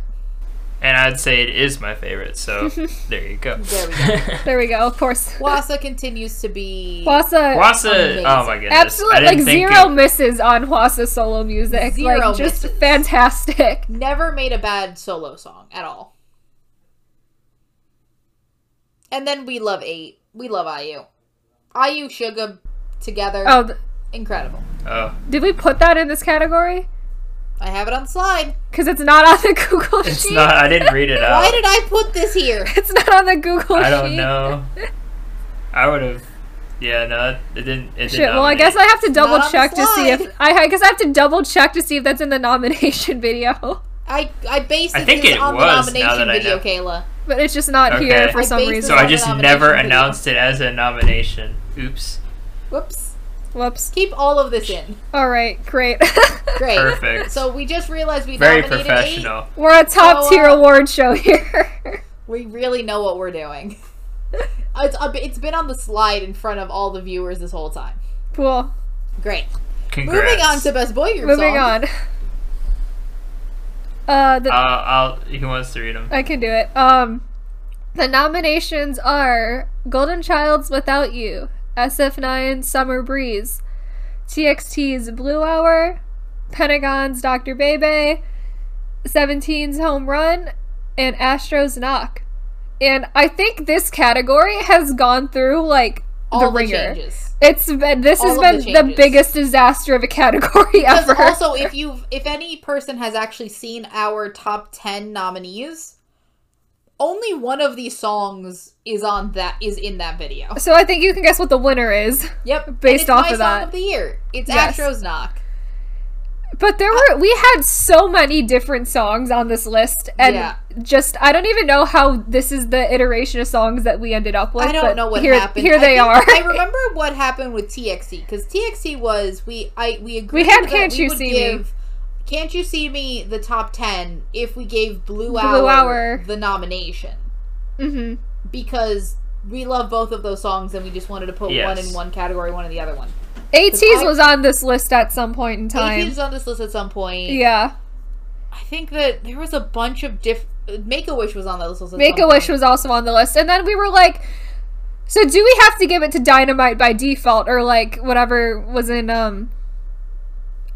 [SPEAKER 3] and I'd say it is my
[SPEAKER 2] (laughs)
[SPEAKER 3] favorite. So there you go. (laughs)
[SPEAKER 2] There we
[SPEAKER 1] there we go. Of course.
[SPEAKER 2] Wasa continues to be
[SPEAKER 1] Wassa
[SPEAKER 3] Wassa,
[SPEAKER 2] Amazing.
[SPEAKER 3] oh my goodness, I
[SPEAKER 1] absolutely
[SPEAKER 3] didn't
[SPEAKER 1] like
[SPEAKER 3] think
[SPEAKER 1] zero
[SPEAKER 3] it-
[SPEAKER 1] misses on Wassa solo music.
[SPEAKER 2] Zero
[SPEAKER 1] like just
[SPEAKER 2] misses.
[SPEAKER 1] fantastic.
[SPEAKER 2] never made a bad solo song at all. And then we love eight. We love IU. IU Suga together.
[SPEAKER 1] Oh, th-
[SPEAKER 2] Incredible. (laughs)
[SPEAKER 3] oh,
[SPEAKER 1] did we put that in this category?
[SPEAKER 2] I have it on the slide.
[SPEAKER 1] Cuz it's not on the (laughs) Google
[SPEAKER 3] it's
[SPEAKER 1] sheet.
[SPEAKER 3] not. I didn't read it out.
[SPEAKER 2] Why did I put this here?
[SPEAKER 1] It's not on the Google sheet.
[SPEAKER 2] (laughs)
[SPEAKER 3] I don't know. I would have. Yeah, no, it didn't. It did
[SPEAKER 1] Shit. Well, I guess I have to double
[SPEAKER 2] on the
[SPEAKER 1] check to see if
[SPEAKER 2] slide.
[SPEAKER 1] I, I guess I have to double check to see if that's in the nomination (laughs) video,
[SPEAKER 2] I I based
[SPEAKER 3] I
[SPEAKER 2] it,
[SPEAKER 3] think
[SPEAKER 2] this
[SPEAKER 3] it
[SPEAKER 2] on
[SPEAKER 3] was,
[SPEAKER 2] the
[SPEAKER 3] now that
[SPEAKER 2] nomination
[SPEAKER 3] I
[SPEAKER 2] video,
[SPEAKER 3] know.
[SPEAKER 2] Kayla.
[SPEAKER 1] but it's just not here
[SPEAKER 3] Okay.
[SPEAKER 1] for
[SPEAKER 3] I
[SPEAKER 1] some
[SPEAKER 2] based this
[SPEAKER 1] reason.
[SPEAKER 3] So I just
[SPEAKER 2] Nomination
[SPEAKER 3] never
[SPEAKER 2] video.
[SPEAKER 3] announced it as a nomination. Oops.
[SPEAKER 2] Whoops.
[SPEAKER 1] Whoops.
[SPEAKER 2] Keep all of this in.
[SPEAKER 1] All right. Great. (laughs)
[SPEAKER 2] Great.
[SPEAKER 3] Perfect.
[SPEAKER 2] So we just realized we
[SPEAKER 3] Very
[SPEAKER 2] nominated eight.
[SPEAKER 3] professional.
[SPEAKER 1] We're a top
[SPEAKER 2] So,
[SPEAKER 1] tier
[SPEAKER 2] uh,
[SPEAKER 1] award show
[SPEAKER 2] (laughs)
[SPEAKER 1] here.
[SPEAKER 2] We really know what we're doing. (laughs) it's uh, it's been on the slide in front of all the viewers this whole time.
[SPEAKER 1] cool.
[SPEAKER 2] Great.
[SPEAKER 3] Congrats.
[SPEAKER 2] Moving on to best boy group
[SPEAKER 1] Moving on.
[SPEAKER 2] song.
[SPEAKER 1] Uh, the,
[SPEAKER 3] Uh, I'll. He wants to read them.
[SPEAKER 1] I can do it. Um, the nominations are Golden Child's "Without You," SF9 "Summer Breeze," TXT's "Blue Hour," Pentagon's "Dr. Bebe," Seventeen's "Home Run," and Astro's "Knock." And I think this category has gone through like
[SPEAKER 2] all
[SPEAKER 1] the
[SPEAKER 2] the,
[SPEAKER 1] ringer. (laughs)
[SPEAKER 2] changes.
[SPEAKER 1] It's been this
[SPEAKER 2] All
[SPEAKER 1] has
[SPEAKER 2] of the
[SPEAKER 1] been the,
[SPEAKER 2] changes.
[SPEAKER 1] biggest disaster of a category (laughs)
[SPEAKER 2] Because
[SPEAKER 1] ever.
[SPEAKER 2] also, if you if any person has actually seen our top ten nominees, only one of these songs is on that is in that video.
[SPEAKER 1] so I think you can guess what the winner is.
[SPEAKER 2] Yep, And
[SPEAKER 1] Based
[SPEAKER 2] it's
[SPEAKER 1] off
[SPEAKER 2] my
[SPEAKER 1] of
[SPEAKER 2] song
[SPEAKER 1] that.
[SPEAKER 2] of the year. It's
[SPEAKER 1] Yes.
[SPEAKER 2] Astro's knock.
[SPEAKER 1] But there were we had so many different songs on this list and
[SPEAKER 2] Yeah.
[SPEAKER 1] just I don't even know how this is the iteration of songs that we ended up with.
[SPEAKER 2] I
[SPEAKER 1] but
[SPEAKER 2] don't know what
[SPEAKER 1] here,
[SPEAKER 2] happened.
[SPEAKER 1] Here
[SPEAKER 2] I
[SPEAKER 1] they
[SPEAKER 2] think-
[SPEAKER 1] are. (laughs)
[SPEAKER 2] I remember what happened with E, TXT because TXT was we I we agreed
[SPEAKER 1] had
[SPEAKER 2] that
[SPEAKER 1] Can't
[SPEAKER 2] we
[SPEAKER 1] You
[SPEAKER 2] would
[SPEAKER 1] See Me.
[SPEAKER 2] give, Can't you see me the top ten if we gave Blue,
[SPEAKER 1] Blue
[SPEAKER 2] Hour,
[SPEAKER 1] Hour.
[SPEAKER 2] the nomination
[SPEAKER 1] Mhm.
[SPEAKER 2] because we love both of those songs and we just wanted to put one
[SPEAKER 3] Yes.
[SPEAKER 2] in one category, one in the other one.
[SPEAKER 1] ATs
[SPEAKER 2] I-
[SPEAKER 1] was on this list at some point in time.
[SPEAKER 2] AT was on this list at some point.
[SPEAKER 1] yeah.
[SPEAKER 2] I think that there was a bunch of diff. Make a Wish was on that list. at
[SPEAKER 1] Make
[SPEAKER 2] some
[SPEAKER 1] a Wish
[SPEAKER 2] point.
[SPEAKER 1] was also on the list. And then we were like, so do we have to give it to Dynamite by default or like whatever was in um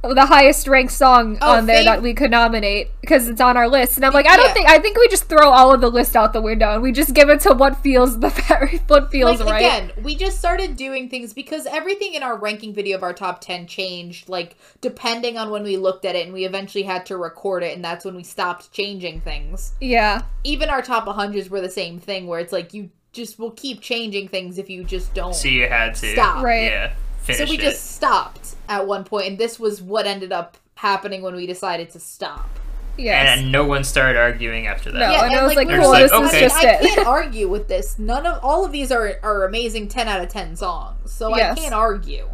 [SPEAKER 1] the highest ranked song
[SPEAKER 2] Oh,
[SPEAKER 1] on there
[SPEAKER 2] Fave-
[SPEAKER 1] that we could nominate because it's on our list. And I'm like, I don't
[SPEAKER 2] Yeah.
[SPEAKER 1] think I think we just throw all of the list out the window and we just give it to what feels the (laughs) very what feels
[SPEAKER 2] like,
[SPEAKER 1] right.
[SPEAKER 2] Again, we just started doing things because everything in our ranking video of our top 10 changed, like, depending on when we looked at it, and we eventually had to record it, and that's when we stopped changing things.
[SPEAKER 1] Yeah.
[SPEAKER 2] Even our top 100s were the same thing, where it's like you just will keep changing things if you just don't.
[SPEAKER 3] So you had to.
[SPEAKER 2] Stop.
[SPEAKER 1] Right.
[SPEAKER 3] Yeah. Finish
[SPEAKER 2] so we
[SPEAKER 3] it.
[SPEAKER 2] just stopped at one point, and this was what ended up happening when we decided to stop.
[SPEAKER 1] Yes.
[SPEAKER 3] And no one started arguing after that.
[SPEAKER 1] No. and I was like,
[SPEAKER 2] we
[SPEAKER 3] cool,
[SPEAKER 2] were
[SPEAKER 3] this is
[SPEAKER 2] I mean,
[SPEAKER 3] just
[SPEAKER 2] I
[SPEAKER 1] it.
[SPEAKER 2] can't argue with this. None of all of these are are amazing ten out of ten songs, so
[SPEAKER 1] Yes.
[SPEAKER 2] I can't argue.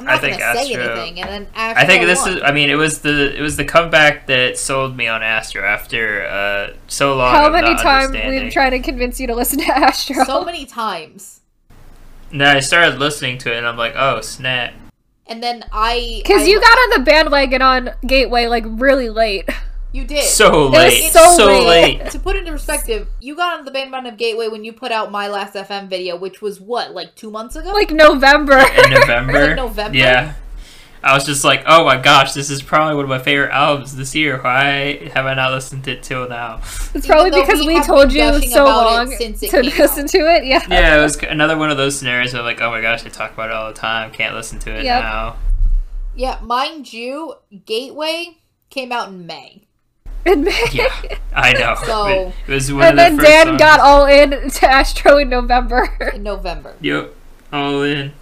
[SPEAKER 2] I'm
[SPEAKER 3] I
[SPEAKER 2] not
[SPEAKER 3] think
[SPEAKER 2] gonna say
[SPEAKER 3] Astro-
[SPEAKER 2] anything, and then
[SPEAKER 3] I think
[SPEAKER 2] Astro
[SPEAKER 3] this
[SPEAKER 2] won.
[SPEAKER 3] is. I mean, it was the it was the comeback that sold me on Astro after uh, so long.
[SPEAKER 1] How
[SPEAKER 3] of
[SPEAKER 1] many
[SPEAKER 3] not
[SPEAKER 1] times we've
[SPEAKER 3] understanding.
[SPEAKER 1] been trying to convince you to listen to (laughs)
[SPEAKER 3] (laughs)
[SPEAKER 1] Astro?
[SPEAKER 2] so many times,
[SPEAKER 3] And then I started listening to it, and I'm like, oh snap!
[SPEAKER 2] and then I
[SPEAKER 1] Because
[SPEAKER 2] I-
[SPEAKER 1] you got on the bandwagon on Gateway like really late. (laughs)
[SPEAKER 2] you did
[SPEAKER 3] So
[SPEAKER 1] was
[SPEAKER 3] late,
[SPEAKER 1] so late.
[SPEAKER 2] (laughs)
[SPEAKER 3] late.
[SPEAKER 2] to put it into perspective. You got on the bandwagon of Gateway when you put out my last FM video, which was what like two months ago.
[SPEAKER 1] like November. (laughs)
[SPEAKER 3] in November.
[SPEAKER 2] Like November?
[SPEAKER 3] Yeah. I was just like, oh my gosh, this is probably one of my favorite albums this year. Why have I not listened to it till
[SPEAKER 1] (laughs)
[SPEAKER 3] now?
[SPEAKER 1] It's probably
[SPEAKER 2] though
[SPEAKER 1] because
[SPEAKER 2] we
[SPEAKER 1] we
[SPEAKER 2] have
[SPEAKER 1] told
[SPEAKER 2] been
[SPEAKER 1] you
[SPEAKER 2] gushing
[SPEAKER 1] so
[SPEAKER 2] about it
[SPEAKER 1] long
[SPEAKER 2] since it
[SPEAKER 1] to
[SPEAKER 2] came
[SPEAKER 1] listen
[SPEAKER 2] out.
[SPEAKER 1] to it. Yeah.
[SPEAKER 3] yeah, it was another one of those scenarios where like, oh my gosh, I talk about it all the time. Can't listen to it
[SPEAKER 1] Yep.
[SPEAKER 3] now.
[SPEAKER 2] yeah, mind you, Gateway came out in May.
[SPEAKER 1] And, May-
[SPEAKER 3] Yeah,
[SPEAKER 1] (laughs)
[SPEAKER 3] I know.
[SPEAKER 2] So-
[SPEAKER 3] it, was one
[SPEAKER 1] and
[SPEAKER 3] of
[SPEAKER 1] then
[SPEAKER 3] the first
[SPEAKER 1] Dan
[SPEAKER 3] songs.
[SPEAKER 1] got all in to Astro in November. (laughs)
[SPEAKER 2] In November,
[SPEAKER 3] Yep, all in.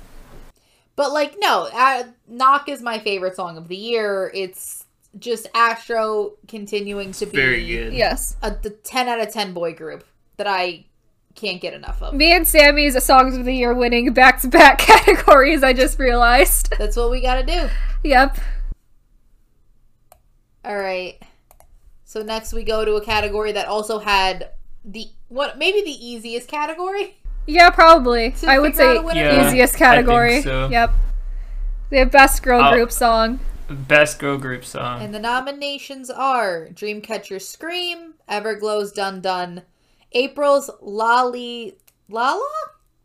[SPEAKER 2] But like, no, uh, "Knock" is my favorite song of the year. It's just Astro continuing to be
[SPEAKER 3] Very good.
[SPEAKER 1] yes.
[SPEAKER 2] a the ten out of ten boy group that I can't get enough of.
[SPEAKER 1] Me and Sammy's Songs of the Year winning back to back (laughs) categories, I just realized.
[SPEAKER 2] That's what we gotta do.
[SPEAKER 1] Yep.
[SPEAKER 2] All right. So next we go to a category that also had the what maybe the easiest category.
[SPEAKER 1] Yeah, probably.
[SPEAKER 2] To
[SPEAKER 1] I would
[SPEAKER 2] figure out
[SPEAKER 1] say
[SPEAKER 2] a winner?
[SPEAKER 3] Yeah,
[SPEAKER 1] easiest
[SPEAKER 3] I think
[SPEAKER 1] category.
[SPEAKER 3] so.
[SPEAKER 1] Yep. They have best girl
[SPEAKER 3] I'll-
[SPEAKER 1] group song.
[SPEAKER 3] Best girl group song.
[SPEAKER 2] And the nominations are Dreamcatcher Scream, Everglow's Dun Dun, April's Lolly Lala?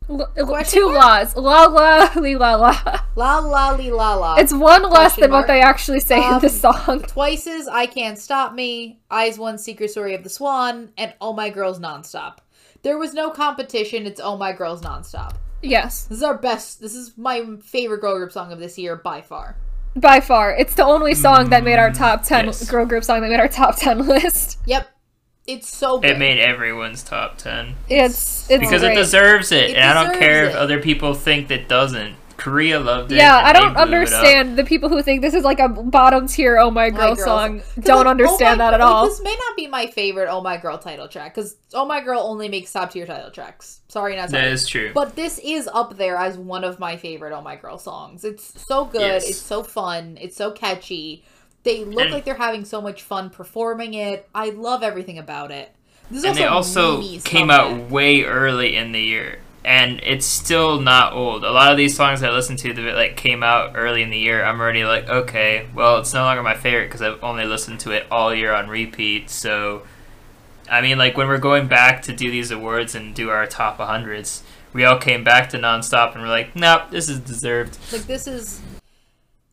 [SPEAKER 1] L- l-
[SPEAKER 2] Question
[SPEAKER 1] two laws. La la (laughs) li la la.
[SPEAKER 2] La la li la la.
[SPEAKER 1] It's one less
[SPEAKER 2] Question
[SPEAKER 1] than
[SPEAKER 2] mark.
[SPEAKER 1] what they actually say in
[SPEAKER 2] Um,
[SPEAKER 1] the song. (laughs)
[SPEAKER 2] Twice's I Can't Stop Me, Eyes One Secret Story of the Swan, and Oh My Girls Nonstop. There was no competition, it's Oh My Girls Nonstop.
[SPEAKER 1] Yes.
[SPEAKER 2] This is our best, this is my favorite girl group song of this year by far.
[SPEAKER 1] By far, it's the only song that made our top ten
[SPEAKER 3] Mm, yes.
[SPEAKER 1] girl group song that made our top ten (laughs) list.
[SPEAKER 2] Yep. It's so good.
[SPEAKER 3] It made everyone's top ten
[SPEAKER 1] It's it's
[SPEAKER 3] because
[SPEAKER 1] Oh, great.
[SPEAKER 3] it deserves it,
[SPEAKER 2] It
[SPEAKER 3] and I don't
[SPEAKER 2] deserves
[SPEAKER 3] care if
[SPEAKER 2] it.
[SPEAKER 3] other people think that doesn't. Korea loved it.
[SPEAKER 1] yeah,
[SPEAKER 3] and
[SPEAKER 1] I
[SPEAKER 3] they
[SPEAKER 1] don't
[SPEAKER 3] blew it up.
[SPEAKER 1] understand the people who think this is like a bottom tier "Oh My Girl"
[SPEAKER 2] Girls.
[SPEAKER 1] song.
[SPEAKER 2] 'Cause,
[SPEAKER 1] Don't
[SPEAKER 2] like, Oh
[SPEAKER 1] understand
[SPEAKER 2] My-
[SPEAKER 1] that at
[SPEAKER 2] like,
[SPEAKER 1] all.
[SPEAKER 2] This may not be my favorite Oh My Girl title track, because Oh My Girl only makes top tier title tracks. Sorry, not sorry.
[SPEAKER 3] That is true.
[SPEAKER 2] But this is up there as one of my favorite Oh My Girl songs. It's so good.
[SPEAKER 3] Yes.
[SPEAKER 2] It's so fun. It's so catchy. They look
[SPEAKER 3] And-
[SPEAKER 2] like they're having so much fun performing it. I love everything about it. This is
[SPEAKER 3] and they also
[SPEAKER 2] Mimi's
[SPEAKER 3] came
[SPEAKER 2] comeback.
[SPEAKER 3] out way early in the year and it's still not old a lot of these songs i listened to that like came out early in the year i'm already like okay well it's no longer my favorite because i've only listened to it all year on repeat so i mean like when we're going back to do these awards and do our top 100s we all came back to nonstop and we're like nope this is deserved
[SPEAKER 2] Like this is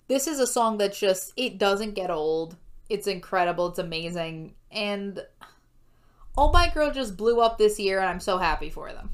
[SPEAKER 2] this is a song that's just it doesn't get old. It's incredible. It's amazing. And Oh My Girl just blew up this year, and I'm so happy for them.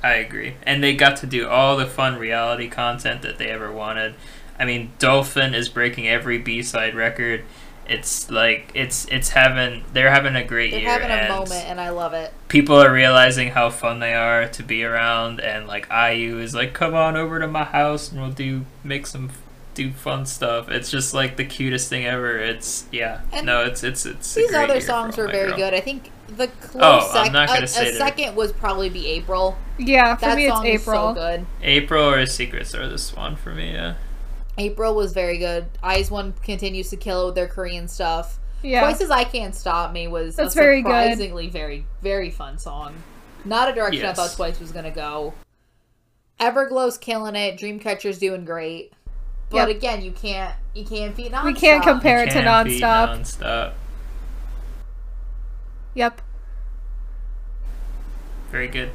[SPEAKER 3] I agree. And they got to do all the fun reality content that they ever wanted. I mean, Dolphin is breaking every B side record. It's like it's it's having they're having a great
[SPEAKER 2] They're
[SPEAKER 3] year.
[SPEAKER 2] having a
[SPEAKER 3] and
[SPEAKER 2] moment, and I love it.
[SPEAKER 3] People are realizing how fun they are to be around, and like IU is like, come on over to my house and we'll do make some do fun stuff. It's just like the cutest thing ever. It's yeah,
[SPEAKER 2] And
[SPEAKER 3] no, it's it's it's. a
[SPEAKER 2] These
[SPEAKER 3] great
[SPEAKER 2] other
[SPEAKER 3] year for
[SPEAKER 2] songs
[SPEAKER 3] Oh
[SPEAKER 2] were
[SPEAKER 3] My
[SPEAKER 2] very
[SPEAKER 3] Girl.
[SPEAKER 2] good. I think the close
[SPEAKER 3] Oh, I'm
[SPEAKER 2] sec-
[SPEAKER 3] not gonna
[SPEAKER 2] a,
[SPEAKER 3] say
[SPEAKER 2] a
[SPEAKER 3] they're-
[SPEAKER 2] second was probably be April.
[SPEAKER 1] Yeah, for
[SPEAKER 2] That
[SPEAKER 1] me it's
[SPEAKER 2] song
[SPEAKER 1] April.
[SPEAKER 2] is so good.
[SPEAKER 3] April or Secrets are this one for me. Yeah.
[SPEAKER 2] April was very good. Eyes One continues to kill it with their Korean stuff.
[SPEAKER 1] yeah.
[SPEAKER 2] Voices I Can't Stop Me was
[SPEAKER 1] That's
[SPEAKER 2] a
[SPEAKER 1] very good.
[SPEAKER 2] surprisingly very very fun song. Not a direction I
[SPEAKER 3] Yes.
[SPEAKER 2] thought Twice was gonna go. Everglow's killing it. Dreamcatcher's doing great. But
[SPEAKER 1] Yep.
[SPEAKER 2] again, you can't you can't beat
[SPEAKER 1] We can't
[SPEAKER 2] Nonstop.
[SPEAKER 1] compare it to
[SPEAKER 3] Can't be
[SPEAKER 1] nonstop.
[SPEAKER 3] nonstop.
[SPEAKER 1] Yep.
[SPEAKER 3] Very good.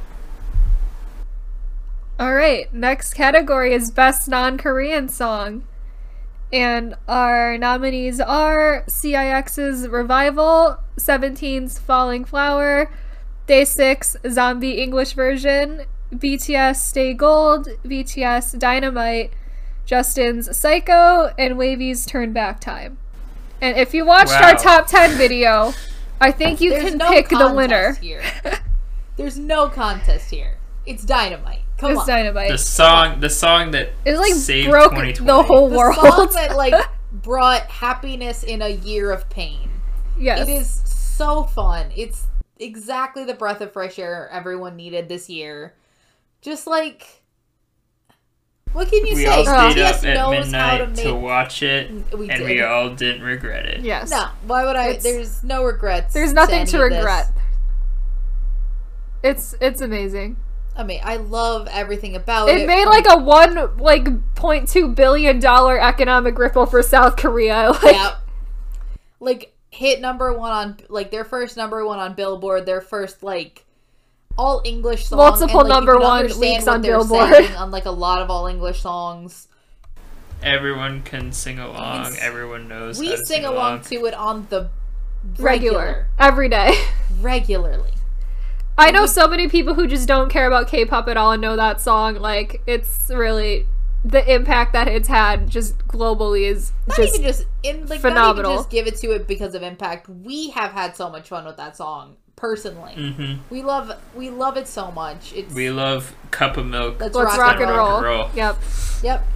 [SPEAKER 1] All right, next category is Best Non Korean Song. And our nominees are CIX's Revival, 17's Falling Flower, Day 6 Zombie English Version, BTS Stay Gold, BTS Dynamite, Justin's Psycho, and Wavy's Turn Back Time. And if you watched our
[SPEAKER 3] Wow.
[SPEAKER 1] top 10 video, I think you
[SPEAKER 2] There's
[SPEAKER 1] can
[SPEAKER 2] no
[SPEAKER 1] pick the
[SPEAKER 2] contest
[SPEAKER 1] winner. (laughs)
[SPEAKER 2] here. There's no contest here. It's dynamite. Come
[SPEAKER 1] It's
[SPEAKER 2] on.
[SPEAKER 1] Dynamite.
[SPEAKER 3] The song, the song that
[SPEAKER 1] it like
[SPEAKER 3] saved
[SPEAKER 1] broke
[SPEAKER 3] 2020.
[SPEAKER 1] the whole
[SPEAKER 2] the
[SPEAKER 1] world. (laughs)
[SPEAKER 2] song that like brought happiness in a year of pain.
[SPEAKER 1] yes.
[SPEAKER 2] It is so fun. It's exactly the breath of fresh air everyone needed this year. Just like, what can you
[SPEAKER 3] We
[SPEAKER 2] say?
[SPEAKER 3] all stayed
[SPEAKER 2] BTS
[SPEAKER 3] up at
[SPEAKER 2] knows how to
[SPEAKER 3] midnight
[SPEAKER 2] make.
[SPEAKER 3] to watch it,
[SPEAKER 2] we
[SPEAKER 3] and
[SPEAKER 2] did.
[SPEAKER 3] we all didn't regret it.
[SPEAKER 1] Yes.
[SPEAKER 2] no, why would I?
[SPEAKER 1] It's-
[SPEAKER 2] There's no regrets.
[SPEAKER 1] There's nothing to,
[SPEAKER 2] any of this.
[SPEAKER 1] regret. It's it's amazing.
[SPEAKER 2] I mean, I love everything about it.
[SPEAKER 1] it made
[SPEAKER 2] from-
[SPEAKER 1] like a one like point two billion dollar economic ripple for South Korea. (laughs) Like
[SPEAKER 2] yeah. Like hit number one on like their first number one on Billboard, their first like all English song,
[SPEAKER 1] Multiple
[SPEAKER 2] and, like, you
[SPEAKER 1] number
[SPEAKER 2] can
[SPEAKER 1] one
[SPEAKER 2] understand
[SPEAKER 1] weeks
[SPEAKER 2] what
[SPEAKER 1] on
[SPEAKER 2] they're
[SPEAKER 1] Billboard.
[SPEAKER 2] saying on like a lot of all English songs.
[SPEAKER 3] Everyone can sing along.
[SPEAKER 2] s-
[SPEAKER 3] Everyone knows. how
[SPEAKER 2] We
[SPEAKER 3] to
[SPEAKER 2] sing along to it on the
[SPEAKER 1] regular. Every day.
[SPEAKER 2] regular- regularly.
[SPEAKER 1] I know so many people who just don't care about K pop at all and know that song. Like it's really the impact that it's had just globally is
[SPEAKER 2] Not
[SPEAKER 1] just
[SPEAKER 2] even just in like
[SPEAKER 1] phenomenal.
[SPEAKER 2] Not even just give it to it because of impact. We have had so much fun with that song personally.
[SPEAKER 3] hmm
[SPEAKER 2] We love we love it so much. It's
[SPEAKER 3] We love cup of
[SPEAKER 2] (laughs)
[SPEAKER 3] milk. (laughs)
[SPEAKER 2] let's
[SPEAKER 1] let's rock, and, roll.
[SPEAKER 3] roll.
[SPEAKER 1] Yep.
[SPEAKER 2] Yep.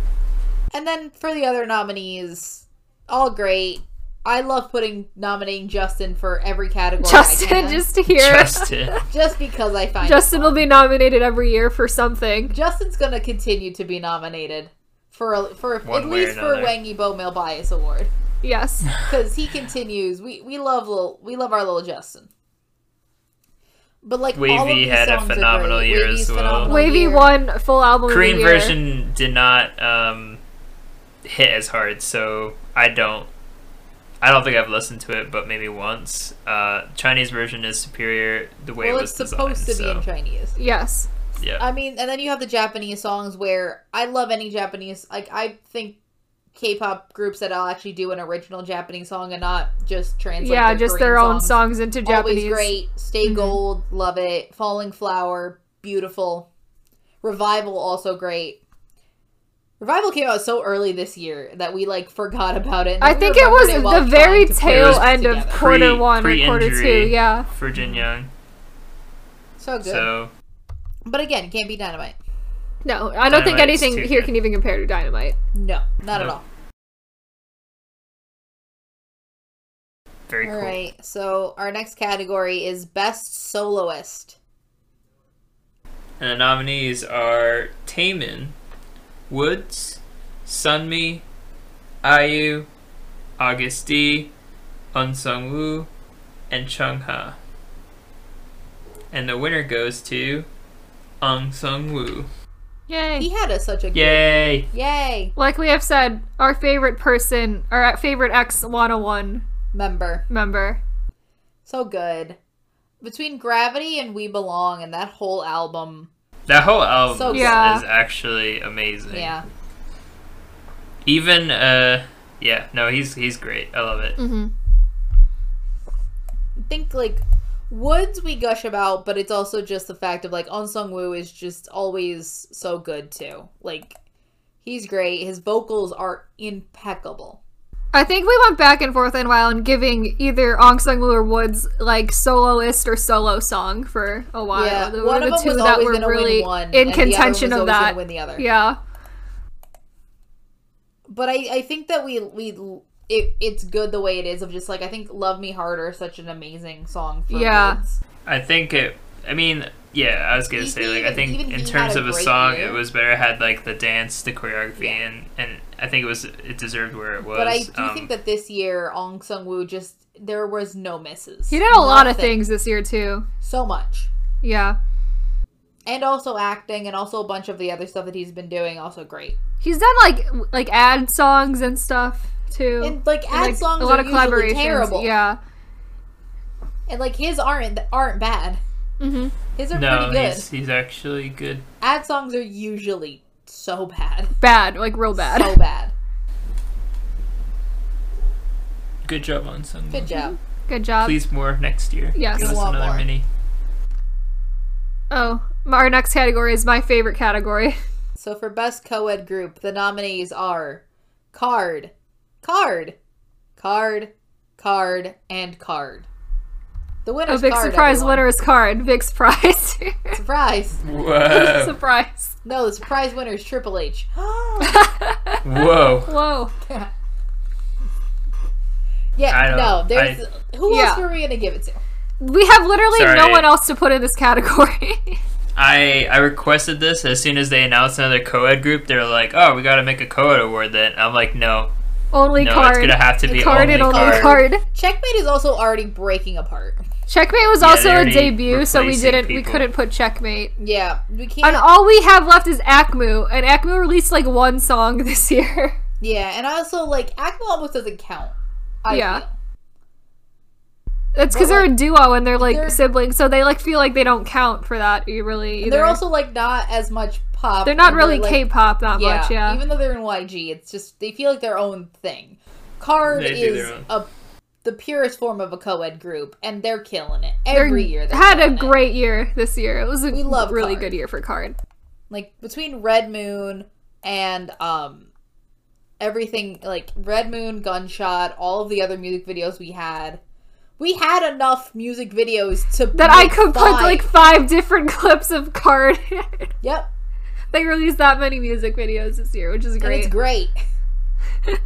[SPEAKER 2] And then for the other nominees, all great. I love putting nominating Justin for every category. I
[SPEAKER 1] Justin
[SPEAKER 2] can,
[SPEAKER 1] just to hear
[SPEAKER 3] Justin.
[SPEAKER 2] (laughs) just because I find it
[SPEAKER 1] Justin will
[SPEAKER 2] fun.
[SPEAKER 1] be nominated every year for something.
[SPEAKER 2] Justin's gonna continue to be nominated for a, for
[SPEAKER 3] One
[SPEAKER 2] at
[SPEAKER 3] way or
[SPEAKER 2] least for a
[SPEAKER 3] another.
[SPEAKER 2] Wang Yibo Male Bias Award
[SPEAKER 1] Yes.
[SPEAKER 2] because he continues. We we love little we love our little Justin. But like all of
[SPEAKER 3] Wavy
[SPEAKER 2] these
[SPEAKER 3] had a
[SPEAKER 2] songs are
[SPEAKER 3] phenomenal
[SPEAKER 2] great.
[SPEAKER 3] year
[SPEAKER 2] Wavy's
[SPEAKER 3] as well.
[SPEAKER 2] phenomenal
[SPEAKER 1] Wavy
[SPEAKER 2] year.
[SPEAKER 1] won full album. of the
[SPEAKER 3] Korean
[SPEAKER 1] year.
[SPEAKER 3] version did not um, hit as hard, so I don't. I don't think I've listened to it, but maybe once. Uh, Chinese version is superior the way
[SPEAKER 2] Well,
[SPEAKER 3] it was
[SPEAKER 2] it's supposed to be
[SPEAKER 3] designed,
[SPEAKER 2] in
[SPEAKER 3] so,
[SPEAKER 2] Chinese.
[SPEAKER 1] Yes.
[SPEAKER 3] Yeah,
[SPEAKER 2] I mean, and then you have the Japanese songs where I love any Japanese. Like I think K-pop groups that I'll actually do an original Japanese song and not just translate.
[SPEAKER 1] yeah,
[SPEAKER 2] their
[SPEAKER 1] just
[SPEAKER 2] Korean
[SPEAKER 1] their own
[SPEAKER 2] songs.
[SPEAKER 1] songs into Japanese.
[SPEAKER 2] Always great. Stay
[SPEAKER 1] Mhm.
[SPEAKER 2] gold. Love it. Falling flower. Beautiful. Revival also great. Revival came out so early this year that we like forgot about it. and
[SPEAKER 1] I
[SPEAKER 2] then we
[SPEAKER 1] think it
[SPEAKER 2] remembered
[SPEAKER 1] was
[SPEAKER 2] while
[SPEAKER 1] the
[SPEAKER 2] trying
[SPEAKER 1] very
[SPEAKER 2] to put
[SPEAKER 1] tail
[SPEAKER 3] It was
[SPEAKER 1] end of
[SPEAKER 2] together.
[SPEAKER 1] quarter
[SPEAKER 3] Pre-
[SPEAKER 1] one or quarter two.
[SPEAKER 3] pre-injury.
[SPEAKER 1] Yeah.
[SPEAKER 3] for Jin Young.
[SPEAKER 2] so good.
[SPEAKER 3] So
[SPEAKER 2] But again, can't be dynamite.
[SPEAKER 1] No, I don't think
[SPEAKER 3] Dynamite's
[SPEAKER 1] anything
[SPEAKER 3] too
[SPEAKER 1] here
[SPEAKER 3] good.
[SPEAKER 1] can even compare to Dynamite.
[SPEAKER 2] No, not at
[SPEAKER 3] Nope.
[SPEAKER 2] all.
[SPEAKER 3] very
[SPEAKER 2] All
[SPEAKER 3] cool.
[SPEAKER 2] right. So our next category is best soloist.
[SPEAKER 3] And the nominees are Taemin, Woods, Sunmi, IU, August D, Unsung Woo, and Chung Ha. And the winner goes to Unsung Woo.
[SPEAKER 1] Yay.
[SPEAKER 2] He had a, such a good
[SPEAKER 3] Yay!
[SPEAKER 2] yay
[SPEAKER 1] Like we have said, our favorite person, our favorite X 101
[SPEAKER 2] member.
[SPEAKER 1] member.
[SPEAKER 2] So good. Between Gravity and We Belong and that whole album.
[SPEAKER 3] That whole album
[SPEAKER 2] So
[SPEAKER 3] is-
[SPEAKER 1] Yeah.
[SPEAKER 3] is actually amazing.
[SPEAKER 2] Yeah.
[SPEAKER 3] Even uh yeah, no, he's he's great. I love it.
[SPEAKER 1] Mm-hmm.
[SPEAKER 2] I think like Woods we gush about, but it's also just the fact of like On Sung Woo is just always so good too. Like he's great. His vocals are impeccable.
[SPEAKER 1] I think we went back and forth in a while and giving either Ong Sung Woo or Woods like soloist or solo song for a while.
[SPEAKER 2] Yeah,
[SPEAKER 1] They were
[SPEAKER 2] one
[SPEAKER 1] the
[SPEAKER 2] of them
[SPEAKER 1] two
[SPEAKER 2] was
[SPEAKER 1] that
[SPEAKER 2] always
[SPEAKER 1] were
[SPEAKER 2] gonna win
[SPEAKER 1] really
[SPEAKER 2] one, and the
[SPEAKER 1] in
[SPEAKER 2] other one
[SPEAKER 1] contention of
[SPEAKER 2] was always gonna
[SPEAKER 1] that.
[SPEAKER 2] win the other.
[SPEAKER 1] Yeah.
[SPEAKER 2] But I I think that we we it, it's good the way it is of just like I think Love Me Harder is such an amazing song for
[SPEAKER 1] Yeah.
[SPEAKER 2] Woods.
[SPEAKER 3] I think it. I mean, yeah, I was gonna
[SPEAKER 2] He-
[SPEAKER 3] say
[SPEAKER 2] he
[SPEAKER 3] like I
[SPEAKER 2] even-
[SPEAKER 3] think
[SPEAKER 2] even
[SPEAKER 3] in
[SPEAKER 2] he
[SPEAKER 3] terms
[SPEAKER 2] had a
[SPEAKER 3] of a
[SPEAKER 2] great
[SPEAKER 3] song,
[SPEAKER 2] year.
[SPEAKER 3] it was better had like the dance, the choreography,
[SPEAKER 2] Yeah.
[SPEAKER 3] and and I think it was it deserved where it was.
[SPEAKER 2] But I do
[SPEAKER 3] Um,
[SPEAKER 2] think that this year Ong Sung Woo just there was no misses.
[SPEAKER 1] He did a lot of
[SPEAKER 2] Nothing.
[SPEAKER 1] things this year too.
[SPEAKER 2] So much.
[SPEAKER 1] Yeah.
[SPEAKER 2] And also acting and also a bunch of the other stuff that he's been doing also great.
[SPEAKER 1] He's done like w- like ad songs and stuff too.
[SPEAKER 2] And like
[SPEAKER 1] And,
[SPEAKER 2] ad
[SPEAKER 1] like,
[SPEAKER 2] songs are usually terrible.
[SPEAKER 1] Yeah.
[SPEAKER 2] And like his aren't aren't bad.
[SPEAKER 1] Mhm.
[SPEAKER 2] His are
[SPEAKER 3] no,
[SPEAKER 2] pretty good.
[SPEAKER 3] he's he's actually good.
[SPEAKER 2] Ad songs are usually so bad.
[SPEAKER 1] Bad, like real bad.
[SPEAKER 2] So bad.
[SPEAKER 3] Good job on Sunday.
[SPEAKER 2] Good job.
[SPEAKER 1] (laughs) Good job.
[SPEAKER 3] Please more next year.
[SPEAKER 1] Yes.
[SPEAKER 3] Give
[SPEAKER 1] We
[SPEAKER 3] us
[SPEAKER 2] want
[SPEAKER 3] another
[SPEAKER 2] more.
[SPEAKER 3] mini.
[SPEAKER 1] Oh, our next category is my favorite category.
[SPEAKER 2] So for best co-ed group, the nominees are Card, Card, Card, Card, and Card. The
[SPEAKER 1] (laughs)
[SPEAKER 2] winner's
[SPEAKER 1] a Oh, big
[SPEAKER 2] Card,
[SPEAKER 1] surprise
[SPEAKER 2] everyone.
[SPEAKER 1] winner is card. Big surprise. (laughs)
[SPEAKER 2] Surprise.
[SPEAKER 3] Whoa.
[SPEAKER 1] surprise.
[SPEAKER 2] No, the surprise winner is Triple H.
[SPEAKER 3] (laughs)
[SPEAKER 2] (laughs)
[SPEAKER 3] Whoa.
[SPEAKER 1] Whoa.
[SPEAKER 3] I
[SPEAKER 2] yeah,
[SPEAKER 3] don't-
[SPEAKER 2] no, there's who
[SPEAKER 1] Yeah.
[SPEAKER 2] else were we gonna give it to?
[SPEAKER 1] We have literally no
[SPEAKER 3] Sorry.
[SPEAKER 1] one else to put in this category. (laughs)
[SPEAKER 3] I I requested this as soon as they announced another co-ed group. They're like, oh, we gotta make a co-ed award then. I'm like, no,
[SPEAKER 1] only
[SPEAKER 3] no,
[SPEAKER 1] card.
[SPEAKER 3] it's gonna have to be
[SPEAKER 1] card
[SPEAKER 3] only
[SPEAKER 1] and only
[SPEAKER 3] card.
[SPEAKER 1] card.
[SPEAKER 2] Checkmate is also already breaking apart.
[SPEAKER 1] Checkmate was
[SPEAKER 3] Yeah,
[SPEAKER 1] also
[SPEAKER 3] they're
[SPEAKER 1] a
[SPEAKER 3] already
[SPEAKER 1] debut, so we
[SPEAKER 3] replacing
[SPEAKER 1] didn't we
[SPEAKER 3] people.
[SPEAKER 1] couldn't put checkmate.
[SPEAKER 2] Yeah, we can't.
[SPEAKER 1] And all we have left is Acmu, and Acmu released like one song (laughs) this year.
[SPEAKER 2] yeah, and also like Acme almost doesn't count. I
[SPEAKER 1] Yeah.
[SPEAKER 2] feel.
[SPEAKER 1] That's because
[SPEAKER 2] But,
[SPEAKER 1] they're a duo and they're like
[SPEAKER 2] they're-
[SPEAKER 1] siblings, so they like feel like they don't count for that. You really either.
[SPEAKER 2] And they're also like not as much pop.
[SPEAKER 1] They're not
[SPEAKER 2] and
[SPEAKER 1] really
[SPEAKER 2] like-
[SPEAKER 1] K-pop that much. Yeah.
[SPEAKER 2] Even though they're in YG, it's just they feel like their own thing. Card
[SPEAKER 3] They do their
[SPEAKER 2] is
[SPEAKER 3] own.
[SPEAKER 2] a the purest form of a co-ed group, and they're killing it
[SPEAKER 1] They're-
[SPEAKER 2] every year. They're
[SPEAKER 1] had a
[SPEAKER 2] killing it.
[SPEAKER 1] great year this year. It was a
[SPEAKER 2] We love
[SPEAKER 1] really
[SPEAKER 2] Card.
[SPEAKER 1] good year for Card.
[SPEAKER 2] like between Red Moon and um everything like Red Moon, Gunshot, all of the other music videos we had. We had enough music videos to
[SPEAKER 1] That I
[SPEAKER 2] make
[SPEAKER 1] could put
[SPEAKER 2] five.
[SPEAKER 1] like five different (laughs) clips of Card. (laughs)
[SPEAKER 2] Yep.
[SPEAKER 1] they released that many music videos this year, which is
[SPEAKER 2] And
[SPEAKER 1] great.
[SPEAKER 2] it's great.
[SPEAKER 1] (laughs)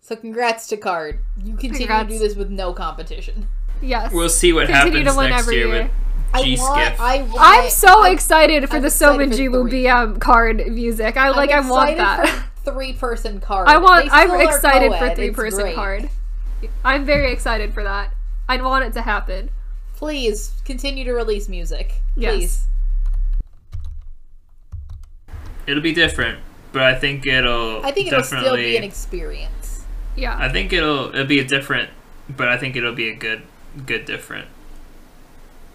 [SPEAKER 2] so congrats to Card. You continue
[SPEAKER 1] Congrats.
[SPEAKER 2] to do this with no competition.
[SPEAKER 1] yes.
[SPEAKER 3] We'll see what
[SPEAKER 1] Continue to
[SPEAKER 3] happens
[SPEAKER 1] win
[SPEAKER 3] next
[SPEAKER 1] every
[SPEAKER 3] year,
[SPEAKER 1] year.
[SPEAKER 3] with
[SPEAKER 2] I
[SPEAKER 3] G
[SPEAKER 2] want,
[SPEAKER 3] Skiff.
[SPEAKER 2] I want
[SPEAKER 1] I'm so
[SPEAKER 2] I'm-
[SPEAKER 1] excited for
[SPEAKER 2] I'm
[SPEAKER 1] the
[SPEAKER 2] excited for
[SPEAKER 1] Somanjibu
[SPEAKER 2] three.
[SPEAKER 1] BM card music. I like. I
[SPEAKER 2] I'm
[SPEAKER 1] want
[SPEAKER 2] excited
[SPEAKER 1] that.
[SPEAKER 2] for three person
[SPEAKER 1] (laughs)
[SPEAKER 2] card.
[SPEAKER 1] I want.
[SPEAKER 2] They
[SPEAKER 1] I'm
[SPEAKER 2] still are
[SPEAKER 1] excited
[SPEAKER 2] co-ed.
[SPEAKER 1] for
[SPEAKER 2] It's
[SPEAKER 1] three person
[SPEAKER 2] great.
[SPEAKER 1] card. I'm very excited for that. I want it to happen.
[SPEAKER 2] Please continue to release music.
[SPEAKER 1] Yes.
[SPEAKER 2] Please.
[SPEAKER 3] It'll be different, but I think it'll.
[SPEAKER 2] I think it'll
[SPEAKER 3] definitely,
[SPEAKER 2] still be an experience.
[SPEAKER 1] Yeah.
[SPEAKER 3] I think it'll it'll be a different, but I think it'll be a good good different.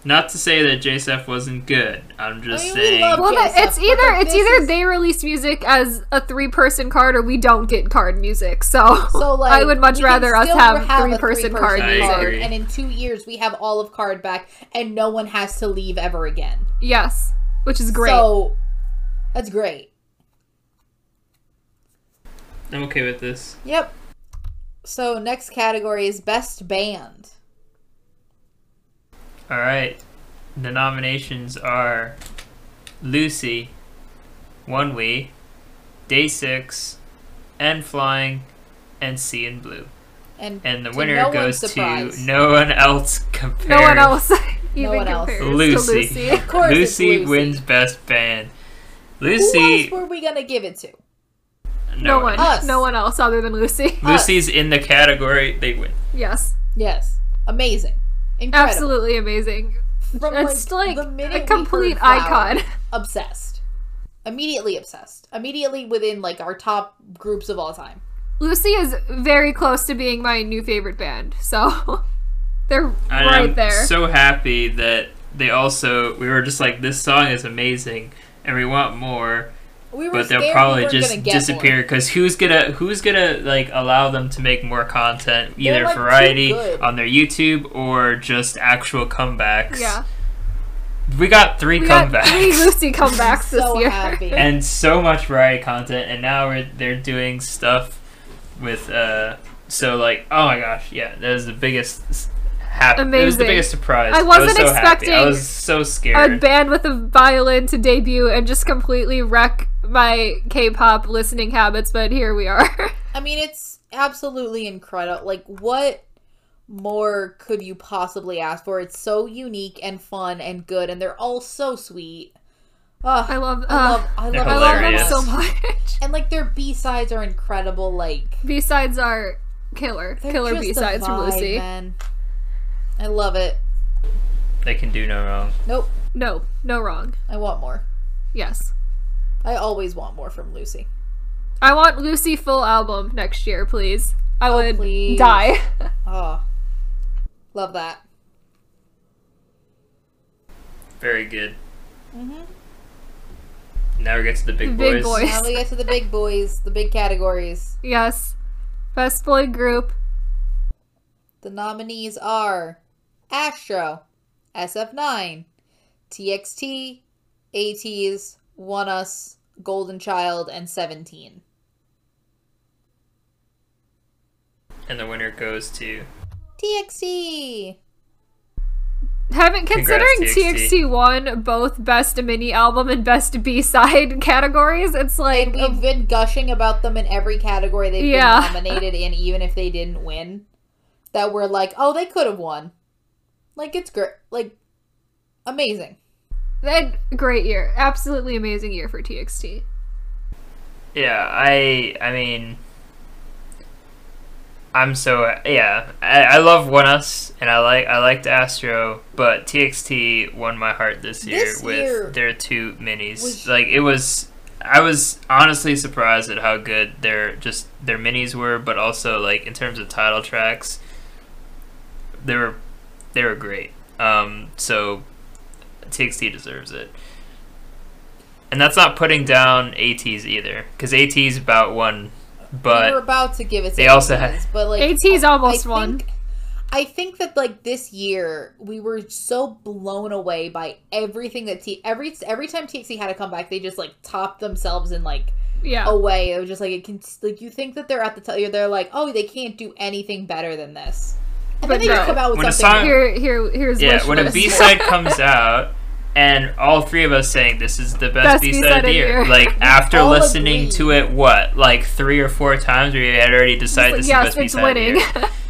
[SPEAKER 3] Not to say that JSF wasn't good. I'm just
[SPEAKER 2] I mean, we
[SPEAKER 3] saying.
[SPEAKER 2] love-
[SPEAKER 1] Well,
[SPEAKER 2] Yes,
[SPEAKER 1] that, it's
[SPEAKER 2] of course,
[SPEAKER 1] either
[SPEAKER 2] but
[SPEAKER 1] it's
[SPEAKER 2] this
[SPEAKER 1] either
[SPEAKER 2] is-
[SPEAKER 1] they released music as a three person card or we don't get card music. So,
[SPEAKER 2] So like
[SPEAKER 1] (laughs) I would much
[SPEAKER 2] we can
[SPEAKER 1] rather us
[SPEAKER 2] still
[SPEAKER 1] have,
[SPEAKER 2] a
[SPEAKER 1] three person
[SPEAKER 2] three-person
[SPEAKER 1] card
[SPEAKER 3] I
[SPEAKER 1] music.
[SPEAKER 3] agree.
[SPEAKER 2] and in two years we have all of card back, and no one has to leave ever again.
[SPEAKER 1] Yes, which is great.
[SPEAKER 2] So that's great.
[SPEAKER 3] I'm okay with this.
[SPEAKER 2] Yep. So next category is best band.
[SPEAKER 3] All right. The nominations are Lucy, One Wee, Day Six, and Flying, and Sea and Blue.
[SPEAKER 2] And,
[SPEAKER 3] And the
[SPEAKER 2] To
[SPEAKER 3] winner
[SPEAKER 2] no one's
[SPEAKER 3] goes to
[SPEAKER 2] surprise.
[SPEAKER 3] no one else (laughs) compared.
[SPEAKER 1] no one else (laughs) even
[SPEAKER 2] one else.
[SPEAKER 1] compares
[SPEAKER 3] Lucy.
[SPEAKER 1] to Lucy.
[SPEAKER 2] of course, it's
[SPEAKER 3] Lucy, wins best band.
[SPEAKER 2] Who
[SPEAKER 3] Lucy,
[SPEAKER 2] else were we gonna give it to?
[SPEAKER 1] No one,
[SPEAKER 2] Us.
[SPEAKER 1] no one else other than Lucy. (laughs)
[SPEAKER 3] Lucy's in the category. They win.
[SPEAKER 1] Yes,
[SPEAKER 2] Yes, amazing, incredible,
[SPEAKER 1] absolutely amazing.
[SPEAKER 2] From,
[SPEAKER 1] It's like,
[SPEAKER 2] the minute we
[SPEAKER 1] a
[SPEAKER 2] heard
[SPEAKER 1] complete
[SPEAKER 2] Flower,
[SPEAKER 1] icon. (laughs)
[SPEAKER 2] Obsessed, immediately obsessed, immediately within like our top groups of all time.
[SPEAKER 1] Lucy is very close to being my new favorite band. So (laughs) they're
[SPEAKER 3] And
[SPEAKER 1] right
[SPEAKER 3] I'm
[SPEAKER 1] there.
[SPEAKER 3] so happy that they also we were just like this song is amazing and we want more
[SPEAKER 2] We were
[SPEAKER 3] but
[SPEAKER 2] scared
[SPEAKER 3] they'll
[SPEAKER 2] we
[SPEAKER 3] probably
[SPEAKER 2] weren't
[SPEAKER 3] just
[SPEAKER 2] gonna get
[SPEAKER 3] disappear because who's gonna who's gonna like allow them to make more content either
[SPEAKER 2] like, too
[SPEAKER 3] variety
[SPEAKER 2] good.
[SPEAKER 3] on their youtube or just actual comebacks
[SPEAKER 1] Yeah.
[SPEAKER 3] we got three (laughs)
[SPEAKER 1] We got
[SPEAKER 3] comebacks
[SPEAKER 1] three Lucy
[SPEAKER 2] (laughs)
[SPEAKER 1] comebacks
[SPEAKER 2] more.
[SPEAKER 1] this
[SPEAKER 2] So
[SPEAKER 1] year.
[SPEAKER 2] happy.
[SPEAKER 3] and so much variety content and now we're, they're doing stuff with uh so like oh my gosh yeah that was the biggest s- hap- it was the
[SPEAKER 1] Amazing.
[SPEAKER 3] biggest surprise
[SPEAKER 1] I
[SPEAKER 3] was
[SPEAKER 1] wasn't
[SPEAKER 3] so happy. i
[SPEAKER 1] expecting
[SPEAKER 3] was
[SPEAKER 1] (laughs)
[SPEAKER 3] so
[SPEAKER 1] a
[SPEAKER 3] scared
[SPEAKER 1] band with a violin to debut and just completely wreck my K-pop listening habits, but here we are. (laughs)
[SPEAKER 2] I mean, it's absolutely incredible. Like, what more could you possibly ask for? It's so unique and fun and good, and they're all so sweet. Ugh,
[SPEAKER 1] I love,
[SPEAKER 2] I love,
[SPEAKER 1] uh,
[SPEAKER 2] I
[SPEAKER 3] They're
[SPEAKER 2] love,
[SPEAKER 1] I love them
[SPEAKER 3] Hilarious.
[SPEAKER 1] so much. (laughs)
[SPEAKER 2] And like their B sides are incredible. Like
[SPEAKER 1] B-sides are killer,
[SPEAKER 2] they're
[SPEAKER 1] killer
[SPEAKER 2] just a
[SPEAKER 1] B-sides from
[SPEAKER 2] vibe,
[SPEAKER 1] Lucy.
[SPEAKER 2] Man. I love it.
[SPEAKER 3] they can do no wrong
[SPEAKER 2] Nope,
[SPEAKER 1] No, no wrong.
[SPEAKER 2] I want more.
[SPEAKER 1] Yes.
[SPEAKER 2] I always want more from Lucy.
[SPEAKER 1] I want Lucy full album next year, please. I would
[SPEAKER 2] Oh, please. (laughs)
[SPEAKER 1] die.
[SPEAKER 2] Oh, love that.
[SPEAKER 3] very good now we get to the big,
[SPEAKER 1] Mm-hmm. Big boys.
[SPEAKER 2] Now we get to the big boys, the big categories.
[SPEAKER 1] yes. Best boy group.
[SPEAKER 2] The nominees are Astro, SF9, TXT, ATs, One Us, Golden Child, and 17.
[SPEAKER 3] and the winner goes to
[SPEAKER 2] TXT!
[SPEAKER 1] Haven't
[SPEAKER 3] Congrats,
[SPEAKER 1] considering
[SPEAKER 3] TXT.
[SPEAKER 1] TXT won both best mini album and best (laughs) B side categories. It's like um,
[SPEAKER 2] And we've been gushing about them in every category they've
[SPEAKER 1] Yeah. (laughs)
[SPEAKER 2] been nominated in, even if they didn't win. That we're like, oh, they could have won. Like, it's great. Like, amazing.
[SPEAKER 1] that great year, absolutely amazing year for TXT.
[SPEAKER 3] Yeah, I I mean I'm so yeah, I, I love One Us and I like I liked Astro, but TXT won my heart this year
[SPEAKER 2] This
[SPEAKER 3] with
[SPEAKER 2] year
[SPEAKER 3] their two minis.
[SPEAKER 2] was-
[SPEAKER 3] like it was I was honestly surprised at how good their just their minis were, but also like in terms of title tracks, they were they were great. Um so TXT deserves it. And that's not putting down ATs either, because ATs about one,
[SPEAKER 2] we were
[SPEAKER 3] but
[SPEAKER 2] about to give it.
[SPEAKER 3] they
[SPEAKER 2] to
[SPEAKER 3] also
[SPEAKER 2] ATs,
[SPEAKER 3] had-
[SPEAKER 2] but like
[SPEAKER 1] ATs
[SPEAKER 2] I-
[SPEAKER 1] almost
[SPEAKER 2] I
[SPEAKER 1] won.
[SPEAKER 2] Think, I think that like this year we were so blown away by everything that T every every time TXT had a comeback, they just like topped themselves in like
[SPEAKER 1] Yeah.
[SPEAKER 2] away. It was just like it can like you think that they're at the top. They're like, oh, they can't do anything better than this. And
[SPEAKER 1] But
[SPEAKER 2] then they
[SPEAKER 1] no.
[SPEAKER 2] just come out with
[SPEAKER 3] When a
[SPEAKER 2] something.
[SPEAKER 3] song-
[SPEAKER 1] Here, here, here's
[SPEAKER 3] yeah,
[SPEAKER 1] wish
[SPEAKER 3] when a
[SPEAKER 1] list. (laughs)
[SPEAKER 3] B side comes out, and all three of us saying this is the best,
[SPEAKER 1] Best
[SPEAKER 3] B
[SPEAKER 1] B-side
[SPEAKER 3] side of
[SPEAKER 1] of
[SPEAKER 3] the year,
[SPEAKER 1] year. (laughs)
[SPEAKER 3] like after
[SPEAKER 2] all
[SPEAKER 3] listening
[SPEAKER 2] agreed.
[SPEAKER 3] to it, what like three or four times, we had already decided this
[SPEAKER 1] yes,
[SPEAKER 3] is the best
[SPEAKER 1] it's
[SPEAKER 3] B side of the
[SPEAKER 1] winning. (laughs)
[SPEAKER 3] year.
[SPEAKER 2] (laughs)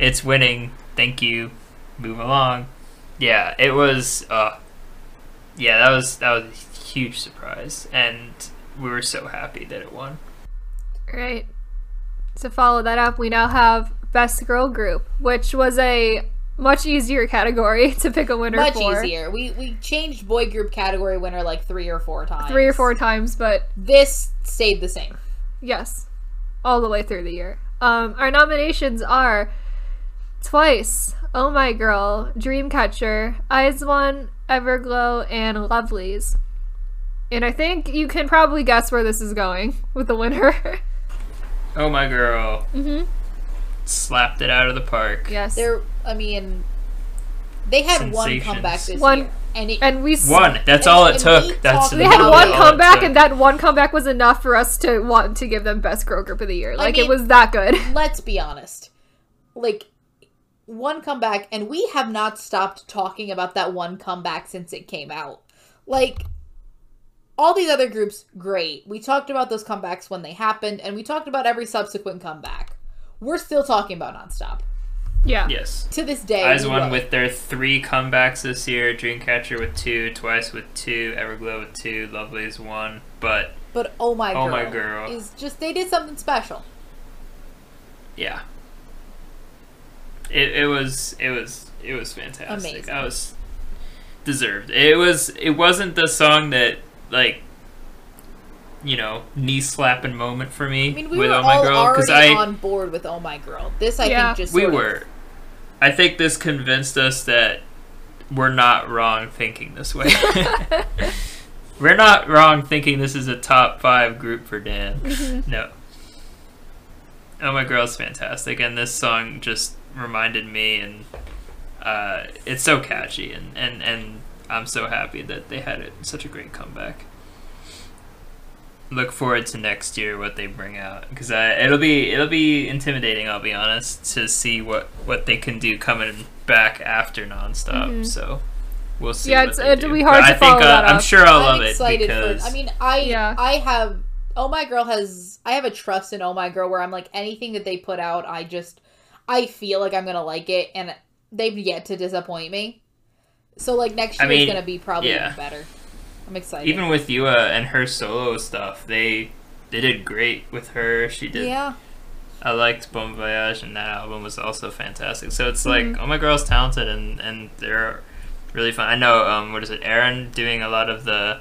[SPEAKER 3] It's winning. Thank you. Move along. Yeah, it was. Uh, yeah, that was that was a huge surprise, and we were so happy that it won.
[SPEAKER 1] Right. To follow that up, we now have Best Girl Group, which was a much easier category (laughs) to pick a winner
[SPEAKER 2] much
[SPEAKER 1] for.
[SPEAKER 2] easier. We we changed boy group category winner like three or four times.
[SPEAKER 1] Three or four times, but
[SPEAKER 2] This stayed the same.
[SPEAKER 1] yes, all the way through the year. Um, our nominations are Twice, Oh My Girl, Dreamcatcher, Eyes One, Everglow, and Lovelies. And I think you can probably guess where this is going (laughs) with the winner.
[SPEAKER 3] Oh my girl.
[SPEAKER 2] Mm-hmm.
[SPEAKER 1] Mhm.
[SPEAKER 3] Slapped it out of the park.
[SPEAKER 1] yes.
[SPEAKER 2] There, I mean, they had one
[SPEAKER 3] Sensations.
[SPEAKER 2] comeback this
[SPEAKER 1] One-
[SPEAKER 2] year, and it
[SPEAKER 1] and we s-
[SPEAKER 3] One. That's all it
[SPEAKER 2] and we
[SPEAKER 3] took. That's
[SPEAKER 2] talked
[SPEAKER 1] We
[SPEAKER 2] They
[SPEAKER 1] had
[SPEAKER 2] Wow.
[SPEAKER 1] one
[SPEAKER 2] Yeah.
[SPEAKER 1] comeback, and that one comeback was enough for us to want to give them Best Girl Group of the Year. Like,
[SPEAKER 2] mean-
[SPEAKER 1] it was that good.
[SPEAKER 2] let's be honest, like one comeback, and we have not stopped talking about that one comeback since it came out. Like all these other groups, great. We talked about those comebacks when they happened, and we talked about every subsequent comeback. We're still talking about nonstop
[SPEAKER 1] Yeah.
[SPEAKER 3] Yes.
[SPEAKER 2] to this day.
[SPEAKER 3] Eyes
[SPEAKER 2] we
[SPEAKER 3] One
[SPEAKER 2] will.
[SPEAKER 3] with their three comebacks this year. Dreamcatcher with two. Twice with two. Everglow with two. Lovely's one. But
[SPEAKER 2] but oh my girl,
[SPEAKER 3] Oh My Girl.
[SPEAKER 2] is just they did something special.
[SPEAKER 3] yeah. It, it was it was it was fantastic.
[SPEAKER 2] Amazing.
[SPEAKER 3] I was deserved. It was it wasn't the song that like you know knee slapping moment for me
[SPEAKER 2] I mean, we
[SPEAKER 3] with
[SPEAKER 2] were
[SPEAKER 3] Oh My
[SPEAKER 2] all
[SPEAKER 3] Girl
[SPEAKER 2] already
[SPEAKER 3] I
[SPEAKER 2] on board with "Oh My Girl." This, I
[SPEAKER 1] Yeah.
[SPEAKER 2] think, just
[SPEAKER 3] we
[SPEAKER 2] sort of-
[SPEAKER 3] were. I think
[SPEAKER 2] (laughs)
[SPEAKER 3] this convinced us that we're not wrong thinking this way. (laughs) We're not wrong thinking this is a top five group for Dan.
[SPEAKER 2] Mm-hmm.
[SPEAKER 3] No. Oh My Girl's fantastic, and this song just reminded me, and uh, it's so catchy, and, and, and I'm so happy that they had it, such a great comeback. Look forward to next year what they bring out because it'll be it'll be intimidating. I'll be honest to see what what they can do coming back after nonstop. So we'll
[SPEAKER 1] Mm-hmm.
[SPEAKER 3] see.
[SPEAKER 1] Yeah,
[SPEAKER 3] what
[SPEAKER 1] it's-
[SPEAKER 3] they
[SPEAKER 1] it'll
[SPEAKER 3] do.
[SPEAKER 1] be hard
[SPEAKER 3] But
[SPEAKER 1] to
[SPEAKER 3] I think uh,
[SPEAKER 1] follow that
[SPEAKER 3] I'm
[SPEAKER 1] up.
[SPEAKER 3] sure I'll love
[SPEAKER 2] I'm
[SPEAKER 3] it
[SPEAKER 2] excited
[SPEAKER 3] because
[SPEAKER 2] for. I mean, I
[SPEAKER 1] Yeah.
[SPEAKER 2] I have. Oh my girl has. I have a trust in Oh my girl where I'm like anything that they put out, I just I feel like I'm gonna like it, and they've yet to disappoint me. So like next
[SPEAKER 3] I
[SPEAKER 2] year
[SPEAKER 3] mean,
[SPEAKER 2] is gonna be probably
[SPEAKER 3] yeah.
[SPEAKER 2] even better. I'm excited.
[SPEAKER 3] even with Yua and her solo stuff, they they did great with her. She did.
[SPEAKER 2] yeah,
[SPEAKER 3] I liked Bon Voyage, and that album was also fantastic. So it's like,
[SPEAKER 2] Mm-hmm.
[SPEAKER 3] oh my girl's talented, and and they're really fun. I know. Um, what is it? Aaron doing a lot of the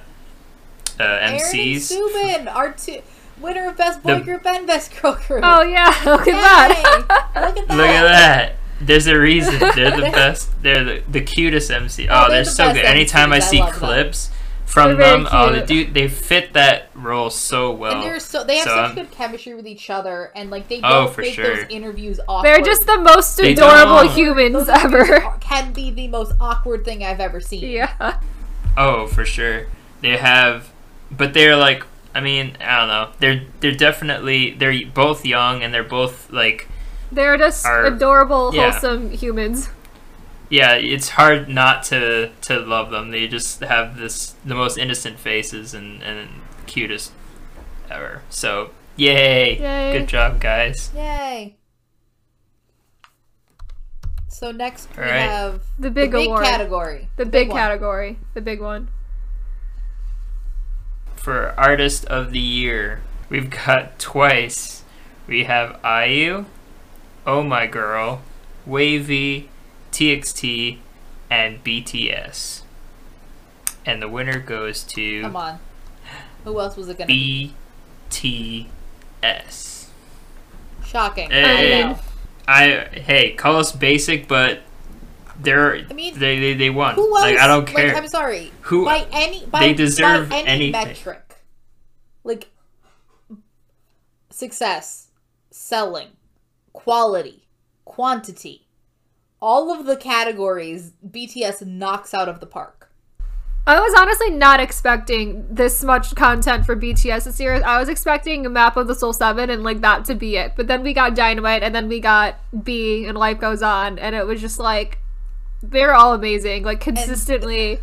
[SPEAKER 3] uh,
[SPEAKER 2] Aaron and
[SPEAKER 3] MCs.
[SPEAKER 2] Subin are two winner of best boy
[SPEAKER 3] The-
[SPEAKER 2] group and best girl group.
[SPEAKER 1] Oh yeah, (laughs) look at
[SPEAKER 2] Hey,
[SPEAKER 1] that.
[SPEAKER 2] look at that!
[SPEAKER 3] Look at that. There's
[SPEAKER 2] (laughs)
[SPEAKER 3] a reason. They're the best. They're the, the cutest MC. Oh,
[SPEAKER 2] they're
[SPEAKER 3] they're,
[SPEAKER 2] the
[SPEAKER 3] so
[SPEAKER 2] best
[SPEAKER 3] good. Anytime I
[SPEAKER 2] MCs. I
[SPEAKER 3] see
[SPEAKER 2] love them.
[SPEAKER 3] clips from
[SPEAKER 1] They're very
[SPEAKER 3] them, oh, they
[SPEAKER 1] cute.
[SPEAKER 3] do. They fit that role so well.
[SPEAKER 2] And they're so they have
[SPEAKER 3] So,
[SPEAKER 2] such
[SPEAKER 3] um,
[SPEAKER 2] good chemistry with each other, and like they
[SPEAKER 3] Oh,
[SPEAKER 2] don't
[SPEAKER 3] for
[SPEAKER 2] make
[SPEAKER 3] sure.
[SPEAKER 2] those interviews awkward.
[SPEAKER 1] They're just the most
[SPEAKER 3] They
[SPEAKER 1] adorable
[SPEAKER 3] don't.
[SPEAKER 1] humans ever.
[SPEAKER 2] can be the most awkward thing I've ever seen.
[SPEAKER 1] Yeah. (laughs)
[SPEAKER 3] Oh, for sure. They have, but they're like, I mean, I don't know. They're they're definitely they're both young and they're both like,
[SPEAKER 1] They're just
[SPEAKER 3] Are-
[SPEAKER 1] adorable,
[SPEAKER 3] yeah.
[SPEAKER 1] wholesome humans.
[SPEAKER 3] yeah. It's hard not to to love them. They just have this the most innocent faces and and cutest ever. So yay,
[SPEAKER 1] Yay.
[SPEAKER 3] good job, guys.
[SPEAKER 2] Yay. So next we
[SPEAKER 3] All right.
[SPEAKER 2] have
[SPEAKER 1] The big,
[SPEAKER 2] the big
[SPEAKER 1] award.
[SPEAKER 2] category.
[SPEAKER 1] The big,
[SPEAKER 2] one.
[SPEAKER 1] category. The big one.
[SPEAKER 3] For artist of the year, we've got twice. We have IU, Oh My Girl, Wavy, TXT, and BTS. And the winner goes
[SPEAKER 2] Come
[SPEAKER 3] to
[SPEAKER 2] on. Who else was it gonna be?
[SPEAKER 3] BTS.
[SPEAKER 2] Shocking. I
[SPEAKER 3] Hey.
[SPEAKER 2] know.
[SPEAKER 3] I hey, call us basic, but they're
[SPEAKER 2] I mean,
[SPEAKER 3] they, they they won.
[SPEAKER 2] Who else?
[SPEAKER 3] like I don't care.
[SPEAKER 2] Like, I'm sorry.
[SPEAKER 3] Who-
[SPEAKER 2] by any by,
[SPEAKER 3] they deserve
[SPEAKER 2] by any
[SPEAKER 3] anything.
[SPEAKER 2] metric, like success, selling, quality, quantity, all of the categories BTS knocks out of the park.
[SPEAKER 1] I was honestly not expecting this much content for BTS this year. I was expecting a map of the Soul 7 and like that to be it. But then we got Dynamite and then we got B and Life Goes On and it was just like they're all amazing. Like consistently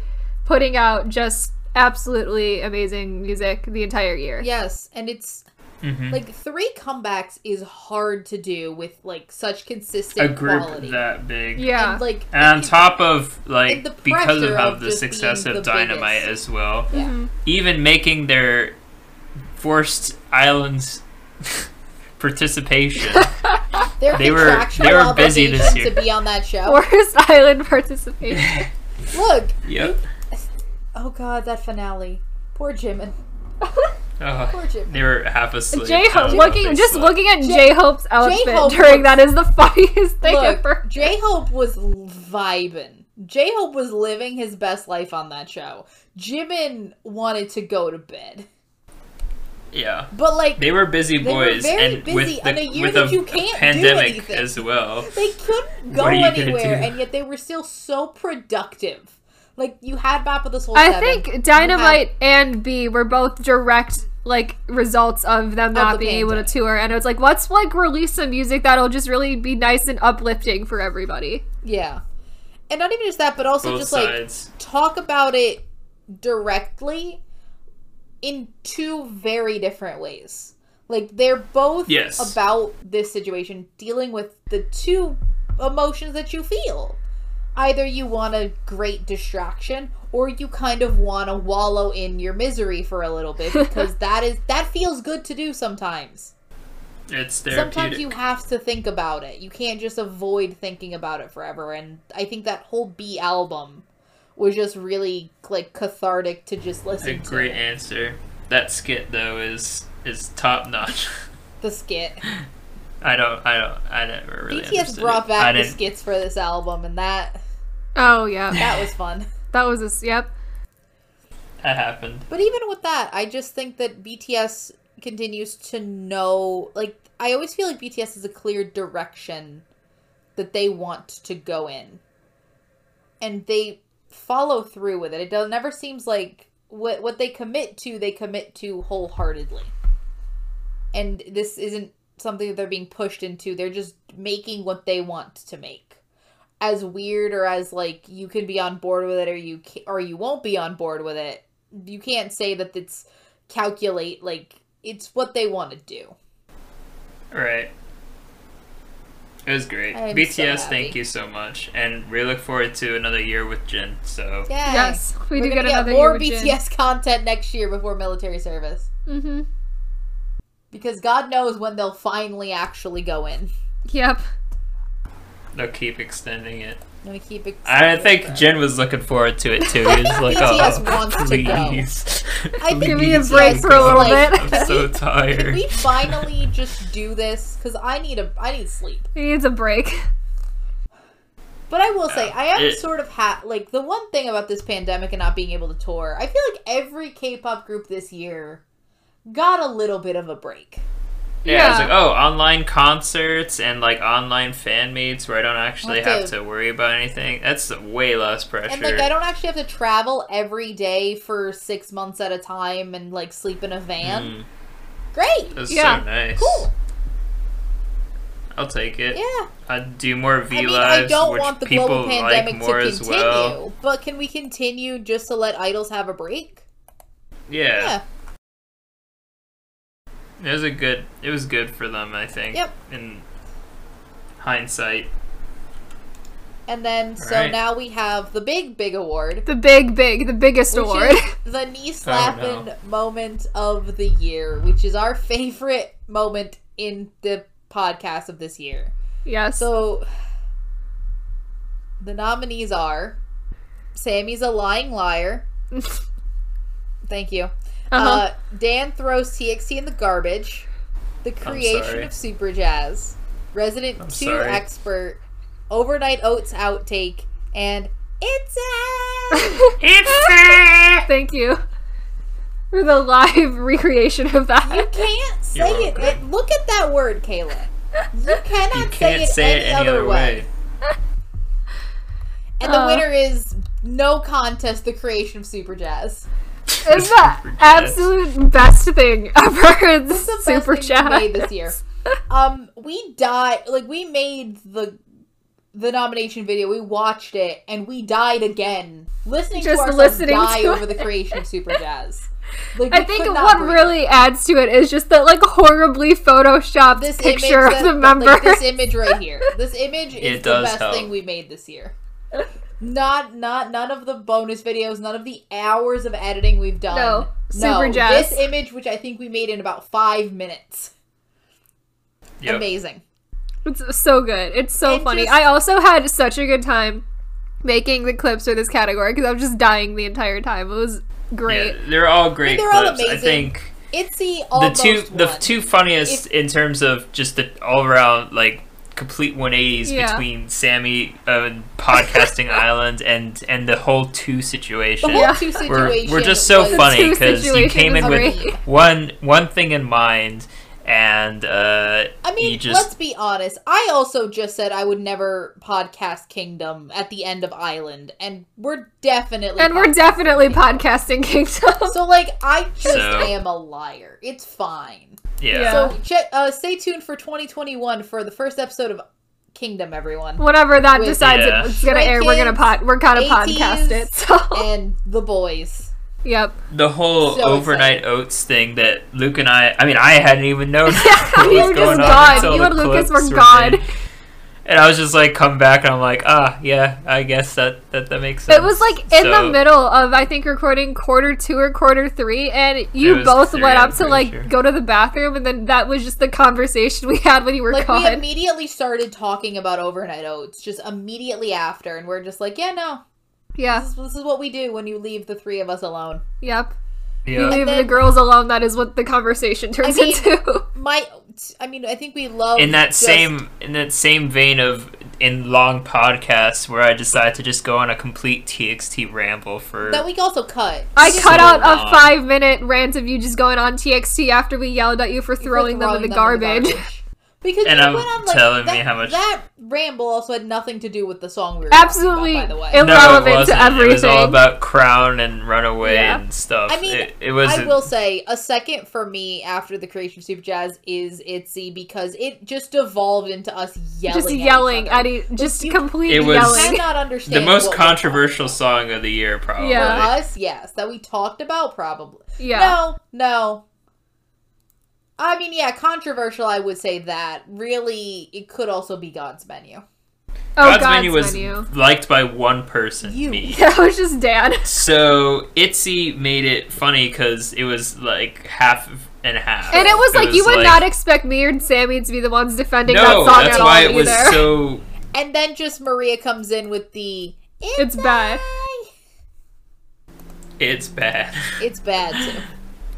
[SPEAKER 1] putting out just absolutely amazing music the entire year.
[SPEAKER 2] Yes, and it's
[SPEAKER 3] Mm-hmm.
[SPEAKER 2] like three comebacks is hard to do with like such consistent
[SPEAKER 3] A group
[SPEAKER 2] quality.
[SPEAKER 3] that big.
[SPEAKER 1] Yeah.
[SPEAKER 2] And like
[SPEAKER 3] And on top of like
[SPEAKER 2] the
[SPEAKER 3] because of
[SPEAKER 2] pressure
[SPEAKER 3] how
[SPEAKER 2] of
[SPEAKER 3] the
[SPEAKER 2] just
[SPEAKER 3] success
[SPEAKER 2] being
[SPEAKER 3] of
[SPEAKER 2] the
[SPEAKER 3] Dynamite
[SPEAKER 2] biggest.
[SPEAKER 3] as well,
[SPEAKER 2] Yeah.
[SPEAKER 1] Mm-hmm.
[SPEAKER 3] even making their forced islands (laughs)
[SPEAKER 2] (laughs)
[SPEAKER 3] participation.
[SPEAKER 2] their
[SPEAKER 3] they were- they
[SPEAKER 2] contractual
[SPEAKER 3] were busy this
[SPEAKER 2] obligation
[SPEAKER 3] year.
[SPEAKER 2] to be on that
[SPEAKER 1] (laughs)
[SPEAKER 2] show.
[SPEAKER 1] (laughs) Forest Island participation.
[SPEAKER 2] Look,
[SPEAKER 3] yep.
[SPEAKER 2] Oh god, that finale. Poor Jimin. Poor
[SPEAKER 3] Oh,
[SPEAKER 2] Jimin.
[SPEAKER 3] they were half asleep.
[SPEAKER 1] J
[SPEAKER 3] I
[SPEAKER 1] Hope
[SPEAKER 3] don't know if
[SPEAKER 1] looking
[SPEAKER 3] they
[SPEAKER 1] just
[SPEAKER 3] slept.
[SPEAKER 1] looking at
[SPEAKER 2] J-
[SPEAKER 1] J Hope's outfit
[SPEAKER 2] J-Hope
[SPEAKER 1] during
[SPEAKER 2] looks-
[SPEAKER 1] that is the (laughs) funniest thing ever.
[SPEAKER 2] Look, J Hope was l- vibin'. J Hope was living his best life on that show. Jimin wanted to go to bed.
[SPEAKER 3] Yeah.
[SPEAKER 2] But like
[SPEAKER 3] They were busy
[SPEAKER 2] They were
[SPEAKER 3] boys
[SPEAKER 2] very
[SPEAKER 3] and
[SPEAKER 2] busy
[SPEAKER 3] with the,
[SPEAKER 2] on a year
[SPEAKER 3] with
[SPEAKER 2] that
[SPEAKER 3] a
[SPEAKER 2] you can't do
[SPEAKER 3] pandemic
[SPEAKER 2] anything.
[SPEAKER 3] as well.
[SPEAKER 2] they couldn't go
[SPEAKER 3] What are you gonna
[SPEAKER 2] anywhere
[SPEAKER 3] do?
[SPEAKER 2] and yet they were still so productive. Like you had Map of the Soul
[SPEAKER 1] I
[SPEAKER 2] 7, you
[SPEAKER 1] think Dynamite and B were both direct like results of them not
[SPEAKER 2] the
[SPEAKER 1] being able to
[SPEAKER 2] pandemic.
[SPEAKER 1] tour and it's like let's like release some music that'll just really be nice and uplifting for everybody.
[SPEAKER 2] had- Yeah. And not even just that, but also
[SPEAKER 3] Both
[SPEAKER 2] just like
[SPEAKER 3] sides.
[SPEAKER 2] talk about it directly in two very different ways. Like they're both
[SPEAKER 3] Yes.
[SPEAKER 2] about this situation, dealing with the two emotions that you feel. Either you want a great distraction or you kind of want to wallow in your misery for a little bit because that is that feels good to do sometimes.
[SPEAKER 3] it's therapeutic.
[SPEAKER 2] Sometimes you have to think about it. You can't just avoid thinking about it forever and I think that whole B album was just really like cathartic to just
[SPEAKER 3] a
[SPEAKER 2] listen to
[SPEAKER 3] great
[SPEAKER 2] it.
[SPEAKER 3] answer. That skit though is is top (laughs) notch.
[SPEAKER 2] the skit.
[SPEAKER 3] I don't I don't I never (laughs) really
[SPEAKER 2] BTS
[SPEAKER 3] understood
[SPEAKER 2] brought
[SPEAKER 3] it. I
[SPEAKER 2] back the
[SPEAKER 3] didn't,
[SPEAKER 2] skits for this album, and that
[SPEAKER 1] Oh yeah.
[SPEAKER 2] that was fun.
[SPEAKER 1] that was a s- yep.
[SPEAKER 3] That happened.
[SPEAKER 2] But even with that, I just think that BTS continues to know. Like, I always feel like BTS is a clear direction that they want to go in. And they follow through with it. It don't- never seems like what, what they commit to, they commit to wholeheartedly. And this isn't something that they're being pushed into. They're just making what they want to make. As weird or as like you can be on board with it or you ca- or you won't be on board with it you can't say that it's calculate like it's what they want to do
[SPEAKER 3] Right. It was great.
[SPEAKER 2] I am so
[SPEAKER 3] BTS, thank
[SPEAKER 2] happy.
[SPEAKER 3] you so much. And we look forward to another year with Jin, so.
[SPEAKER 2] Yay.
[SPEAKER 1] Yes, we do
[SPEAKER 2] We're gonna
[SPEAKER 1] get another
[SPEAKER 2] more
[SPEAKER 1] year with
[SPEAKER 2] bts content next year before military service
[SPEAKER 1] Mm-hmm.
[SPEAKER 2] because god knows when they'll finally actually go in
[SPEAKER 1] Yep.
[SPEAKER 3] They'll keep extending it.
[SPEAKER 2] i'm gonna keep it
[SPEAKER 3] I think Jin was looking forward to it too. He was
[SPEAKER 2] BTS
[SPEAKER 3] like, oh,
[SPEAKER 2] wants to go."
[SPEAKER 3] please.
[SPEAKER 2] I think
[SPEAKER 1] Give me a
[SPEAKER 2] BTS
[SPEAKER 1] break for a
[SPEAKER 2] is
[SPEAKER 1] little
[SPEAKER 2] like,
[SPEAKER 1] bit. (laughs)
[SPEAKER 2] (laughs)
[SPEAKER 3] I'm so tired.
[SPEAKER 2] can we finally just do this because i need a i need sleep
[SPEAKER 1] He needs a break.
[SPEAKER 2] But I will say, I am
[SPEAKER 3] It-
[SPEAKER 2] sort of ha like the one thing about this pandemic and not being able to tour. I feel like every K-pop group this year got a little bit of a break.
[SPEAKER 3] Yeah, it's
[SPEAKER 1] Yeah.
[SPEAKER 3] like, oh, online concerts and like online fan meets where I don't actually
[SPEAKER 2] Have to-
[SPEAKER 3] have to worry about anything. That's way less pressure.
[SPEAKER 2] And like I don't actually have to travel every day for 6 months at a time and like sleep in a van.
[SPEAKER 3] Mm,
[SPEAKER 2] Great.
[SPEAKER 3] that's
[SPEAKER 1] Yeah.
[SPEAKER 3] so nice.
[SPEAKER 2] Cool.
[SPEAKER 3] I'll take it.
[SPEAKER 2] Yeah.
[SPEAKER 3] I'd do more
[SPEAKER 2] I
[SPEAKER 3] V
[SPEAKER 2] mean,
[SPEAKER 3] lives,
[SPEAKER 2] I don't
[SPEAKER 3] which
[SPEAKER 2] want the
[SPEAKER 3] people
[SPEAKER 2] global
[SPEAKER 3] like
[SPEAKER 2] pandemic
[SPEAKER 3] more
[SPEAKER 2] to
[SPEAKER 3] as
[SPEAKER 2] continue,
[SPEAKER 3] well.
[SPEAKER 2] but can we continue just to let idols have a break?
[SPEAKER 3] Yeah.
[SPEAKER 2] Yeah.
[SPEAKER 3] It was a good. It was good for them, I think.
[SPEAKER 2] Yep.
[SPEAKER 3] In hindsight,
[SPEAKER 2] And then so
[SPEAKER 3] Alright.
[SPEAKER 2] now we have the big big award.
[SPEAKER 1] The big, big, the biggest
[SPEAKER 2] Which
[SPEAKER 1] award.
[SPEAKER 2] is the knee slapping moment of the year, which is our favorite moment in the podcast of this year.
[SPEAKER 1] (laughs) yes.
[SPEAKER 2] So the nominees are Sammy's a lying liar. Thank you.
[SPEAKER 1] Uh-huh.
[SPEAKER 2] Uh, Dan throws TXT in the garbage. The creation
[SPEAKER 3] sorry.
[SPEAKER 2] of Super Jazz. Resident
[SPEAKER 3] I'm
[SPEAKER 2] 2
[SPEAKER 3] sorry.
[SPEAKER 2] expert. Overnight Oats outtake. And it's out!
[SPEAKER 1] (laughs)
[SPEAKER 2] Ah!
[SPEAKER 1] Thank you for the live recreation of that.
[SPEAKER 2] You can't say
[SPEAKER 3] You're
[SPEAKER 2] it.
[SPEAKER 3] welcome.
[SPEAKER 2] it. Look at that word, Kayla. You cannot
[SPEAKER 3] (laughs) you
[SPEAKER 2] say,
[SPEAKER 3] can't
[SPEAKER 2] it,
[SPEAKER 3] say
[SPEAKER 2] any other, way. And the
[SPEAKER 1] Uh.
[SPEAKER 2] winner is no contest. The creation of Super Jazz.
[SPEAKER 1] It's the absolute best thing ever. This
[SPEAKER 2] It's the
[SPEAKER 1] super
[SPEAKER 2] best thing
[SPEAKER 1] chat.
[SPEAKER 2] we made this year. Um, we died. Like we made the the nomination video. We watched it and we died again listening
[SPEAKER 1] Just
[SPEAKER 2] to ourselves
[SPEAKER 1] listening
[SPEAKER 2] die
[SPEAKER 1] to
[SPEAKER 2] over the creation of Super
[SPEAKER 1] (laughs)
[SPEAKER 2] Jazz.
[SPEAKER 1] (laughs)
[SPEAKER 2] Like,
[SPEAKER 1] I
[SPEAKER 2] we
[SPEAKER 1] think
[SPEAKER 2] could not
[SPEAKER 1] what
[SPEAKER 2] breathe.
[SPEAKER 1] really adds to it is just that like horribly photoshopped
[SPEAKER 2] this
[SPEAKER 1] picture
[SPEAKER 2] image
[SPEAKER 1] of
[SPEAKER 2] that-
[SPEAKER 1] the member.
[SPEAKER 2] like, this image right here.
[SPEAKER 1] (laughs)
[SPEAKER 2] This image is
[SPEAKER 3] It
[SPEAKER 2] the
[SPEAKER 3] does
[SPEAKER 2] best
[SPEAKER 3] help.
[SPEAKER 2] thing we made this year. Not not none of the bonus videos, none of the hours of editing we've done.
[SPEAKER 1] No. Super jazz.
[SPEAKER 2] This image, which I think we made in about five minutes,
[SPEAKER 3] Yep.
[SPEAKER 2] amazing.
[SPEAKER 1] (laughs) It's so good. It's so
[SPEAKER 2] And
[SPEAKER 1] funny.
[SPEAKER 2] just-
[SPEAKER 1] I also had such a good time making the clips for this category because I was just dying the entire time. It was great.
[SPEAKER 3] Yeah, they're all great
[SPEAKER 2] they're all
[SPEAKER 3] clips. I
[SPEAKER 2] amazing.
[SPEAKER 3] think
[SPEAKER 2] It's the
[SPEAKER 3] the
[SPEAKER 2] almost
[SPEAKER 3] two the
[SPEAKER 2] won.
[SPEAKER 3] two funniest in terms of just the all around like complete 180s
[SPEAKER 1] Yeah.
[SPEAKER 3] between Sammy uh, and
[SPEAKER 2] (laughs)
[SPEAKER 3] podcasting island and and the whole two
[SPEAKER 2] The
[SPEAKER 3] situation.
[SPEAKER 2] whole
[SPEAKER 1] Yeah.
[SPEAKER 2] two
[SPEAKER 3] We're,
[SPEAKER 2] situation.
[SPEAKER 3] we're just so
[SPEAKER 2] was-
[SPEAKER 3] funny
[SPEAKER 1] The two
[SPEAKER 3] because you
[SPEAKER 1] situation
[SPEAKER 3] came in
[SPEAKER 1] is
[SPEAKER 3] with
[SPEAKER 2] great.
[SPEAKER 3] one one thing in mind and uh
[SPEAKER 2] I mean,
[SPEAKER 3] you just
[SPEAKER 2] let's be honest. I also just said I would never podcast Kingdom at the end of Island, and we're definitely
[SPEAKER 1] And we're
[SPEAKER 2] podcasting
[SPEAKER 1] definitely podcasting Kingdom.
[SPEAKER 2] So like I just
[SPEAKER 3] So-
[SPEAKER 2] am a liar. It's fine.
[SPEAKER 3] yeah.
[SPEAKER 1] yeah.
[SPEAKER 2] So check uh stay tuned for 2021 for the first episode of Kingdom
[SPEAKER 1] (laughs)
[SPEAKER 2] everyone.
[SPEAKER 1] Whenever that
[SPEAKER 2] With-
[SPEAKER 1] decides
[SPEAKER 3] Yeah.
[SPEAKER 1] it, it's gonna air, we're gonna
[SPEAKER 2] Grandkids,
[SPEAKER 1] pod we're gonna
[SPEAKER 2] 80s,
[SPEAKER 1] podcast it. (laughs) So
[SPEAKER 2] and the boys.
[SPEAKER 1] Yep.
[SPEAKER 3] the whole
[SPEAKER 2] So
[SPEAKER 3] overnight oats thing that Luke and I I mean I
[SPEAKER 1] (laughs)
[SPEAKER 3] hadn't even known (laughs) what
[SPEAKER 1] You
[SPEAKER 3] was
[SPEAKER 1] were just
[SPEAKER 3] going on
[SPEAKER 1] gone.
[SPEAKER 3] until
[SPEAKER 1] You
[SPEAKER 3] the
[SPEAKER 1] and Lucas
[SPEAKER 3] clips
[SPEAKER 1] were gone.
[SPEAKER 3] made. And I was just like come back and I'm like, ah, yeah, I guess that that, that makes sense.
[SPEAKER 1] It was like in
[SPEAKER 3] So-
[SPEAKER 1] the middle of I think recording quarter two or quarter three, and
[SPEAKER 3] It
[SPEAKER 1] you
[SPEAKER 3] was
[SPEAKER 1] both
[SPEAKER 3] three,
[SPEAKER 1] went
[SPEAKER 3] I'm
[SPEAKER 1] up to
[SPEAKER 3] pretty
[SPEAKER 1] like
[SPEAKER 3] sure.
[SPEAKER 1] go to the bathroom, and then that was just the conversation we had when you were
[SPEAKER 2] Like we
[SPEAKER 1] gone.
[SPEAKER 2] immediately started talking about overnight oats just immediately after and we're just like, yeah, no.
[SPEAKER 1] yeah.
[SPEAKER 2] This is, this is what we do when you leave the three of us alone.
[SPEAKER 1] Yep.
[SPEAKER 3] Yeah.
[SPEAKER 1] Leave the
[SPEAKER 2] then-
[SPEAKER 1] girls alone. That is what the conversation turns
[SPEAKER 2] mean-
[SPEAKER 1] into. (laughs)
[SPEAKER 2] My I mean, I think we love
[SPEAKER 3] in that
[SPEAKER 2] just-
[SPEAKER 3] same in that same vein of in long podcasts where I decide to just go on a complete TXT ramble for.
[SPEAKER 2] That we also cut.
[SPEAKER 1] I
[SPEAKER 3] So
[SPEAKER 1] cut out a
[SPEAKER 3] wrong.
[SPEAKER 1] five minute rant of you just going on TXT after we yelled at you for throwing, them in the garbage.
[SPEAKER 2] Because
[SPEAKER 3] And
[SPEAKER 2] you
[SPEAKER 3] I'm
[SPEAKER 2] went on, like,
[SPEAKER 3] telling me
[SPEAKER 2] that,
[SPEAKER 3] how much-
[SPEAKER 2] that ramble also had nothing to do with the song we were talking
[SPEAKER 1] Absolutely
[SPEAKER 2] about, by the way.
[SPEAKER 1] ill- relevant to
[SPEAKER 3] It was all
[SPEAKER 1] everything.
[SPEAKER 3] about Crown and Runaway
[SPEAKER 1] Yeah.
[SPEAKER 3] and stuff.
[SPEAKER 2] I mean,
[SPEAKER 3] it, it was.
[SPEAKER 2] I will say a second for me after the creation of Super Jazz is Itzy because it just evolved into us
[SPEAKER 1] (laughs)
[SPEAKER 2] yelling,
[SPEAKER 1] just yelling
[SPEAKER 2] at
[SPEAKER 1] at each, just
[SPEAKER 2] you-
[SPEAKER 1] completely
[SPEAKER 3] It was-
[SPEAKER 2] I
[SPEAKER 1] yelling.
[SPEAKER 2] cannot
[SPEAKER 3] the
[SPEAKER 2] understand
[SPEAKER 3] most
[SPEAKER 2] what we're talking
[SPEAKER 3] controversial
[SPEAKER 2] about.
[SPEAKER 3] song of the year, probably.
[SPEAKER 2] for
[SPEAKER 1] Yeah.
[SPEAKER 2] us. Yes, that we talked about probably.
[SPEAKER 1] Yeah.
[SPEAKER 2] No, no. I mean, yeah, controversial. I would say that. Really, it could also be God's menu.
[SPEAKER 1] oh,
[SPEAKER 3] God's, menu was
[SPEAKER 1] menu. (laughs)
[SPEAKER 3] liked by one person,
[SPEAKER 2] You.
[SPEAKER 3] me.
[SPEAKER 1] Yeah, it was just Dan.
[SPEAKER 3] So Itzy made it funny because it was like half and half,
[SPEAKER 1] And it was like you would
[SPEAKER 3] like-
[SPEAKER 1] not expect me and Sammy to be the ones defending
[SPEAKER 3] No,
[SPEAKER 1] that song
[SPEAKER 3] that's
[SPEAKER 1] at
[SPEAKER 3] why
[SPEAKER 1] all
[SPEAKER 3] it was
[SPEAKER 1] either.
[SPEAKER 3] so.
[SPEAKER 2] And then just Maria comes in with the
[SPEAKER 1] (laughs) It's bad.
[SPEAKER 2] I-"
[SPEAKER 3] It's bad.
[SPEAKER 2] It's
[SPEAKER 1] (laughs)
[SPEAKER 2] bad too.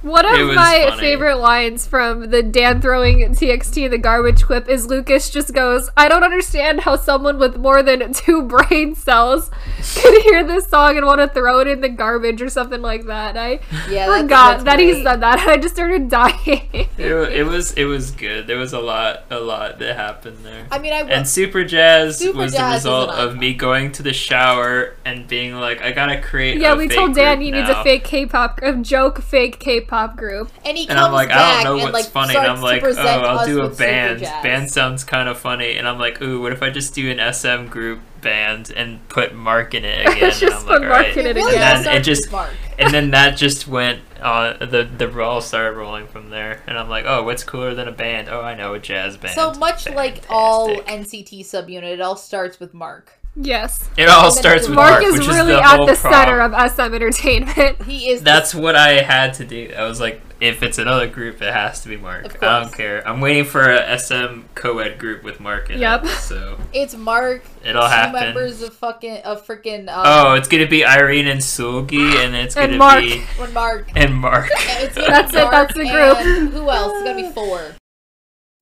[SPEAKER 1] One
[SPEAKER 3] It
[SPEAKER 1] of
[SPEAKER 3] was
[SPEAKER 1] my
[SPEAKER 3] funny.
[SPEAKER 1] favorite lines from the Dan throwing TXT in the garbage clip is Lucas just goes, I don't understand how someone with more than two (laughs) brain cells could hear this song and want to throw it in the garbage or something like that. And I
[SPEAKER 2] Yeah, (laughs) that's,
[SPEAKER 1] forgot
[SPEAKER 2] that's
[SPEAKER 1] that
[SPEAKER 2] great.
[SPEAKER 1] he said that and I just started dying. (laughs)
[SPEAKER 3] it, wa- it was it was good. There was a lot a lot that happened there.
[SPEAKER 2] I mean, I
[SPEAKER 3] And
[SPEAKER 2] was.
[SPEAKER 3] Super Jazz
[SPEAKER 2] Super
[SPEAKER 3] was
[SPEAKER 2] Jazz
[SPEAKER 3] the
[SPEAKER 2] is
[SPEAKER 3] result
[SPEAKER 2] an
[SPEAKER 3] of
[SPEAKER 2] icon.
[SPEAKER 3] me going to the shower and being like, I gotta create.
[SPEAKER 1] yeah,
[SPEAKER 3] a
[SPEAKER 1] we
[SPEAKER 3] fake
[SPEAKER 1] told Dan
[SPEAKER 3] group
[SPEAKER 1] he needs
[SPEAKER 3] now."
[SPEAKER 1] a fake K pop, a joke fake K pop group.
[SPEAKER 2] And he comes
[SPEAKER 3] And I'm like,
[SPEAKER 2] back
[SPEAKER 3] I don't know what's
[SPEAKER 2] and like
[SPEAKER 3] funny. And
[SPEAKER 2] starts
[SPEAKER 3] I'm like,
[SPEAKER 2] to
[SPEAKER 3] oh,
[SPEAKER 2] present
[SPEAKER 3] I'll
[SPEAKER 2] us
[SPEAKER 3] do a
[SPEAKER 2] with Super
[SPEAKER 3] band.
[SPEAKER 2] Jazz.
[SPEAKER 3] Band sounds kind of funny. And I'm like, ooh, what if I just do an SM group band and put Mark
[SPEAKER 2] (laughs)
[SPEAKER 3] in it again? and
[SPEAKER 1] Just
[SPEAKER 3] I'm
[SPEAKER 1] put
[SPEAKER 3] like,
[SPEAKER 1] Mark
[SPEAKER 3] alright.
[SPEAKER 1] in it
[SPEAKER 2] It really
[SPEAKER 1] again.
[SPEAKER 2] does
[SPEAKER 3] And then
[SPEAKER 2] start
[SPEAKER 3] it just-
[SPEAKER 2] with Mark.
[SPEAKER 3] and then that just went on. The the ball started rolling from there. And I'm like, oh, what's cooler than a band? Oh, I know a jazz band.
[SPEAKER 2] So much like all
[SPEAKER 3] Fantastic.
[SPEAKER 2] NCT subunit, it all starts with Mark.
[SPEAKER 1] Yes.
[SPEAKER 3] It all
[SPEAKER 2] And then
[SPEAKER 3] starts with
[SPEAKER 2] Mark
[SPEAKER 3] Mark,
[SPEAKER 1] Mark is
[SPEAKER 3] which
[SPEAKER 1] really
[SPEAKER 3] is the
[SPEAKER 1] at
[SPEAKER 3] whole
[SPEAKER 1] the
[SPEAKER 3] problem.
[SPEAKER 1] center of SM
[SPEAKER 3] (laughs)
[SPEAKER 1] Entertainment. (laughs)
[SPEAKER 2] He is.
[SPEAKER 3] That's what I had to do. I was like, if it's another group, it has to be
[SPEAKER 2] Of
[SPEAKER 3] Mark.
[SPEAKER 2] course.
[SPEAKER 3] I don't care. I'm waiting for a SM co-ed group with Mark in
[SPEAKER 1] Yep.
[SPEAKER 3] it. So
[SPEAKER 2] it's Mark.
[SPEAKER 3] it'll
[SPEAKER 2] two
[SPEAKER 3] happen.
[SPEAKER 2] members of fucking of freaking.
[SPEAKER 3] Oh,
[SPEAKER 2] Um,
[SPEAKER 3] it's gonna be Irene and Sulgi, and it's
[SPEAKER 1] And
[SPEAKER 3] gonna
[SPEAKER 1] Mark.
[SPEAKER 3] be
[SPEAKER 2] when Mark.
[SPEAKER 3] and Mark.
[SPEAKER 2] (laughs) It's gonna be
[SPEAKER 1] That's it,
[SPEAKER 2] Mark
[SPEAKER 1] that's the group.
[SPEAKER 2] and Who else?
[SPEAKER 1] (laughs)
[SPEAKER 2] It's gonna be four.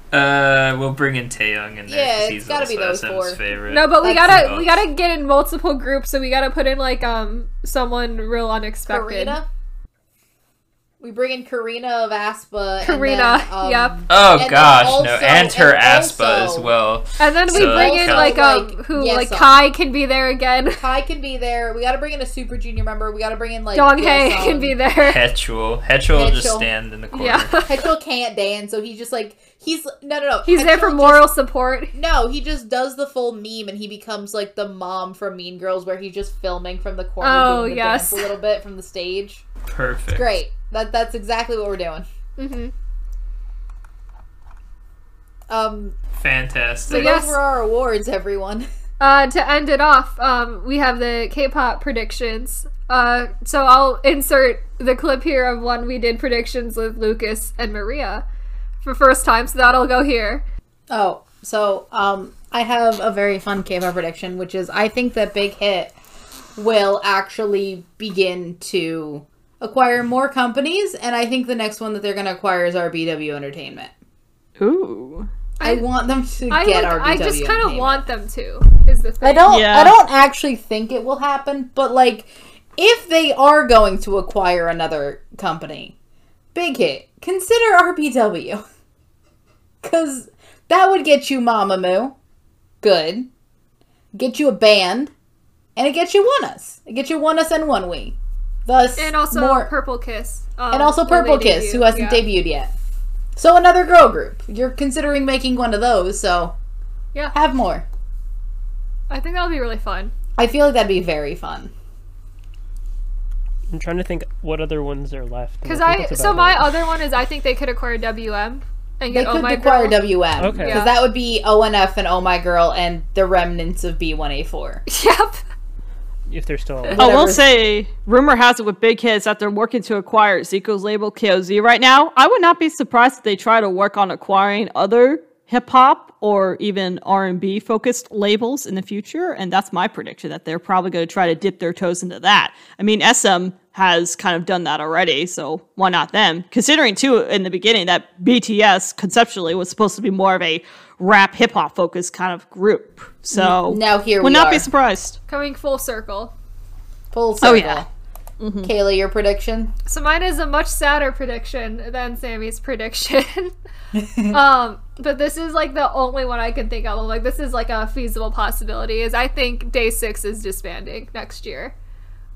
[SPEAKER 3] (laughs) uh, we'll bring in Taeyong in there.
[SPEAKER 2] Yeah,
[SPEAKER 3] 'cause
[SPEAKER 2] it's
[SPEAKER 3] he's
[SPEAKER 2] gotta be
[SPEAKER 3] also
[SPEAKER 2] those
[SPEAKER 3] SM's
[SPEAKER 2] four.
[SPEAKER 3] favorite.
[SPEAKER 1] No, but we
[SPEAKER 2] That's
[SPEAKER 1] gotta
[SPEAKER 3] enough.
[SPEAKER 1] we gotta get in multiple groups, so we gotta put in like um someone real unexpected.
[SPEAKER 2] Karina. We bring in Karina of Aspa.
[SPEAKER 1] Karina,
[SPEAKER 2] And then, um,
[SPEAKER 1] yep.
[SPEAKER 3] oh
[SPEAKER 2] and
[SPEAKER 3] gosh,
[SPEAKER 2] also-
[SPEAKER 3] no, and her
[SPEAKER 2] and
[SPEAKER 3] Aspa
[SPEAKER 2] also-
[SPEAKER 3] as well.
[SPEAKER 1] And then we
[SPEAKER 3] So
[SPEAKER 1] bring
[SPEAKER 3] that's
[SPEAKER 1] in
[SPEAKER 3] how-
[SPEAKER 1] like um
[SPEAKER 2] Like,
[SPEAKER 1] who
[SPEAKER 2] yes,
[SPEAKER 1] like
[SPEAKER 2] um,
[SPEAKER 1] Kai can be there again. (laughs)
[SPEAKER 2] Kai can be there. We gotta bring in a super junior member. We gotta bring in like
[SPEAKER 1] Donghae
[SPEAKER 2] Hye
[SPEAKER 1] can be there.
[SPEAKER 3] Hetuel, Hetuel will just
[SPEAKER 2] Hetuel.
[SPEAKER 3] stand in the corner.
[SPEAKER 1] (laughs) Yeah,
[SPEAKER 2] Petrol can't dance, so he's just like he's no no no.
[SPEAKER 1] he's there
[SPEAKER 2] Petrol
[SPEAKER 1] for
[SPEAKER 2] just-
[SPEAKER 1] moral support.
[SPEAKER 2] No, he just does the full meme and he becomes like the mom from Mean Girls where he's just filming from the corner
[SPEAKER 1] Oh,
[SPEAKER 2] doing the
[SPEAKER 1] yes.
[SPEAKER 2] dance a little bit from the stage.
[SPEAKER 3] Perfect.
[SPEAKER 2] Great. That that's exactly what we're doing.
[SPEAKER 1] hmm
[SPEAKER 2] Um so
[SPEAKER 3] Fantastic.
[SPEAKER 1] yes.
[SPEAKER 2] those were our awards, everyone. (laughs)
[SPEAKER 1] Uh, to end it off, um, we have the K-pop predictions. Uh, so I'll insert the clip here of one we did predictions with Lucas and Maria for first time. So that'll go here.
[SPEAKER 2] Oh, so um I have a very fun K-pop prediction, which is I think that Big Hit will actually begin to acquire more companies, and I think the next one that they're gonna acquire is RBW Entertainment.
[SPEAKER 4] Ooh.
[SPEAKER 2] I,
[SPEAKER 1] I-
[SPEAKER 2] want them to
[SPEAKER 1] I
[SPEAKER 2] get
[SPEAKER 1] like-
[SPEAKER 2] RBW.
[SPEAKER 1] I just kind of
[SPEAKER 2] Entertainment.
[SPEAKER 1] want them to. Is the thing.
[SPEAKER 2] I don't.
[SPEAKER 4] Yeah.
[SPEAKER 2] I don't actually think it will happen, but like, if they are going to acquire another company, big hit. Consider (laughs) RBW, because that would get you Mamamoo, good. Get you a band, and it gets you One Us. It gets you One Us and One We. Thus,
[SPEAKER 1] And also
[SPEAKER 2] more,
[SPEAKER 1] Purple Kiss. um,
[SPEAKER 2] and also
[SPEAKER 1] when they
[SPEAKER 2] Purple Kiss,
[SPEAKER 1] debut.
[SPEAKER 2] who hasn't
[SPEAKER 1] yeah.
[SPEAKER 2] debuted yet. So another girl group. You're considering making one of those, so
[SPEAKER 1] Yeah.
[SPEAKER 2] have more.
[SPEAKER 1] I think that'll be really fun.
[SPEAKER 2] I feel like that'd be very fun.
[SPEAKER 5] I'm trying to think what other ones are left. and
[SPEAKER 1] Because
[SPEAKER 5] think
[SPEAKER 1] I,
[SPEAKER 5] that's
[SPEAKER 1] so
[SPEAKER 5] about
[SPEAKER 1] my uh,
[SPEAKER 5] it.
[SPEAKER 1] other one is I think they could acquire WM and
[SPEAKER 2] They
[SPEAKER 1] get Oh
[SPEAKER 2] could
[SPEAKER 1] My
[SPEAKER 2] acquire
[SPEAKER 1] Girl.
[SPEAKER 2] WM.
[SPEAKER 5] Okay.
[SPEAKER 2] Because
[SPEAKER 1] Yeah.
[SPEAKER 2] that would be ONF and Oh My Girl and the remnants of
[SPEAKER 1] (laughs)
[SPEAKER 2] B1A4.
[SPEAKER 1] yep.
[SPEAKER 5] if they're still alive.
[SPEAKER 4] I will
[SPEAKER 2] Whatever.
[SPEAKER 4] Oh, say, rumor has it with Big Hits that they're working to acquire Zico's label KOZ right now. I would not be surprised if they try to work on acquiring other hip hop or even R and B focused labels in the future. And that's my prediction that they're probably going to try to dip their toes into that. I mean, SM has kind of done that already, so why not them? Considering too in the beginning that BTS conceptually was supposed to be more of a rap hip hop focused kind of group. So
[SPEAKER 2] Now here
[SPEAKER 4] would
[SPEAKER 2] we
[SPEAKER 4] not
[SPEAKER 2] are.
[SPEAKER 4] be surprised.
[SPEAKER 1] Coming full circle.
[SPEAKER 2] Full
[SPEAKER 1] Oh,
[SPEAKER 2] circle.
[SPEAKER 4] yeah.
[SPEAKER 1] Mm-hmm.
[SPEAKER 2] Kayla, your prediction?
[SPEAKER 1] So mine is a much sadder prediction than Sammy's prediction. (laughs) um, but this is like the only one I can think of. I'm like, this is like a feasible possibility. Is I think Day Six is disbanding next year,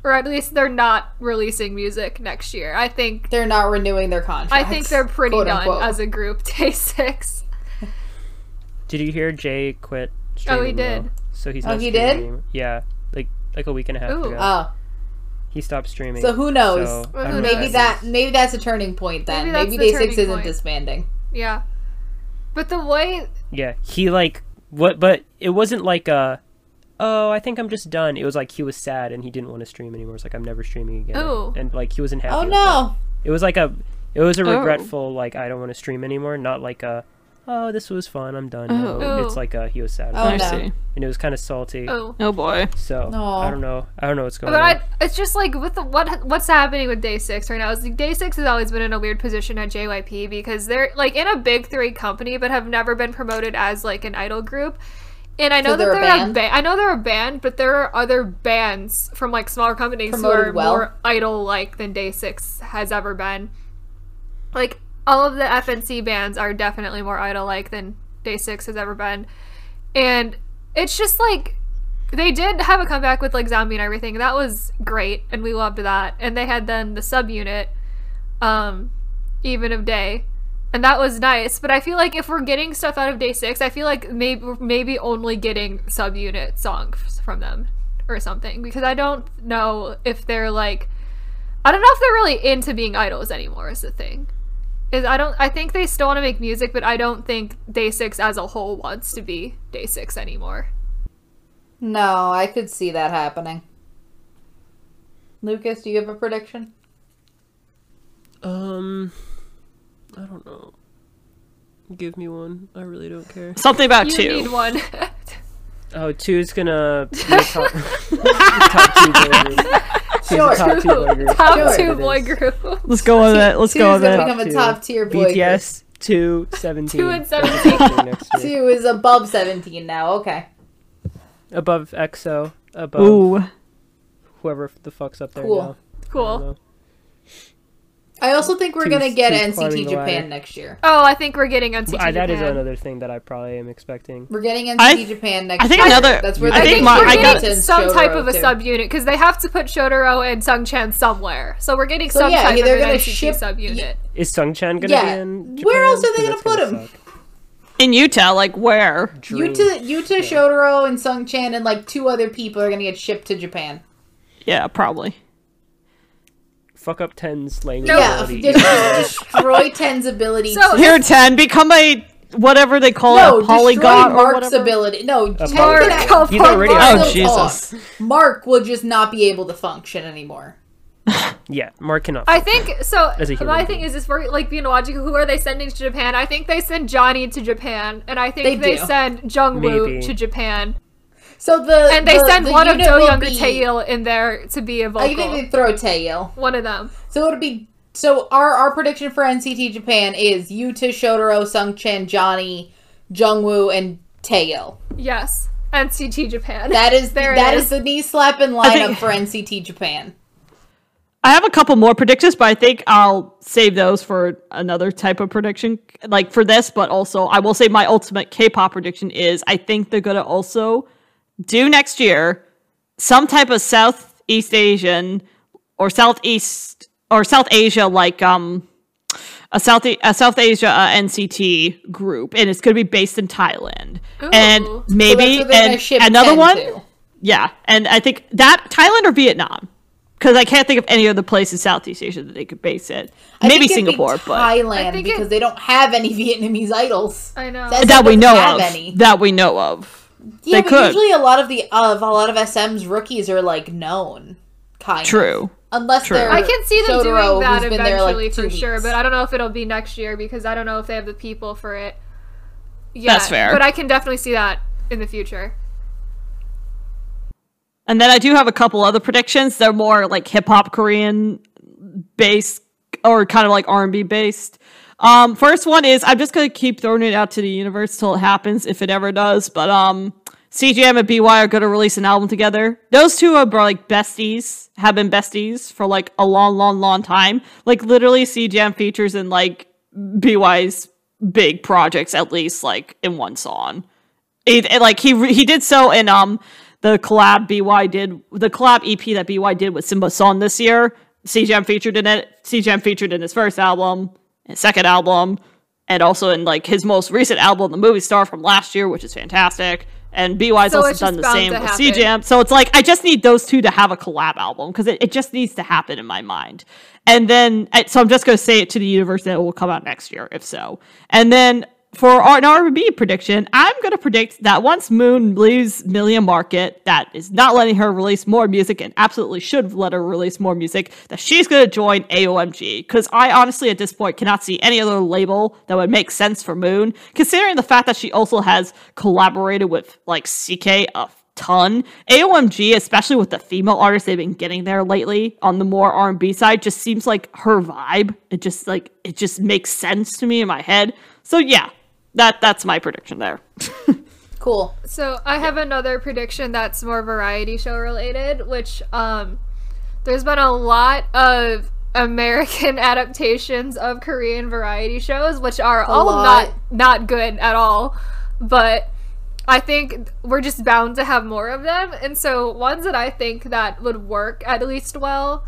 [SPEAKER 1] or at least they're not releasing music next year. I think
[SPEAKER 2] They're not renewing their contract.
[SPEAKER 1] I think they're pretty
[SPEAKER 2] quote,
[SPEAKER 1] done Uh,
[SPEAKER 2] unquote.
[SPEAKER 1] as a group. (laughs) Day Six.
[SPEAKER 5] Did you hear Jay quit? Streaming,
[SPEAKER 1] did.
[SPEAKER 5] though? So he's
[SPEAKER 2] Oh,
[SPEAKER 5] not
[SPEAKER 2] he
[SPEAKER 5] streaming
[SPEAKER 2] did?
[SPEAKER 5] anymore. Yeah, like like a week and a half
[SPEAKER 1] Ooh.
[SPEAKER 5] ago.
[SPEAKER 2] Oh,
[SPEAKER 5] he stopped streaming.
[SPEAKER 2] so who knows?
[SPEAKER 5] So,
[SPEAKER 1] Well,
[SPEAKER 5] I
[SPEAKER 1] who
[SPEAKER 5] don't know if
[SPEAKER 2] maybe
[SPEAKER 1] knows?
[SPEAKER 2] that maybe that's a turning point
[SPEAKER 1] Maybe
[SPEAKER 2] then.
[SPEAKER 1] that's
[SPEAKER 2] Maybe,
[SPEAKER 1] the
[SPEAKER 2] Day Six
[SPEAKER 1] turning
[SPEAKER 2] isn't
[SPEAKER 1] point.
[SPEAKER 2] disbanding.
[SPEAKER 1] Yeah. But the way
[SPEAKER 5] Yeah, he like what, but it wasn't like a. Oh, I think I'm just done. It was like he was sad and he didn't want to stream anymore. It's like I'm never streaming again.
[SPEAKER 1] Ooh.
[SPEAKER 5] And like he wasn't happy.
[SPEAKER 2] Oh
[SPEAKER 5] with that.
[SPEAKER 2] no.
[SPEAKER 5] It was like a. It was a
[SPEAKER 4] Oh.
[SPEAKER 5] regretful like I don't want to stream anymore. Not like a. Oh, this was fun. I'm done.
[SPEAKER 4] Oh.
[SPEAKER 5] No, it's
[SPEAKER 1] Ooh.
[SPEAKER 5] like a, he was sad,
[SPEAKER 2] Oh
[SPEAKER 4] I
[SPEAKER 2] no.
[SPEAKER 4] see.
[SPEAKER 5] and it was kind of salty.
[SPEAKER 1] oh
[SPEAKER 4] Oh boy.
[SPEAKER 5] So
[SPEAKER 2] Aw.
[SPEAKER 5] I don't know. I don't know what's going
[SPEAKER 1] But
[SPEAKER 5] on.
[SPEAKER 1] I, it's just like with the, what what's happening with day six right now is like day six has always been in a weird position at JYP because they're like in a big three company but have never been promoted as like an idol group. And I know
[SPEAKER 2] So
[SPEAKER 1] that
[SPEAKER 2] they're a
[SPEAKER 1] they're a
[SPEAKER 2] band?
[SPEAKER 1] ba- I know they're a band, but there are other bands from like smaller companies who
[SPEAKER 2] Promoted
[SPEAKER 1] are
[SPEAKER 2] well?
[SPEAKER 1] more idol like than Day Six has ever been. Like all of the FNC bands are definitely more idol like than Day Six has ever been. And it's just like they did have a comeback with like zombie and everything. That was great, and we loved that. And they had then the subunit, um, even of day, and that was nice. But I feel like if we're getting stuff out of day six, I feel like maybe we're maybe only getting subunit songs from them or something because I don't know if they're like, I don't know if they're really into being idols anymore. Is the thing. Is I don't I think they still want to make music, but I don't think Day Six as a whole wants to be Day Six anymore.
[SPEAKER 2] No, I could see that happening. Lucas, do you have a prediction?
[SPEAKER 5] Um, I don't know. Give me one. I really don't care.
[SPEAKER 4] Something about
[SPEAKER 1] You
[SPEAKER 4] two.
[SPEAKER 1] need one.
[SPEAKER 5] Oh, two's gonna be a top, (laughs) top two boy group. She's a
[SPEAKER 2] Sure.
[SPEAKER 5] top
[SPEAKER 1] (laughs)
[SPEAKER 5] two
[SPEAKER 2] (laughs)
[SPEAKER 5] boy group. (laughs)
[SPEAKER 1] Top
[SPEAKER 5] That's
[SPEAKER 1] two
[SPEAKER 5] what it
[SPEAKER 1] boy
[SPEAKER 5] is.
[SPEAKER 1] group.
[SPEAKER 4] Let's go with it. Let's
[SPEAKER 2] Two's
[SPEAKER 4] go with
[SPEAKER 2] gonna
[SPEAKER 4] it.
[SPEAKER 2] become a
[SPEAKER 5] Two.
[SPEAKER 2] top tier boy. group.
[SPEAKER 5] BTS two seventeen.
[SPEAKER 1] Two and
[SPEAKER 5] (laughs)
[SPEAKER 1] seventeen.
[SPEAKER 5] Next
[SPEAKER 2] (laughs)
[SPEAKER 5] year.
[SPEAKER 2] Two is above seventeen now. Okay.
[SPEAKER 5] Above EXO. Above
[SPEAKER 4] Ooh.
[SPEAKER 5] whoever the fuck's up there
[SPEAKER 2] Cool.
[SPEAKER 5] now. I don't
[SPEAKER 1] Cool.
[SPEAKER 5] know.
[SPEAKER 2] I also think we're
[SPEAKER 5] Two-
[SPEAKER 2] gonna get
[SPEAKER 5] two
[SPEAKER 2] NCT
[SPEAKER 5] climbing the
[SPEAKER 2] Japan
[SPEAKER 5] ladder.
[SPEAKER 2] next year.
[SPEAKER 1] Oh, I think we're getting NCT
[SPEAKER 5] I,
[SPEAKER 1] Japan.
[SPEAKER 5] that is another thing that I probably am expecting.
[SPEAKER 2] We're getting NCT
[SPEAKER 4] I-
[SPEAKER 2] Japan next.
[SPEAKER 4] I think
[SPEAKER 2] year.
[SPEAKER 4] another-
[SPEAKER 2] That's where
[SPEAKER 5] I
[SPEAKER 1] I
[SPEAKER 2] they're
[SPEAKER 1] think
[SPEAKER 4] think
[SPEAKER 2] getting
[SPEAKER 4] my-
[SPEAKER 1] we're
[SPEAKER 4] I got-
[SPEAKER 1] getting
[SPEAKER 2] Shin's
[SPEAKER 1] some type of a
[SPEAKER 2] Shoto too.
[SPEAKER 1] subunit because they have to put Shodoro and Sungchan somewhere. So we're getting
[SPEAKER 2] So
[SPEAKER 1] some
[SPEAKER 2] yeah,
[SPEAKER 1] type
[SPEAKER 2] they're
[SPEAKER 1] of an
[SPEAKER 2] gonna
[SPEAKER 1] NCT
[SPEAKER 2] ship-
[SPEAKER 1] subunit.
[SPEAKER 5] Is Sungchan gonna
[SPEAKER 2] Yeah.
[SPEAKER 5] be in? Japan?
[SPEAKER 2] Where else are they
[SPEAKER 5] 'Cause
[SPEAKER 2] gonna
[SPEAKER 5] that's
[SPEAKER 2] put him?
[SPEAKER 5] suck.
[SPEAKER 4] In Utah, like where?
[SPEAKER 5] Dream.
[SPEAKER 2] Yuta, Yuta Shodoro, and Sung Chan, and like two other people are gonna get shipped to Japan.
[SPEAKER 4] Yeah, probably.
[SPEAKER 5] Fuck up Ten's language.
[SPEAKER 2] Yeah,
[SPEAKER 5] ability.
[SPEAKER 2] they're gonna destroy Ten's ability.
[SPEAKER 1] So-
[SPEAKER 2] to-
[SPEAKER 4] Here ten, become a whatever they call
[SPEAKER 2] no,
[SPEAKER 4] it, a polygon
[SPEAKER 2] destroy
[SPEAKER 4] or
[SPEAKER 2] Mark's
[SPEAKER 4] whatever.
[SPEAKER 2] ability. No, Ten
[SPEAKER 5] Mark.
[SPEAKER 2] can
[SPEAKER 1] Mark,
[SPEAKER 2] act-
[SPEAKER 5] He's already
[SPEAKER 2] Mark
[SPEAKER 4] out.
[SPEAKER 2] will
[SPEAKER 4] Oh, Jesus.
[SPEAKER 2] talk. Mark will just not be able to function anymore.
[SPEAKER 5] Yeah, Mark cannot.
[SPEAKER 1] I think so.
[SPEAKER 5] As a human
[SPEAKER 1] My thing is, is we're like being logical. Who are they sending to Japan? I think they send Johnny to Japan, and I think
[SPEAKER 2] They
[SPEAKER 1] they,
[SPEAKER 2] do.
[SPEAKER 1] send Jungwoo
[SPEAKER 5] Maybe.
[SPEAKER 1] to Japan,
[SPEAKER 2] So the
[SPEAKER 1] and they
[SPEAKER 2] the-
[SPEAKER 1] send
[SPEAKER 2] the
[SPEAKER 1] one of
[SPEAKER 2] unit will
[SPEAKER 1] Doyoung or
[SPEAKER 2] be- Oh,
[SPEAKER 1] Taeil in there to be a
[SPEAKER 2] I
[SPEAKER 1] vocal.
[SPEAKER 2] think they throw Taeyil.
[SPEAKER 1] One of them.
[SPEAKER 2] So it'll be so our our prediction for NCT Japan is Yuta Shodoro, Sung Chan, Johnny, Jungwoo, and Taeyil.
[SPEAKER 1] Yes, NCT Japan.
[SPEAKER 2] That is
[SPEAKER 1] There it
[SPEAKER 2] that
[SPEAKER 1] is.
[SPEAKER 2] is the knee slapping lineup for NCT Japan.
[SPEAKER 4] I have a couple more predictions, but I think I'll save those for another type of prediction, like for this. But also, I will say my ultimate K-pop prediction is I think they're gonna also do next year some type of Southeast Asian or Southeast or South Asia, like um a South a South Asia uh, NCT group, and it's gonna be based in Thailand, and
[SPEAKER 1] Ooh.
[SPEAKER 2] So that's
[SPEAKER 4] maybe
[SPEAKER 2] what they're gonna
[SPEAKER 4] and
[SPEAKER 2] ship
[SPEAKER 4] another
[SPEAKER 2] 10
[SPEAKER 4] one.
[SPEAKER 2] to.
[SPEAKER 4] Yeah, and I think that Thailand or Vietnam, because I can't think of any other place in Southeast Asia that they could base it.
[SPEAKER 2] I
[SPEAKER 4] Maybe
[SPEAKER 2] think it'd be
[SPEAKER 4] Singapore, but
[SPEAKER 1] I
[SPEAKER 2] Thailand
[SPEAKER 1] think it-
[SPEAKER 2] because they don't have any (laughs) Vietnamese idols.
[SPEAKER 1] (laughs) I know.
[SPEAKER 2] That's-
[SPEAKER 4] that we
[SPEAKER 2] doesn't
[SPEAKER 4] know
[SPEAKER 2] have
[SPEAKER 4] of.
[SPEAKER 2] any.
[SPEAKER 4] That we know of.
[SPEAKER 2] Yeah,
[SPEAKER 4] They
[SPEAKER 2] but
[SPEAKER 4] could.
[SPEAKER 2] usually a lot of the of a lot of SM's rookies are like known, kind of.
[SPEAKER 4] True.
[SPEAKER 2] Unless
[SPEAKER 4] True.
[SPEAKER 2] they're
[SPEAKER 1] I can see them
[SPEAKER 2] Sotaro,
[SPEAKER 1] doing that
[SPEAKER 2] who's been there, like,
[SPEAKER 1] eventually
[SPEAKER 2] two
[SPEAKER 1] for sure,
[SPEAKER 2] weeks.
[SPEAKER 1] but I don't know if it'll be next year because I don't know if they have the people for it. Yeah,
[SPEAKER 4] That's fair.
[SPEAKER 1] But I can definitely see that in the future.
[SPEAKER 4] And then I do have a couple other predictions. They're more like hip hop Korean based or kind of like R&B based. Um, first one is I'm just gonna keep throwing it out to the universe till it happens, if it ever does. But um, CGM and BY are gonna release an album together. Those two are like besties, have been besties for like a long, long, long time. Like literally, CGM features in like BY's big projects at least like in one song. It, it- like he re- he did so in um the collab BY did the collab EP that BY did with Simba Son this year. CGM featured in it. CGM featured in his first album, his second album, and also in like his most recent album, The Movie Star from last year, which is fantastic. And BY's
[SPEAKER 1] So
[SPEAKER 4] also
[SPEAKER 1] it's just
[SPEAKER 4] done the
[SPEAKER 1] bound
[SPEAKER 4] same
[SPEAKER 1] to
[SPEAKER 4] with
[SPEAKER 1] happen.
[SPEAKER 4] CGM. So it's like I just need those two to have a collab album because it, it just needs to happen in my mind. And then I- so I'm just gonna say it to the universe that it will come out next year, if so. And then for our- an R&B prediction, I'm gonna predict that once Moon leaves Million Market, that is not letting her release more music and absolutely should let her release more music, that she's gonna join AOMG. Cause I honestly at this point cannot see any other label that would make sense for Moon, considering the fact that she also has collaborated with like CK a ton. AOMG, especially with the female artists they've been getting there lately on the more R and B side, just seems like her vibe. It just like it just makes sense to me in my head. So yeah, that that's my prediction there.
[SPEAKER 2] Cool.
[SPEAKER 1] So I have another prediction that's more variety show related, which um there's been a lot of American (laughs) adaptations of Korean variety shows, which are all
[SPEAKER 2] lot.
[SPEAKER 1] not not good at all. But I think we're just bound to have more of them. And so ones that I think that would work at least well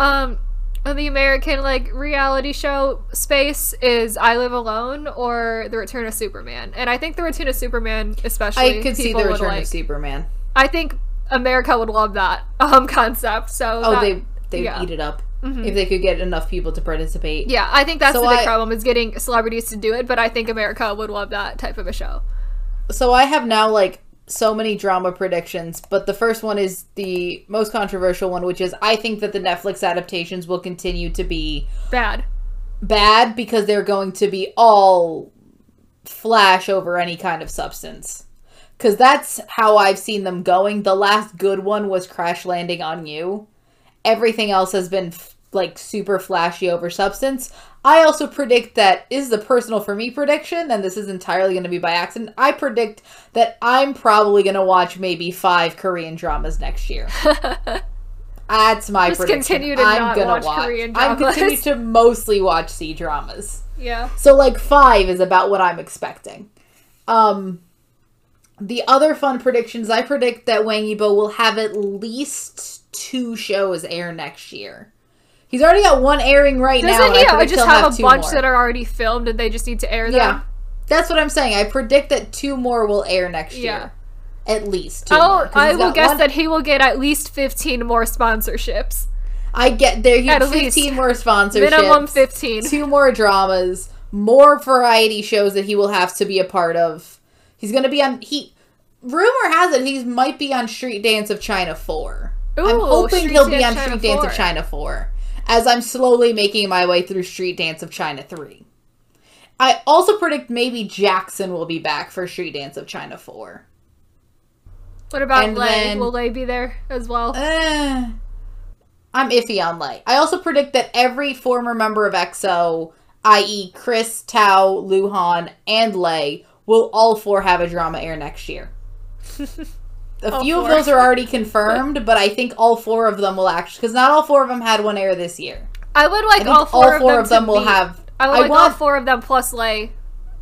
[SPEAKER 1] um in the American like reality show space is I Live Alone or The Return of Superman. And I think The Return of Superman especially
[SPEAKER 2] I could see
[SPEAKER 1] people
[SPEAKER 2] the
[SPEAKER 1] would
[SPEAKER 2] return
[SPEAKER 1] like.
[SPEAKER 2] of Superman.
[SPEAKER 1] I think America would love that um (laughs) concept. So
[SPEAKER 2] Oh,
[SPEAKER 1] that-
[SPEAKER 2] they they
[SPEAKER 1] yeah. Mm-hmm.
[SPEAKER 2] would eat it up if they could get enough people to participate.
[SPEAKER 1] yeah, I think that's
[SPEAKER 2] So
[SPEAKER 1] the big
[SPEAKER 2] I-
[SPEAKER 1] problem is getting celebrities to do it, but I think America would love that type of a show.
[SPEAKER 2] So I have now like so many drama predictions, but the first one is the most controversial one, which is I think that the Netflix adaptations will continue to be
[SPEAKER 1] Bad.
[SPEAKER 2] bad because they're going to be all flash over any kind of substance. Because that's how I've seen them going. The last good one was Crash Landing on You. Everything else has been f- like super flashy over substance. I also predict that this is a personal for me prediction, and this is entirely going to be by accident. I predict that I'm probably going to watch maybe five Korean dramas
[SPEAKER 1] (laughs)
[SPEAKER 2] next year. That's my
[SPEAKER 1] Just
[SPEAKER 2] prediction.
[SPEAKER 1] continue to
[SPEAKER 2] I'm
[SPEAKER 1] not
[SPEAKER 2] gonna
[SPEAKER 1] watch Korean
[SPEAKER 2] I'm
[SPEAKER 1] dramas.
[SPEAKER 2] continue to mostly watch C dramas.
[SPEAKER 1] Yeah.
[SPEAKER 2] So like five is about what I'm expecting. Um the other fun predictions I predict that Wang Yibo will have at least two shows air next year. He's already got one airing right now.
[SPEAKER 1] Doesn't
[SPEAKER 2] and
[SPEAKER 1] he
[SPEAKER 2] predict
[SPEAKER 1] just
[SPEAKER 2] he'll
[SPEAKER 1] have, a
[SPEAKER 2] two
[SPEAKER 1] bunch
[SPEAKER 2] more.
[SPEAKER 1] that are already filmed and they just need to air them?
[SPEAKER 2] Yeah. That's what I'm saying. I predict that two more will air next
[SPEAKER 1] Yeah.
[SPEAKER 2] year. At least two more,
[SPEAKER 1] Oh,
[SPEAKER 2] 'cause
[SPEAKER 1] I
[SPEAKER 2] he's
[SPEAKER 1] will
[SPEAKER 2] got
[SPEAKER 1] guess
[SPEAKER 2] one-
[SPEAKER 1] that he will get at least 15 more sponsorships.
[SPEAKER 2] I get there. He
[SPEAKER 1] At
[SPEAKER 2] had 15
[SPEAKER 1] least.
[SPEAKER 2] more sponsorships.
[SPEAKER 1] Minimum 15.
[SPEAKER 2] two more dramas, more variety shows that he will have to be a part of. He's gonna be on he rumor has it he might be on Street Dance of China four. I'm
[SPEAKER 1] Ooh,
[SPEAKER 2] hoping
[SPEAKER 1] Street
[SPEAKER 2] he'll be
[SPEAKER 1] Dance
[SPEAKER 2] on
[SPEAKER 1] China
[SPEAKER 2] Street Dance
[SPEAKER 1] 4.
[SPEAKER 2] of China four. As I'm slowly making my way through Street Dance of China three. I also predict maybe Jackson will be back for Street Dance of China four.
[SPEAKER 1] What about
[SPEAKER 2] And
[SPEAKER 1] Lei?
[SPEAKER 2] then-
[SPEAKER 1] Will Lei be there as well?
[SPEAKER 2] (sighs) Eh, I'm iffy on Light. I also predict that every former member of EXO, i.e., Chris, Tao, Luhan, and Lei, will all four have a drama air
[SPEAKER 1] (laughs)
[SPEAKER 2] next year. A
[SPEAKER 1] All
[SPEAKER 2] few of
[SPEAKER 1] four.
[SPEAKER 2] those are already confirmed, but I think all four of them will actually because not all four of them had one air this year.
[SPEAKER 1] I would
[SPEAKER 2] I
[SPEAKER 1] like
[SPEAKER 2] think
[SPEAKER 1] all four, of, them to
[SPEAKER 2] will
[SPEAKER 1] be-
[SPEAKER 2] have.
[SPEAKER 1] I would
[SPEAKER 2] I
[SPEAKER 1] like all
[SPEAKER 2] want-
[SPEAKER 1] four of them plus Lei.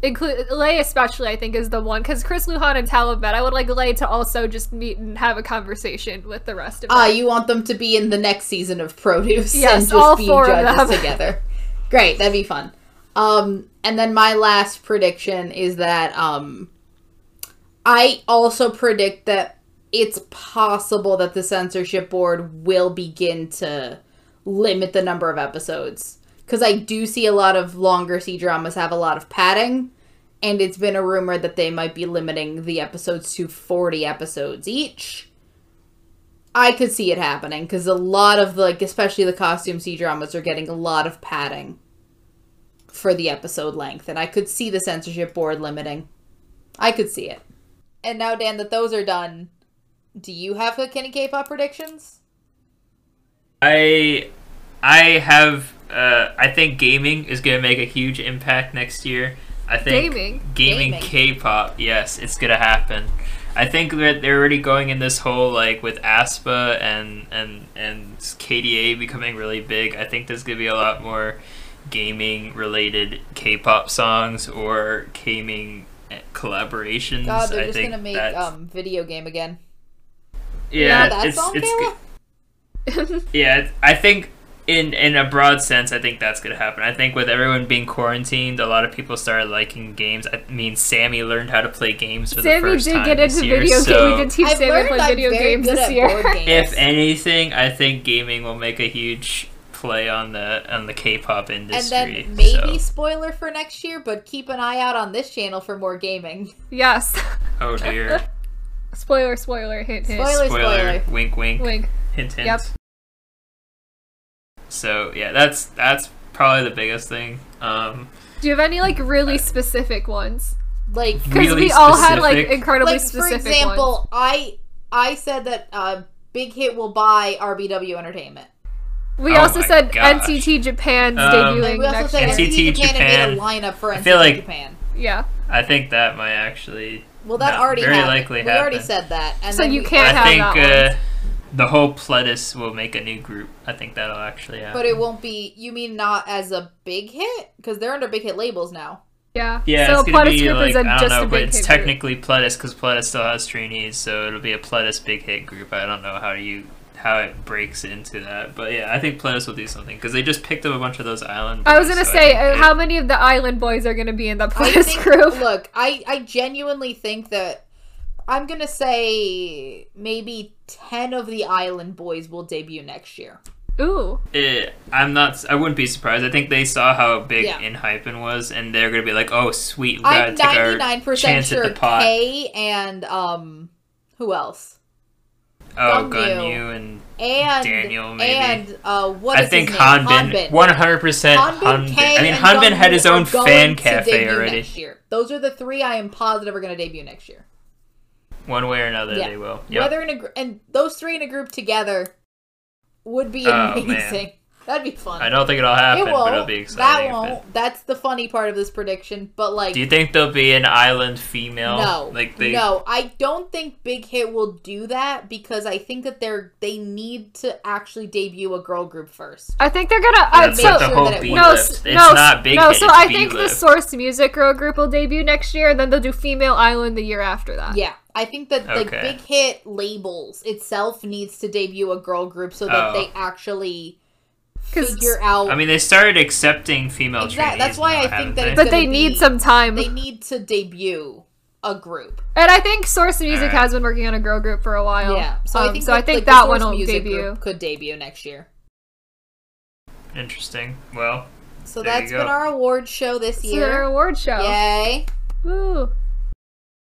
[SPEAKER 1] Include Lei especially, I think, is the one because Chris Luhan and Taliban. I would like Lei to also just meet and have a conversation with the rest of them.
[SPEAKER 2] Ah, you want them to be in the next season of Produce
[SPEAKER 1] Yes,
[SPEAKER 2] and just
[SPEAKER 1] all
[SPEAKER 2] be
[SPEAKER 1] four of
[SPEAKER 2] judges
[SPEAKER 1] them.
[SPEAKER 2] together. Great, that'd be fun. Um, and then my last prediction is that um, I also predict that it's possible that the censorship board will begin to limit the number of episodes because I do see a lot of longer C dramas have a lot of padding, and it's been a rumor that they might be limiting the episodes to forty episodes each. I could see it happening because a lot of like, especially the costume C dramas are getting a lot of padding for the episode length, and I could see the censorship board limiting. I could see it. And now, Dan, that those are done, Do you have Kenny K-pop predictions?
[SPEAKER 3] I I have uh, I think gaming is gonna make a huge impact next year. I think
[SPEAKER 1] Gaming?
[SPEAKER 3] gaming,
[SPEAKER 2] Gaming.
[SPEAKER 3] K-pop, yes, it's gonna happen. I think that they're already going in this whole like with Aspa and and and KDA becoming really big. I think there's gonna be a lot more gaming related K-pop songs or gaming eh, collaborations.
[SPEAKER 2] God, they're
[SPEAKER 3] I
[SPEAKER 2] just
[SPEAKER 3] think
[SPEAKER 2] gonna make
[SPEAKER 3] that's-
[SPEAKER 2] um video game again.
[SPEAKER 3] yeah,
[SPEAKER 2] you know that
[SPEAKER 3] it's,
[SPEAKER 2] song,
[SPEAKER 3] it's
[SPEAKER 2] Kayla?
[SPEAKER 3] go- Yeah, it's- I think in in a broad sense, I think that's gonna happen. I think with everyone being quarantined, a lot of people started liking games. I mean, Sammy learned how to play games for the
[SPEAKER 1] Sammy
[SPEAKER 3] first
[SPEAKER 1] did
[SPEAKER 3] time
[SPEAKER 1] get
[SPEAKER 3] this
[SPEAKER 1] into
[SPEAKER 3] year,
[SPEAKER 1] video games.
[SPEAKER 3] so
[SPEAKER 1] We did teach
[SPEAKER 2] I've
[SPEAKER 1] Sammy to
[SPEAKER 2] learned
[SPEAKER 1] play
[SPEAKER 2] I'm
[SPEAKER 1] video
[SPEAKER 2] very
[SPEAKER 1] games
[SPEAKER 2] good
[SPEAKER 1] this
[SPEAKER 2] at board
[SPEAKER 1] year.
[SPEAKER 2] games.
[SPEAKER 3] (laughs) if anything, I think gaming will make a huge play on the on the K-pop
[SPEAKER 2] and
[SPEAKER 3] industry.
[SPEAKER 2] then maybe
[SPEAKER 3] so-
[SPEAKER 2] spoiler for next year, but keep an eye out on this channel for more gaming.
[SPEAKER 1] (laughs)
[SPEAKER 2] (laughs)
[SPEAKER 1] yes. (laughs)
[SPEAKER 3] oh dear,
[SPEAKER 1] spoiler, spoiler, hint, hint.
[SPEAKER 2] Spoiler,
[SPEAKER 3] spoiler,
[SPEAKER 2] spoiler.
[SPEAKER 3] wink, wink,
[SPEAKER 1] Wink.
[SPEAKER 3] hint, hint.
[SPEAKER 1] Yep.
[SPEAKER 3] So yeah, that's that's probably the biggest thing. Um,
[SPEAKER 1] Do you have any like really specific ones?
[SPEAKER 2] Like,
[SPEAKER 1] Because
[SPEAKER 3] Really
[SPEAKER 1] we all had like
[SPEAKER 3] specific?
[SPEAKER 1] incredibly
[SPEAKER 2] like for
[SPEAKER 1] specific
[SPEAKER 2] example,
[SPEAKER 1] ones.
[SPEAKER 2] I I said that uh, Big Hit will buy RBW Entertainment.
[SPEAKER 1] We
[SPEAKER 3] Oh
[SPEAKER 1] also
[SPEAKER 3] my
[SPEAKER 1] said
[SPEAKER 3] gosh.
[SPEAKER 1] NCT Japan's
[SPEAKER 3] Um,
[SPEAKER 2] Like,
[SPEAKER 1] debuting
[SPEAKER 2] we also
[SPEAKER 1] next
[SPEAKER 2] said
[SPEAKER 1] year.
[SPEAKER 3] NCT
[SPEAKER 2] NCT Japan, and made a
[SPEAKER 3] Japan.
[SPEAKER 2] lineup for NCT
[SPEAKER 3] I feel like-
[SPEAKER 2] Japan.
[SPEAKER 1] Yeah.
[SPEAKER 3] I think that might actually
[SPEAKER 2] Well, that
[SPEAKER 3] No,
[SPEAKER 2] already
[SPEAKER 3] very
[SPEAKER 2] happened.
[SPEAKER 3] likely
[SPEAKER 2] we already
[SPEAKER 3] happened.
[SPEAKER 2] said that. And
[SPEAKER 1] So
[SPEAKER 2] then
[SPEAKER 1] you
[SPEAKER 2] we-
[SPEAKER 1] can't- have
[SPEAKER 3] I think
[SPEAKER 1] that
[SPEAKER 3] uh, the whole Pledis will make a new group. I think that'll actually happen.
[SPEAKER 2] But it won't be. You mean not as a Big Hit? Because they're under Big Hit labels
[SPEAKER 1] (laughs)
[SPEAKER 2] now.
[SPEAKER 1] Yeah.
[SPEAKER 3] yeah,
[SPEAKER 1] so
[SPEAKER 3] it's gonna
[SPEAKER 1] Plottis
[SPEAKER 3] be
[SPEAKER 1] Group
[SPEAKER 3] like
[SPEAKER 1] is a,
[SPEAKER 3] I don't
[SPEAKER 1] just
[SPEAKER 3] know,
[SPEAKER 1] a
[SPEAKER 3] but
[SPEAKER 1] big
[SPEAKER 3] it's
[SPEAKER 1] hit group.
[SPEAKER 3] technically Pledis because Pledis still has trainees, so it'll be a Pledis big hit group. I don't know how you how it breaks into that, but yeah, I think Pledis will do something because they just picked up a bunch of those island.
[SPEAKER 1] I was
[SPEAKER 3] boys,
[SPEAKER 1] gonna
[SPEAKER 3] so
[SPEAKER 1] say,
[SPEAKER 3] think
[SPEAKER 1] uh,
[SPEAKER 3] they-
[SPEAKER 1] how many of the Island Boys are gonna be in the
[SPEAKER 2] I
[SPEAKER 1] Plottis
[SPEAKER 2] think,
[SPEAKER 1] group?
[SPEAKER 2] Look, I I genuinely think that I'm gonna say maybe ten of the Island Boys will debut next year.
[SPEAKER 1] Ooh,
[SPEAKER 3] Eh, I'm not. I wouldn't be surprised. I think they saw how big
[SPEAKER 2] Yeah.
[SPEAKER 3] In Hypen was, and they're gonna be like, "Oh, sweet, we gotta
[SPEAKER 2] I'm
[SPEAKER 3] take
[SPEAKER 2] ninety
[SPEAKER 3] our
[SPEAKER 2] nine percent
[SPEAKER 3] chance
[SPEAKER 2] sure
[SPEAKER 3] at the pot."
[SPEAKER 2] Kay and um who else?
[SPEAKER 3] oh,
[SPEAKER 2] Gunyu.
[SPEAKER 3] Gunyu and
[SPEAKER 2] And
[SPEAKER 3] Daniel, maybe.
[SPEAKER 2] and uh what
[SPEAKER 3] I
[SPEAKER 2] is
[SPEAKER 3] think
[SPEAKER 2] his name?
[SPEAKER 3] Hanbin,
[SPEAKER 2] Hanbin.
[SPEAKER 3] one hundred percent.
[SPEAKER 2] Hanbin, Kay,
[SPEAKER 3] Hanbin. I mean,
[SPEAKER 2] and
[SPEAKER 3] Hanbin had
[SPEAKER 2] Gunyu
[SPEAKER 3] his own
[SPEAKER 2] are going
[SPEAKER 3] fan
[SPEAKER 2] to
[SPEAKER 3] cafe
[SPEAKER 2] debut
[SPEAKER 3] already.
[SPEAKER 2] Next year. Those are the three I am positive are going to debut next year.
[SPEAKER 3] One way or another,
[SPEAKER 2] Yeah.
[SPEAKER 3] they will. Yep.
[SPEAKER 2] Whether in a gr- and those three in a group together would be
[SPEAKER 3] Oh, man.
[SPEAKER 2] amazing. (laughs) That'd be fun.
[SPEAKER 3] I don't think it'll happen, but it'll be exciting.
[SPEAKER 2] That
[SPEAKER 3] if it-
[SPEAKER 2] won't. That's the funny part of this prediction. But like,
[SPEAKER 3] Do you think there'll be an island female?
[SPEAKER 2] no,
[SPEAKER 3] like they.
[SPEAKER 2] no, I don't think Big Hit will do that because I think that they're they need to actually debut a girl group first.
[SPEAKER 1] I think they're gonna. I,
[SPEAKER 3] That's
[SPEAKER 1] so,
[SPEAKER 3] like
[SPEAKER 2] sure
[SPEAKER 3] the whole
[SPEAKER 2] that it
[SPEAKER 3] B
[SPEAKER 2] won't.
[SPEAKER 1] no,
[SPEAKER 3] lift.
[SPEAKER 1] s-
[SPEAKER 3] It's
[SPEAKER 1] no, s-
[SPEAKER 3] not big.
[SPEAKER 1] no.
[SPEAKER 3] hit,
[SPEAKER 1] So
[SPEAKER 3] it's
[SPEAKER 1] I
[SPEAKER 3] B
[SPEAKER 1] think the
[SPEAKER 3] lift.
[SPEAKER 1] Source Music Girl group will debut next year, and then they'll do Female Island the year after that.
[SPEAKER 2] Yeah, I think that like
[SPEAKER 3] Okay.
[SPEAKER 2] Big Hit labels itself needs to debut a girl group so that
[SPEAKER 3] Oh.
[SPEAKER 2] they actually
[SPEAKER 1] 'Cause-
[SPEAKER 2] figure out.
[SPEAKER 3] I mean, they started accepting female
[SPEAKER 2] Exact-
[SPEAKER 3] trainees.
[SPEAKER 2] that's why
[SPEAKER 3] now,
[SPEAKER 2] I think
[SPEAKER 3] haven't
[SPEAKER 2] that
[SPEAKER 3] they?
[SPEAKER 2] it's
[SPEAKER 1] but they
[SPEAKER 2] gonna
[SPEAKER 1] need
[SPEAKER 2] be-
[SPEAKER 1] some time,
[SPEAKER 2] they need to debut a group.
[SPEAKER 1] and I think Source Music
[SPEAKER 3] Alright.
[SPEAKER 1] has been working on a girl group for a while.
[SPEAKER 2] Yeah, so I
[SPEAKER 1] Um,
[SPEAKER 2] think
[SPEAKER 1] so I
[SPEAKER 2] that,
[SPEAKER 1] think
[SPEAKER 2] like, the
[SPEAKER 1] that one
[SPEAKER 2] Source
[SPEAKER 1] will
[SPEAKER 2] music
[SPEAKER 1] debut.
[SPEAKER 2] group could debut next year.
[SPEAKER 3] Interesting. Well,
[SPEAKER 2] So
[SPEAKER 3] There you
[SPEAKER 2] that's been
[SPEAKER 3] go.
[SPEAKER 2] our award show this
[SPEAKER 1] It's their
[SPEAKER 2] year.
[SPEAKER 1] award show.
[SPEAKER 2] Yay!
[SPEAKER 1] Ooh.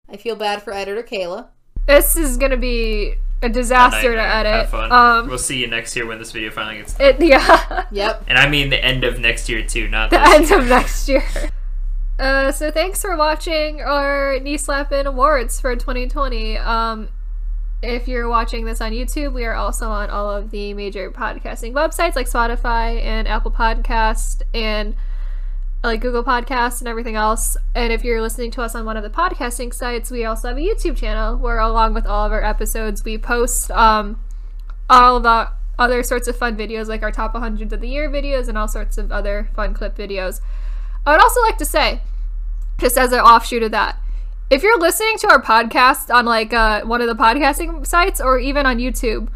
[SPEAKER 2] I feel bad for editor Kayla.
[SPEAKER 1] This is gonna be a
[SPEAKER 3] a
[SPEAKER 1] disaster to
[SPEAKER 3] nightmare.
[SPEAKER 1] edit.
[SPEAKER 3] Have fun.
[SPEAKER 1] Um,
[SPEAKER 3] we'll see you next year when this video finally gets.
[SPEAKER 1] it, yeah. (laughs)
[SPEAKER 2] Yep.
[SPEAKER 3] And I mean the end of next year too, not
[SPEAKER 1] the
[SPEAKER 3] this
[SPEAKER 1] end
[SPEAKER 3] year.
[SPEAKER 1] of
[SPEAKER 3] (laughs)
[SPEAKER 1] next year. Uh, so thanks for watching our knee slapping awards for 2020. Um, if you're watching this on YouTube, we are also on all of the major podcasting websites like Spotify and Apple Podcast and like Google Podcasts and everything else. And if you're listening to us on one of the podcasting sites, we also have a YouTube channel where, along with all of our episodes, we post um, all of our other sorts of fun videos, like our top 100 of the year videos and all sorts of other fun clip videos. I would also like to say, just as an offshoot of that, if you're listening to our podcast on like uh, one of the podcasting sites or even on YouTube,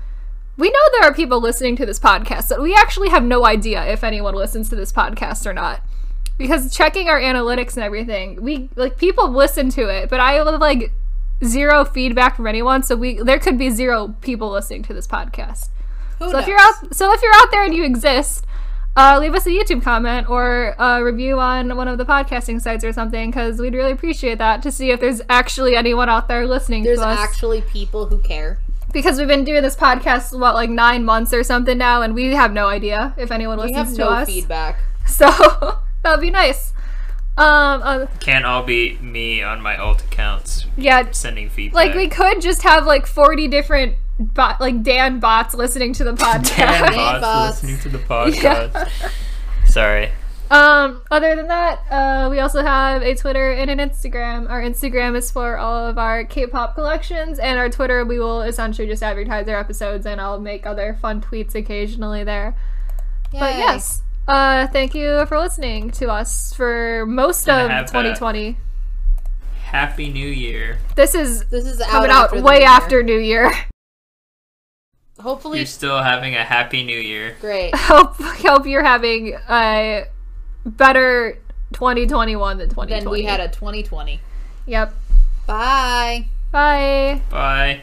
[SPEAKER 1] we know there are people listening to this podcast that we actually have no idea if anyone listens to this podcast or not. Because checking our analytics and everything, we like people listen to it, but I have like zero feedback from anyone, so we there could be zero people listening to this podcast.
[SPEAKER 2] Who
[SPEAKER 1] So
[SPEAKER 2] knows?
[SPEAKER 1] if you're out, so if you're out there and you exist, uh, leave us a YouTube comment or a review on one of the podcasting sites or something, because we'd really appreciate that to see if there's actually anyone out there listening
[SPEAKER 2] There's
[SPEAKER 1] to us.
[SPEAKER 2] actually people who care.
[SPEAKER 1] because we've been doing this podcast what like nine months or something now, and we have no idea if anyone
[SPEAKER 2] We
[SPEAKER 1] (laughs) listens
[SPEAKER 2] have
[SPEAKER 1] to
[SPEAKER 2] no
[SPEAKER 1] us.
[SPEAKER 2] feedback.
[SPEAKER 1] So that'd be nice. Um, uh,
[SPEAKER 3] Can't all be me on my alt accounts
[SPEAKER 1] yeah,
[SPEAKER 3] sending feedback.
[SPEAKER 1] like
[SPEAKER 3] (laughs)
[SPEAKER 1] we could just have like 40 different bot, like Dan bots listening (laughs) to the
[SPEAKER 3] Dan
[SPEAKER 1] podcast.
[SPEAKER 2] Dan bots.
[SPEAKER 3] bots listening
[SPEAKER 1] (laughs)
[SPEAKER 3] to the podcast. Sorry.
[SPEAKER 1] um, other than that, uh, we also have a Twitter and an Instagram. Our Instagram is for all of our K-pop collections, and our Twitter we will essentially just advertise our episodes, and I'll make other fun tweets occasionally there. But
[SPEAKER 2] Yay.
[SPEAKER 1] yes, uh, thank you for listening to us for most
[SPEAKER 3] And
[SPEAKER 1] of
[SPEAKER 3] have a-
[SPEAKER 1] 2020.
[SPEAKER 3] Happy New Year.
[SPEAKER 1] This is
[SPEAKER 2] this is out
[SPEAKER 1] coming out
[SPEAKER 2] after the
[SPEAKER 1] way
[SPEAKER 2] new year.
[SPEAKER 1] after New Year. (laughs)
[SPEAKER 2] Hopefully,
[SPEAKER 3] You're still having a happy New Year.
[SPEAKER 1] (laughs)
[SPEAKER 2] great.
[SPEAKER 1] hope hope you're having a better 2021 than 2020.
[SPEAKER 2] Then we had a 2020.
[SPEAKER 1] Yep.
[SPEAKER 2] Bye.
[SPEAKER 1] Bye.
[SPEAKER 3] Bye.